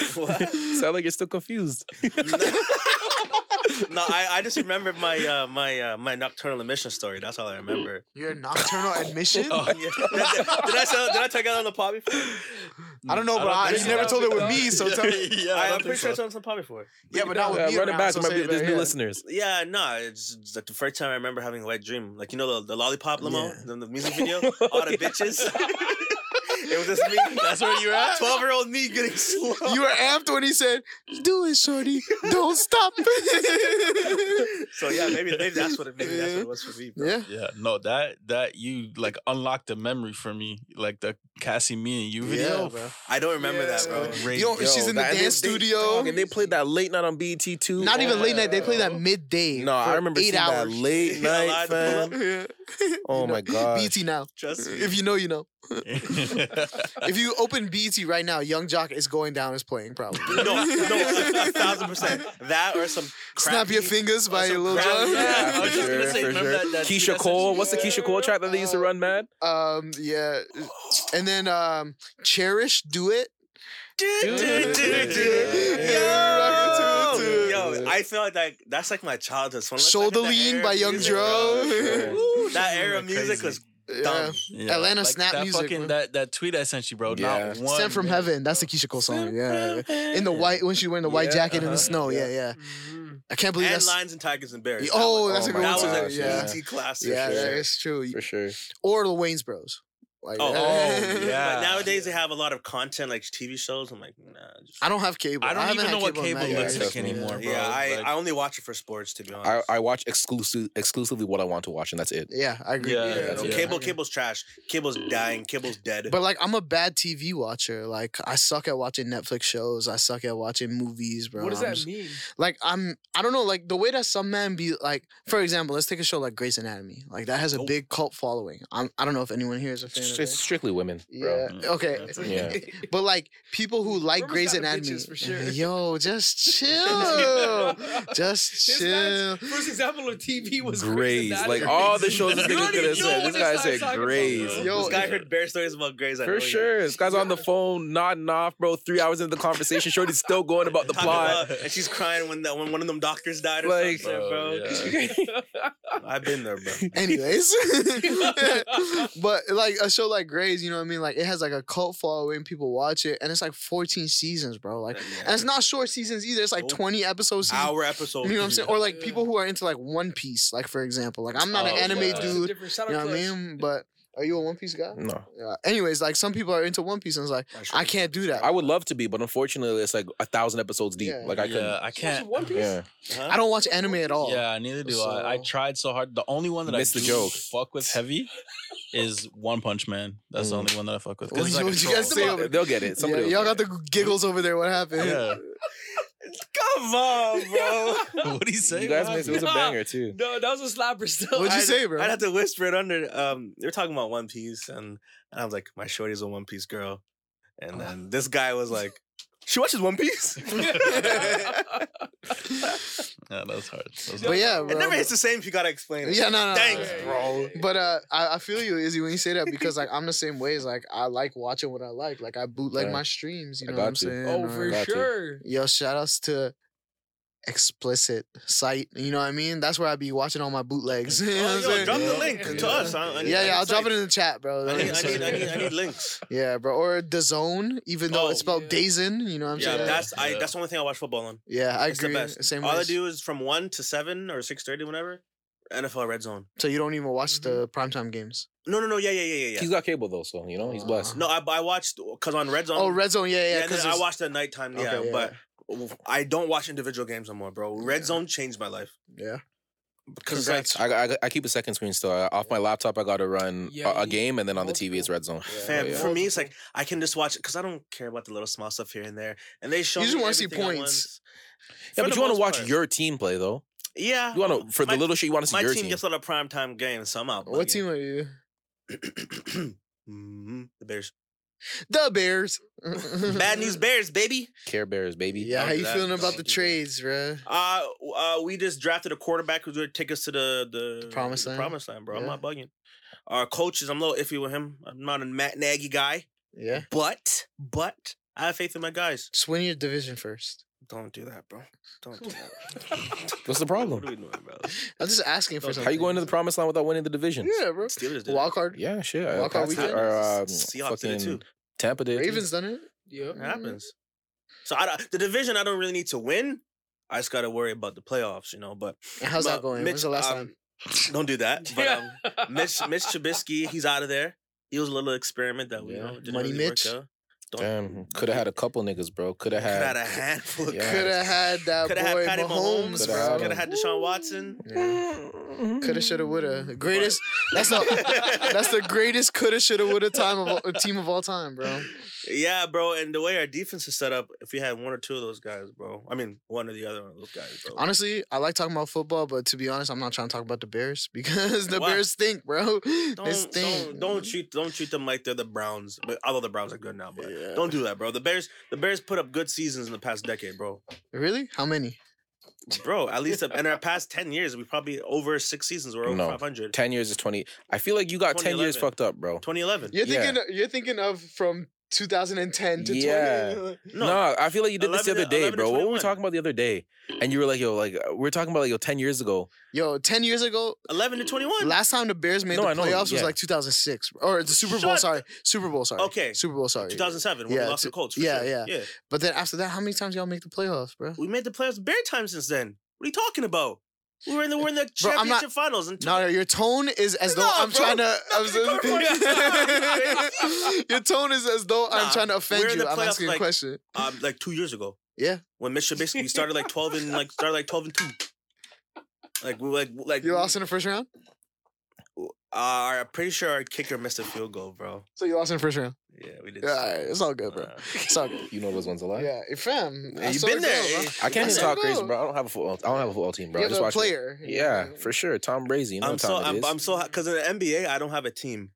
Speaker 4: Sound like you're still confused.
Speaker 3: No, I, I just remember my uh, my uh, my nocturnal emission story. That's all I remember.
Speaker 7: Your nocturnal admission?
Speaker 4: Oh,
Speaker 8: Oh,
Speaker 3: Yeah. did, I tell, did I tell you that on the pod before?
Speaker 7: I don't know, but I,
Speaker 5: think
Speaker 7: you
Speaker 5: so.
Speaker 7: never told it with me,
Speaker 5: Yeah,
Speaker 7: so tell me.
Speaker 8: yeah,
Speaker 3: I,
Speaker 8: I
Speaker 3: I'm
Speaker 8: don't think
Speaker 3: pretty sure I
Speaker 8: so.
Speaker 3: told you on the pod before.
Speaker 7: Yeah, but not with
Speaker 4: Uh,
Speaker 7: me.
Speaker 4: run it
Speaker 7: around,
Speaker 4: back.
Speaker 7: so
Speaker 4: There might
Speaker 7: say
Speaker 4: be-
Speaker 7: it
Speaker 4: there's
Speaker 7: back,
Speaker 4: new
Speaker 7: yeah.
Speaker 4: listeners.
Speaker 3: Yeah, no, it's, it's like the first time I remember having a wet dream. Like you know the, the lollipop limo,
Speaker 7: Yeah.
Speaker 3: the, the music video, all the bitches. It was just me.
Speaker 8: That's where you at?
Speaker 3: Twelve year old me getting slow.
Speaker 7: You were amped when he said, "Do it, shorty. Don't stop."
Speaker 3: So yeah, maybe, maybe that's what it maybe that's what it was for me. Bro.
Speaker 7: yeah.
Speaker 8: Yeah, no, that that you like unlocked a memory for me, like the Cassie, me, and you video.
Speaker 7: Yeah, bro.
Speaker 3: I don't remember that, bro.
Speaker 7: Yeah.
Speaker 8: Great.
Speaker 7: You know, she's in the
Speaker 4: that- and
Speaker 7: dance
Speaker 4: they- they-
Speaker 7: studio.
Speaker 4: dog, and they played that late night on
Speaker 7: E
Speaker 4: BET too.
Speaker 7: Not even
Speaker 4: Oh,
Speaker 7: late night. They play that midday.
Speaker 4: No, I
Speaker 7: for
Speaker 4: remember seeing
Speaker 7: eight
Speaker 4: that
Speaker 7: hours.
Speaker 4: late
Speaker 3: Yeah, I
Speaker 4: night,
Speaker 3: lied to pull
Speaker 4: fam. Oh my god.
Speaker 7: BT now.
Speaker 3: Trust me.
Speaker 7: If you know, you know. If you open BT right now, Young Jock is going down. Is playing probably.
Speaker 3: No, no, a, a thousand percent. That or some
Speaker 7: Snap your
Speaker 3: crappy-
Speaker 7: fingers by your little
Speaker 3: crappy-
Speaker 7: John.
Speaker 3: Yeah,
Speaker 8: I was just gonna say, remember that- that
Speaker 4: Keisha
Speaker 8: Tina
Speaker 4: Cole.
Speaker 8: session?
Speaker 4: What's the Keisha Cole track that they used to run, mad?
Speaker 7: Um, yeah, and then um, cherish, do it.
Speaker 3: Do, do, do, do.
Speaker 7: Yeah, we rockin' to it,
Speaker 3: Yo,
Speaker 7: too.
Speaker 3: I feel like that, that's like my childhood. So when I look back at
Speaker 7: Shoulder
Speaker 3: that
Speaker 7: Lean
Speaker 3: era
Speaker 7: by
Speaker 3: of
Speaker 7: Young
Speaker 3: music, bro,
Speaker 7: Dro.
Speaker 3: Woo, that era of music
Speaker 8: crazy.
Speaker 3: was
Speaker 7: yeah.
Speaker 3: dumb.
Speaker 8: Yeah.
Speaker 7: Atlanta Snap
Speaker 8: that
Speaker 7: Music,
Speaker 8: Fucking,
Speaker 7: bro.
Speaker 8: that that tweet I sent you, bro.
Speaker 4: Yeah.
Speaker 8: Not one.
Speaker 7: Sent from
Speaker 8: minute.
Speaker 7: Heaven. That's the Keisha Cole song. Yeah, yeah. in the white when she wearing the white
Speaker 8: Yeah,
Speaker 7: jacket in
Speaker 8: uh-huh,
Speaker 7: the snow. Yeah, yeah. I can't believe
Speaker 3: Mm-hmm. And
Speaker 7: that's.
Speaker 3: Lions and Tigers and Bears.
Speaker 7: Oh,
Speaker 3: That
Speaker 7: that's
Speaker 3: was-
Speaker 7: a good
Speaker 3: That
Speaker 7: one
Speaker 3: was
Speaker 7: too,
Speaker 3: a
Speaker 7: yeah.
Speaker 3: BT classic.
Speaker 7: Yeah,
Speaker 3: for sure.
Speaker 7: that's true.
Speaker 4: For sure.
Speaker 7: Or the Wayne's Bros. Like,
Speaker 3: Oh,
Speaker 8: oh, yeah.
Speaker 3: But nowadays they have a lot of content like TV shows. I'm like, nah. Just,
Speaker 7: I don't have cable.
Speaker 8: I don't
Speaker 7: haven't
Speaker 8: even
Speaker 7: had
Speaker 8: know what
Speaker 7: in
Speaker 8: cable
Speaker 7: that
Speaker 8: looks
Speaker 7: years.
Speaker 8: like anymore, bro.
Speaker 3: yeah, I,
Speaker 8: Like-
Speaker 3: I only watch it for sports to be honest.
Speaker 4: I,
Speaker 8: Uh,
Speaker 4: I watch exclusive exclusively what I want to watch, and that's it.
Speaker 7: Yeah, I agree.
Speaker 8: Yeah,
Speaker 3: Yeah, no,
Speaker 8: yeah.
Speaker 3: cable, cable's trash. Cable's dying. Cable's dead.
Speaker 7: But like, I'm a bad TV watcher. Like, I suck at watching Netflix shows. I suck at watching movies, bro.
Speaker 5: What does
Speaker 7: I'm
Speaker 5: that
Speaker 7: just-
Speaker 5: mean?
Speaker 7: Like, I'm. I don't know. Like the way that some men be like. For example, let's take a show like Grey's Anatomy. Like
Speaker 5: Oh.
Speaker 7: that has a big cult following. I'm. I don't know if anyone here is a fan
Speaker 4: It's
Speaker 7: of
Speaker 4: it's
Speaker 7: it.
Speaker 4: strictly women, bro.
Speaker 7: Yeah. Okay.
Speaker 4: Yeah.
Speaker 7: But like people who like
Speaker 5: Roman's
Speaker 7: Grey's
Speaker 5: got the
Speaker 7: Anatomy,
Speaker 5: bitches for sure.
Speaker 7: yo, just chill, just
Speaker 5: This
Speaker 7: chill.
Speaker 5: man's first example of TV was
Speaker 4: Grays,
Speaker 5: Grey's
Speaker 4: like all the shows this
Speaker 5: You
Speaker 4: nigga
Speaker 5: don't
Speaker 4: could
Speaker 5: even
Speaker 4: have
Speaker 5: know
Speaker 4: said. This
Speaker 5: when they
Speaker 4: guy
Speaker 5: start
Speaker 4: said
Speaker 5: talking about
Speaker 4: Grays.
Speaker 5: it.
Speaker 7: Yo,
Speaker 3: this guy heard bear stories about Grays. I know
Speaker 4: For
Speaker 3: he did.
Speaker 4: sure. This guy's on the phone nodding off, bro. Three hours into the conversation, Shorty's still going about the
Speaker 3: Talking
Speaker 4: plot.
Speaker 3: about- and she's crying when that when one of them doctors died or
Speaker 4: Like-
Speaker 3: something,
Speaker 7: Oh,
Speaker 3: bro.
Speaker 8: Bro, yeah.
Speaker 3: I've been there, bro.
Speaker 7: Anyways, but like a show like Grey's, you know what I mean? Like it has like a cult following, people watch it, and it's like 14 seasons, bro. Like, and it's not short seasons either. It's like
Speaker 3: Oh.
Speaker 7: 20 episodes. Season,
Speaker 3: Hour episode.
Speaker 7: you know what I'm saying? Or like
Speaker 5: Yeah.
Speaker 7: people who are into like One Piece, like for example. Like I'm not
Speaker 8: Oh,
Speaker 7: an anime
Speaker 8: yeah.
Speaker 7: dude,
Speaker 5: Different. Shout
Speaker 7: you
Speaker 5: out
Speaker 7: know what I
Speaker 5: Clutch.
Speaker 7: mean? But are you a One Piece guy?
Speaker 4: No.
Speaker 7: Yeah. Anyways, like some people are into One Piece, and it's like I can't do that.
Speaker 4: I would love to be, but unfortunately, it's like a thousand episodes deep.
Speaker 7: Yeah.
Speaker 4: Like I couldn't.
Speaker 8: yeah, I
Speaker 5: Watching
Speaker 8: can't.
Speaker 5: One Piece.
Speaker 4: Yeah.
Speaker 3: Uh-huh.
Speaker 7: I don't watch anime at all.
Speaker 8: Yeah, neither do I. I
Speaker 7: So-
Speaker 8: tried so hard. The only one that
Speaker 4: Missed
Speaker 8: I
Speaker 4: the
Speaker 8: do
Speaker 4: joke.
Speaker 8: fuck with heavy is One Punch Man. That's the
Speaker 4: Mm.
Speaker 8: only one that I fuck with. 'cause
Speaker 7: What you-
Speaker 8: it's like a
Speaker 7: what you
Speaker 8: troll.
Speaker 7: guys say over
Speaker 4: They'll get it.
Speaker 7: Yeah,
Speaker 4: Somebody
Speaker 7: y'all got the giggles over there. What happened?
Speaker 8: Yeah.
Speaker 3: Come on, bro.
Speaker 8: what do you say?
Speaker 4: You guys
Speaker 8: What
Speaker 4: missed it. was a
Speaker 5: Nah.
Speaker 4: banger, too.
Speaker 5: No, that was a slapper still.
Speaker 7: What'd you
Speaker 3: I'd-
Speaker 7: say, bro?
Speaker 3: I'd have to whisper it under. Um, they were talking about One Piece, and, and I was like, my shorty's a One Piece girl, and then this guy was like, she watches One Piece. it
Speaker 8: happened? yeah, that was hard. That was
Speaker 7: But
Speaker 8: hard.
Speaker 7: yeah, bro.
Speaker 3: never hits the same if you gotta explain it.
Speaker 7: Yeah, no, no.
Speaker 3: Thanks,
Speaker 7: no.
Speaker 3: bro.
Speaker 7: But uh, I, I feel you, Izzy, when you say that because like I'm the same way. It's like I like watching what I like. Like I bootleg
Speaker 4: Right.
Speaker 7: my streams. You
Speaker 4: I
Speaker 7: know what
Speaker 4: got
Speaker 7: I'm
Speaker 4: you.
Speaker 7: saying?
Speaker 5: oh,
Speaker 7: Uh,
Speaker 5: for
Speaker 4: Got you.
Speaker 5: sure.
Speaker 7: Yo, shout outs to explicit site. You know what I mean? That's where I be watching all my bootlegs. you know
Speaker 3: Oh,
Speaker 7: what I'm
Speaker 3: yo,
Speaker 7: saying?
Speaker 3: drop the
Speaker 5: Yeah.
Speaker 3: link to us. I- I need-
Speaker 7: yeah,
Speaker 3: I
Speaker 7: yeah,
Speaker 3: need
Speaker 7: I'll drop it
Speaker 3: sites.
Speaker 7: in the chat, bro.
Speaker 3: I need, I need, I need, I need links.
Speaker 7: yeah, bro. Or DAZN, even though
Speaker 3: Oh,
Speaker 7: it's spelled
Speaker 5: yeah.
Speaker 7: Dazen. You know what I'm
Speaker 3: Yeah,
Speaker 7: saying?
Speaker 3: that's I.
Speaker 8: Yeah.
Speaker 3: That's the only thing I watch football on.
Speaker 7: yeah, I
Speaker 3: It's the
Speaker 7: agree.
Speaker 3: best.
Speaker 7: Same
Speaker 3: All I
Speaker 7: ways.
Speaker 3: do is from one to seven or six thirty, whenever. NFL Red Zone.
Speaker 7: So you don't even watch the
Speaker 3: Mm-hmm.
Speaker 7: primetime games.
Speaker 3: No, no, no. Yeah, yeah, yeah, yeah.
Speaker 4: He's
Speaker 3: yeah.
Speaker 4: got cable, though, so, you know, he's blessed.
Speaker 3: No, I, I watched because on Red Zone.
Speaker 7: Oh, Red Zone. Yeah,
Speaker 3: Um, Yeah,
Speaker 7: yeah.
Speaker 3: and then
Speaker 7: Because
Speaker 3: I watched the nighttime. Yeah,
Speaker 7: Okay, yeah,
Speaker 3: but I don't watch individual games no more, bro. Red
Speaker 7: Yeah.
Speaker 3: Zone changed my life
Speaker 7: Yeah.
Speaker 3: because it's like
Speaker 4: I, I, I keep a second screen still. I, off my laptop, I got to run
Speaker 5: Yeah,
Speaker 4: a, a
Speaker 5: you-
Speaker 4: game, and then on the TV, it's Red Zone.
Speaker 3: Fam,
Speaker 4: Oh, yeah.
Speaker 3: for me, it's like I can just watch it because I don't care about the little small stuff here and there. And they show
Speaker 7: You just
Speaker 3: me
Speaker 7: wanna see
Speaker 3: everything at
Speaker 7: points.
Speaker 3: once.
Speaker 4: Yeah,
Speaker 3: For
Speaker 4: but
Speaker 3: the
Speaker 4: you want to
Speaker 3: most
Speaker 4: watch
Speaker 3: part.
Speaker 4: your team play, though.
Speaker 3: yeah.
Speaker 4: You want to for
Speaker 3: My-
Speaker 4: the little shit you want to see
Speaker 3: My
Speaker 4: your
Speaker 3: team
Speaker 4: team.
Speaker 3: gets a lot of prime time games, so I'm out.
Speaker 7: What team are you?
Speaker 3: Mhm, the Bears.
Speaker 7: The Bears.
Speaker 3: Bad news, Bears, baby.
Speaker 4: Care Bears, baby.
Speaker 7: Yeah, how
Speaker 3: Don't do
Speaker 7: you
Speaker 3: that.
Speaker 7: feeling about
Speaker 3: Don't
Speaker 7: the
Speaker 3: do that.
Speaker 7: trades, bro?
Speaker 3: Uh, uh, we just drafted a quarterback who's going to take us to the the,
Speaker 7: promised
Speaker 3: the
Speaker 7: land.
Speaker 3: promised land, bro. I'm
Speaker 7: Yeah.
Speaker 3: not bugging. Our coaches, I'm a little iffy with him. I'm not a Matt Nagy guy,
Speaker 7: Yeah.
Speaker 3: but but I have faith in my guys.
Speaker 7: Just win your division first.
Speaker 3: Don't do that, bro. Don't do that.
Speaker 4: What's the
Speaker 3: what are
Speaker 4: problem?
Speaker 3: we doing, bro?
Speaker 7: I'm just asking for something.
Speaker 4: How you going to the promised land without winning the division?
Speaker 7: Yeah, bro.
Speaker 3: Steelers did. it.
Speaker 7: Wild card.
Speaker 4: Yeah, shit. uh,
Speaker 7: Wild
Speaker 4: Pats
Speaker 7: card weekend?
Speaker 4: Or, um,
Speaker 3: Seahawks did it
Speaker 4: fucking
Speaker 3: too.
Speaker 4: Tampa did. it too.
Speaker 7: Ravens done it.
Speaker 5: Yep.
Speaker 3: It
Speaker 7: Mm-hmm.
Speaker 3: happens. So I don't- the division, I don't really need to win. I just got to worry about the playoffs, you know. But
Speaker 7: And how's
Speaker 3: but
Speaker 7: that going?
Speaker 3: Mitch-
Speaker 7: When's the last
Speaker 3: um, Don't do that. But um,
Speaker 5: Yeah.
Speaker 3: Mitch, Mitch Trubisky, he's out of there. He was a little experiment that we
Speaker 4: Yeah.
Speaker 3: know, didn't
Speaker 7: Money
Speaker 3: really
Speaker 7: Mitch.
Speaker 3: work out.
Speaker 4: Damn, could have had a couple niggas, bro. Could have
Speaker 3: Could have had
Speaker 4: had.
Speaker 3: a handful. Of
Speaker 4: Yeah.
Speaker 7: Could have had that
Speaker 3: Could have
Speaker 7: boy
Speaker 3: had Patty
Speaker 7: Mahomes,
Speaker 3: Mahomes.
Speaker 4: Coulda had
Speaker 7: bro.
Speaker 3: Could have had Deshaun Watson.
Speaker 7: Coulda, shoulda, woulda. The greatest. That's not. that's the greatest coulda, shoulda, woulda time of all, team of all time, bro.
Speaker 3: Yeah, bro. And the way our defense is set up, if we had one or two of those guys, bro. I mean, one or the other one of those guys, bro.
Speaker 7: Honestly, I like talking about football, but to be honest, I'm not trying to talk about the Bears because the
Speaker 3: Why?
Speaker 7: Bears stink, bro. they
Speaker 3: Don't,
Speaker 7: stink.
Speaker 3: don't don't treat don't treat them like they're the Browns. But although the Browns are good now, but
Speaker 7: Yeah.
Speaker 3: don't do that, bro. The Bears the Bears put up good seasons in the past decade, bro.
Speaker 7: Really? How many?
Speaker 3: Bro, at least in our past ten years, we probably over six seasons we're over
Speaker 4: No.
Speaker 3: five hundred.
Speaker 4: Ten years is twenty. I feel like you got ten years
Speaker 3: 2011.
Speaker 4: fucked up, bro.
Speaker 3: Twenty eleven.
Speaker 7: You're
Speaker 4: Yeah.
Speaker 7: thinking. You're thinking of from 2010 to
Speaker 4: Yeah.
Speaker 7: 20.
Speaker 4: No,
Speaker 3: No.
Speaker 4: I feel like you did this the
Speaker 3: 11
Speaker 4: other day,
Speaker 3: 11 to
Speaker 4: bro. What were we
Speaker 3: 21.
Speaker 4: talking about the other day? And you were like, yo, like we were talking about like yo, ten years ago.
Speaker 7: Yo, 10 years ago,
Speaker 3: Eleven to twenty one.
Speaker 7: last time the Bears made
Speaker 4: No, I
Speaker 7: the
Speaker 4: know,
Speaker 7: playoffs
Speaker 4: yeah.
Speaker 7: was like 2006 or the Super Bowl.
Speaker 3: Shut
Speaker 7: Sorry, Super Bowl. Sorry.
Speaker 3: Okay.
Speaker 7: Super Bowl. Sorry.
Speaker 3: Two thousand seven when
Speaker 7: Yeah,
Speaker 3: we lost
Speaker 7: t-
Speaker 3: the Colts. for
Speaker 7: yeah,
Speaker 3: sure.
Speaker 7: yeah.
Speaker 3: Yeah.
Speaker 7: But then after that, how many times y'all make the playoffs, bro?
Speaker 3: We made the playoffs bare time since then. What are you talking about? We were in the we're in the
Speaker 7: Bro, I'm
Speaker 3: championship
Speaker 7: not-
Speaker 3: finals and
Speaker 7: No, no, your tone is as though
Speaker 3: No,
Speaker 7: I'm
Speaker 3: bro.
Speaker 7: trying to. I'm
Speaker 3: gonna go for
Speaker 7: so- your tone is as though I'm
Speaker 3: Nah,
Speaker 7: trying to
Speaker 3: we're
Speaker 7: offend
Speaker 3: in
Speaker 7: you.
Speaker 3: the
Speaker 7: I'm
Speaker 3: playoffs,
Speaker 7: asking a
Speaker 3: like-
Speaker 7: question.
Speaker 3: um, like two years ago.
Speaker 7: Yeah.
Speaker 3: When Mitchell basically started like twelve and like started like twelve and two. Like we like like
Speaker 7: You lost in the first round,
Speaker 3: Uh, I'm pretty sure our kicker missed a field goal, bro.
Speaker 7: so you lost in the first round.
Speaker 3: Yeah, we did.
Speaker 7: Yeah, all right, it's all good, bro.
Speaker 3: Uh,
Speaker 7: It's all good.
Speaker 4: You know those ones a lot.
Speaker 7: Yeah, fam. I
Speaker 3: you've
Speaker 7: saw it
Speaker 3: been there. eh?
Speaker 7: go, bro.
Speaker 4: I can't
Speaker 7: Yes,
Speaker 4: even
Speaker 7: I
Speaker 4: talk
Speaker 7: know.
Speaker 4: crazy, bro. I don't have a football. I don't have a football team, bro. I
Speaker 7: You
Speaker 4: just
Speaker 7: have a
Speaker 4: watch it.
Speaker 7: player.
Speaker 4: Yeah, for sure. Tom Brady. You know
Speaker 3: I'm
Speaker 4: what time
Speaker 3: so
Speaker 4: it
Speaker 3: I'm,
Speaker 4: is.
Speaker 3: I'm so because in the NBA I don't have a team.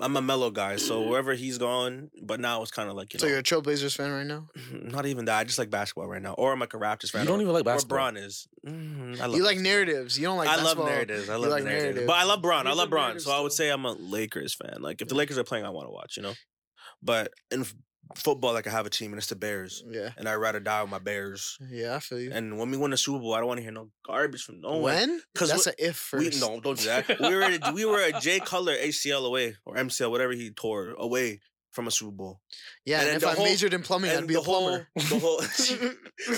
Speaker 3: I'm a mellow guy, so wherever he's gone. But now it's kind of like you
Speaker 7: So
Speaker 3: know,
Speaker 7: you're a Trailblazers fan right now.
Speaker 3: not even that. I just like basketball right now, or I'm like a Raptors fan.
Speaker 4: you don't
Speaker 3: or-
Speaker 4: even like
Speaker 3: or
Speaker 4: basketball.
Speaker 3: Bron is. Mm, I love
Speaker 7: You like
Speaker 3: basketball.
Speaker 7: narratives. You don't like.
Speaker 3: I love
Speaker 7: basketball.
Speaker 3: narratives. I love
Speaker 7: like
Speaker 3: narratives.
Speaker 7: narrative.
Speaker 3: But I love Bron. I
Speaker 5: He's
Speaker 3: love
Speaker 5: a
Speaker 3: Bron.
Speaker 5: narrative
Speaker 3: So I would
Speaker 5: still.
Speaker 3: say I'm a Lakers fan. Like if the Lakers are playing, I want to watch. You know, but in f- football, like I have a team, and it's the Bears,
Speaker 7: Yeah.
Speaker 3: and I rather die with my Bears.
Speaker 7: Yeah, I feel you.
Speaker 3: And when we win the Super Bowl, I don't want to hear no garbage from no one.
Speaker 7: when?
Speaker 3: 'Cause
Speaker 7: That's
Speaker 3: we-
Speaker 7: an if first.
Speaker 3: We no, don't do that. we were a, we were a Jay Cutler HCL away or MCL, whatever he tore away from a Super Bowl.
Speaker 7: Yeah,
Speaker 3: And
Speaker 7: and,
Speaker 3: then
Speaker 7: if
Speaker 3: the
Speaker 7: I
Speaker 3: whole-
Speaker 7: majored in plumbing, I'd
Speaker 3: And
Speaker 7: be
Speaker 3: the
Speaker 7: a plumber.
Speaker 3: whole the whole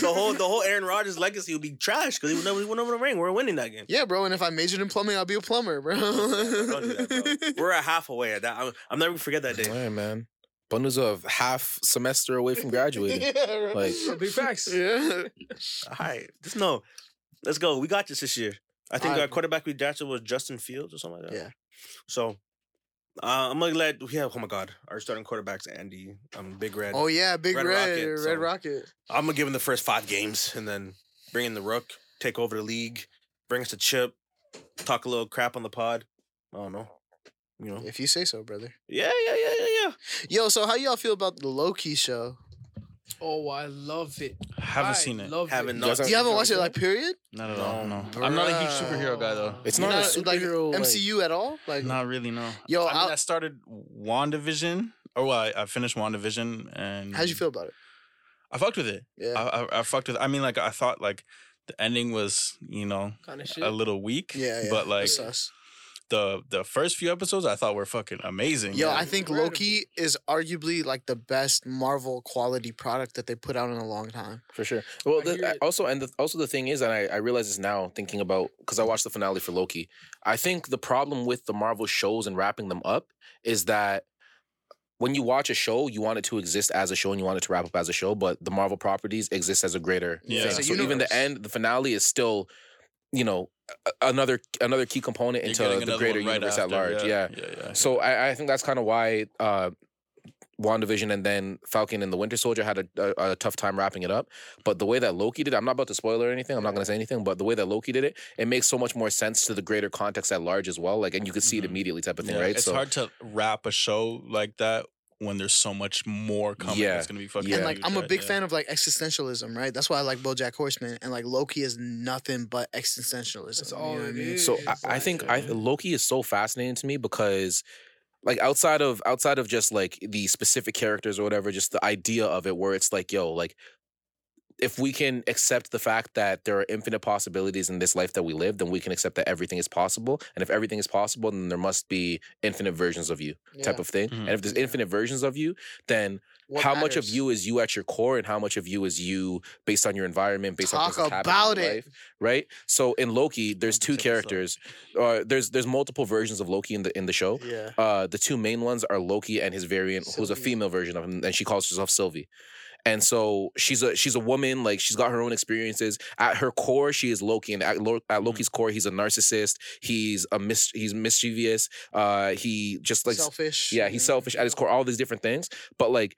Speaker 3: the whole the whole Aaron Rodgers legacy would be trash because he would never he went over the ring. We We're winning that game.
Speaker 7: Yeah, bro. And if I majored in plumbing, I'd be a plumber, bro.
Speaker 3: Don't do that, bro. We're a half away at that. I'm, I'm never gonna forget that
Speaker 4: All
Speaker 3: day.
Speaker 4: right, man. Bundles of half semester away from graduating.
Speaker 7: yeah, bro.
Speaker 4: Like-
Speaker 5: Big facts.
Speaker 7: yeah.
Speaker 3: All right, just no, let's go. We got this this year. I think
Speaker 7: I-
Speaker 3: our quarterback we drafted was Justin Fields or something like that.
Speaker 7: Yeah.
Speaker 3: So. Uh, I'm gonna let we have oh my god our starting quarterbacks Andy um Big Red
Speaker 7: Oh yeah, big
Speaker 3: Red
Speaker 7: red,
Speaker 3: Rocket,
Speaker 7: red
Speaker 3: so-
Speaker 7: rocket.
Speaker 3: I'm gonna give him the first five games and then bring in the Rook, take over the league, bring us to Chip, talk a little crap on the pod. I don't know. You know.
Speaker 7: If you say so, brother.
Speaker 3: Yeah, yeah, yeah, yeah, yeah.
Speaker 7: Yo, so how y'all feel about the low key show?
Speaker 5: Oh, I love it.
Speaker 8: Haven't
Speaker 5: I
Speaker 8: seen it.
Speaker 5: Love
Speaker 3: Haven't
Speaker 5: it.
Speaker 3: not
Speaker 7: You haven't watched it, like period?
Speaker 8: Not at all. No.
Speaker 3: No.
Speaker 8: I'm not a huge
Speaker 7: Bruh.
Speaker 8: superhero guy though.
Speaker 4: It's
Speaker 7: You're
Speaker 4: not, a
Speaker 7: like
Speaker 4: superhero. like-
Speaker 7: MCU at all? Like,
Speaker 8: Not really. No.
Speaker 7: Yo,
Speaker 8: I, mean,
Speaker 7: I'll-
Speaker 8: I started WandaVision. Or well, I, I finished WandaVision, and
Speaker 7: how'd you
Speaker 3: mm.
Speaker 7: feel about it?
Speaker 8: I fucked with it.
Speaker 7: Yeah,
Speaker 8: I, I I fucked with. I mean, like I thought, like the ending was, you know,
Speaker 5: Kind of shit.
Speaker 8: a little weak.
Speaker 7: yeah, yeah.
Speaker 8: But like
Speaker 7: That's us.
Speaker 8: the the first few episodes, I thought were fucking amazing.
Speaker 7: Yo,
Speaker 8: man.
Speaker 7: I think Loki is arguably like the best Marvel quality product that they put out in a long time.
Speaker 4: for sure. Well,
Speaker 5: I
Speaker 4: the,
Speaker 5: hear
Speaker 4: I-
Speaker 5: it.
Speaker 4: also, and the, also the thing is, and I, I realize this now thinking about because I watched the finale for Loki. I think the problem with the Marvel shows and wrapping them up is that when you watch a show, you want it to exist as a show and you want it to wrap up as a show, but the Marvel properties exist as a greater
Speaker 8: Yeah.
Speaker 4: thing.
Speaker 8: It's
Speaker 4: So
Speaker 8: a
Speaker 4: even
Speaker 7: universe.
Speaker 4: the end, the finale is still, you know, a- another another key component
Speaker 8: You're
Speaker 4: into
Speaker 8: getting
Speaker 4: the
Speaker 8: another
Speaker 4: greater
Speaker 8: one right
Speaker 4: universe at
Speaker 8: after,
Speaker 4: large. yeah.
Speaker 8: yeah, yeah.
Speaker 4: So I, I think that's kind of why uh, WandaVision and then Falcon and the Winter Soldier had a, a, a tough time wrapping it up. But the way that Loki did it, I'm not about to spoil or anything. I'm not going to say anything. But the way that Loki did it, it makes so much more sense to the greater context at large as well. Like, and you could see
Speaker 8: Mhm.
Speaker 4: it immediately, type of thing,
Speaker 8: Yeah,
Speaker 4: right?
Speaker 8: It's hard to wrap a show like that when there's so much more coming.
Speaker 4: Yeah,
Speaker 8: It's gonna be fucking.
Speaker 4: yeah.
Speaker 7: and like,
Speaker 8: huge,
Speaker 7: I'm a
Speaker 8: right?
Speaker 7: big
Speaker 8: Yeah.
Speaker 7: fan of like existentialism, right? That's why I like BoJack Horseman, and like Loki is nothing but existentialism.
Speaker 5: That's
Speaker 7: you
Speaker 5: all
Speaker 7: know what
Speaker 5: it
Speaker 7: I mean?
Speaker 5: is.
Speaker 4: so I,
Speaker 5: It's
Speaker 4: I
Speaker 5: like,
Speaker 4: think I,
Speaker 8: uh,
Speaker 4: Loki is so fascinating to me because like outside of outside of just like the specific characters or whatever just the idea of it where it's like yo like if we can accept the fact that there are infinite possibilities in this life that we live, then we can accept that everything is possible. And if everything is possible, then there must be infinite versions of you, type
Speaker 7: Yeah.
Speaker 4: of thing. And
Speaker 8: Mhm.
Speaker 4: if there's infinite versions of you, then
Speaker 7: What
Speaker 4: how much of
Speaker 7: matters?
Speaker 4: you is you at your core, and how much of you is you based on your environment, based on
Speaker 7: Talk
Speaker 4: things that's happening
Speaker 7: about
Speaker 4: in your
Speaker 7: it.
Speaker 4: life, right? So in Loki, there's two
Speaker 8: Hundred percent
Speaker 4: characters. Uh, there's there's multiple versions of Loki in the in the show.
Speaker 7: Yeah.
Speaker 4: Uh, the two main ones are Loki and his variant, who's a
Speaker 7: Sylvie.
Speaker 4: female version of him, and she calls herself Sylvie. And so she's a she's a woman, like she's got her own experiences. At her core, she is Loki, and at, Lo-
Speaker 7: Mm-hmm.
Speaker 4: at Loki's core, he's a narcissist. He's a mis- he's mischievous. Uh, he just like
Speaker 7: selfish.
Speaker 4: yeah, he's selfish at his core, all these different things. But like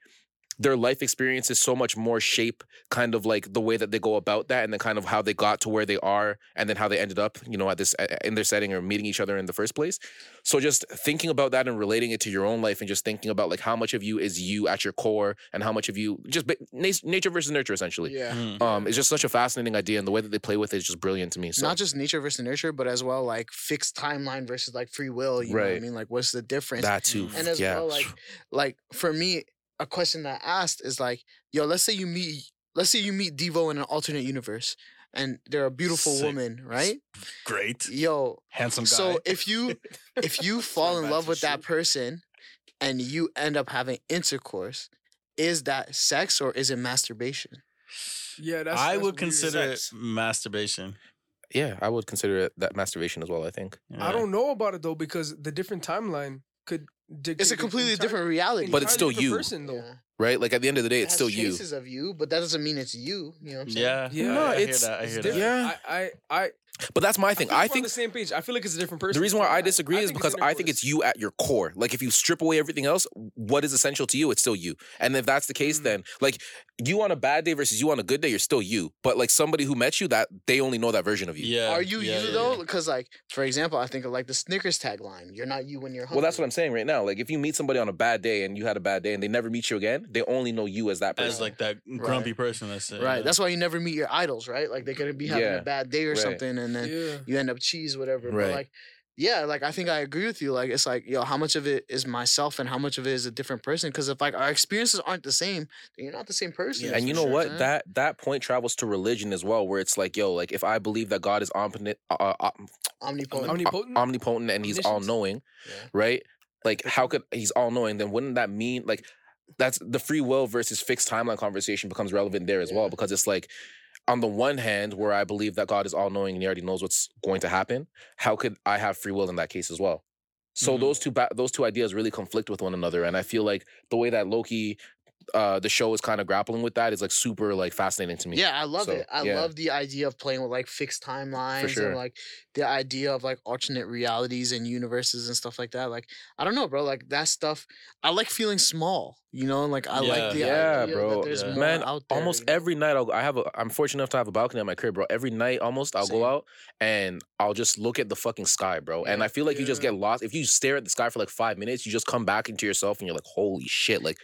Speaker 4: their life experiences so much more shape kind of like the way that they go about that and then kind of how they got to where they are and then how they ended up, you know, at this in their setting or meeting each other in the first place. So just thinking about that and relating it to your own life and just thinking about like how much of you is you at your core and how much of you just ba- na- nature versus nurture essentially.
Speaker 7: Yeah.
Speaker 8: Mhm.
Speaker 4: Um, it's just such a fascinating idea and the way that they play with it is just brilliant to me. So
Speaker 7: Not just nature versus nurture, but as well like fixed timeline versus like free will. You know what I
Speaker 4: Right.
Speaker 7: mean? Like what's the difference?
Speaker 4: that too.
Speaker 7: and as
Speaker 4: yeah.
Speaker 7: well, like like for me, a question that I asked is like, yo, let's say you meet let's say you meet Devo in an alternate universe and they're a beautiful
Speaker 8: Sick.
Speaker 7: woman, right?
Speaker 8: Great,
Speaker 7: Yo,
Speaker 8: handsome guy.
Speaker 7: so if you if you fall in
Speaker 8: back
Speaker 7: love
Speaker 8: to
Speaker 7: with that
Speaker 8: shit.
Speaker 7: person and you end up having intercourse, is that sex or is it masturbation?
Speaker 5: Yeah, that's.
Speaker 8: I
Speaker 5: that's
Speaker 8: would
Speaker 5: weird.
Speaker 8: consider it
Speaker 3: Sex.
Speaker 8: masturbation.
Speaker 4: yeah, I would consider it that masturbation as well, I think.
Speaker 5: I
Speaker 8: Yeah.
Speaker 5: don't know about it though because the different timeline could. Dictate
Speaker 7: It's a
Speaker 5: an
Speaker 7: completely
Speaker 5: entire-
Speaker 7: different reality.
Speaker 4: But it's
Speaker 5: entirely
Speaker 4: still
Speaker 5: different
Speaker 4: you.
Speaker 5: Person though.
Speaker 7: Yeah.
Speaker 4: Right? Like at the end of the day,
Speaker 7: It
Speaker 4: it's
Speaker 7: has
Speaker 4: still you.
Speaker 7: Traces of you, but that doesn't mean it's you. You know what I'm saying?
Speaker 8: Yeah,
Speaker 5: Yeah.
Speaker 8: I-
Speaker 5: No,
Speaker 8: I, hear
Speaker 4: it's-
Speaker 8: that, I
Speaker 5: It's
Speaker 8: hear that.
Speaker 5: different.
Speaker 4: Yeah.
Speaker 5: I, I, I,
Speaker 4: But that's my thing. I
Speaker 5: feel like we're on
Speaker 4: think
Speaker 5: the same page. I feel like it's a different person.
Speaker 4: the reason why I disagree
Speaker 5: I
Speaker 4: is
Speaker 5: think
Speaker 4: because
Speaker 5: it's
Speaker 4: I think it's you at your core. Like if you strip away everything else, what is essential to you? It's still you. And if that's the case,
Speaker 5: Mm.
Speaker 4: then like you on a bad day versus you on a good day, you're still you. But like somebody who met you, that they only know that version of you.
Speaker 8: Yeah.
Speaker 7: Are you
Speaker 8: yeah,
Speaker 7: you
Speaker 8: yeah,
Speaker 7: though?
Speaker 8: yeah.
Speaker 7: Because like, for example, I think of like the Snickers tagline: "You're not you when you're hungry."
Speaker 4: Well, that's what I'm saying right now. Like if you meet somebody on a bad day and you had a bad day and they never meet you again, they only know you as that person.
Speaker 8: As like that grumpy person that's
Speaker 7: Right. That's why you never meet your idols, right? Like they're gonna be having
Speaker 4: Yeah.
Speaker 7: a bad day or
Speaker 4: Right.
Speaker 7: something, and then
Speaker 5: Yeah.
Speaker 7: you end up cheese, whatever.
Speaker 4: Right.
Speaker 7: But like, yeah, like I think I agree with you. Like it's like, yo, how much of it is myself and how much of it is a different person? Because if like our experiences aren't the same, then you're not the same person. Mm-hmm.
Speaker 4: and you know what that that point travels to religion as well where it's like yo like if i believe that god is omnipotent uh, uh,
Speaker 7: omnipotent.
Speaker 5: Omnipotent.
Speaker 4: omnipotent and he's all
Speaker 5: Omniscient.
Speaker 4: knowing,
Speaker 7: Mm-hmm. Yeah.
Speaker 4: right? Like, how could he's all knowing? Then wouldn't that mean like that's the free will versus fixed timeline conversation becomes relevant there as well
Speaker 7: Yeah.
Speaker 4: because it's like on the one hand where I believe that God is all knowing and he already knows what's going to happen, how could I have free will in that case as well? So
Speaker 7: Mm-hmm.
Speaker 8: Mhm.
Speaker 4: those two ba- those two ideas really conflict with one another, and I feel like the way that Loki, uh, the show is kind of grappling with that is like super like fascinating to me.
Speaker 7: Yeah, I love
Speaker 4: So,
Speaker 7: it. I
Speaker 4: yeah.
Speaker 7: love the idea of playing with like fixed timelines
Speaker 4: sure.
Speaker 7: and like the idea of like alternate realities and universes and stuff like that. Like, I don't know, bro. Like that stuff, I like feeling small. You know, like I
Speaker 8: Yeah.
Speaker 7: like the
Speaker 4: Yeah,
Speaker 7: idea
Speaker 4: bro.
Speaker 7: that there's
Speaker 8: Yeah.
Speaker 7: more
Speaker 4: Man,
Speaker 7: out there.
Speaker 4: almost
Speaker 7: you know?
Speaker 4: every night I'll go- I have a I'm fortunate enough to have a balcony at my crib, bro. Every night almost I'll
Speaker 7: Same.
Speaker 4: go out and I'll just look at the fucking sky, bro. And
Speaker 7: Yeah.
Speaker 4: I feel like you just
Speaker 5: Yeah.
Speaker 4: get lost. If you stare at the sky for like five minutes, you just come back into yourself and you're like, holy shit, like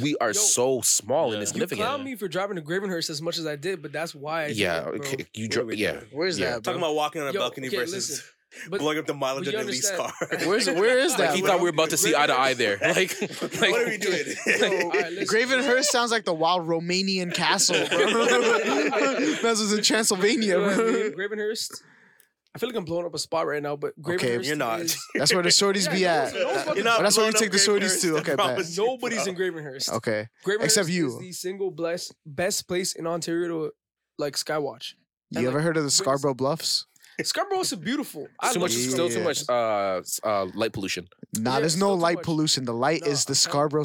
Speaker 4: we are
Speaker 5: Yo.
Speaker 4: so small
Speaker 8: Yeah.
Speaker 4: and
Speaker 8: You
Speaker 5: You
Speaker 4: insignificant.
Speaker 5: clown me for driving to Gravenhurst as much as I did, but that's why I did
Speaker 4: yeah,
Speaker 5: it, bro.
Speaker 4: okay, you
Speaker 3: What are
Speaker 4: dro-
Speaker 3: we
Speaker 4: yeah.
Speaker 3: doing?
Speaker 7: Where's
Speaker 4: yeah.
Speaker 7: that?
Speaker 3: Talking
Speaker 7: bro?
Speaker 3: about walking on a
Speaker 5: Yo,
Speaker 3: balcony
Speaker 5: okay,
Speaker 3: versus
Speaker 5: listen. But
Speaker 3: blowing up the mileage
Speaker 5: but
Speaker 3: in
Speaker 5: you
Speaker 3: the lease car.
Speaker 5: understand-
Speaker 7: Where's where is that?
Speaker 4: Like he
Speaker 7: bro?
Speaker 4: thought we were about to see eye to eye there. Like, like
Speaker 3: what are we doing?
Speaker 5: All right, listen.
Speaker 7: Gravenhurst sounds like the wild Romanian castle. Bro. that was in Transylvania.
Speaker 5: You know what I mean?
Speaker 7: Bro.
Speaker 5: Gravenhurst. I feel like I'm blowing up a spot right now, but Gravenhurst.
Speaker 3: You're not.
Speaker 5: is-
Speaker 7: That's where the shorties
Speaker 5: Yeah,
Speaker 7: be
Speaker 5: no one's- no
Speaker 7: at.
Speaker 5: one's fucking-
Speaker 3: You're not
Speaker 7: But that's where you
Speaker 3: blowing
Speaker 7: take
Speaker 3: up
Speaker 7: the shorties
Speaker 3: Gravenhurst,
Speaker 7: to.
Speaker 3: I
Speaker 7: Okay, bet.
Speaker 3: promise you,
Speaker 5: Nobody's
Speaker 3: bro.
Speaker 5: in Gravenhurst.
Speaker 7: Okay.
Speaker 5: Gravenhurst
Speaker 7: Except you.
Speaker 5: Is the single blessed, best place in Ontario to like skywatch. And,
Speaker 7: You ever
Speaker 5: like,
Speaker 7: heard of the
Speaker 5: wait,
Speaker 7: Scarborough Bluffs?
Speaker 5: Scarborough's so beautiful. I
Speaker 4: too
Speaker 5: love
Speaker 4: much, still too
Speaker 5: Scarborough.
Speaker 4: much uh, s- uh, light pollution.
Speaker 7: Nah,
Speaker 5: Yeah,
Speaker 7: there's
Speaker 5: it's
Speaker 7: no
Speaker 5: not too
Speaker 7: light
Speaker 5: much.
Speaker 7: pollution. The light
Speaker 5: No,
Speaker 7: is the
Speaker 5: I'm telling-
Speaker 7: Scarborough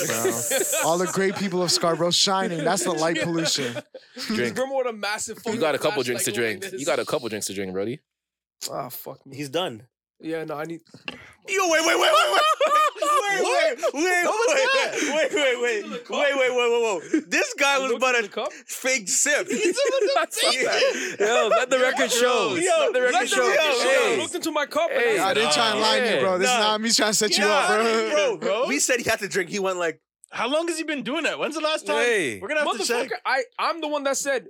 Speaker 4: uh,
Speaker 7: bro. All the great people of Scarborough shining. That's the light pollution.
Speaker 4: Drink.
Speaker 5: Remember what a massive.
Speaker 4: You
Speaker 5: fucking
Speaker 4: got a couple drinks to
Speaker 5: flashlight
Speaker 4: drink.
Speaker 5: like
Speaker 4: You
Speaker 5: this?
Speaker 4: got a couple drinks to drink, Brody.
Speaker 5: Ah, fuck me.
Speaker 3: He's done.
Speaker 5: Yeah, no, I need.
Speaker 3: Yo, wait, wait, wait, wait, wait, wait, wait, wait, wait, wait, wait, wait, wait, wait, wait, whoa, whoa. This guy was
Speaker 5: Look
Speaker 3: about
Speaker 5: in
Speaker 3: to
Speaker 5: the cup.
Speaker 3: fake sip.
Speaker 4: Yo, let the record show.
Speaker 3: Yo,
Speaker 4: Let the record
Speaker 3: let the
Speaker 4: show.
Speaker 3: record
Speaker 5: I
Speaker 3: show.
Speaker 4: Hey.
Speaker 5: looked into my cup.
Speaker 4: Hey.
Speaker 5: and
Speaker 7: Nah,
Speaker 5: I
Speaker 7: I
Speaker 5: said,
Speaker 7: didn't try and line you, bro. This is
Speaker 3: Nah.
Speaker 7: not me trying to set you up, bro.
Speaker 3: bro, bro.
Speaker 8: Bro.
Speaker 3: We said he had to drink. He went like,
Speaker 8: How long has he been doing that? When's the last time?
Speaker 4: Hey.
Speaker 8: We're gonna have to check.
Speaker 5: Motherfucker, I, I'm the one that said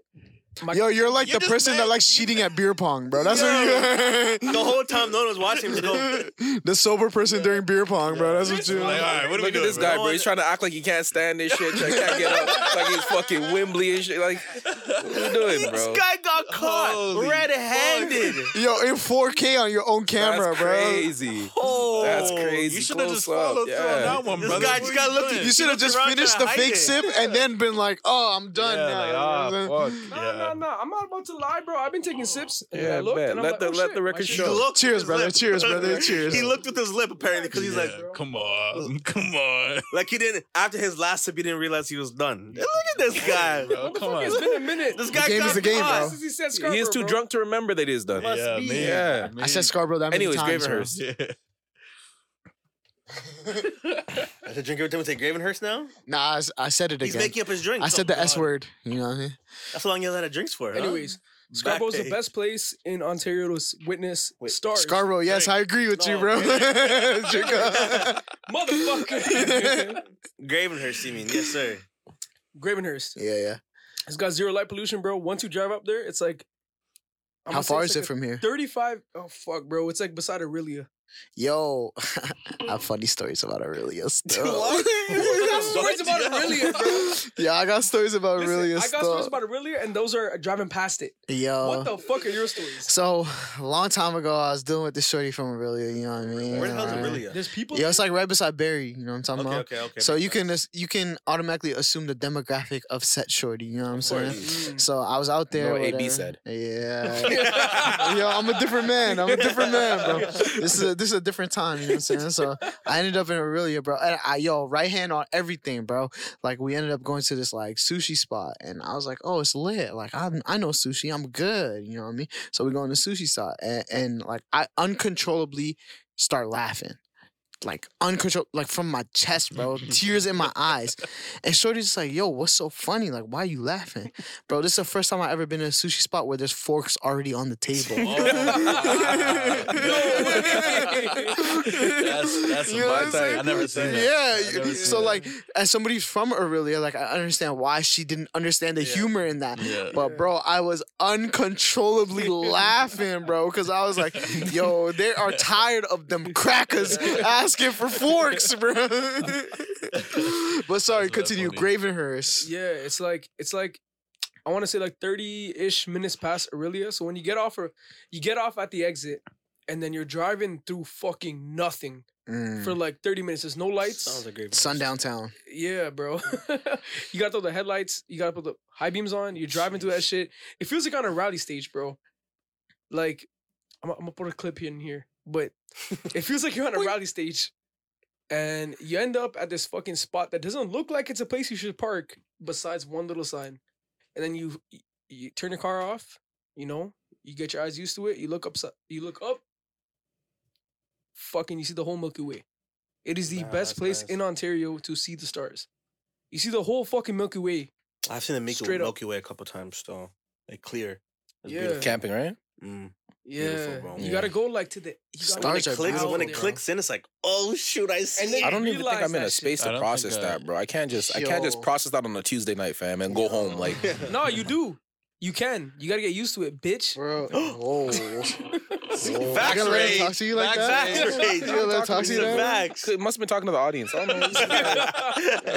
Speaker 5: My-
Speaker 7: Yo, you're like
Speaker 8: You
Speaker 7: the
Speaker 8: just
Speaker 7: person that
Speaker 8: made-
Speaker 7: likes
Speaker 8: you-
Speaker 7: cheating at beer pong, bro. That's what you.
Speaker 3: The whole time no one was watching me. Go,
Speaker 7: the sober person during beer pong, bro. That's what you.
Speaker 8: Like, all right, what are
Speaker 4: Look
Speaker 8: we
Speaker 4: at
Speaker 8: doing?
Speaker 4: this
Speaker 8: bro?
Speaker 4: guy, bro. He's trying to act like he can't stand this shit. Like, can't get up. Like he's fucking Wembley and shit. Like, what are you doing, bro?
Speaker 3: this guy got caught
Speaker 8: Holy
Speaker 3: red-handed.
Speaker 7: Yo, in 4K on your own camera,
Speaker 4: That's
Speaker 7: bro.
Speaker 4: crazy.
Speaker 3: Oh,
Speaker 4: That's crazy.
Speaker 8: You should have just
Speaker 4: Close up.
Speaker 8: followed through on
Speaker 4: Yeah.
Speaker 8: that one,
Speaker 3: This
Speaker 8: brother.
Speaker 3: guy
Speaker 8: What
Speaker 3: just
Speaker 8: are
Speaker 3: got looked
Speaker 8: doing?
Speaker 7: You should have just
Speaker 3: around
Speaker 7: finished
Speaker 3: trying to hide
Speaker 7: the fake
Speaker 3: it.
Speaker 7: sip and then been like, "Oh, I'm
Speaker 8: Yeah,
Speaker 7: done now."
Speaker 8: like,
Speaker 7: You know what I'm
Speaker 8: ah,
Speaker 7: saying?
Speaker 8: fuck.
Speaker 5: No, no,
Speaker 8: Yeah.
Speaker 5: no. I'm not about to lie, bro. I've been taking sips. And then
Speaker 4: Yeah,
Speaker 5: I looked,
Speaker 4: bet.
Speaker 5: and I'm
Speaker 4: Let
Speaker 5: like,
Speaker 4: the-
Speaker 5: oh,
Speaker 4: let
Speaker 5: shit,
Speaker 4: the
Speaker 5: my
Speaker 4: record
Speaker 5: shit-
Speaker 3: He
Speaker 4: show.
Speaker 3: looked
Speaker 7: Cheers,
Speaker 3: with his
Speaker 7: brother.
Speaker 3: lip.
Speaker 7: Cheers, brother. Cheers.
Speaker 3: He looked with his lip apparently because he's
Speaker 8: Yeah,
Speaker 3: like,
Speaker 8: come on, come on.
Speaker 3: like he didn't. After his last sip, he didn't realize he was done. Look at this guy.
Speaker 8: Bro,
Speaker 5: What the
Speaker 8: come
Speaker 5: fuck?
Speaker 8: on.
Speaker 5: It's been a minute. Ah,
Speaker 3: This guy
Speaker 7: The game
Speaker 3: got
Speaker 7: is the game,
Speaker 3: caught.
Speaker 7: bro.
Speaker 5: Since he said Scarborough,
Speaker 4: He is too
Speaker 5: bro.
Speaker 4: drunk to remember that he's done.
Speaker 8: yeah,
Speaker 4: yeah.
Speaker 8: me.
Speaker 4: Yeah.
Speaker 8: me.
Speaker 7: I said Scarborough that many
Speaker 4: Anyways,
Speaker 7: times. bro.
Speaker 4: Gravenhurst.
Speaker 8: Yeah.
Speaker 3: I said, drink every time we take Gravenhurst now.
Speaker 7: Nah, I s- I, said it
Speaker 3: He's
Speaker 7: again.
Speaker 3: making up his drink.
Speaker 7: I said the S word. You know. what I mean?
Speaker 3: That's how long you had of drinks for. Huh?
Speaker 5: Anyways, Scarborough's the best place in Ontario to s- witness stars.
Speaker 7: Scarborough. Yes, I agree with you, bro. Drink up.
Speaker 5: Motherfucker.
Speaker 3: Gravenhurst, you mean? Yes, sir.
Speaker 5: Gravenhurst.
Speaker 7: yeah, yeah.
Speaker 5: It's got zero light pollution, bro. Once you drive up there, it's like. I'm
Speaker 7: How
Speaker 5: gonna say
Speaker 7: far
Speaker 5: it's
Speaker 7: is
Speaker 5: like
Speaker 7: it from here?
Speaker 5: a 35. Oh, fuck, bro. It's like beside Aurelia.
Speaker 7: Yo, I have funny stories about Aurelia still.
Speaker 5: stories about Aurelia, bro.
Speaker 7: yeah, I got stories about
Speaker 5: Listen,
Speaker 7: Aurelia
Speaker 5: I got
Speaker 7: still.
Speaker 5: stories about Aurelia, and those are driving past it.
Speaker 7: Yo.
Speaker 5: What the fuck are your stories?
Speaker 7: So, a long time ago, I was dealing with this shorty from Aurelia, you know what I mean?
Speaker 3: Where the hell's
Speaker 7: Right.
Speaker 3: Aurelia?
Speaker 5: There's people.
Speaker 7: Yeah, it's like right beside Barry, you know what I'm talking
Speaker 3: Okay,
Speaker 7: about?
Speaker 3: okay, okay.
Speaker 7: So you can as- you can automatically assume the demographic of set shorty, you know what I'm saying?
Speaker 5: Mm.
Speaker 7: So I was out there.
Speaker 4: No, AB
Speaker 7: whatever.
Speaker 4: said.
Speaker 7: Yeah. Yo, I'm a different man. I'm a different man, bro. This is a, this is a different time. You know what I'm saying? So I ended up in Aurelia, bro. And I, yo, right hand on everything, bro. Like we ended up going to this like sushi spot, and I was like, oh, it's lit. Like I I know sushi. I'm good. You know what I mean? So we go in the sushi spot, and, and like I uncontrollably start laughing. Like uncontrolled, like from my chest, bro. Tears in my eyes, and Shorty's just like, "Yo, what's so funny? Like, why you laughing, bro? This is the first time I ever been in a sushi spot where there's forks already on the
Speaker 8: Oh.
Speaker 7: table."
Speaker 8: That's that's
Speaker 7: You know what
Speaker 8: my
Speaker 7: I'm
Speaker 8: time.
Speaker 7: saying?
Speaker 8: I never seen that.
Speaker 7: Yeah.
Speaker 8: I never
Speaker 7: So
Speaker 8: seen
Speaker 7: like, as somebody from Aurelia, like I understand why she didn't understand the humor in that.
Speaker 8: Yeah.
Speaker 7: But bro, I was uncontrollably laughing, bro, because I was like, "Yo, they are tired of them crackers asking for forks, bro." but sorry,
Speaker 8: That's
Speaker 7: continue.
Speaker 8: funny.
Speaker 7: Gravenhurst.
Speaker 5: Yeah, it's like it's like I want to say like thirty ish minutes past Aurelia. So when you get off, or you get off at the exit, and then you're driving through fucking nothing
Speaker 7: Mm.
Speaker 5: for like thirty minutes. There's no lights.
Speaker 7: Sundown Town.
Speaker 5: yeah, bro. you got to throw the headlights. You got to put the high beams on. You're driving through that shit. It feels like on a rally stage, bro. Like I'm, I'm gonna put a clip in here, but it feels like you're on a rally stage, and you end up at this fucking spot that doesn't look like it's a place you should park, besides one little sign, and then you you turn your car off. You know, you get your eyes used to it. You look up. You look up. Fucking, you see the whole Milky Way. It is the
Speaker 3: Nah,
Speaker 5: best
Speaker 3: that's
Speaker 5: place
Speaker 3: nice.
Speaker 5: in Ontario to see the stars. You see the whole fucking Milky Way.
Speaker 3: I've seen the Milky,
Speaker 5: Straight up.
Speaker 3: Milky Way a couple times, though. Like clear. It's
Speaker 5: Yeah.
Speaker 3: beautiful.
Speaker 4: Camping, right?
Speaker 3: Mm. Beautiful,
Speaker 5: Yeah,
Speaker 3: bro.
Speaker 5: you
Speaker 4: Yeah.
Speaker 5: gotta go like to the. You gotta
Speaker 7: Stars
Speaker 5: go
Speaker 7: are
Speaker 3: It clicks,
Speaker 5: out
Speaker 3: when it
Speaker 5: there.
Speaker 3: clicks in, it's like, oh shoot, I see.
Speaker 5: And then-
Speaker 3: it.
Speaker 4: I don't even think
Speaker 5: realize
Speaker 4: I'm in
Speaker 5: that
Speaker 4: a
Speaker 5: shit.
Speaker 4: space
Speaker 8: I
Speaker 4: to
Speaker 8: don't
Speaker 4: process
Speaker 8: think, uh,
Speaker 4: that, bro. I can't just I can't just
Speaker 7: Yo.
Speaker 4: process that on a Tuesday night, fam, and go home. Like
Speaker 5: No, you do. You can. You gotta get used to it, bitch.
Speaker 7: Bro. Whoa. Whoa.
Speaker 3: Facts
Speaker 7: I gotta let
Speaker 3: rage.
Speaker 7: him talk to you like
Speaker 8: Facts
Speaker 7: that?
Speaker 3: rage.
Speaker 7: You gotta let him talk to
Speaker 3: These
Speaker 7: you
Speaker 3: are
Speaker 7: like that?
Speaker 3: facts.
Speaker 4: it must have been talking to the audience. I don't know.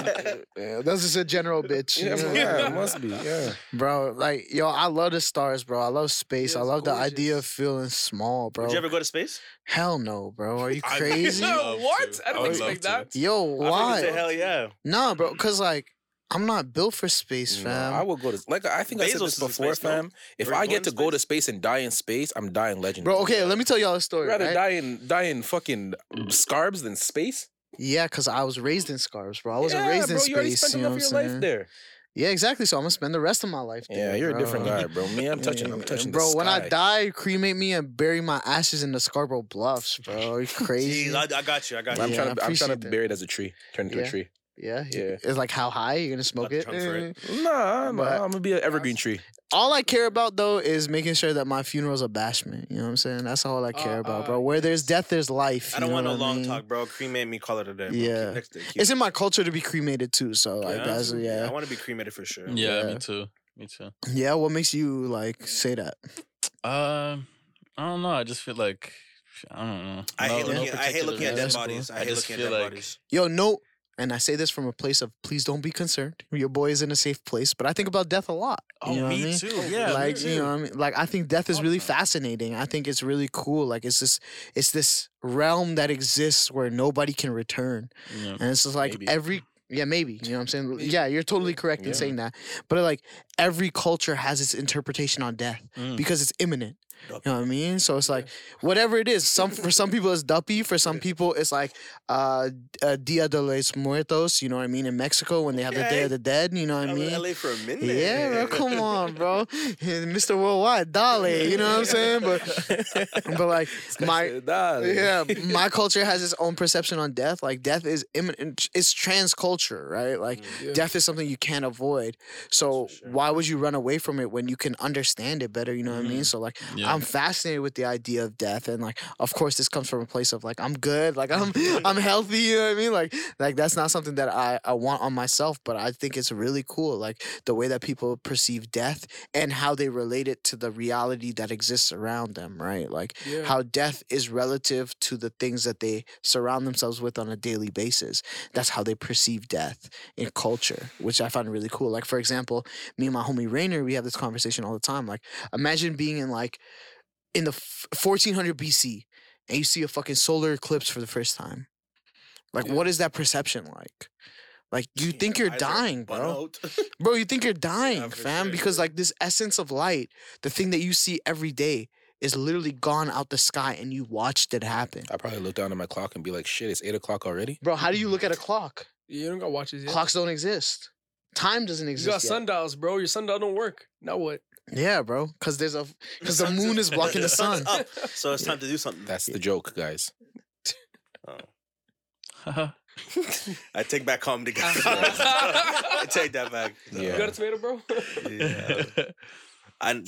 Speaker 7: Yeah, that's just a general bitch.
Speaker 4: yeah,
Speaker 7: You know?
Speaker 4: yeah, it must be. Yeah.
Speaker 7: Bro, like, yo, I love the stars, bro. I love space.
Speaker 5: Yeah,
Speaker 7: I
Speaker 5: it's
Speaker 7: love the idea
Speaker 5: gorgeous.
Speaker 7: of feeling small, bro.
Speaker 3: Did you ever go to space?
Speaker 7: Hell no, bro. Are you
Speaker 8: I-
Speaker 7: crazy?
Speaker 8: No.
Speaker 5: Yo,
Speaker 8: Love
Speaker 5: what?
Speaker 8: to.
Speaker 5: I
Speaker 8: I
Speaker 5: don't
Speaker 8: would
Speaker 5: expect
Speaker 8: love
Speaker 5: that.
Speaker 7: yo,
Speaker 3: I thought you said
Speaker 7: why?
Speaker 3: hell yeah.
Speaker 7: Nah, bro, because, like, I'm not built for space,
Speaker 4: No,
Speaker 7: fam.
Speaker 4: Mm. I would go to like I think I said
Speaker 3: Bezos
Speaker 4: this
Speaker 3: is in
Speaker 4: before,
Speaker 3: space, no?
Speaker 4: fam. If
Speaker 3: Or
Speaker 4: I
Speaker 3: going
Speaker 4: get
Speaker 3: to
Speaker 4: to go
Speaker 3: space?
Speaker 4: to space and die in space, I'm dying legend.
Speaker 7: Bro, okay, let me tell y'all a
Speaker 4: I'd
Speaker 7: story.
Speaker 4: rather
Speaker 7: Right?
Speaker 4: die in die in fucking scarbs than space.
Speaker 7: Yeah, because I was raised in scarves, bro. I wasn't
Speaker 4: yeah,
Speaker 7: raised
Speaker 4: bro,
Speaker 7: in
Speaker 4: You already
Speaker 7: space.
Speaker 4: spent
Speaker 7: You know
Speaker 4: enough
Speaker 7: what
Speaker 4: of
Speaker 7: I'm
Speaker 4: your life
Speaker 7: saying?
Speaker 4: there.
Speaker 7: Yeah, exactly. So I'm gonna spend the rest of my life there.
Speaker 4: Yeah, you're a different
Speaker 7: bro.
Speaker 4: guy, bro. Me, I'm touching. I'm
Speaker 7: Yeah,
Speaker 4: touching. the
Speaker 7: Bro, when I
Speaker 4: sky.
Speaker 7: die, cremate me and bury my ashes in the Scarborough Bluffs, bro. Are you crazy?
Speaker 3: Jeez, I, I got you. I got
Speaker 4: I'm
Speaker 3: you.
Speaker 7: Yeah, I
Speaker 4: trying to. I'm
Speaker 7: appreciate
Speaker 4: trying to
Speaker 7: that.
Speaker 4: bury it as a tree. Turn into
Speaker 7: Yeah.
Speaker 4: a tree.
Speaker 7: yeah,
Speaker 4: Yeah.
Speaker 7: It's like how high you're gonna smoke
Speaker 3: Not
Speaker 7: it.
Speaker 3: Trump for
Speaker 7: Eh.
Speaker 3: it.
Speaker 4: Nah, I'm,
Speaker 7: But-
Speaker 4: I'm gonna be an evergreen tree.
Speaker 7: All I care about though is making sure that my funeral's a bashment. You know what I'm saying? That's all I care
Speaker 5: Uh,
Speaker 7: about,
Speaker 5: uh,
Speaker 7: bro. Where there's death, there's life.
Speaker 3: I don't
Speaker 7: you know
Speaker 3: want no
Speaker 7: what
Speaker 3: long
Speaker 7: mean?
Speaker 3: talk, bro. Cremate me, call it a day. Bro.
Speaker 7: Yeah.
Speaker 3: Keep- Next day, keep-
Speaker 7: It's in my culture to be cremated too, so like that's
Speaker 3: I
Speaker 7: yeah.
Speaker 3: want to be cremated for sure.
Speaker 8: Yeah,
Speaker 7: Yeah.
Speaker 8: me too. Me too.
Speaker 7: Yeah, what makes you like say that?
Speaker 8: Uh, I don't know. I just feel like I don't know.
Speaker 3: I
Speaker 8: No-
Speaker 3: hate
Speaker 8: no
Speaker 3: looking. at, I hate
Speaker 8: particular
Speaker 3: looking at dead
Speaker 8: reason.
Speaker 7: bro.
Speaker 3: bodies. I
Speaker 8: I
Speaker 3: hate
Speaker 8: just
Speaker 3: looking at
Speaker 8: feel
Speaker 3: dead
Speaker 8: like-
Speaker 3: bodies.
Speaker 7: Yo, no, and I say this from a place of please don't be concerned. Your boy is in a safe place, but I think about death a lot.
Speaker 8: Oh,
Speaker 7: you know what I
Speaker 8: me
Speaker 7: mean?
Speaker 8: too. Yeah,
Speaker 7: like
Speaker 8: me too.
Speaker 7: you know what I mean? Like I think death is really fascinating. I think it's really cool. Like it's this it's this realm that exists where nobody can return.
Speaker 8: Yeah.
Speaker 7: And it's just like
Speaker 4: Maybe.
Speaker 7: every yeah, maybe. You know what I'm saying? Yeah, you're totally correct in saying that. But like every culture has its interpretation on death
Speaker 8: Mm.
Speaker 7: because it's imminent. You know what I mean? So it's like whatever it is. Some for some people it's duppy. For some people it's like uh, uh, Dia de los Muertos. You know what I mean? In Mexico when they have the Day
Speaker 3: Okay.
Speaker 7: of the Dead. You know what I
Speaker 3: I'm
Speaker 7: mean?
Speaker 3: in LA for a minute.
Speaker 7: Yeah, bro, come on, bro. Mr. Worldwide, Dolly, you know what I'm saying? But but like my yeah, my culture has its own perception on death. Like death is imminent. It's trans culture, right? Like
Speaker 5: Yeah.
Speaker 7: death is something you can't avoid. So why would you run away from it when you can understand it better? You know what I mean? So like
Speaker 8: Yeah.
Speaker 7: I'm fascinated with the idea of death, and like of course this comes from a place of like I'm good, like I'm I'm healthy. You know what I mean? Like like that's not something that I I want on myself, but I think it's really cool. Like the way that people perceive death and how they relate it to the reality that exists around them, right? Like
Speaker 5: Yeah.
Speaker 7: how death is relative to the things that they surround themselves with on a daily basis. That's how they perceive death in culture, which I find really cool. Like, for example, me and my homie Rainer, we have this conversation all the time. Like, imagine being in like in the f- 1400 BC and you see a fucking solar eclipse for the first time. Like, what is that perception like? Like, you think you're
Speaker 3: Eyes are
Speaker 7: dying, bro.
Speaker 3: bun out.
Speaker 7: Bro, you think you're dying,
Speaker 3: for
Speaker 7: fam,
Speaker 3: sure,
Speaker 7: because
Speaker 3: bro.
Speaker 7: like this essence of light, the thing that you see every day, is literally gone out the sky, and you watched it happen.
Speaker 4: I probably look down at my clock and be like, "Shit, it's eight o'clock already."
Speaker 7: Bro, how do you look at a
Speaker 4: Mm-hmm.
Speaker 7: clock?
Speaker 5: You don't got watches yet.
Speaker 7: Clocks don't exist. Time doesn't
Speaker 5: You
Speaker 7: exist.
Speaker 5: got
Speaker 7: yet.
Speaker 5: sundials, bro. Your sundial don't work. Now what?
Speaker 7: Yeah, bro, because there's a because the
Speaker 3: sun's
Speaker 7: moon
Speaker 3: up.
Speaker 7: is blocking the sun.
Speaker 3: sun's up, so it's time to do something.
Speaker 4: That's the joke, guys.
Speaker 3: I take back home to guys. I take that back.
Speaker 4: Yeah.
Speaker 5: You got a tomato, bro?
Speaker 3: Yeah. I,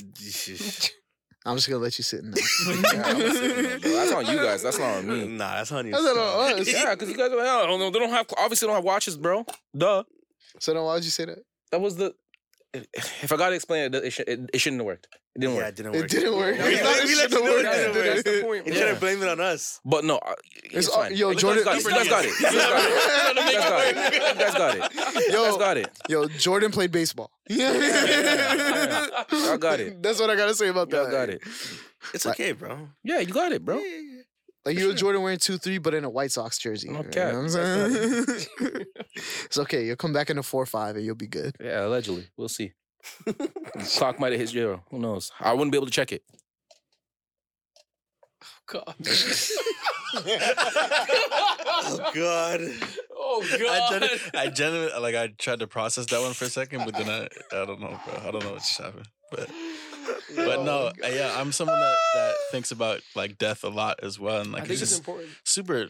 Speaker 7: I'm just gonna let you sit in there.
Speaker 4: That's on you guys. That's not on me.
Speaker 3: nah, that's on you.
Speaker 7: That's not on us.
Speaker 4: Yeah, because you guys are like, oh, no, they don't have obviously don't have watches, bro. Duh.
Speaker 7: So then why would you say that?
Speaker 4: That was the. If I gotta explain it, it, should, it, it shouldn't have worked. It didn't
Speaker 3: Yeah,
Speaker 4: work.
Speaker 3: it didn't work.
Speaker 7: It didn't work.
Speaker 3: We,
Speaker 7: It's
Speaker 3: let-
Speaker 7: not-
Speaker 3: we
Speaker 7: it
Speaker 3: let
Speaker 7: shouldn't
Speaker 3: you know
Speaker 7: work.
Speaker 3: it
Speaker 5: That's,
Speaker 3: didn't
Speaker 5: that's
Speaker 3: work.
Speaker 5: the point.
Speaker 3: You
Speaker 5: bro.
Speaker 3: should have blamed it on us.
Speaker 4: But no, I-
Speaker 7: It's
Speaker 4: it's,
Speaker 7: all-
Speaker 4: fine.
Speaker 7: yo,
Speaker 4: You guys
Speaker 7: Jordan-
Speaker 4: got it. You guys got it. You guys got it. You guys got it. You guys got it. You guys got it.
Speaker 7: Yo, Jordan played baseball. Yeah,
Speaker 4: Y'all got it.
Speaker 7: That's what I gotta say about that.
Speaker 4: Y'all got it.
Speaker 3: It's okay, bro.
Speaker 4: Yeah, you got it, bro.
Speaker 7: Like you and Jordan wearing two three, but in a White Sox jersey.
Speaker 4: No
Speaker 7: You know what
Speaker 4: cap.
Speaker 7: I'm saying? it's okay. You'll come back in a four five and you'll be good.
Speaker 4: Yeah, allegedly. We'll see. Clock might have hit zero. Who knows? I wouldn't be able to check it.
Speaker 5: God.
Speaker 3: Oh God.
Speaker 5: Oh,
Speaker 8: I,
Speaker 5: God.
Speaker 8: gen- I genuinely like. I tried to process that one for a second, but then I, I don't know, bro. I don't know what just happened, but but no, uh, yeah, I'm someone that that thinks about like death a lot as well, and
Speaker 5: I
Speaker 8: like
Speaker 5: think
Speaker 8: it's
Speaker 5: it's
Speaker 8: just
Speaker 5: important.
Speaker 8: super.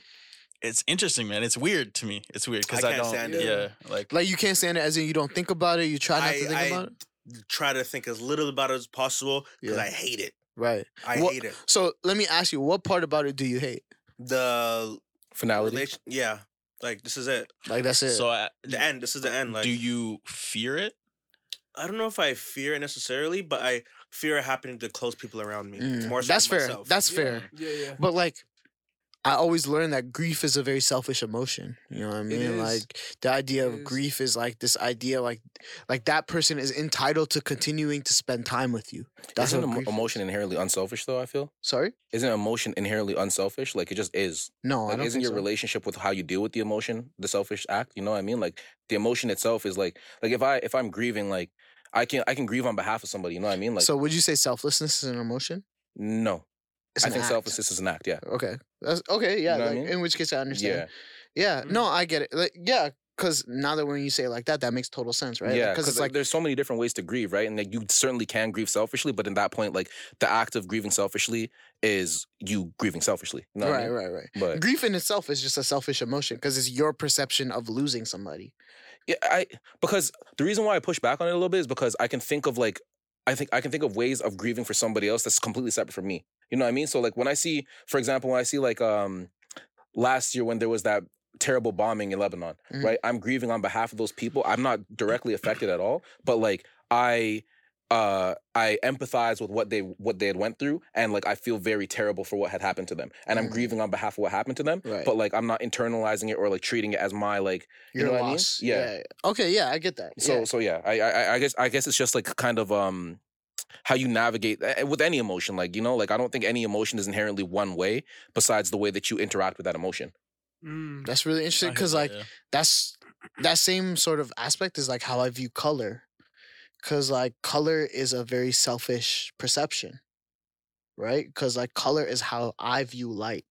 Speaker 8: It's interesting, man. It's weird to me. It's weird because
Speaker 3: I
Speaker 8: I,
Speaker 3: can't
Speaker 8: don't.
Speaker 3: stand
Speaker 8: yeah,
Speaker 3: it.
Speaker 8: like,
Speaker 7: Like you can't stand it as in you don't think about it. You try not
Speaker 3: I,
Speaker 7: to think
Speaker 3: I
Speaker 7: about it.
Speaker 3: try to think as little about it as possible because
Speaker 7: Yeah.
Speaker 3: I hate it.
Speaker 7: Right.
Speaker 3: I
Speaker 7: What-
Speaker 3: hate it.
Speaker 7: So let me ask you, what part about it do you hate?
Speaker 3: The
Speaker 4: Finality.
Speaker 3: relation, yeah. Like this is it.
Speaker 7: Like that's it.
Speaker 8: so. I,
Speaker 3: The end. This is the end. Like
Speaker 8: do you fear it?
Speaker 3: I don't know if I fear it necessarily, but I fear it happening to close people around me.
Speaker 7: Mm,
Speaker 3: More so
Speaker 7: that's
Speaker 3: than
Speaker 7: fair.
Speaker 3: myself.
Speaker 7: That's
Speaker 5: Yeah.
Speaker 7: fair.
Speaker 5: Yeah, yeah.
Speaker 7: But like, I always learned that grief is a very selfish emotion. You know what I mean?
Speaker 5: is.
Speaker 7: Like the idea
Speaker 5: It
Speaker 7: of
Speaker 5: is.
Speaker 7: grief is like this idea like like that person is entitled to continuing to spend time with you. That's
Speaker 4: Isn't
Speaker 7: what
Speaker 4: emo-
Speaker 7: grief is.
Speaker 4: emotion inherently unselfish, though? I feel.
Speaker 7: Sorry?
Speaker 4: Isn't emotion inherently unselfish? Like it just is.
Speaker 7: No, I
Speaker 4: Like,
Speaker 7: don't
Speaker 4: isn't
Speaker 7: think
Speaker 4: your
Speaker 7: so.
Speaker 4: relationship with how you deal with the emotion the selfish act? You know what I mean? Like the emotion itself is like like if I if I'm grieving, like I can I can grieve on behalf of somebody. You know what I mean? Like
Speaker 7: so would you say selflessness is an emotion?
Speaker 4: no,
Speaker 7: It's
Speaker 4: I
Speaker 7: an
Speaker 4: think
Speaker 7: act.
Speaker 4: selflessness is an act. Yeah,
Speaker 7: Okay. That's okay, yeah.
Speaker 4: know what I
Speaker 7: like,
Speaker 4: mean?
Speaker 7: In which case I understand.
Speaker 4: yeah,
Speaker 7: Yeah, no,
Speaker 4: Mm-hmm.
Speaker 7: I get it. Like, yeah, because now that when you say it like that, that makes total sense, right?
Speaker 4: yeah.
Speaker 7: because
Speaker 4: Because
Speaker 7: it's like
Speaker 4: there's so many different ways to grieve, right? And like you certainly can grieve selfishly, but in that point, like the act of grieving selfishly is you grieving selfishly. You know what I
Speaker 7: right,
Speaker 4: mean?
Speaker 7: right, right.
Speaker 4: But
Speaker 7: Grief in itself is just a selfish emotion because it's your perception of losing somebody.
Speaker 4: Yeah, I because the reason why I push back on it a little bit is because I can think of like I think I can think of ways of grieving for somebody else that's completely separate from me. You know what I mean? So like when I see, for example, when I see like um last year when there was that terrible bombing in Lebanon,
Speaker 7: Mhm.
Speaker 4: right? I'm grieving on behalf of those people. I'm not directly affected at all, but like I uh I empathize with what they what they had went through and like I feel very terrible for what had happened to them and I'm
Speaker 7: Mhm.
Speaker 4: grieving on behalf of what happened to them
Speaker 7: Right.
Speaker 4: but like I'm not internalizing it or like treating it as my like you
Speaker 7: Your
Speaker 4: know what I mean
Speaker 7: loss.
Speaker 4: yeah
Speaker 7: Okay. Yeah, I get that.
Speaker 4: so
Speaker 7: Yeah.
Speaker 4: so yeah I, I I- I guess I guess it's just like kind of um how you navigate eh, with any emotion like you know like I don't think any emotion is inherently one way besides the way that you interact with that emotion
Speaker 5: Mm.
Speaker 7: that's really interesting because like that's that same sort of aspect is like how I view color. Cause like color is a very selfish perception. Right? Cause like color is how I view light.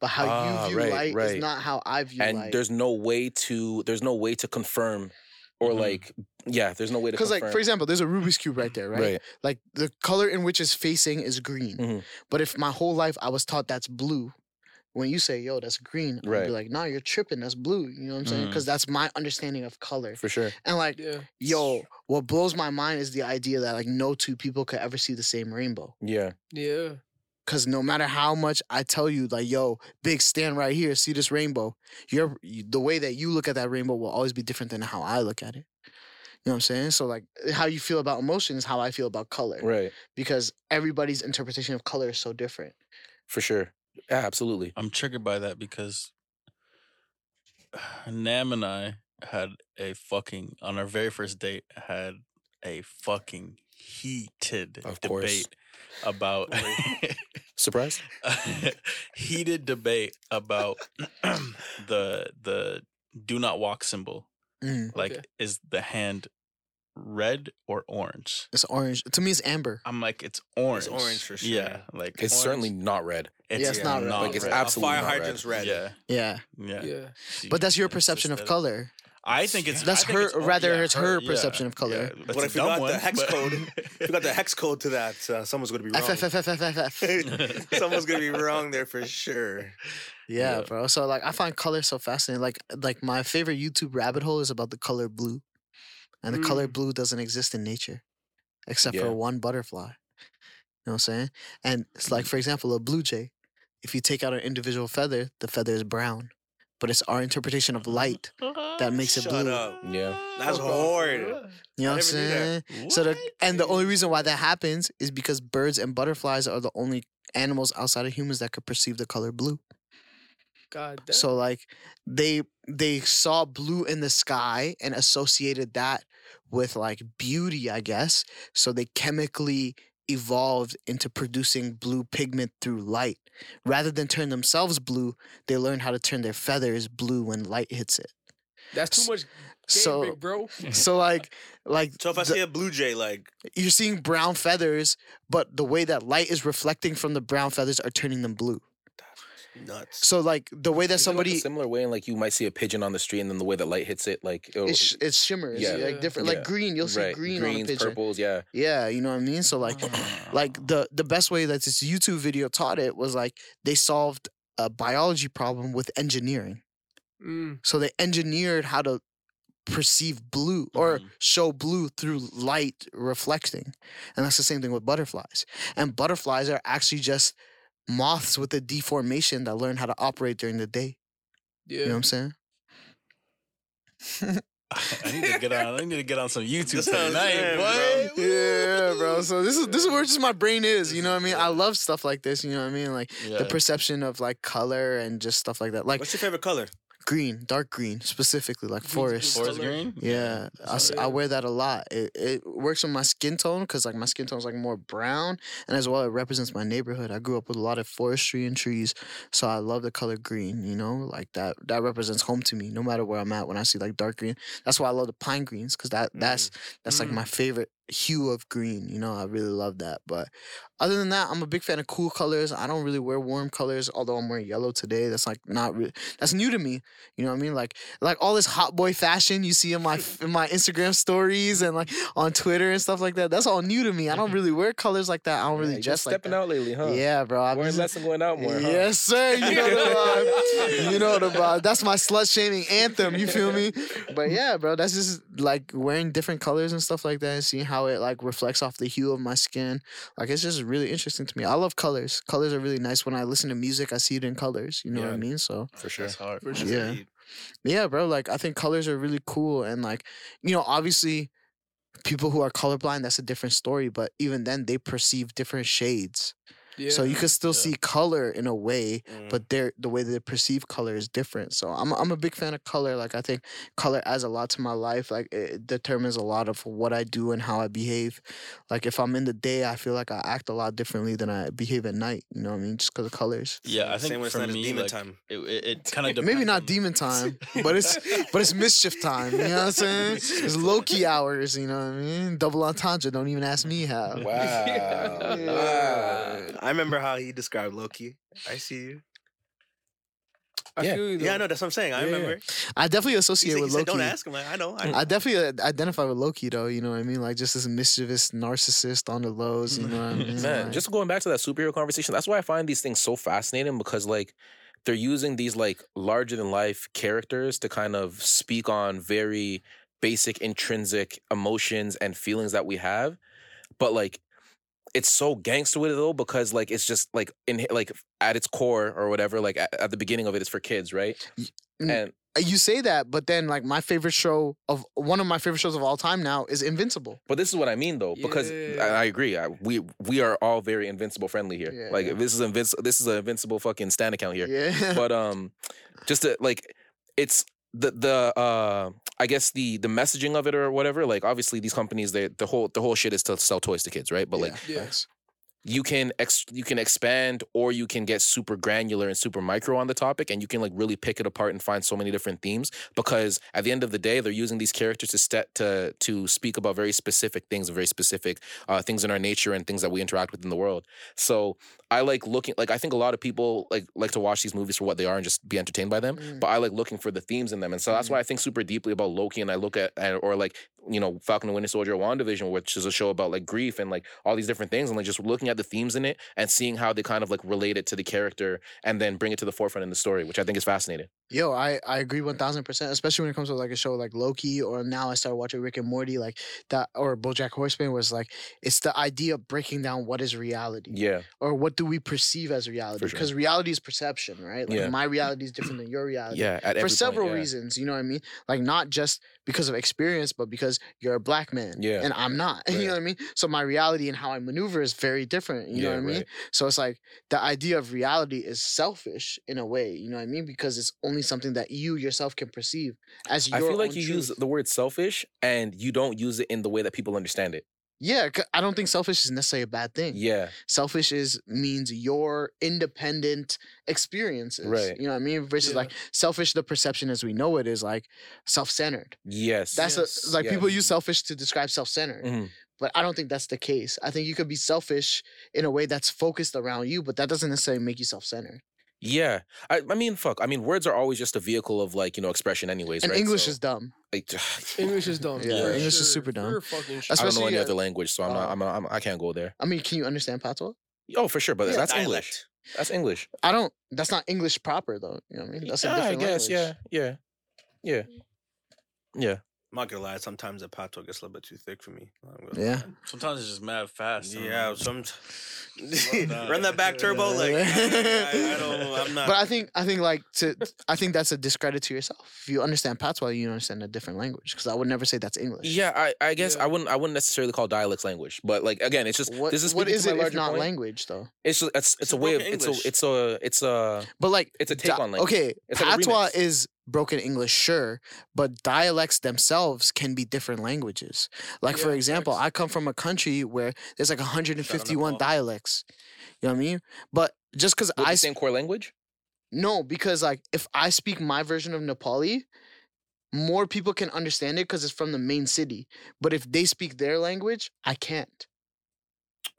Speaker 7: But how
Speaker 4: Ah,
Speaker 7: you view
Speaker 4: right,
Speaker 7: light
Speaker 4: right.
Speaker 7: is not how I view
Speaker 4: and
Speaker 7: light.
Speaker 4: there's no way to there's no way to confirm or
Speaker 8: Mhm.
Speaker 4: like yeah there's no way to
Speaker 7: Because
Speaker 4: confirm
Speaker 7: Mm-hmm. like for example, there's a Rubik's cube right there, right?
Speaker 4: right
Speaker 7: Like the color in which it's facing is green.
Speaker 4: Mhm.
Speaker 7: But if my whole life I was taught that's blue, when you say yo that's green, I'd
Speaker 4: Right.
Speaker 7: be like, nah, you're tripping. That's blue. You know what I'm saying?
Speaker 8: Mhm.
Speaker 7: Because that's my understanding of color.
Speaker 4: for sure
Speaker 7: And like
Speaker 5: Yeah.
Speaker 7: yo, what blows my mind is the idea that like no two people could ever see the same rainbow.
Speaker 4: yeah
Speaker 5: Yeah.
Speaker 7: Cause no matter how much I tell you, like yo, big stand right here, see this rainbow. Your you- the way that you look at that rainbow will always be different than how I look at it. You know what I'm saying? So like eh, how you feel about emotion is how I feel about color.
Speaker 4: right
Speaker 7: Because everybody's interpretation of color is so different.
Speaker 4: for sure yeah, absolutely
Speaker 8: I'm triggered by that because Nam and I had a fucking on our very first date had a fucking heated
Speaker 4: Of course.
Speaker 8: debate about
Speaker 4: surprised
Speaker 8: heated debate about the the do not walk symbol.
Speaker 7: Mm,
Speaker 8: Like
Speaker 5: Okay.
Speaker 8: is the hand red or orange?
Speaker 7: it's orange. To me, it's amber.
Speaker 8: I'm like it's orange.
Speaker 3: orange for sure,
Speaker 8: Yeah,
Speaker 3: yeah.
Speaker 8: like
Speaker 4: it's certainly not red
Speaker 7: Yeah, it's not red. Like,
Speaker 4: it's
Speaker 8: red.
Speaker 4: abs- Absolutely
Speaker 3: A
Speaker 4: not
Speaker 3: fire
Speaker 4: red.
Speaker 3: hydrant's red.
Speaker 8: Yeah,
Speaker 7: Yeah,
Speaker 8: yeah.
Speaker 5: Yeah.
Speaker 8: She
Speaker 7: but that's your
Speaker 8: insists
Speaker 7: perception of
Speaker 8: that it-
Speaker 7: color.
Speaker 8: I think it's
Speaker 7: That's
Speaker 8: I think
Speaker 7: her-
Speaker 3: oh,
Speaker 8: it's or-
Speaker 7: rather,
Speaker 8: yeah,
Speaker 7: it's her perception of color.
Speaker 8: that's
Speaker 3: What
Speaker 8: a
Speaker 3: if you
Speaker 8: dumb
Speaker 3: got the hex
Speaker 8: but-
Speaker 3: code? If you got the hex code to that, uh, someone's gonna be wrong.
Speaker 7: F F F F F F F.
Speaker 3: someone's gonna be wrong there for sure.
Speaker 7: Yeah,
Speaker 8: Yeah.
Speaker 7: bro. So like I find color so fascinating. Like like my favorite YouTube rabbit hole is about the color blue. And the
Speaker 3: Mm.
Speaker 7: color blue doesn't exist in nature except
Speaker 4: Yeah.
Speaker 7: for one butterfly. You know what I'm saying? And it's
Speaker 3: Mm-hmm.
Speaker 7: like for example, a blue jay. If you take out an individual feather, the feather is brown. But it's our interpretation
Speaker 3: Uh-huh.
Speaker 7: of light that makes it
Speaker 3: Shut
Speaker 7: blue.
Speaker 3: up.
Speaker 4: yeah
Speaker 3: That's hard.
Speaker 7: You know what I'm
Speaker 3: I never knew
Speaker 7: saying? So the and the only reason why that happens is because birds and butterflies are the only animals outside of humans that could perceive the color blue.
Speaker 5: God damn.
Speaker 7: So like they they saw blue in the sky and associated that with like beauty, I guess. So they chemically evolved into producing blue pigment through light. Rather than turn themselves blue, they learned how to turn their feathers blue when light hits it.
Speaker 5: that's too much game,
Speaker 7: So
Speaker 5: Rick, bro.
Speaker 7: so like like
Speaker 3: So if I
Speaker 7: the-
Speaker 3: see a blue jay, like
Speaker 7: you're seeing brown feathers, but the way that light is reflecting from the brown feathers are turning them blue.
Speaker 3: nuts.
Speaker 7: So like the way that
Speaker 4: Is it, like, a
Speaker 7: somebody
Speaker 4: similar way and like you might see a pigeon on the street and then the way that light hits it like it'll-
Speaker 7: it, sh- it shimmers
Speaker 4: Yeah.
Speaker 7: like different
Speaker 4: Yeah.
Speaker 7: like green you'll see
Speaker 4: right,
Speaker 7: green
Speaker 4: greens
Speaker 7: on a pigeon
Speaker 4: purples yeah
Speaker 7: yeah you know what i mean so like like the the best way that this youtube video taught it was like they solved a biology problem with engineering
Speaker 5: Mm.
Speaker 7: so they engineered how to perceive blue or
Speaker 4: Mm-hmm.
Speaker 8: Mhm.
Speaker 7: show blue through light reflecting and that's the same thing with butterflies and butterflies are actually just moths with a deformation that learn how to operate during the day
Speaker 5: Yeah.
Speaker 7: you know what i'm saying
Speaker 8: I need to get on. I need to get on some YouTube
Speaker 3: That's what I'm
Speaker 8: tonight,
Speaker 3: saying,
Speaker 8: boy.
Speaker 7: Yeah, bro. So this is this is where just my brain is. You know what I mean? I love stuff like this. You know what I mean? Like
Speaker 8: Yeah.
Speaker 7: the perception of like color and just stuff like that. Like
Speaker 3: What's your favorite color?
Speaker 7: green, dark green, specifically like
Speaker 5: Green's
Speaker 7: forest.
Speaker 5: beautiful.
Speaker 8: Forest green.
Speaker 7: Yeah, I, s- I
Speaker 5: Yeah.
Speaker 7: wear that a lot. It, it works with my skin tone because like my skin tone is like more brown, and as well it represents my neighborhood. I grew up with a lot of forestry and trees, so I love the color green. You know, like that that represents home to me. No matter where I'm at, when I see like dark green, that's why I love the pine greens because that that's that's like my favorite hue of green. You know, I really love that. But other than that, I'm a big fan of cool colors. I don't really wear warm colors, although I'm wearing yellow today. That's like not re- that's new to me. You know what I mean? Like like all this hot boy fashion you see in my in my Instagram stories and like on Twitter and stuff like that. That's all new to me. I don't really wear colors like that. I don't really
Speaker 4: you
Speaker 7: dress like
Speaker 4: Mm-hmm. stepping
Speaker 7: that.
Speaker 4: out lately huh
Speaker 7: Yeah, bro. I'm
Speaker 4: wearing
Speaker 7: just-
Speaker 4: less and going out more huh?
Speaker 7: Yes, sir. You know the vibe. You know the vibe. That's my slut shaming anthem. You feel me? But yeah, bro, that's just like wearing different colors and stuff like that and seeing how it like reflects off the hue of my skin. Like it's just really interesting to me. I love colors. Colors are really nice. When I listen to music, I see it in colors. You know what I
Speaker 4: Yeah.
Speaker 7: mean? So
Speaker 4: for sure
Speaker 8: That's hard.
Speaker 7: yeah. Yeah, bro. Like I think colors are really cool and like, you know, obviously people who are colorblind, that's a different story. But even then, they perceive different shades.
Speaker 5: Yeah.
Speaker 7: So you can still
Speaker 8: Yeah. Mm-hmm.
Speaker 7: see color in a way,
Speaker 3: Mm.
Speaker 7: but they're, the way they perceive color is different. So I'm, I'm a big fan of color. Like, I think color adds a lot to my life. Like, it it determines a lot of what I do and how I behave. Like, if I'm in the day, I feel like I act a lot differently than I behave at night. You know what I mean? Just because of colors.
Speaker 8: Yeah, I think
Speaker 3: Same when it's
Speaker 8: for
Speaker 3: not
Speaker 8: me,
Speaker 3: as demon
Speaker 8: like,
Speaker 3: time.
Speaker 8: it, it, it kind of
Speaker 7: Maybe not demon time, but it's
Speaker 3: Mm.
Speaker 7: but it's mischief time. You know what I'm saying? It's Loki hours. You know what I mean? Double entendre. Don't even ask me how.
Speaker 4: Wow.
Speaker 5: Yeah.
Speaker 3: I remember how he described Loki. I see you.
Speaker 5: I
Speaker 4: Yeah.
Speaker 5: feel
Speaker 3: Yeah, I
Speaker 5: you. though.
Speaker 3: know. That's what I'm saying. I
Speaker 5: Yeah, yeah.
Speaker 3: remember.
Speaker 7: I definitely
Speaker 3: He
Speaker 7: associate
Speaker 3: said, he
Speaker 7: with
Speaker 3: said,
Speaker 7: Loki. Mm.
Speaker 3: don't ask him. Like, I know. I know.
Speaker 7: I definitely uh, identify with Loki though. You know what I mean? Like just this mischievous narcissist on the lows. You know what I mean?
Speaker 4: Man,
Speaker 7: Like,
Speaker 4: just going back to that superhero conversation, that's why I find these things so fascinating because like they're using these like larger than life characters to kind of speak on very basic intrinsic emotions and feelings that we have. But like it's so gangster with it though because like it's just like in like at its core or whatever like at, at the beginning of it is for kids, right?
Speaker 7: Y-
Speaker 4: And
Speaker 7: uh, you say that, but then like my favorite show of one of my favorite shows of all time now is Invincible.
Speaker 4: but this is what I mean though because
Speaker 5: Yeah.
Speaker 4: I, I agree I, we we are all very invincible friendly here.
Speaker 7: Yeah,
Speaker 4: like
Speaker 7: yeah.
Speaker 4: this is invincible this is an invincible fucking stand account here.
Speaker 7: Yeah.
Speaker 4: but um just to, like it's the the uh i guess the the messaging of it or whatever like obviously these companies they the whole the whole shit is to sell toys to kids right but like
Speaker 5: Yeah.
Speaker 4: you can ex- you can expand or you can get super granular and super micro on the topic and you can like really pick it apart and find so many different themes because at the end of the day they're using these characters to st- to to speak about very specific things very specific uh, things in our nature and things that we interact with in the world so i like looking like i think a lot of people like like to watch these movies for what they are and just be entertained by them
Speaker 7: Mm.
Speaker 4: but i like looking for the themes in them and so that's why i think super deeply about loki and i look at and- or like you know falcon and winter soldier or wandavision which is a show about like grief and like all these different things and like just looking at the themes in it and seeing how they kind of like relate it to the character and then bring it to the forefront in the story which i think is fascinating
Speaker 7: Yo, I, I agree one thousand percent, especially when it comes to like a show like Loki, or now I started watching Rick and Morty, like that, or BoJack Horseman was like, it's the idea of breaking down what is reality,
Speaker 4: yeah
Speaker 7: or what do we perceive as reality,
Speaker 4: sure.
Speaker 7: because reality is perception, right? Like
Speaker 4: Yeah.
Speaker 7: my reality is different than your reality,
Speaker 4: yeah at every
Speaker 7: Uh, for
Speaker 4: point,
Speaker 7: several
Speaker 4: yeah.
Speaker 7: reasons. You know what I mean? Like not just because of experience, but because you're a black man,
Speaker 4: Yeah.
Speaker 7: and I'm not. You know what I mean? So my reality and how I maneuver is very different. You know
Speaker 4: Yeah,
Speaker 7: what I mean?
Speaker 4: right.
Speaker 7: So it's like the idea of reality is selfish in a way. You know what I mean? Because it's only something that you yourself can perceive as your.
Speaker 4: I feel like
Speaker 7: own
Speaker 4: you
Speaker 7: truth.
Speaker 4: use the word selfish and you don't use it in the way that people understand it.
Speaker 7: Yeah, 'cause I don't think selfish is necessarily a bad thing.
Speaker 4: Yeah.
Speaker 7: selfish is means your independent experiences.
Speaker 4: Right.
Speaker 7: You know what I mean? Versus
Speaker 5: Yeah.
Speaker 7: like selfish, the perception as we know it is like self-centered.
Speaker 4: Yes.
Speaker 7: That's
Speaker 5: Yes.
Speaker 7: a, like
Speaker 4: Yeah.
Speaker 7: people use selfish to describe self-centered,
Speaker 4: Mhm.
Speaker 7: but I don't think that's the case. I think you could be selfish in a way that's focused around you, but that doesn't necessarily make you self-centered.
Speaker 4: yeah. I, I mean, fuck. I mean, words are always just a vehicle of like, you know, expression anyways,
Speaker 7: And
Speaker 4: right?
Speaker 7: English
Speaker 4: So,
Speaker 7: is dumb.
Speaker 4: like,
Speaker 5: English is dumb.
Speaker 7: Yeah,
Speaker 5: for
Speaker 7: English is
Speaker 5: sure,
Speaker 7: super dumb.
Speaker 5: for fucking sure.
Speaker 4: I don't know any
Speaker 7: especially, uh,
Speaker 4: other language, so I'm not,
Speaker 7: uh,
Speaker 4: I'm not, I'm, I am not i am not i can not go there.
Speaker 7: I mean, can you understand patois?
Speaker 4: Oh, for sure, but
Speaker 3: Yeah,
Speaker 4: that's
Speaker 3: dialect.
Speaker 4: English. That's English.
Speaker 7: I don't. That's not English proper though. You know what I mean? That's a
Speaker 4: Yeah,
Speaker 7: different
Speaker 4: I guess.
Speaker 7: language.
Speaker 4: Yeah. Yeah. Yeah. Yeah.
Speaker 3: I'm not gonna lie. Sometimes the pato gets a little bit too thick for me. I'm gonna-
Speaker 7: Yeah.
Speaker 8: Sometimes it's just mad fast. I don't
Speaker 3: Yeah,
Speaker 8: know.
Speaker 3: some
Speaker 8: Well
Speaker 3: run that back
Speaker 8: done.
Speaker 3: turbo. Like I, I don't. I'm not.
Speaker 7: But I think I think like to I think that's a discredit to yourself. If you understand patois, you understand a different language. Because I would never say that's English.
Speaker 4: Yeah. I, I guess
Speaker 5: Yeah.
Speaker 4: I wouldn't, I wouldn't necessarily call dialects language, but like again, it's just
Speaker 7: What,
Speaker 4: this is
Speaker 7: what
Speaker 4: speaking
Speaker 7: is
Speaker 4: to
Speaker 7: it
Speaker 4: my
Speaker 7: if
Speaker 4: larger
Speaker 7: not
Speaker 4: point.
Speaker 7: language though?
Speaker 4: It's just it's, it's,
Speaker 3: It's
Speaker 4: a way of
Speaker 3: broken
Speaker 4: it's
Speaker 3: English.
Speaker 4: a it's a it's a
Speaker 7: But like
Speaker 4: It's a take on language.
Speaker 7: Okay,
Speaker 4: It's like a
Speaker 7: patois
Speaker 4: remix.
Speaker 7: is broken English, sure, but dialects themselves can be different languages. Like for
Speaker 5: Yeah,
Speaker 7: example,
Speaker 5: facts.
Speaker 7: I come from a country where there's like 151 dialects. You know what I mean? But just because
Speaker 4: with
Speaker 7: I
Speaker 4: the same core language.
Speaker 7: no, because like if I speak my version of Nepali, more people can understand it because it's from the main city. But if they speak their language, I can't.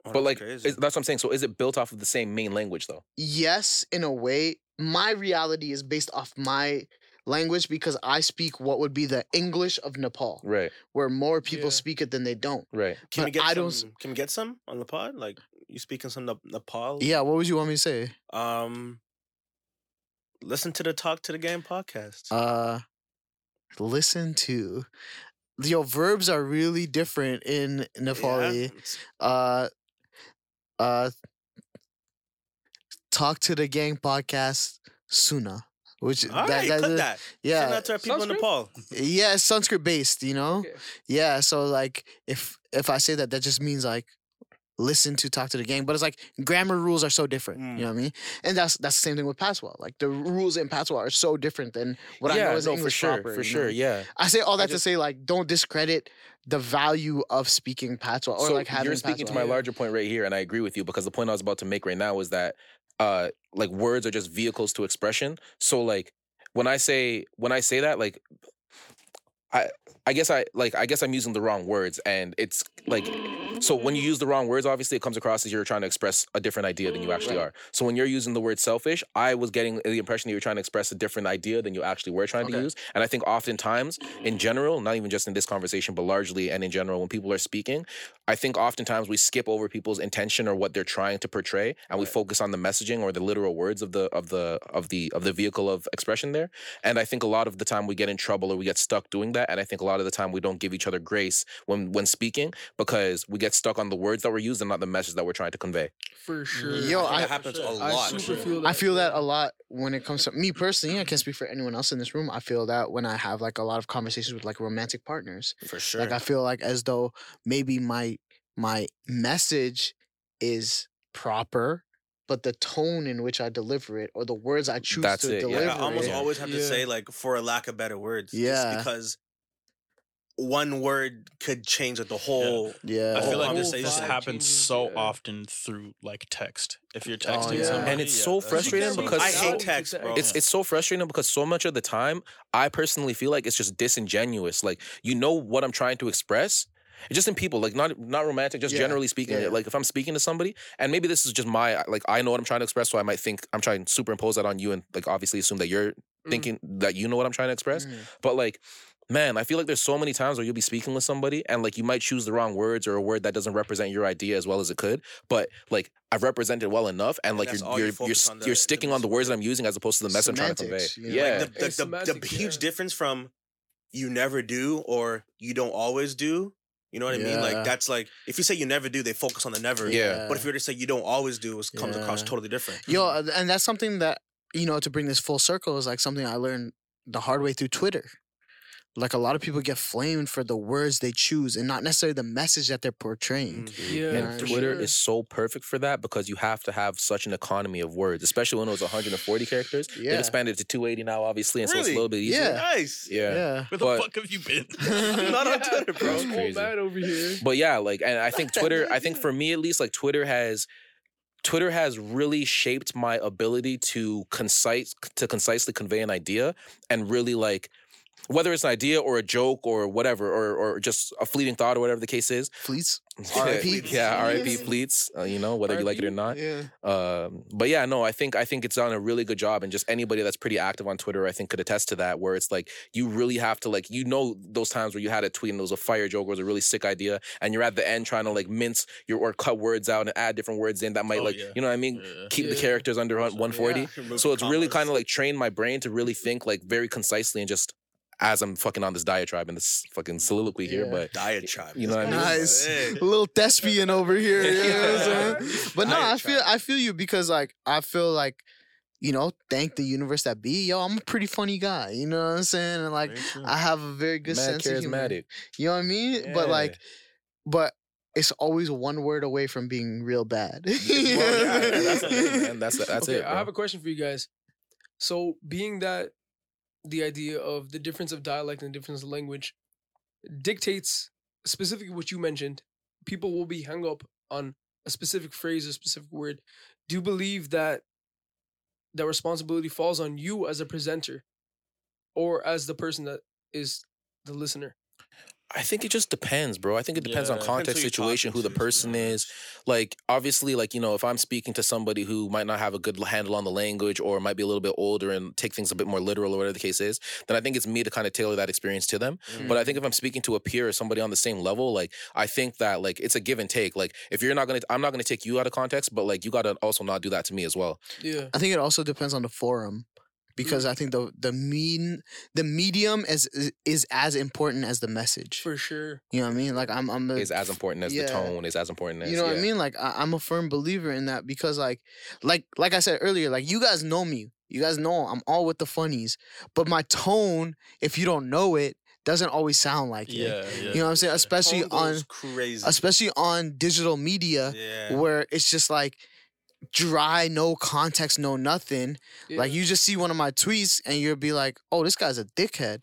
Speaker 3: Oh,
Speaker 4: but
Speaker 3: that's
Speaker 4: like
Speaker 3: crazy.
Speaker 4: is, that's what I'm saying. So is it built off of the same main language though?
Speaker 7: yes, in a way, my reality is based off my language because I speak what would be the English of Nepal,
Speaker 4: Right,
Speaker 7: where more people
Speaker 5: Yeah.
Speaker 7: speak it than they don't.
Speaker 4: right.
Speaker 3: can we
Speaker 7: but
Speaker 3: get
Speaker 7: I
Speaker 3: some,
Speaker 7: don't
Speaker 3: Can we get some on the pod? Like you speaking some Nep- Nepal?
Speaker 7: Yeah, what would you want me to say?
Speaker 3: Um. Listen to the Talk to the Game podcast.
Speaker 7: Uh listen to your verbs are really different in Nepali.
Speaker 3: it's-
Speaker 7: uh uh talk to the gang podcast sooner Which
Speaker 3: All right, click that.
Speaker 7: yeah,
Speaker 3: Send that to our people in
Speaker 5: Sunscreen?
Speaker 3: Nepal.
Speaker 7: yeah, it's Sanskrit based, you know.
Speaker 5: Yeah.
Speaker 7: Yeah, so like if if I say that, that just means like listen to talk to the gang. But it's like grammar rules are so different. You know
Speaker 4: Mm.
Speaker 7: what I mean? And that's that's the same thing with patois. Like the rules in patois are so different than what
Speaker 4: yeah,
Speaker 7: I know is
Speaker 4: no,
Speaker 7: English
Speaker 4: for sure,
Speaker 7: proper,
Speaker 4: for
Speaker 7: you know?
Speaker 4: sure, yeah.
Speaker 7: I say all that
Speaker 4: just-
Speaker 7: to say like don't discredit the value of speaking patois or
Speaker 4: so
Speaker 7: like having
Speaker 4: you're speaking to
Speaker 7: patois.
Speaker 4: my larger point right here, and I agree with you because the point I was about to make right now is that uh like words are just vehicles to expression. So like when I say when I say that, like I I guess I like I guess I'm using the wrong words and it's like so when you use the wrong words, obviously it comes across as you're trying to express a different idea than you actually are. So when you're using the word selfish, I was getting the impression that you're trying to express a different idea than you actually were trying to
Speaker 7: Okay.
Speaker 4: use. And I think oftentimes in general, not even just in this conversation, but largely and in general, when people are speaking, I think oftentimes we skip over people's intention or what they're trying to portray, and we focus on the messaging or the literal words of the of the of the of the vehicle of expression there. And I think a lot of the time we get in trouble or we get stuck doing that. And I think a lot of the time we don't give each other grace when when speaking because we get stuck on the words that were used and not the message that we're trying to convey.
Speaker 5: for sure.
Speaker 7: Yo, I,
Speaker 3: That happens a
Speaker 5: I
Speaker 3: lot.
Speaker 5: super feel that.
Speaker 7: I feel that a lot when it comes to me personally. I can't speak for anyone else in this room. I feel that when I have like a lot of conversations with like romantic partners.
Speaker 3: For sure.
Speaker 7: Like I feel like as though maybe my my message is proper, but the tone in which I deliver it or the words I choose
Speaker 4: That's
Speaker 7: to
Speaker 4: it, yeah.
Speaker 7: deliver
Speaker 3: I almost
Speaker 7: it.
Speaker 3: always have to
Speaker 5: Yeah.
Speaker 3: say like for a lack of better words. just
Speaker 7: Yeah.
Speaker 3: because one word could change the whole
Speaker 7: yeah.
Speaker 8: I feel like this,
Speaker 5: whole
Speaker 8: this
Speaker 5: vibe
Speaker 8: happens
Speaker 5: changes,
Speaker 8: so
Speaker 5: yeah.
Speaker 8: often through like text. If you're texting
Speaker 7: yeah.
Speaker 8: somebody,
Speaker 4: And it's
Speaker 8: Oh,
Speaker 4: so
Speaker 8: yeah, that's-
Speaker 4: frustrating because-
Speaker 3: I hate text, bro.
Speaker 4: It's it's so frustrating because so much of the time I personally feel like it's just disingenuous. Like you know what I'm trying to express. Just in people, like not not romantic, just
Speaker 7: Yeah,
Speaker 4: generally speaking.
Speaker 7: yeah.
Speaker 4: Like if I'm speaking to somebody, and maybe this is just my like I know what I'm trying to express, so I might think I'm trying to superimpose that on you, and like obviously assume that you're
Speaker 7: Mm.
Speaker 4: thinking that you know what I'm trying to express.
Speaker 7: Mhm.
Speaker 4: But like, man, I feel like there's so many times where you'll be speaking with somebody and like you might choose the wrong words or a word that doesn't represent your idea as well as it could. But like I've represented well enough and like
Speaker 3: that's
Speaker 4: you're
Speaker 3: all
Speaker 4: you're
Speaker 3: you
Speaker 4: you're,
Speaker 3: focus
Speaker 4: s-
Speaker 3: on the-
Speaker 4: you're
Speaker 3: the
Speaker 4: sticking on the words that I'm using as opposed to the message I'm trying to convey.
Speaker 7: Semantics, you know,
Speaker 4: yeah.
Speaker 3: Like the,
Speaker 5: It's
Speaker 3: the, the,
Speaker 5: semantic,
Speaker 3: the huge
Speaker 5: yeah.
Speaker 3: difference from you never do or you don't always do. You know what I mean?
Speaker 7: Yeah.
Speaker 3: Like that's like if you say you never do, they focus on the never.
Speaker 4: Yeah.
Speaker 3: But if you were to say you don't always do, it comes across
Speaker 7: Yeah.
Speaker 3: totally different.
Speaker 7: Yo, uh, and that's something that you know to bring this full circle is like something I learned the hard way through Twitter. Like a lot of people get flamed for the words they choose and not necessarily the message that
Speaker 3: Mm,
Speaker 7: they're portraying.
Speaker 5: yeah,
Speaker 7: for
Speaker 4: and Twitter is so perfect for that because you have to have such an economy of words, especially when it was 140 characters.
Speaker 7: Yeah.
Speaker 4: They've expanded to 280 now, obviously, and so it's a
Speaker 3: Really?
Speaker 4: little bit easier.
Speaker 7: Yeah.
Speaker 3: Nice.
Speaker 4: Yeah.
Speaker 7: Yeah.
Speaker 8: Where the
Speaker 4: But-
Speaker 8: fuck have you been?
Speaker 3: I'm not on Twitter, bro.
Speaker 4: That's crazy.
Speaker 5: bad over here.
Speaker 4: But yeah, like, and I think Twitter. I think for me at least, like Twitter has, Twitter has really shaped my ability to concise to concisely convey an idea and really like. Whether it's an idea or a joke or whatever, or or just a fleeting thought or whatever the case is,
Speaker 7: Fleets. R.I.P..
Speaker 4: yeah, R.I.P. Fleets, uh, you know, whether you like it or
Speaker 5: R.I.P..
Speaker 4: not.
Speaker 7: Yeah.
Speaker 4: Um, but yeah, no, I think I think it's done a really good job, and just anybody that's pretty active on Twitter, I think, could attest to that. Where it's like you really have to like you know those times where you had a tweet and there was a fire joke or it was a really sick idea, and you're at the end trying to like mince your or cut words out and add different words in that might
Speaker 8: Oh,
Speaker 4: like
Speaker 8: yeah.
Speaker 4: you know what I mean.
Speaker 8: Yeah.
Speaker 4: Keep the
Speaker 5: Yeah.
Speaker 4: characters under 140. So it's really kind of like trained my brain to really think like very concisely and just as I'm fucking on this diatribe and this fucking soliloquy here,
Speaker 7: Yeah.
Speaker 4: but
Speaker 3: diatribe.
Speaker 4: you know what I mean?
Speaker 7: Nice.
Speaker 3: Hey.
Speaker 7: Little thespian over here. You know what I'm saying? But no,
Speaker 3: I
Speaker 7: I feel I feel you because like I feel like you know, thank the universe that be. Yo, I'm a pretty funny guy. You know what I'm saying? And like, I have a very good
Speaker 4: mad
Speaker 7: sense of humor.
Speaker 4: charismatic.
Speaker 7: You know what I mean? But
Speaker 4: Yeah.
Speaker 7: like, but it's always one word away from being real bad. You know
Speaker 4: Well,
Speaker 7: what
Speaker 4: yeah,
Speaker 7: I'm saying?
Speaker 4: that's the thing, man. That's that's
Speaker 5: okay,
Speaker 4: it.
Speaker 5: I
Speaker 4: bro.
Speaker 5: have a question for you guys. So, being that the idea of the difference of dialect and the difference of language dictates specifically what you mentioned, people will be hung up on a specific phrase or specific word. Do you believe that that responsibility falls on you as a presenter or as the person that is the listener?
Speaker 4: I think it just depends, bro. I think it depends on
Speaker 8: Yeah, it depends
Speaker 4: context,
Speaker 3: who you're
Speaker 4: situation, who
Speaker 3: talking to,
Speaker 4: the
Speaker 3: to be
Speaker 4: person
Speaker 3: honest.
Speaker 4: is. Like, obviously, like, you know, if I'm speaking to somebody who might not have a good handle on the language or might be a little bit older and take things a bit more literal or whatever the case is, then I think it's me to kind of tailor that experience to them.
Speaker 3: Mm.
Speaker 4: But I think if I'm speaking to a peer or somebody on the same level, like, I think that, like, it's a give and take. Like, if you're not going to, I'm not going to take you out of context, but like, you got to also not do that to me as well.
Speaker 5: Yeah.
Speaker 7: I think it also depends on the forum. because
Speaker 4: Mm.
Speaker 7: I think the the mean the medium is, is is as important as the message.
Speaker 5: for sure.
Speaker 7: You know what I mean? Like I'm I'm a,
Speaker 4: is as important as
Speaker 7: Uh, yeah.
Speaker 4: the tone is as important as
Speaker 7: you know what I
Speaker 4: yeah.
Speaker 7: mean? Like I, I'm a firm believer in that because like like like I said earlier, like you guys know me. You guys know I'm all with the funnies. But my tone, if you don't know it, doesn't always sound like it.
Speaker 8: Yeah, yeah.
Speaker 7: You know what I'm saying? Especially on
Speaker 3: Congo's crazy.
Speaker 7: especially on digital media
Speaker 3: yeah.
Speaker 7: where it's just like dry, no context, no nothing. Like
Speaker 5: Yeah.
Speaker 7: you just see one of my tweets and you'll be like, "Oh, this guy's a dickhead,"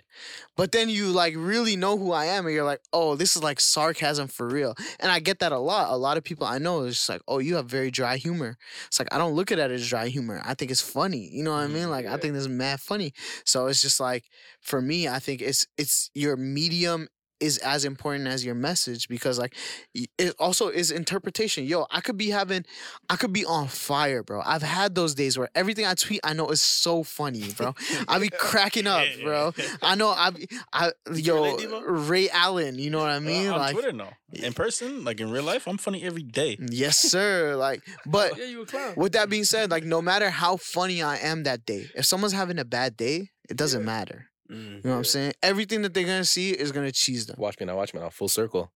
Speaker 7: but then you like really know who I am and you're like, "Oh, this is like sarcasm for real." And I get that a lot. A lot of people I know is just like, "Oh, you have very dry humor." It's like I don't look at it as dry humor. I think it's funny. You know what I
Speaker 8: Mm,
Speaker 7: mean? Like I think this is mad funny. So it's just like for me, I think it's it's your medium is as important as your message because like y- it also is interpretation. Yo, I could be having I could be on fire, bro. I've had those days where everything I tweet, I know is so funny, bro. I be cracking up, bro. I know I, be- I, yo,
Speaker 3: relate, Debo?
Speaker 7: Ray Allen. You know what I mean?
Speaker 8: Uh, on
Speaker 7: like, Mm.
Speaker 8: Twitter, no. In person, like in real life, I'm funny every day.
Speaker 7: yes, sir. Like, but
Speaker 5: Yeah, you a clown.
Speaker 7: with that being said, like, no matter how funny I am that day, if someone's having a bad day, it doesn't matter.
Speaker 3: Mm.
Speaker 7: You know what I'm saying? Everything that they're gonna see is gonna cheese them.
Speaker 4: Watch me now, watch me now. Full circle.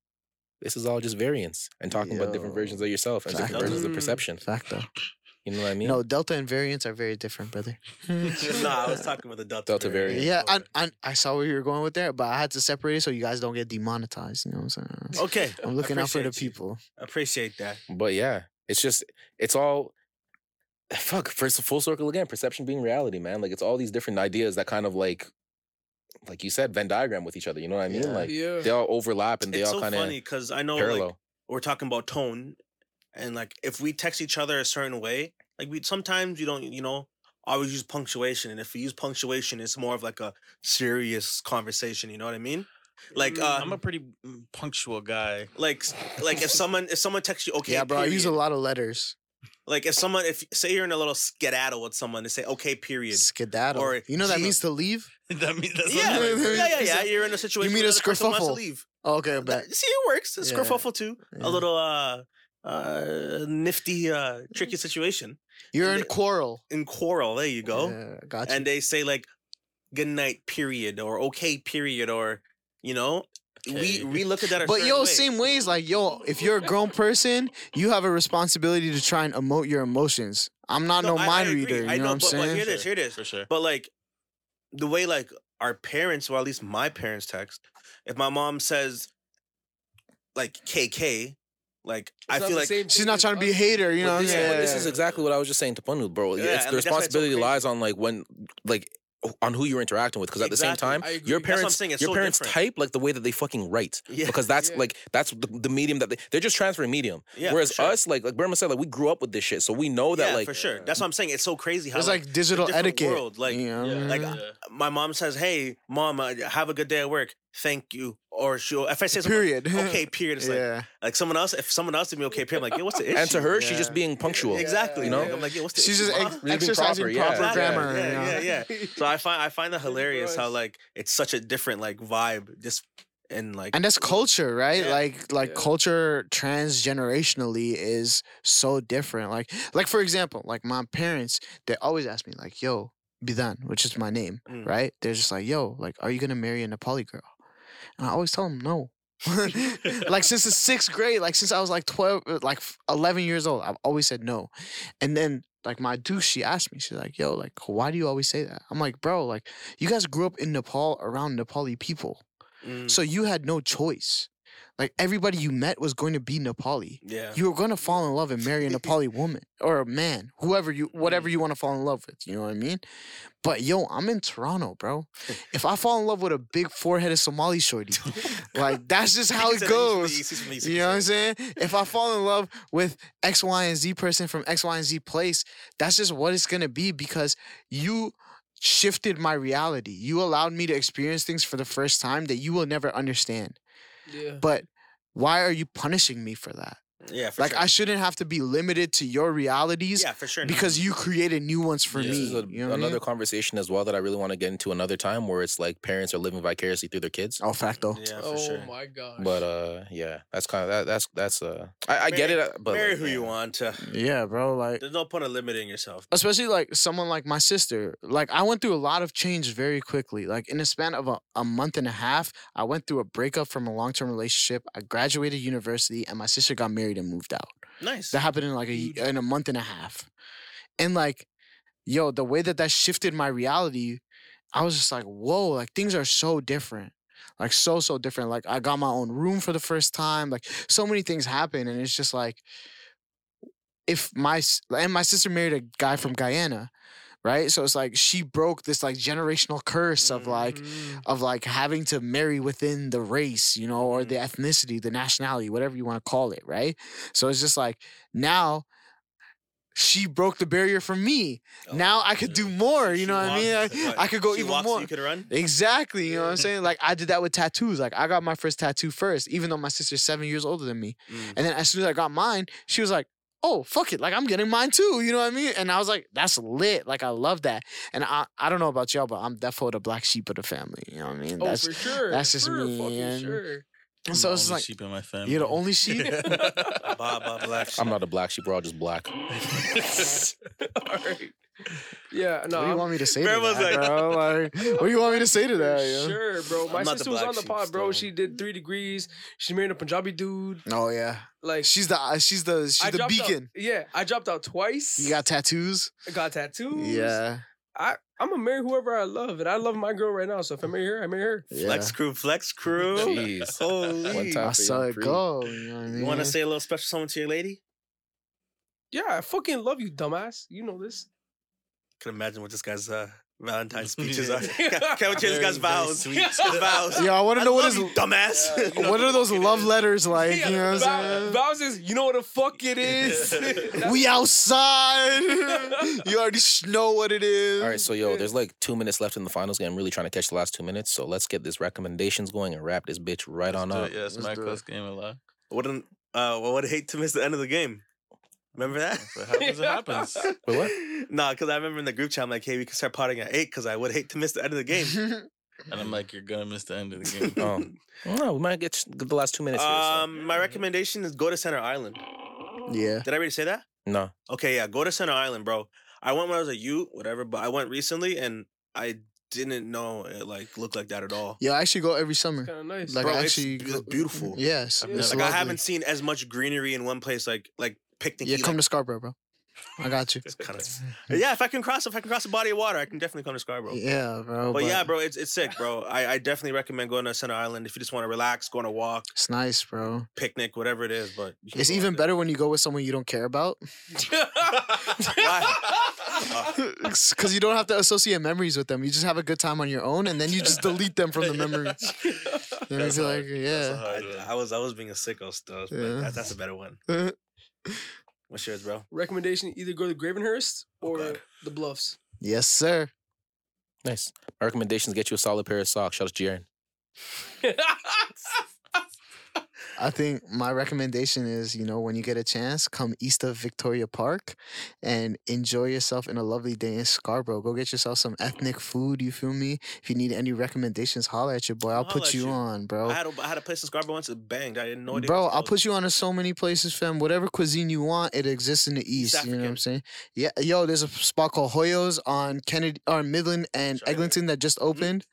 Speaker 4: This is all just variants and talking about different
Speaker 7: Yo.
Speaker 4: versions of yourself and different
Speaker 7: Exactly.
Speaker 4: versions of
Speaker 5: Mm.
Speaker 4: perception.
Speaker 7: Fact though.
Speaker 4: You know what I mean?
Speaker 7: No, delta and variants are very different, brother.
Speaker 3: no, I was talking about the Delta,
Speaker 4: Delta variant.
Speaker 7: Yeah, I, I I saw where you were going with that, but I had to separate it so you guys don't get demonetized. You know what I'm saying?
Speaker 3: Okay,
Speaker 7: I'm looking out for the
Speaker 3: appreciate you.
Speaker 7: people.
Speaker 3: Appreciate that.
Speaker 4: But yeah, it's just it's all fuck first full circle again. Perception being reality, man. Like it's all these different ideas that kind of like, like you said, Venn diagram with each other. You know what I mean?
Speaker 7: Yeah.
Speaker 4: Like
Speaker 5: yeah.
Speaker 4: they all overlap and they
Speaker 3: it's
Speaker 4: all
Speaker 3: so
Speaker 4: kind
Speaker 3: funny
Speaker 4: of
Speaker 3: because I know
Speaker 4: parallel.
Speaker 3: like we're talking about tone, and like if we text each other a certain way, like we sometimes you don't you know always use punctuation, and if we use punctuation, it's more of like a serious conversation. You know what I mean? Like uh,
Speaker 8: I'm a pretty mm, punctual guy.
Speaker 3: like like if someone if someone texts you okay
Speaker 7: yeah, bro, I use a
Speaker 3: period.
Speaker 7: lot of letters.
Speaker 3: like if someone if say you're in a little skedaddle with someone to say okay period
Speaker 7: Skedaddle.
Speaker 3: Or
Speaker 7: you know that
Speaker 3: G-
Speaker 7: means to leave?
Speaker 8: that means that's
Speaker 3: yeah,
Speaker 8: what I'm like.
Speaker 3: yeah, yeah, yeah. You're in a situation.
Speaker 7: mean
Speaker 3: where
Speaker 7: a
Speaker 3: the person wants to
Speaker 7: skerfuffle.
Speaker 3: leave.
Speaker 7: Oh, okay, but
Speaker 3: That- see, it works. It's
Speaker 7: Yeah.
Speaker 3: Skerfuffle too.
Speaker 7: Yeah.
Speaker 3: A little uh, uh, nifty, uh,
Speaker 7: Mm.
Speaker 3: tricky situation
Speaker 7: you're in
Speaker 3: they-
Speaker 7: quarrel.
Speaker 3: in quarrel. There you go.
Speaker 7: Yeah, gotcha.
Speaker 3: And they say like, "Good night," period, or "Okay," period, or you know, we we look at that. A
Speaker 7: but
Speaker 3: certain
Speaker 7: yo,
Speaker 3: way.
Speaker 7: same ways. Like yo, if you're a grown person, you have a responsibility to try and emote your emotions. I'm not no,
Speaker 3: I- I
Speaker 7: mind
Speaker 3: agree.
Speaker 7: reader. You
Speaker 3: I
Speaker 7: know, what I'm
Speaker 3: but, But
Speaker 7: saying?
Speaker 3: hear this, hear this.
Speaker 8: For sure.
Speaker 3: But like the way like our parents, well at least my parents text, if my mom says like KK, like I feel like
Speaker 7: She's not trying to be a hater. You know, what I'm
Speaker 4: this,
Speaker 7: saying?
Speaker 4: but this is exactly what I was just saying to Panu, bro.
Speaker 3: Yeah,
Speaker 4: it's,
Speaker 3: and
Speaker 4: the
Speaker 3: like, that's why it's so
Speaker 4: responsibility
Speaker 3: crazy.
Speaker 4: lies on like when, like, on who you're interacting with. Because at the same
Speaker 3: Exactly.
Speaker 4: time,
Speaker 5: I agree.
Speaker 4: your
Speaker 5: That's what
Speaker 3: I'm
Speaker 4: parents,
Speaker 3: saying, it's
Speaker 4: your
Speaker 3: so
Speaker 4: parents
Speaker 3: different.
Speaker 4: type like the way that they fucking write.
Speaker 3: Yeah.
Speaker 4: Because that's
Speaker 5: Yeah.
Speaker 4: like that's the, the medium that they, they're just transferring medium.
Speaker 3: Yeah, for
Speaker 4: Whereas
Speaker 3: sure.
Speaker 4: us, like like Burma said, like we grew up with this shit, so we
Speaker 7: oh,
Speaker 4: know that
Speaker 3: yeah,
Speaker 4: like
Speaker 3: for sure. That's what I'm saying. It's so crazy how
Speaker 7: uh, It's like digital
Speaker 3: different
Speaker 7: etiquette.
Speaker 3: world, like,
Speaker 7: you know?
Speaker 8: Yeah,
Speaker 3: like,
Speaker 8: yeah.
Speaker 3: my mom says, "Hey, mom, uh, have a good day at work. Thank you." Or she'll if I say something,
Speaker 7: period.
Speaker 3: okay, period. It's like
Speaker 7: yeah.
Speaker 3: like someone else. If someone else did me okay, period, I'm like, yo, what's the issue?
Speaker 4: and to her,
Speaker 7: Yeah.
Speaker 4: she's just being punctual.
Speaker 3: exactly.
Speaker 4: You know?
Speaker 3: Like, I'm like, yo, what's the
Speaker 7: She's
Speaker 3: issue?
Speaker 7: just
Speaker 3: mom?
Speaker 7: ex-
Speaker 4: being
Speaker 7: exercising
Speaker 4: proper,
Speaker 7: proper,
Speaker 4: yeah, yeah,
Speaker 7: grammar. you know?
Speaker 3: Yeah, yeah, yeah. So I find I find that hilarious how like it's such a different like vibe just and like
Speaker 7: and that's culture right
Speaker 3: Yeah.
Speaker 7: like like
Speaker 5: Yeah.
Speaker 7: culture transgenerationally is so different like like for example like my parents they always ask me like yo bidan which is my name
Speaker 3: Mm.
Speaker 7: right they're just like yo like are you gonna marry a nepali girl and i always tell them no like since the sixth grade like since i was like 12 uh, like f- 11 years old i've always said no and then like my dude she asked me she's like yo like why do you always say that i'm like bro like you guys grew up in nepal around nepali people
Speaker 3: mm,
Speaker 7: so you had no choice. Like everybody you met was going to be Nepali.
Speaker 3: yeah.
Speaker 7: You were going to fall in love and marry a Nepali woman or a man, whoever you, whatever
Speaker 3: Mm.
Speaker 7: you want to fall in love with. You know what I mean? But yo, I'm in Toronto, bro. If I fall in love with a big foreheaded Somali shorty, like that's just how it goes. You know what I'm saying? If I fall in love with X, Y, and Z person from X, Y, and Z place, that's just what it's gonna be because you shifted my reality. You allowed me to experience things for the first time that you will never understand.
Speaker 5: Yeah.
Speaker 7: But why are you punishing me for that?
Speaker 3: Yeah, for
Speaker 7: Like
Speaker 3: sure.
Speaker 7: I shouldn't have to be limited to your realities
Speaker 3: yeah, for sure.
Speaker 7: because you created new ones for
Speaker 4: This
Speaker 7: me.
Speaker 4: is a,
Speaker 7: you know what I mean?
Speaker 4: another conversation as well that I really want to get into another time where it's like parents are living vicariously through their kids.
Speaker 7: Oh, facto.
Speaker 3: yeah, for
Speaker 5: oh
Speaker 3: sure.
Speaker 5: my gosh.
Speaker 4: But uh, yeah, that's kind of that, that's that's uh, I, I get it,
Speaker 3: Marry-
Speaker 4: uh, but
Speaker 3: Marry
Speaker 4: like,
Speaker 3: who
Speaker 4: yeah.
Speaker 3: you want. To.
Speaker 7: Yeah, bro. Like,
Speaker 3: There's no point of limiting yourself.
Speaker 7: especially like someone like my sister. Like, I went through a lot of change very quickly. Like, in the span of a, a month and a half, I went through a breakup from a long term relationship. I graduated university, and my sister got married and moved out.
Speaker 3: Nice.
Speaker 7: That happened in like a y- in a month and a half, and like, yo, the way that that shifted my reality, I was just like, whoa, like things are so different, like so so different. Like I got my own room for the first time, like so many things happen, and it's just like, if my s- and my sister married a guy from Guyana, right? So it's like she broke this like generational curse of like
Speaker 5: Mm.
Speaker 7: of like having to marry within the race, you know, or the ethnicity, the nationality, whatever you want to call it, right? So it's just like now she broke the barrier for me. now I could do more, you know what I mean?
Speaker 3: Oh, mm. Walks-
Speaker 7: I,
Speaker 3: what?
Speaker 7: I could go
Speaker 3: She
Speaker 7: even
Speaker 3: walks so
Speaker 7: more.
Speaker 3: You could run.
Speaker 7: Exactly, you know what I'm saying? Like I did that with tattoos. Like I got my first tattoo first, even though my sister's seven years older than me.
Speaker 3: Mm.
Speaker 7: And then as soon as I got mine, she was like, "Oh fuck it, like I'm getting mine too." You know what I mean? And I was like, "That's lit. Like I love that." And I I don't know about y'all, but I'm definitely the black sheep of the family. You know what I mean?
Speaker 5: oh,
Speaker 7: That's
Speaker 5: for sure.
Speaker 7: that's just
Speaker 5: for
Speaker 7: me,
Speaker 5: Fucking
Speaker 7: and-
Speaker 5: sure.
Speaker 8: I'm
Speaker 7: so
Speaker 8: the
Speaker 7: it's
Speaker 8: only
Speaker 7: like
Speaker 8: sheep in my family.
Speaker 7: you're the only sheep.
Speaker 3: Baba Black.
Speaker 4: I'm not a black sheep. We're all just black.
Speaker 5: All right. Yeah, no.
Speaker 7: what do you
Speaker 5: I'm-
Speaker 7: want me to say to
Speaker 3: Grandma's
Speaker 7: that,
Speaker 3: like-
Speaker 7: bro? Like, what do you want me to say to that?
Speaker 5: For
Speaker 7: yo?
Speaker 5: Sure, bro. My
Speaker 3: I'm not the
Speaker 5: sister was
Speaker 3: black
Speaker 5: on the
Speaker 3: sheep
Speaker 5: pod, bro.
Speaker 3: still.
Speaker 5: She did three degrees. She married a Punjabi dude.
Speaker 7: Oh yeah,
Speaker 5: Like
Speaker 7: she's the uh, she's the she's the
Speaker 5: dropped out-
Speaker 7: beacon.
Speaker 5: yeah, I dropped out twice.
Speaker 7: You got tattoos?
Speaker 5: I got tattoos.
Speaker 7: Yeah,
Speaker 5: I I'm gonna marry whoever I love, and I love my girl right now. So if I marry her, I marry her.
Speaker 7: yeah.
Speaker 3: Flex crew, flex crew.
Speaker 4: Jeez.
Speaker 3: Holy.
Speaker 4: One time
Speaker 7: I
Speaker 4: for
Speaker 7: saw
Speaker 4: young
Speaker 7: it
Speaker 4: Creed.
Speaker 7: go. You know what I mean?
Speaker 3: You want to say a little special something to your lady?
Speaker 5: Yeah, I fucking love you, dumbass. You know this.
Speaker 3: Can imagine what this guy's uh, Valentine's speeches
Speaker 8: Yeah.
Speaker 3: are. Can't can't wait to hear this
Speaker 8: Very,
Speaker 3: guy's
Speaker 8: very
Speaker 3: vows.
Speaker 8: sweet.
Speaker 3: His vows.
Speaker 7: Yo, I want to know what
Speaker 3: love
Speaker 7: is
Speaker 3: you, dumbass.
Speaker 7: what are those love letters like?
Speaker 5: Yeah,
Speaker 7: you know what
Speaker 5: Val-
Speaker 7: I'm saying?
Speaker 5: Val says, you know what the fuck it is. That's-
Speaker 7: we outside. you already sh- know what it is.
Speaker 4: All right, so yo, there's like two minutes left in the finals game. I'm really trying to catch the last two minutes, so let's get this recommendations going and wrap this bitch right on up.
Speaker 8: Yeah, it's
Speaker 7: Let's
Speaker 8: my
Speaker 7: do it.
Speaker 8: close game a lot.
Speaker 3: Wouldn't uh, well, would hate to miss the end of the game. Remember that?
Speaker 8: If it happens, it happens.
Speaker 4: Wait, what?
Speaker 3: nah, because I remember in the group chat, I'm like, hey, we can start potting at eight because I would hate to miss the end of the
Speaker 7: Oh,
Speaker 3: game.
Speaker 8: And I'm like, you're gonna miss the end of the game.
Speaker 4: Oh, no, we might get get the last two minutes here. so-
Speaker 3: Um, my recommendation is go to Center Island.
Speaker 7: yeah.
Speaker 3: Did I already say that?
Speaker 4: No,
Speaker 3: Okay, yeah, go to Center Island, bro. I went when I was a youth, whatever, but I went recently and I didn't know it like looked like that at all.
Speaker 7: Yeah, I actually go every summer.
Speaker 5: Kinda nice.
Speaker 7: Like
Speaker 3: Bro,
Speaker 7: I
Speaker 3: it's
Speaker 7: actually,
Speaker 3: be-
Speaker 7: go-
Speaker 3: it's beautiful.
Speaker 7: Yes,
Speaker 8: I've
Speaker 7: it's
Speaker 8: never-
Speaker 3: Like I
Speaker 7: lovely.
Speaker 3: haven't seen as much greenery in one place, like like picnic.
Speaker 7: Yeah, come to Scarborough, bro. I got you.
Speaker 3: kind of. Yeah, if I can cross, if I can cross a body of water, I can definitely come to Scarborough.
Speaker 7: Yeah, bro.
Speaker 3: But, yeah, bro, it's it's sick, bro. I, I definitely recommend going to Center Island if you just want to relax, go on a walk,
Speaker 7: It's nice, bro.
Speaker 3: picnic, whatever it is. But you can
Speaker 7: It's
Speaker 3: go out
Speaker 7: even
Speaker 3: there.
Speaker 7: better when you go with someone you don't care about,
Speaker 3: Oh,
Speaker 7: because you don't have to associate memories with them. You just have a good time on your own, and then you just delete them from the memories. Then
Speaker 8: That's
Speaker 7: it's like,
Speaker 8: hard. That's a
Speaker 7: yeah,
Speaker 3: I,
Speaker 8: hard one.
Speaker 3: I was I was being a sicko stuff, but
Speaker 7: Yeah.
Speaker 3: that, that's a better one. What's yours, bro?
Speaker 5: Recommendation: either go to Gravenhurst
Speaker 7: Oh,
Speaker 5: or
Speaker 3: God.
Speaker 5: the Bluffs.
Speaker 7: yes, sir.
Speaker 4: nice. My recommendations get you a solid pair of socks. Shout out to Jaren.
Speaker 7: I think my recommendation is, you know, when you get a chance, come east of Victoria Park and enjoy yourself in a lovely day in Scarborough. Go get yourself some ethnic food, you feel me? If you need any recommendations, holler at your boy. I'll
Speaker 3: I'll
Speaker 7: put
Speaker 3: holler at
Speaker 7: you
Speaker 3: you.
Speaker 7: on,
Speaker 3: I
Speaker 7: bro.
Speaker 3: had a, I had a place in Scarborough once. It banged. I didn't know. it
Speaker 7: Bro,
Speaker 3: was
Speaker 7: I'll
Speaker 3: closed.
Speaker 7: put you on to so many places, fam. Whatever cuisine you want, it exists in the East. you know what I'm
Speaker 3: African.
Speaker 7: saying? Yeah, yo, there's a spot called Hoyos on Kennedy or Midland and
Speaker 3: Shout out.
Speaker 7: Eglinton that
Speaker 3: Mm-hmm.
Speaker 7: just opened.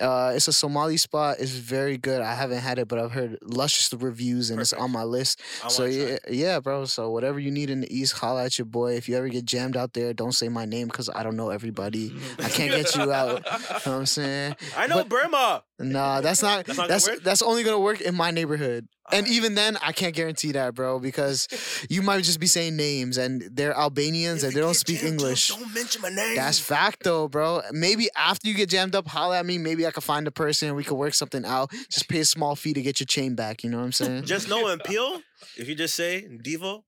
Speaker 7: Uh, it's a Somali spot. It's very good. I haven't had it, but I've heard luscious reviews and it's
Speaker 3: Perfect.
Speaker 7: on my list.
Speaker 3: I
Speaker 7: So
Speaker 3: wanna try
Speaker 7: yeah,
Speaker 3: it.
Speaker 7: yeah, bro. So whatever you need in the East, holla at your boy. If you ever get jammed out there, don't say my name because I don't know everybody. I can't get you out. You know what I'm saying?
Speaker 3: I know
Speaker 7: but-
Speaker 3: Burma.
Speaker 7: Nah, that's not
Speaker 3: That's
Speaker 7: that's
Speaker 3: not gonna
Speaker 7: that's,
Speaker 3: work?
Speaker 7: only gonna work in my neighborhood. And even then, I can't guarantee that, bro, because you might just be saying names and they're Albanians and they don't speak English.
Speaker 3: Don't mention my name.
Speaker 7: That's fact though, bro. Maybe after you get jammed up, holla at me. Maybe I could find a person and we could work something out. Just pay a small fee to get your chain back. You know what I'm saying?
Speaker 3: just know in Peel, if you just say Devo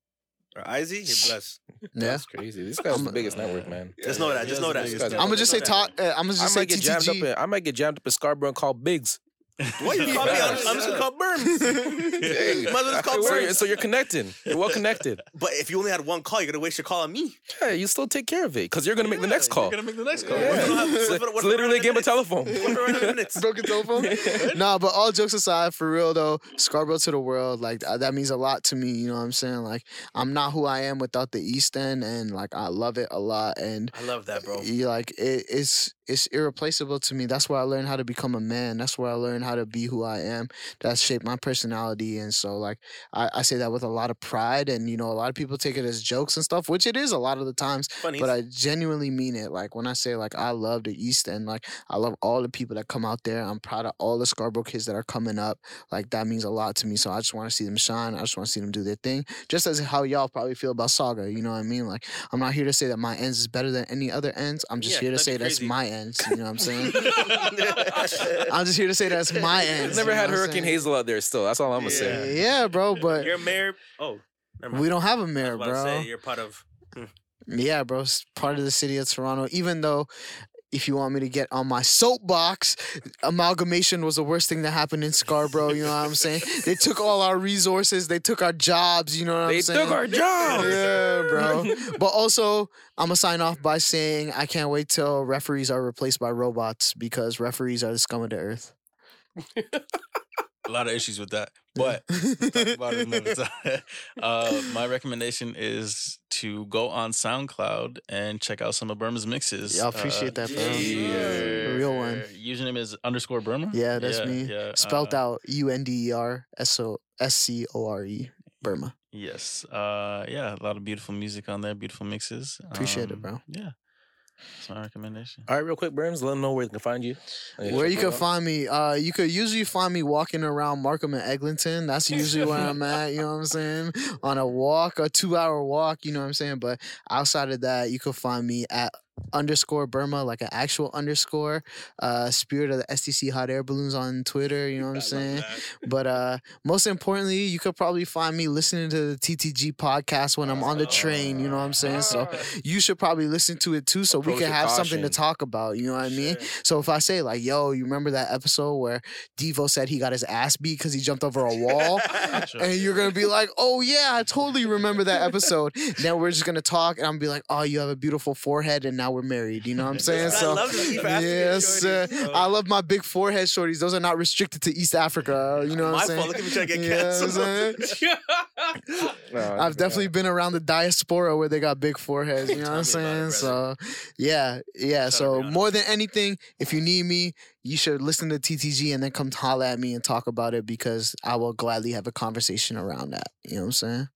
Speaker 3: or Izzy, you're blessed.
Speaker 7: yeah.
Speaker 4: That's crazy. This guy's the biggest network, man.
Speaker 3: Just know that. Just know that.
Speaker 4: biggest
Speaker 3: Just know
Speaker 4: network.
Speaker 3: that.
Speaker 7: I'm gonna just say
Speaker 3: Know that.
Speaker 7: talk. Uh, I'm gonna
Speaker 4: I
Speaker 7: just
Speaker 4: might
Speaker 7: say
Speaker 4: get jammed up.
Speaker 7: TTG.
Speaker 4: In, I might get jammed up in Scarborough and call Biggs.
Speaker 3: Why you call me? I'm, I'm just gonna call Berms.
Speaker 4: Hey,
Speaker 3: Might as well just call
Speaker 4: so, you're,
Speaker 3: Berms.
Speaker 4: so you're connecting. You're well connected.
Speaker 3: But if you only had one call, you're gonna waste your call on me.
Speaker 4: Yeah, you still take care of it because you're gonna make the next
Speaker 8: You're
Speaker 4: call.
Speaker 8: gonna make the next
Speaker 7: Oh,
Speaker 8: call.
Speaker 3: What if I don't have-
Speaker 4: It's,
Speaker 3: what if I- what
Speaker 4: it's
Speaker 3: if I
Speaker 4: literally
Speaker 3: don't
Speaker 4: a game of
Speaker 3: have
Speaker 4: telephone.
Speaker 3: the minutes? What
Speaker 7: broken telephone. nah, but all jokes aside, for real though, Scarborough to the world, like th- that means a lot to me. You know what I'm saying? Like I'm not who I am without the East End, and like I love it a lot. And
Speaker 3: if I don't have the minutes? I love that, bro.
Speaker 7: you like it, it's it's irreplaceable to me. That's where I learned how to become a man. That's where I learned how to be who I am. That shaped my personality, and so like I, I say that with a lot of pride. And you know, a lot of people take it as jokes and stuff, which it is a lot of the times.
Speaker 3: Funny.
Speaker 7: But I genuinely mean it. Like when I say like I love the East End, like I love all the people that come out there. I'm proud of all the Scarborough kids that are coming up. Like that means a lot to me. So I just want to see them shine. I just want to see them do their thing. Just as how y'all probably feel about Saga. You know what I mean? Like I'm not here to say that my ends is better than any other ends. I'm just
Speaker 3: Yeah,
Speaker 7: here to
Speaker 3: that'd be
Speaker 7: say that's
Speaker 3: crazy.
Speaker 7: my ends. You know what I'm saying? I'm just here to say that's my ends.
Speaker 4: Never
Speaker 7: you know
Speaker 4: had
Speaker 7: what I'm
Speaker 4: Hurricane
Speaker 7: saying?
Speaker 4: Hazel out there still. That's all I'm gonna say.
Speaker 7: Yeah, bro. But
Speaker 3: You're mayor. Oh, never mind.
Speaker 7: we don't have a
Speaker 3: I
Speaker 7: mayor,
Speaker 3: was about to
Speaker 7: bro.
Speaker 3: say you're part of.
Speaker 7: Yeah, bro. It's part of the city of Toronto. Even though, if you want me to get on my soapbox, amalgamation was the worst thing that happened in Scarborough. You know what I'm saying? They took all our resources. They took our jobs. You know what
Speaker 4: They
Speaker 7: I'm saying?
Speaker 4: took our job.
Speaker 7: Yeah, bro. but also, I'm gonna sign off by saying I can't wait till referees are replaced by robots because referees are the scum of the earth.
Speaker 8: A lot of issues with that, but we'll talk about it another time. uh, my recommendation is to go on SoundCloud and check out some of Burma's mixes. uh,
Speaker 7: Yeah, I appreciate that, bro. The real one.
Speaker 8: Username is underscore Burma.
Speaker 7: Yeah, that's me.
Speaker 8: yeah,
Speaker 7: Spelt
Speaker 8: uh,
Speaker 7: out U N D E R S O S C O R E. Burma.
Speaker 8: Yes. Uh, yeah, a lot of beautiful music on there, beautiful mixes.
Speaker 7: Appreciate it,
Speaker 8: Um,
Speaker 7: bro.
Speaker 8: Yeah, that's my recommendation.
Speaker 4: All right, real quick, Burns, let them know where they can find you.
Speaker 7: Where you can find me, uh, you could usually find me walking around Markham and Eglinton. That's usually where I'm at, you know what I'm saying? On a walk, a two hour walk, you know what I'm saying? But outside of that, you could find me at underscore Burma, like an actual underscore. Uh, Spirit of the STC Hot Air Balloons on Twitter, you know what I'm saying? But uh, most importantly, you could probably find me listening to the TTG podcast when I'm on the train, you know what I'm saying? So you should probably listen to it too so we
Speaker 4: Ah. Approach
Speaker 7: can
Speaker 4: with
Speaker 7: have something to
Speaker 4: caution.
Speaker 7: talk about. You know what I mean? So if I say like, yo, you remember that episode where Devo said he got his ass beat because he jumped over a wall? and you're gonna be like, oh yeah, I totally remember that episode. then we're just gonna talk and I'm gonna be like, oh, you have a beautiful forehead and now we're married. You know what I'm saying?
Speaker 3: I
Speaker 7: so
Speaker 3: love the East African
Speaker 7: Yes, uh,
Speaker 3: shorties, bro.
Speaker 7: I love my big forehead shorties. Those are not restricted to East Africa. uh, You know what
Speaker 3: My
Speaker 7: I'm saying?
Speaker 3: fault. Look at me trying to get
Speaker 7: You know what I'm
Speaker 3: canceled.
Speaker 7: saying? I've definitely been around the diaspora where they got big foreheads. You know what I'm
Speaker 3: Tell me about
Speaker 7: saying?
Speaker 3: it,
Speaker 7: So, yeah, yeah.
Speaker 3: Shout out
Speaker 7: so
Speaker 3: Rihanna.
Speaker 7: more than anything, if you need me, you should listen to TTG and then come holla at me and talk about it because I will gladly have a conversation around that. You know what I'm saying?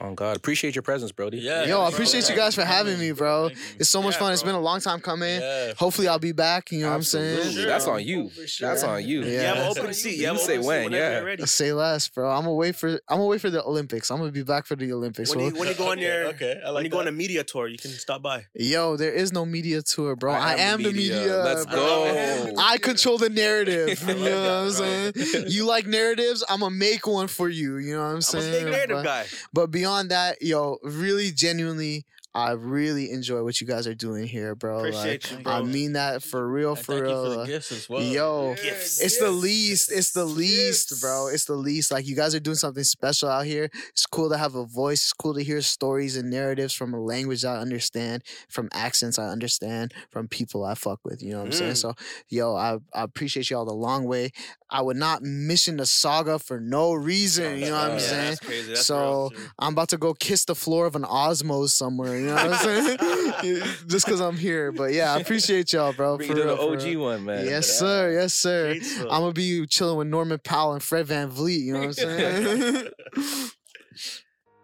Speaker 4: Oh God, appreciate your presence, Brody.
Speaker 8: Yeah,
Speaker 7: Yo, I
Speaker 8: bro,
Speaker 7: appreciate you
Speaker 8: thank
Speaker 7: guys for having
Speaker 8: coming.
Speaker 7: me, bro.
Speaker 8: Thank you.
Speaker 7: It's so much
Speaker 3: Mm. Yeah,
Speaker 7: fun. It's
Speaker 3: bro.
Speaker 7: been a long time coming.
Speaker 8: Yeah.
Speaker 7: Hopefully, I'll be back. You know what I'm
Speaker 4: Absolutely.
Speaker 7: saying? Uh,
Speaker 4: That's
Speaker 5: Sure.
Speaker 4: on you.
Speaker 5: Oh, for sure.
Speaker 4: That's on you.
Speaker 7: Yeah.
Speaker 3: You have an
Speaker 8: Yeah.
Speaker 3: open seat. You, have
Speaker 4: You
Speaker 3: an
Speaker 4: say
Speaker 3: open
Speaker 4: when,
Speaker 3: seat whenever
Speaker 4: yeah.
Speaker 3: you're ready.
Speaker 7: Say less, bro. I'm gonna wait for. I'm gonna wait for the Olympics. I'm gonna be back for the Olympics.
Speaker 3: When
Speaker 7: We'll-
Speaker 3: you, when you go on
Speaker 8: Okay,
Speaker 3: your
Speaker 8: okay, I
Speaker 3: when
Speaker 8: like
Speaker 3: you go on
Speaker 8: that.
Speaker 3: a media tour, you can stop by.
Speaker 7: Yo, there is no media tour, bro. I, am, the media.
Speaker 4: Let's
Speaker 7: bro.
Speaker 4: go.
Speaker 7: I control the narrative.
Speaker 4: I
Speaker 7: You
Speaker 4: like
Speaker 7: know what I'm
Speaker 4: that,
Speaker 7: saying? You like narratives? I'm gonna make one for you. You know what I'm
Speaker 3: I'm a
Speaker 7: saying?
Speaker 3: big narrative
Speaker 7: but,
Speaker 3: guy.
Speaker 7: but beyond that, yo, really genuinely, I really enjoy what you guys are doing here, bro.
Speaker 3: Appreciate
Speaker 7: Oh, Like,
Speaker 3: you,
Speaker 7: I
Speaker 3: bro.
Speaker 7: mean that for real,
Speaker 8: And
Speaker 7: for
Speaker 8: thank
Speaker 7: real.
Speaker 8: you for the
Speaker 7: like,
Speaker 8: gifts as well.
Speaker 7: Yo,
Speaker 5: Yeah,
Speaker 3: Gifts.
Speaker 7: Oh, it's the
Speaker 5: gifts.
Speaker 7: least. It's the least, bro. It's the least. Like you guys are doing something special out here. It's cool to have a voice. It's cool to hear stories and narratives from a language I understand, from accents I understand, from people I fuck with. You know what I'm saying?
Speaker 3: Mm.
Speaker 7: So, yo, I, I appreciate y'all the long way. I would not mission the saga for no reason. You know what
Speaker 4: Yeah,
Speaker 7: I'm
Speaker 4: that's
Speaker 7: saying?
Speaker 3: That's crazy. That's
Speaker 7: So
Speaker 3: real.
Speaker 7: I'm about to go kiss the floor of an Osmos somewhere. You know what I'm saying? Just because I'm here. But yeah, I appreciate y'all, bro.
Speaker 4: Bring
Speaker 7: for
Speaker 4: you to
Speaker 7: real,
Speaker 4: the
Speaker 7: for
Speaker 4: OG
Speaker 7: real.
Speaker 4: one, man.
Speaker 7: Yes, sir. Yes, sir.
Speaker 3: Grateful.
Speaker 7: I'm gonna be chilling with Norman Powell and Fred Van Vliet. You know what I'm saying?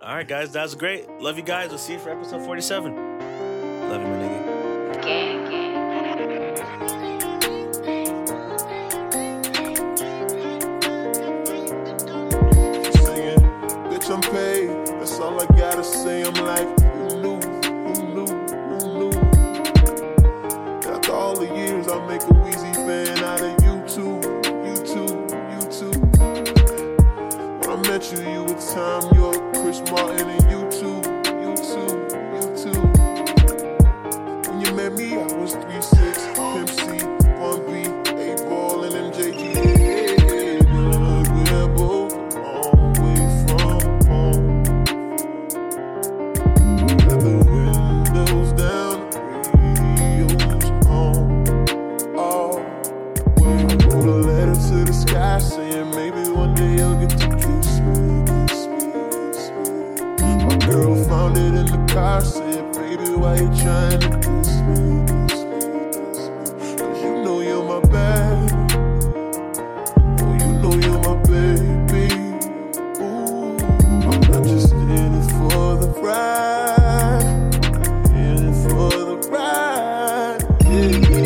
Speaker 3: All right, guys, that was great. Love you guys. We'll see you for episode 47. Love you, my nigga.
Speaker 1: gang, gang.
Speaker 12: saying, bitch, I'm paid. That's all I gotta say. I'm like, who knew, who knew, who knew? After all the years, I make a Wheezy fan out of you too, you too, you too. When I met you, you were Tom York, Chris Martin, and you too, you too, you too. oh, Oh. trying to boost me. 'Cause you know you're my baby. Oh, you know you're my baby. Ooh, I'm not just in it for the ride. In it for the ride. Yeah.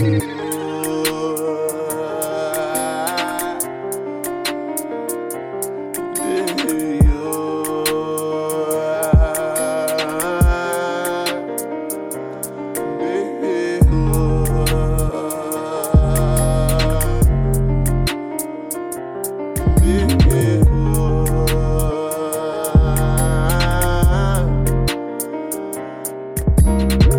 Speaker 12: Yeah.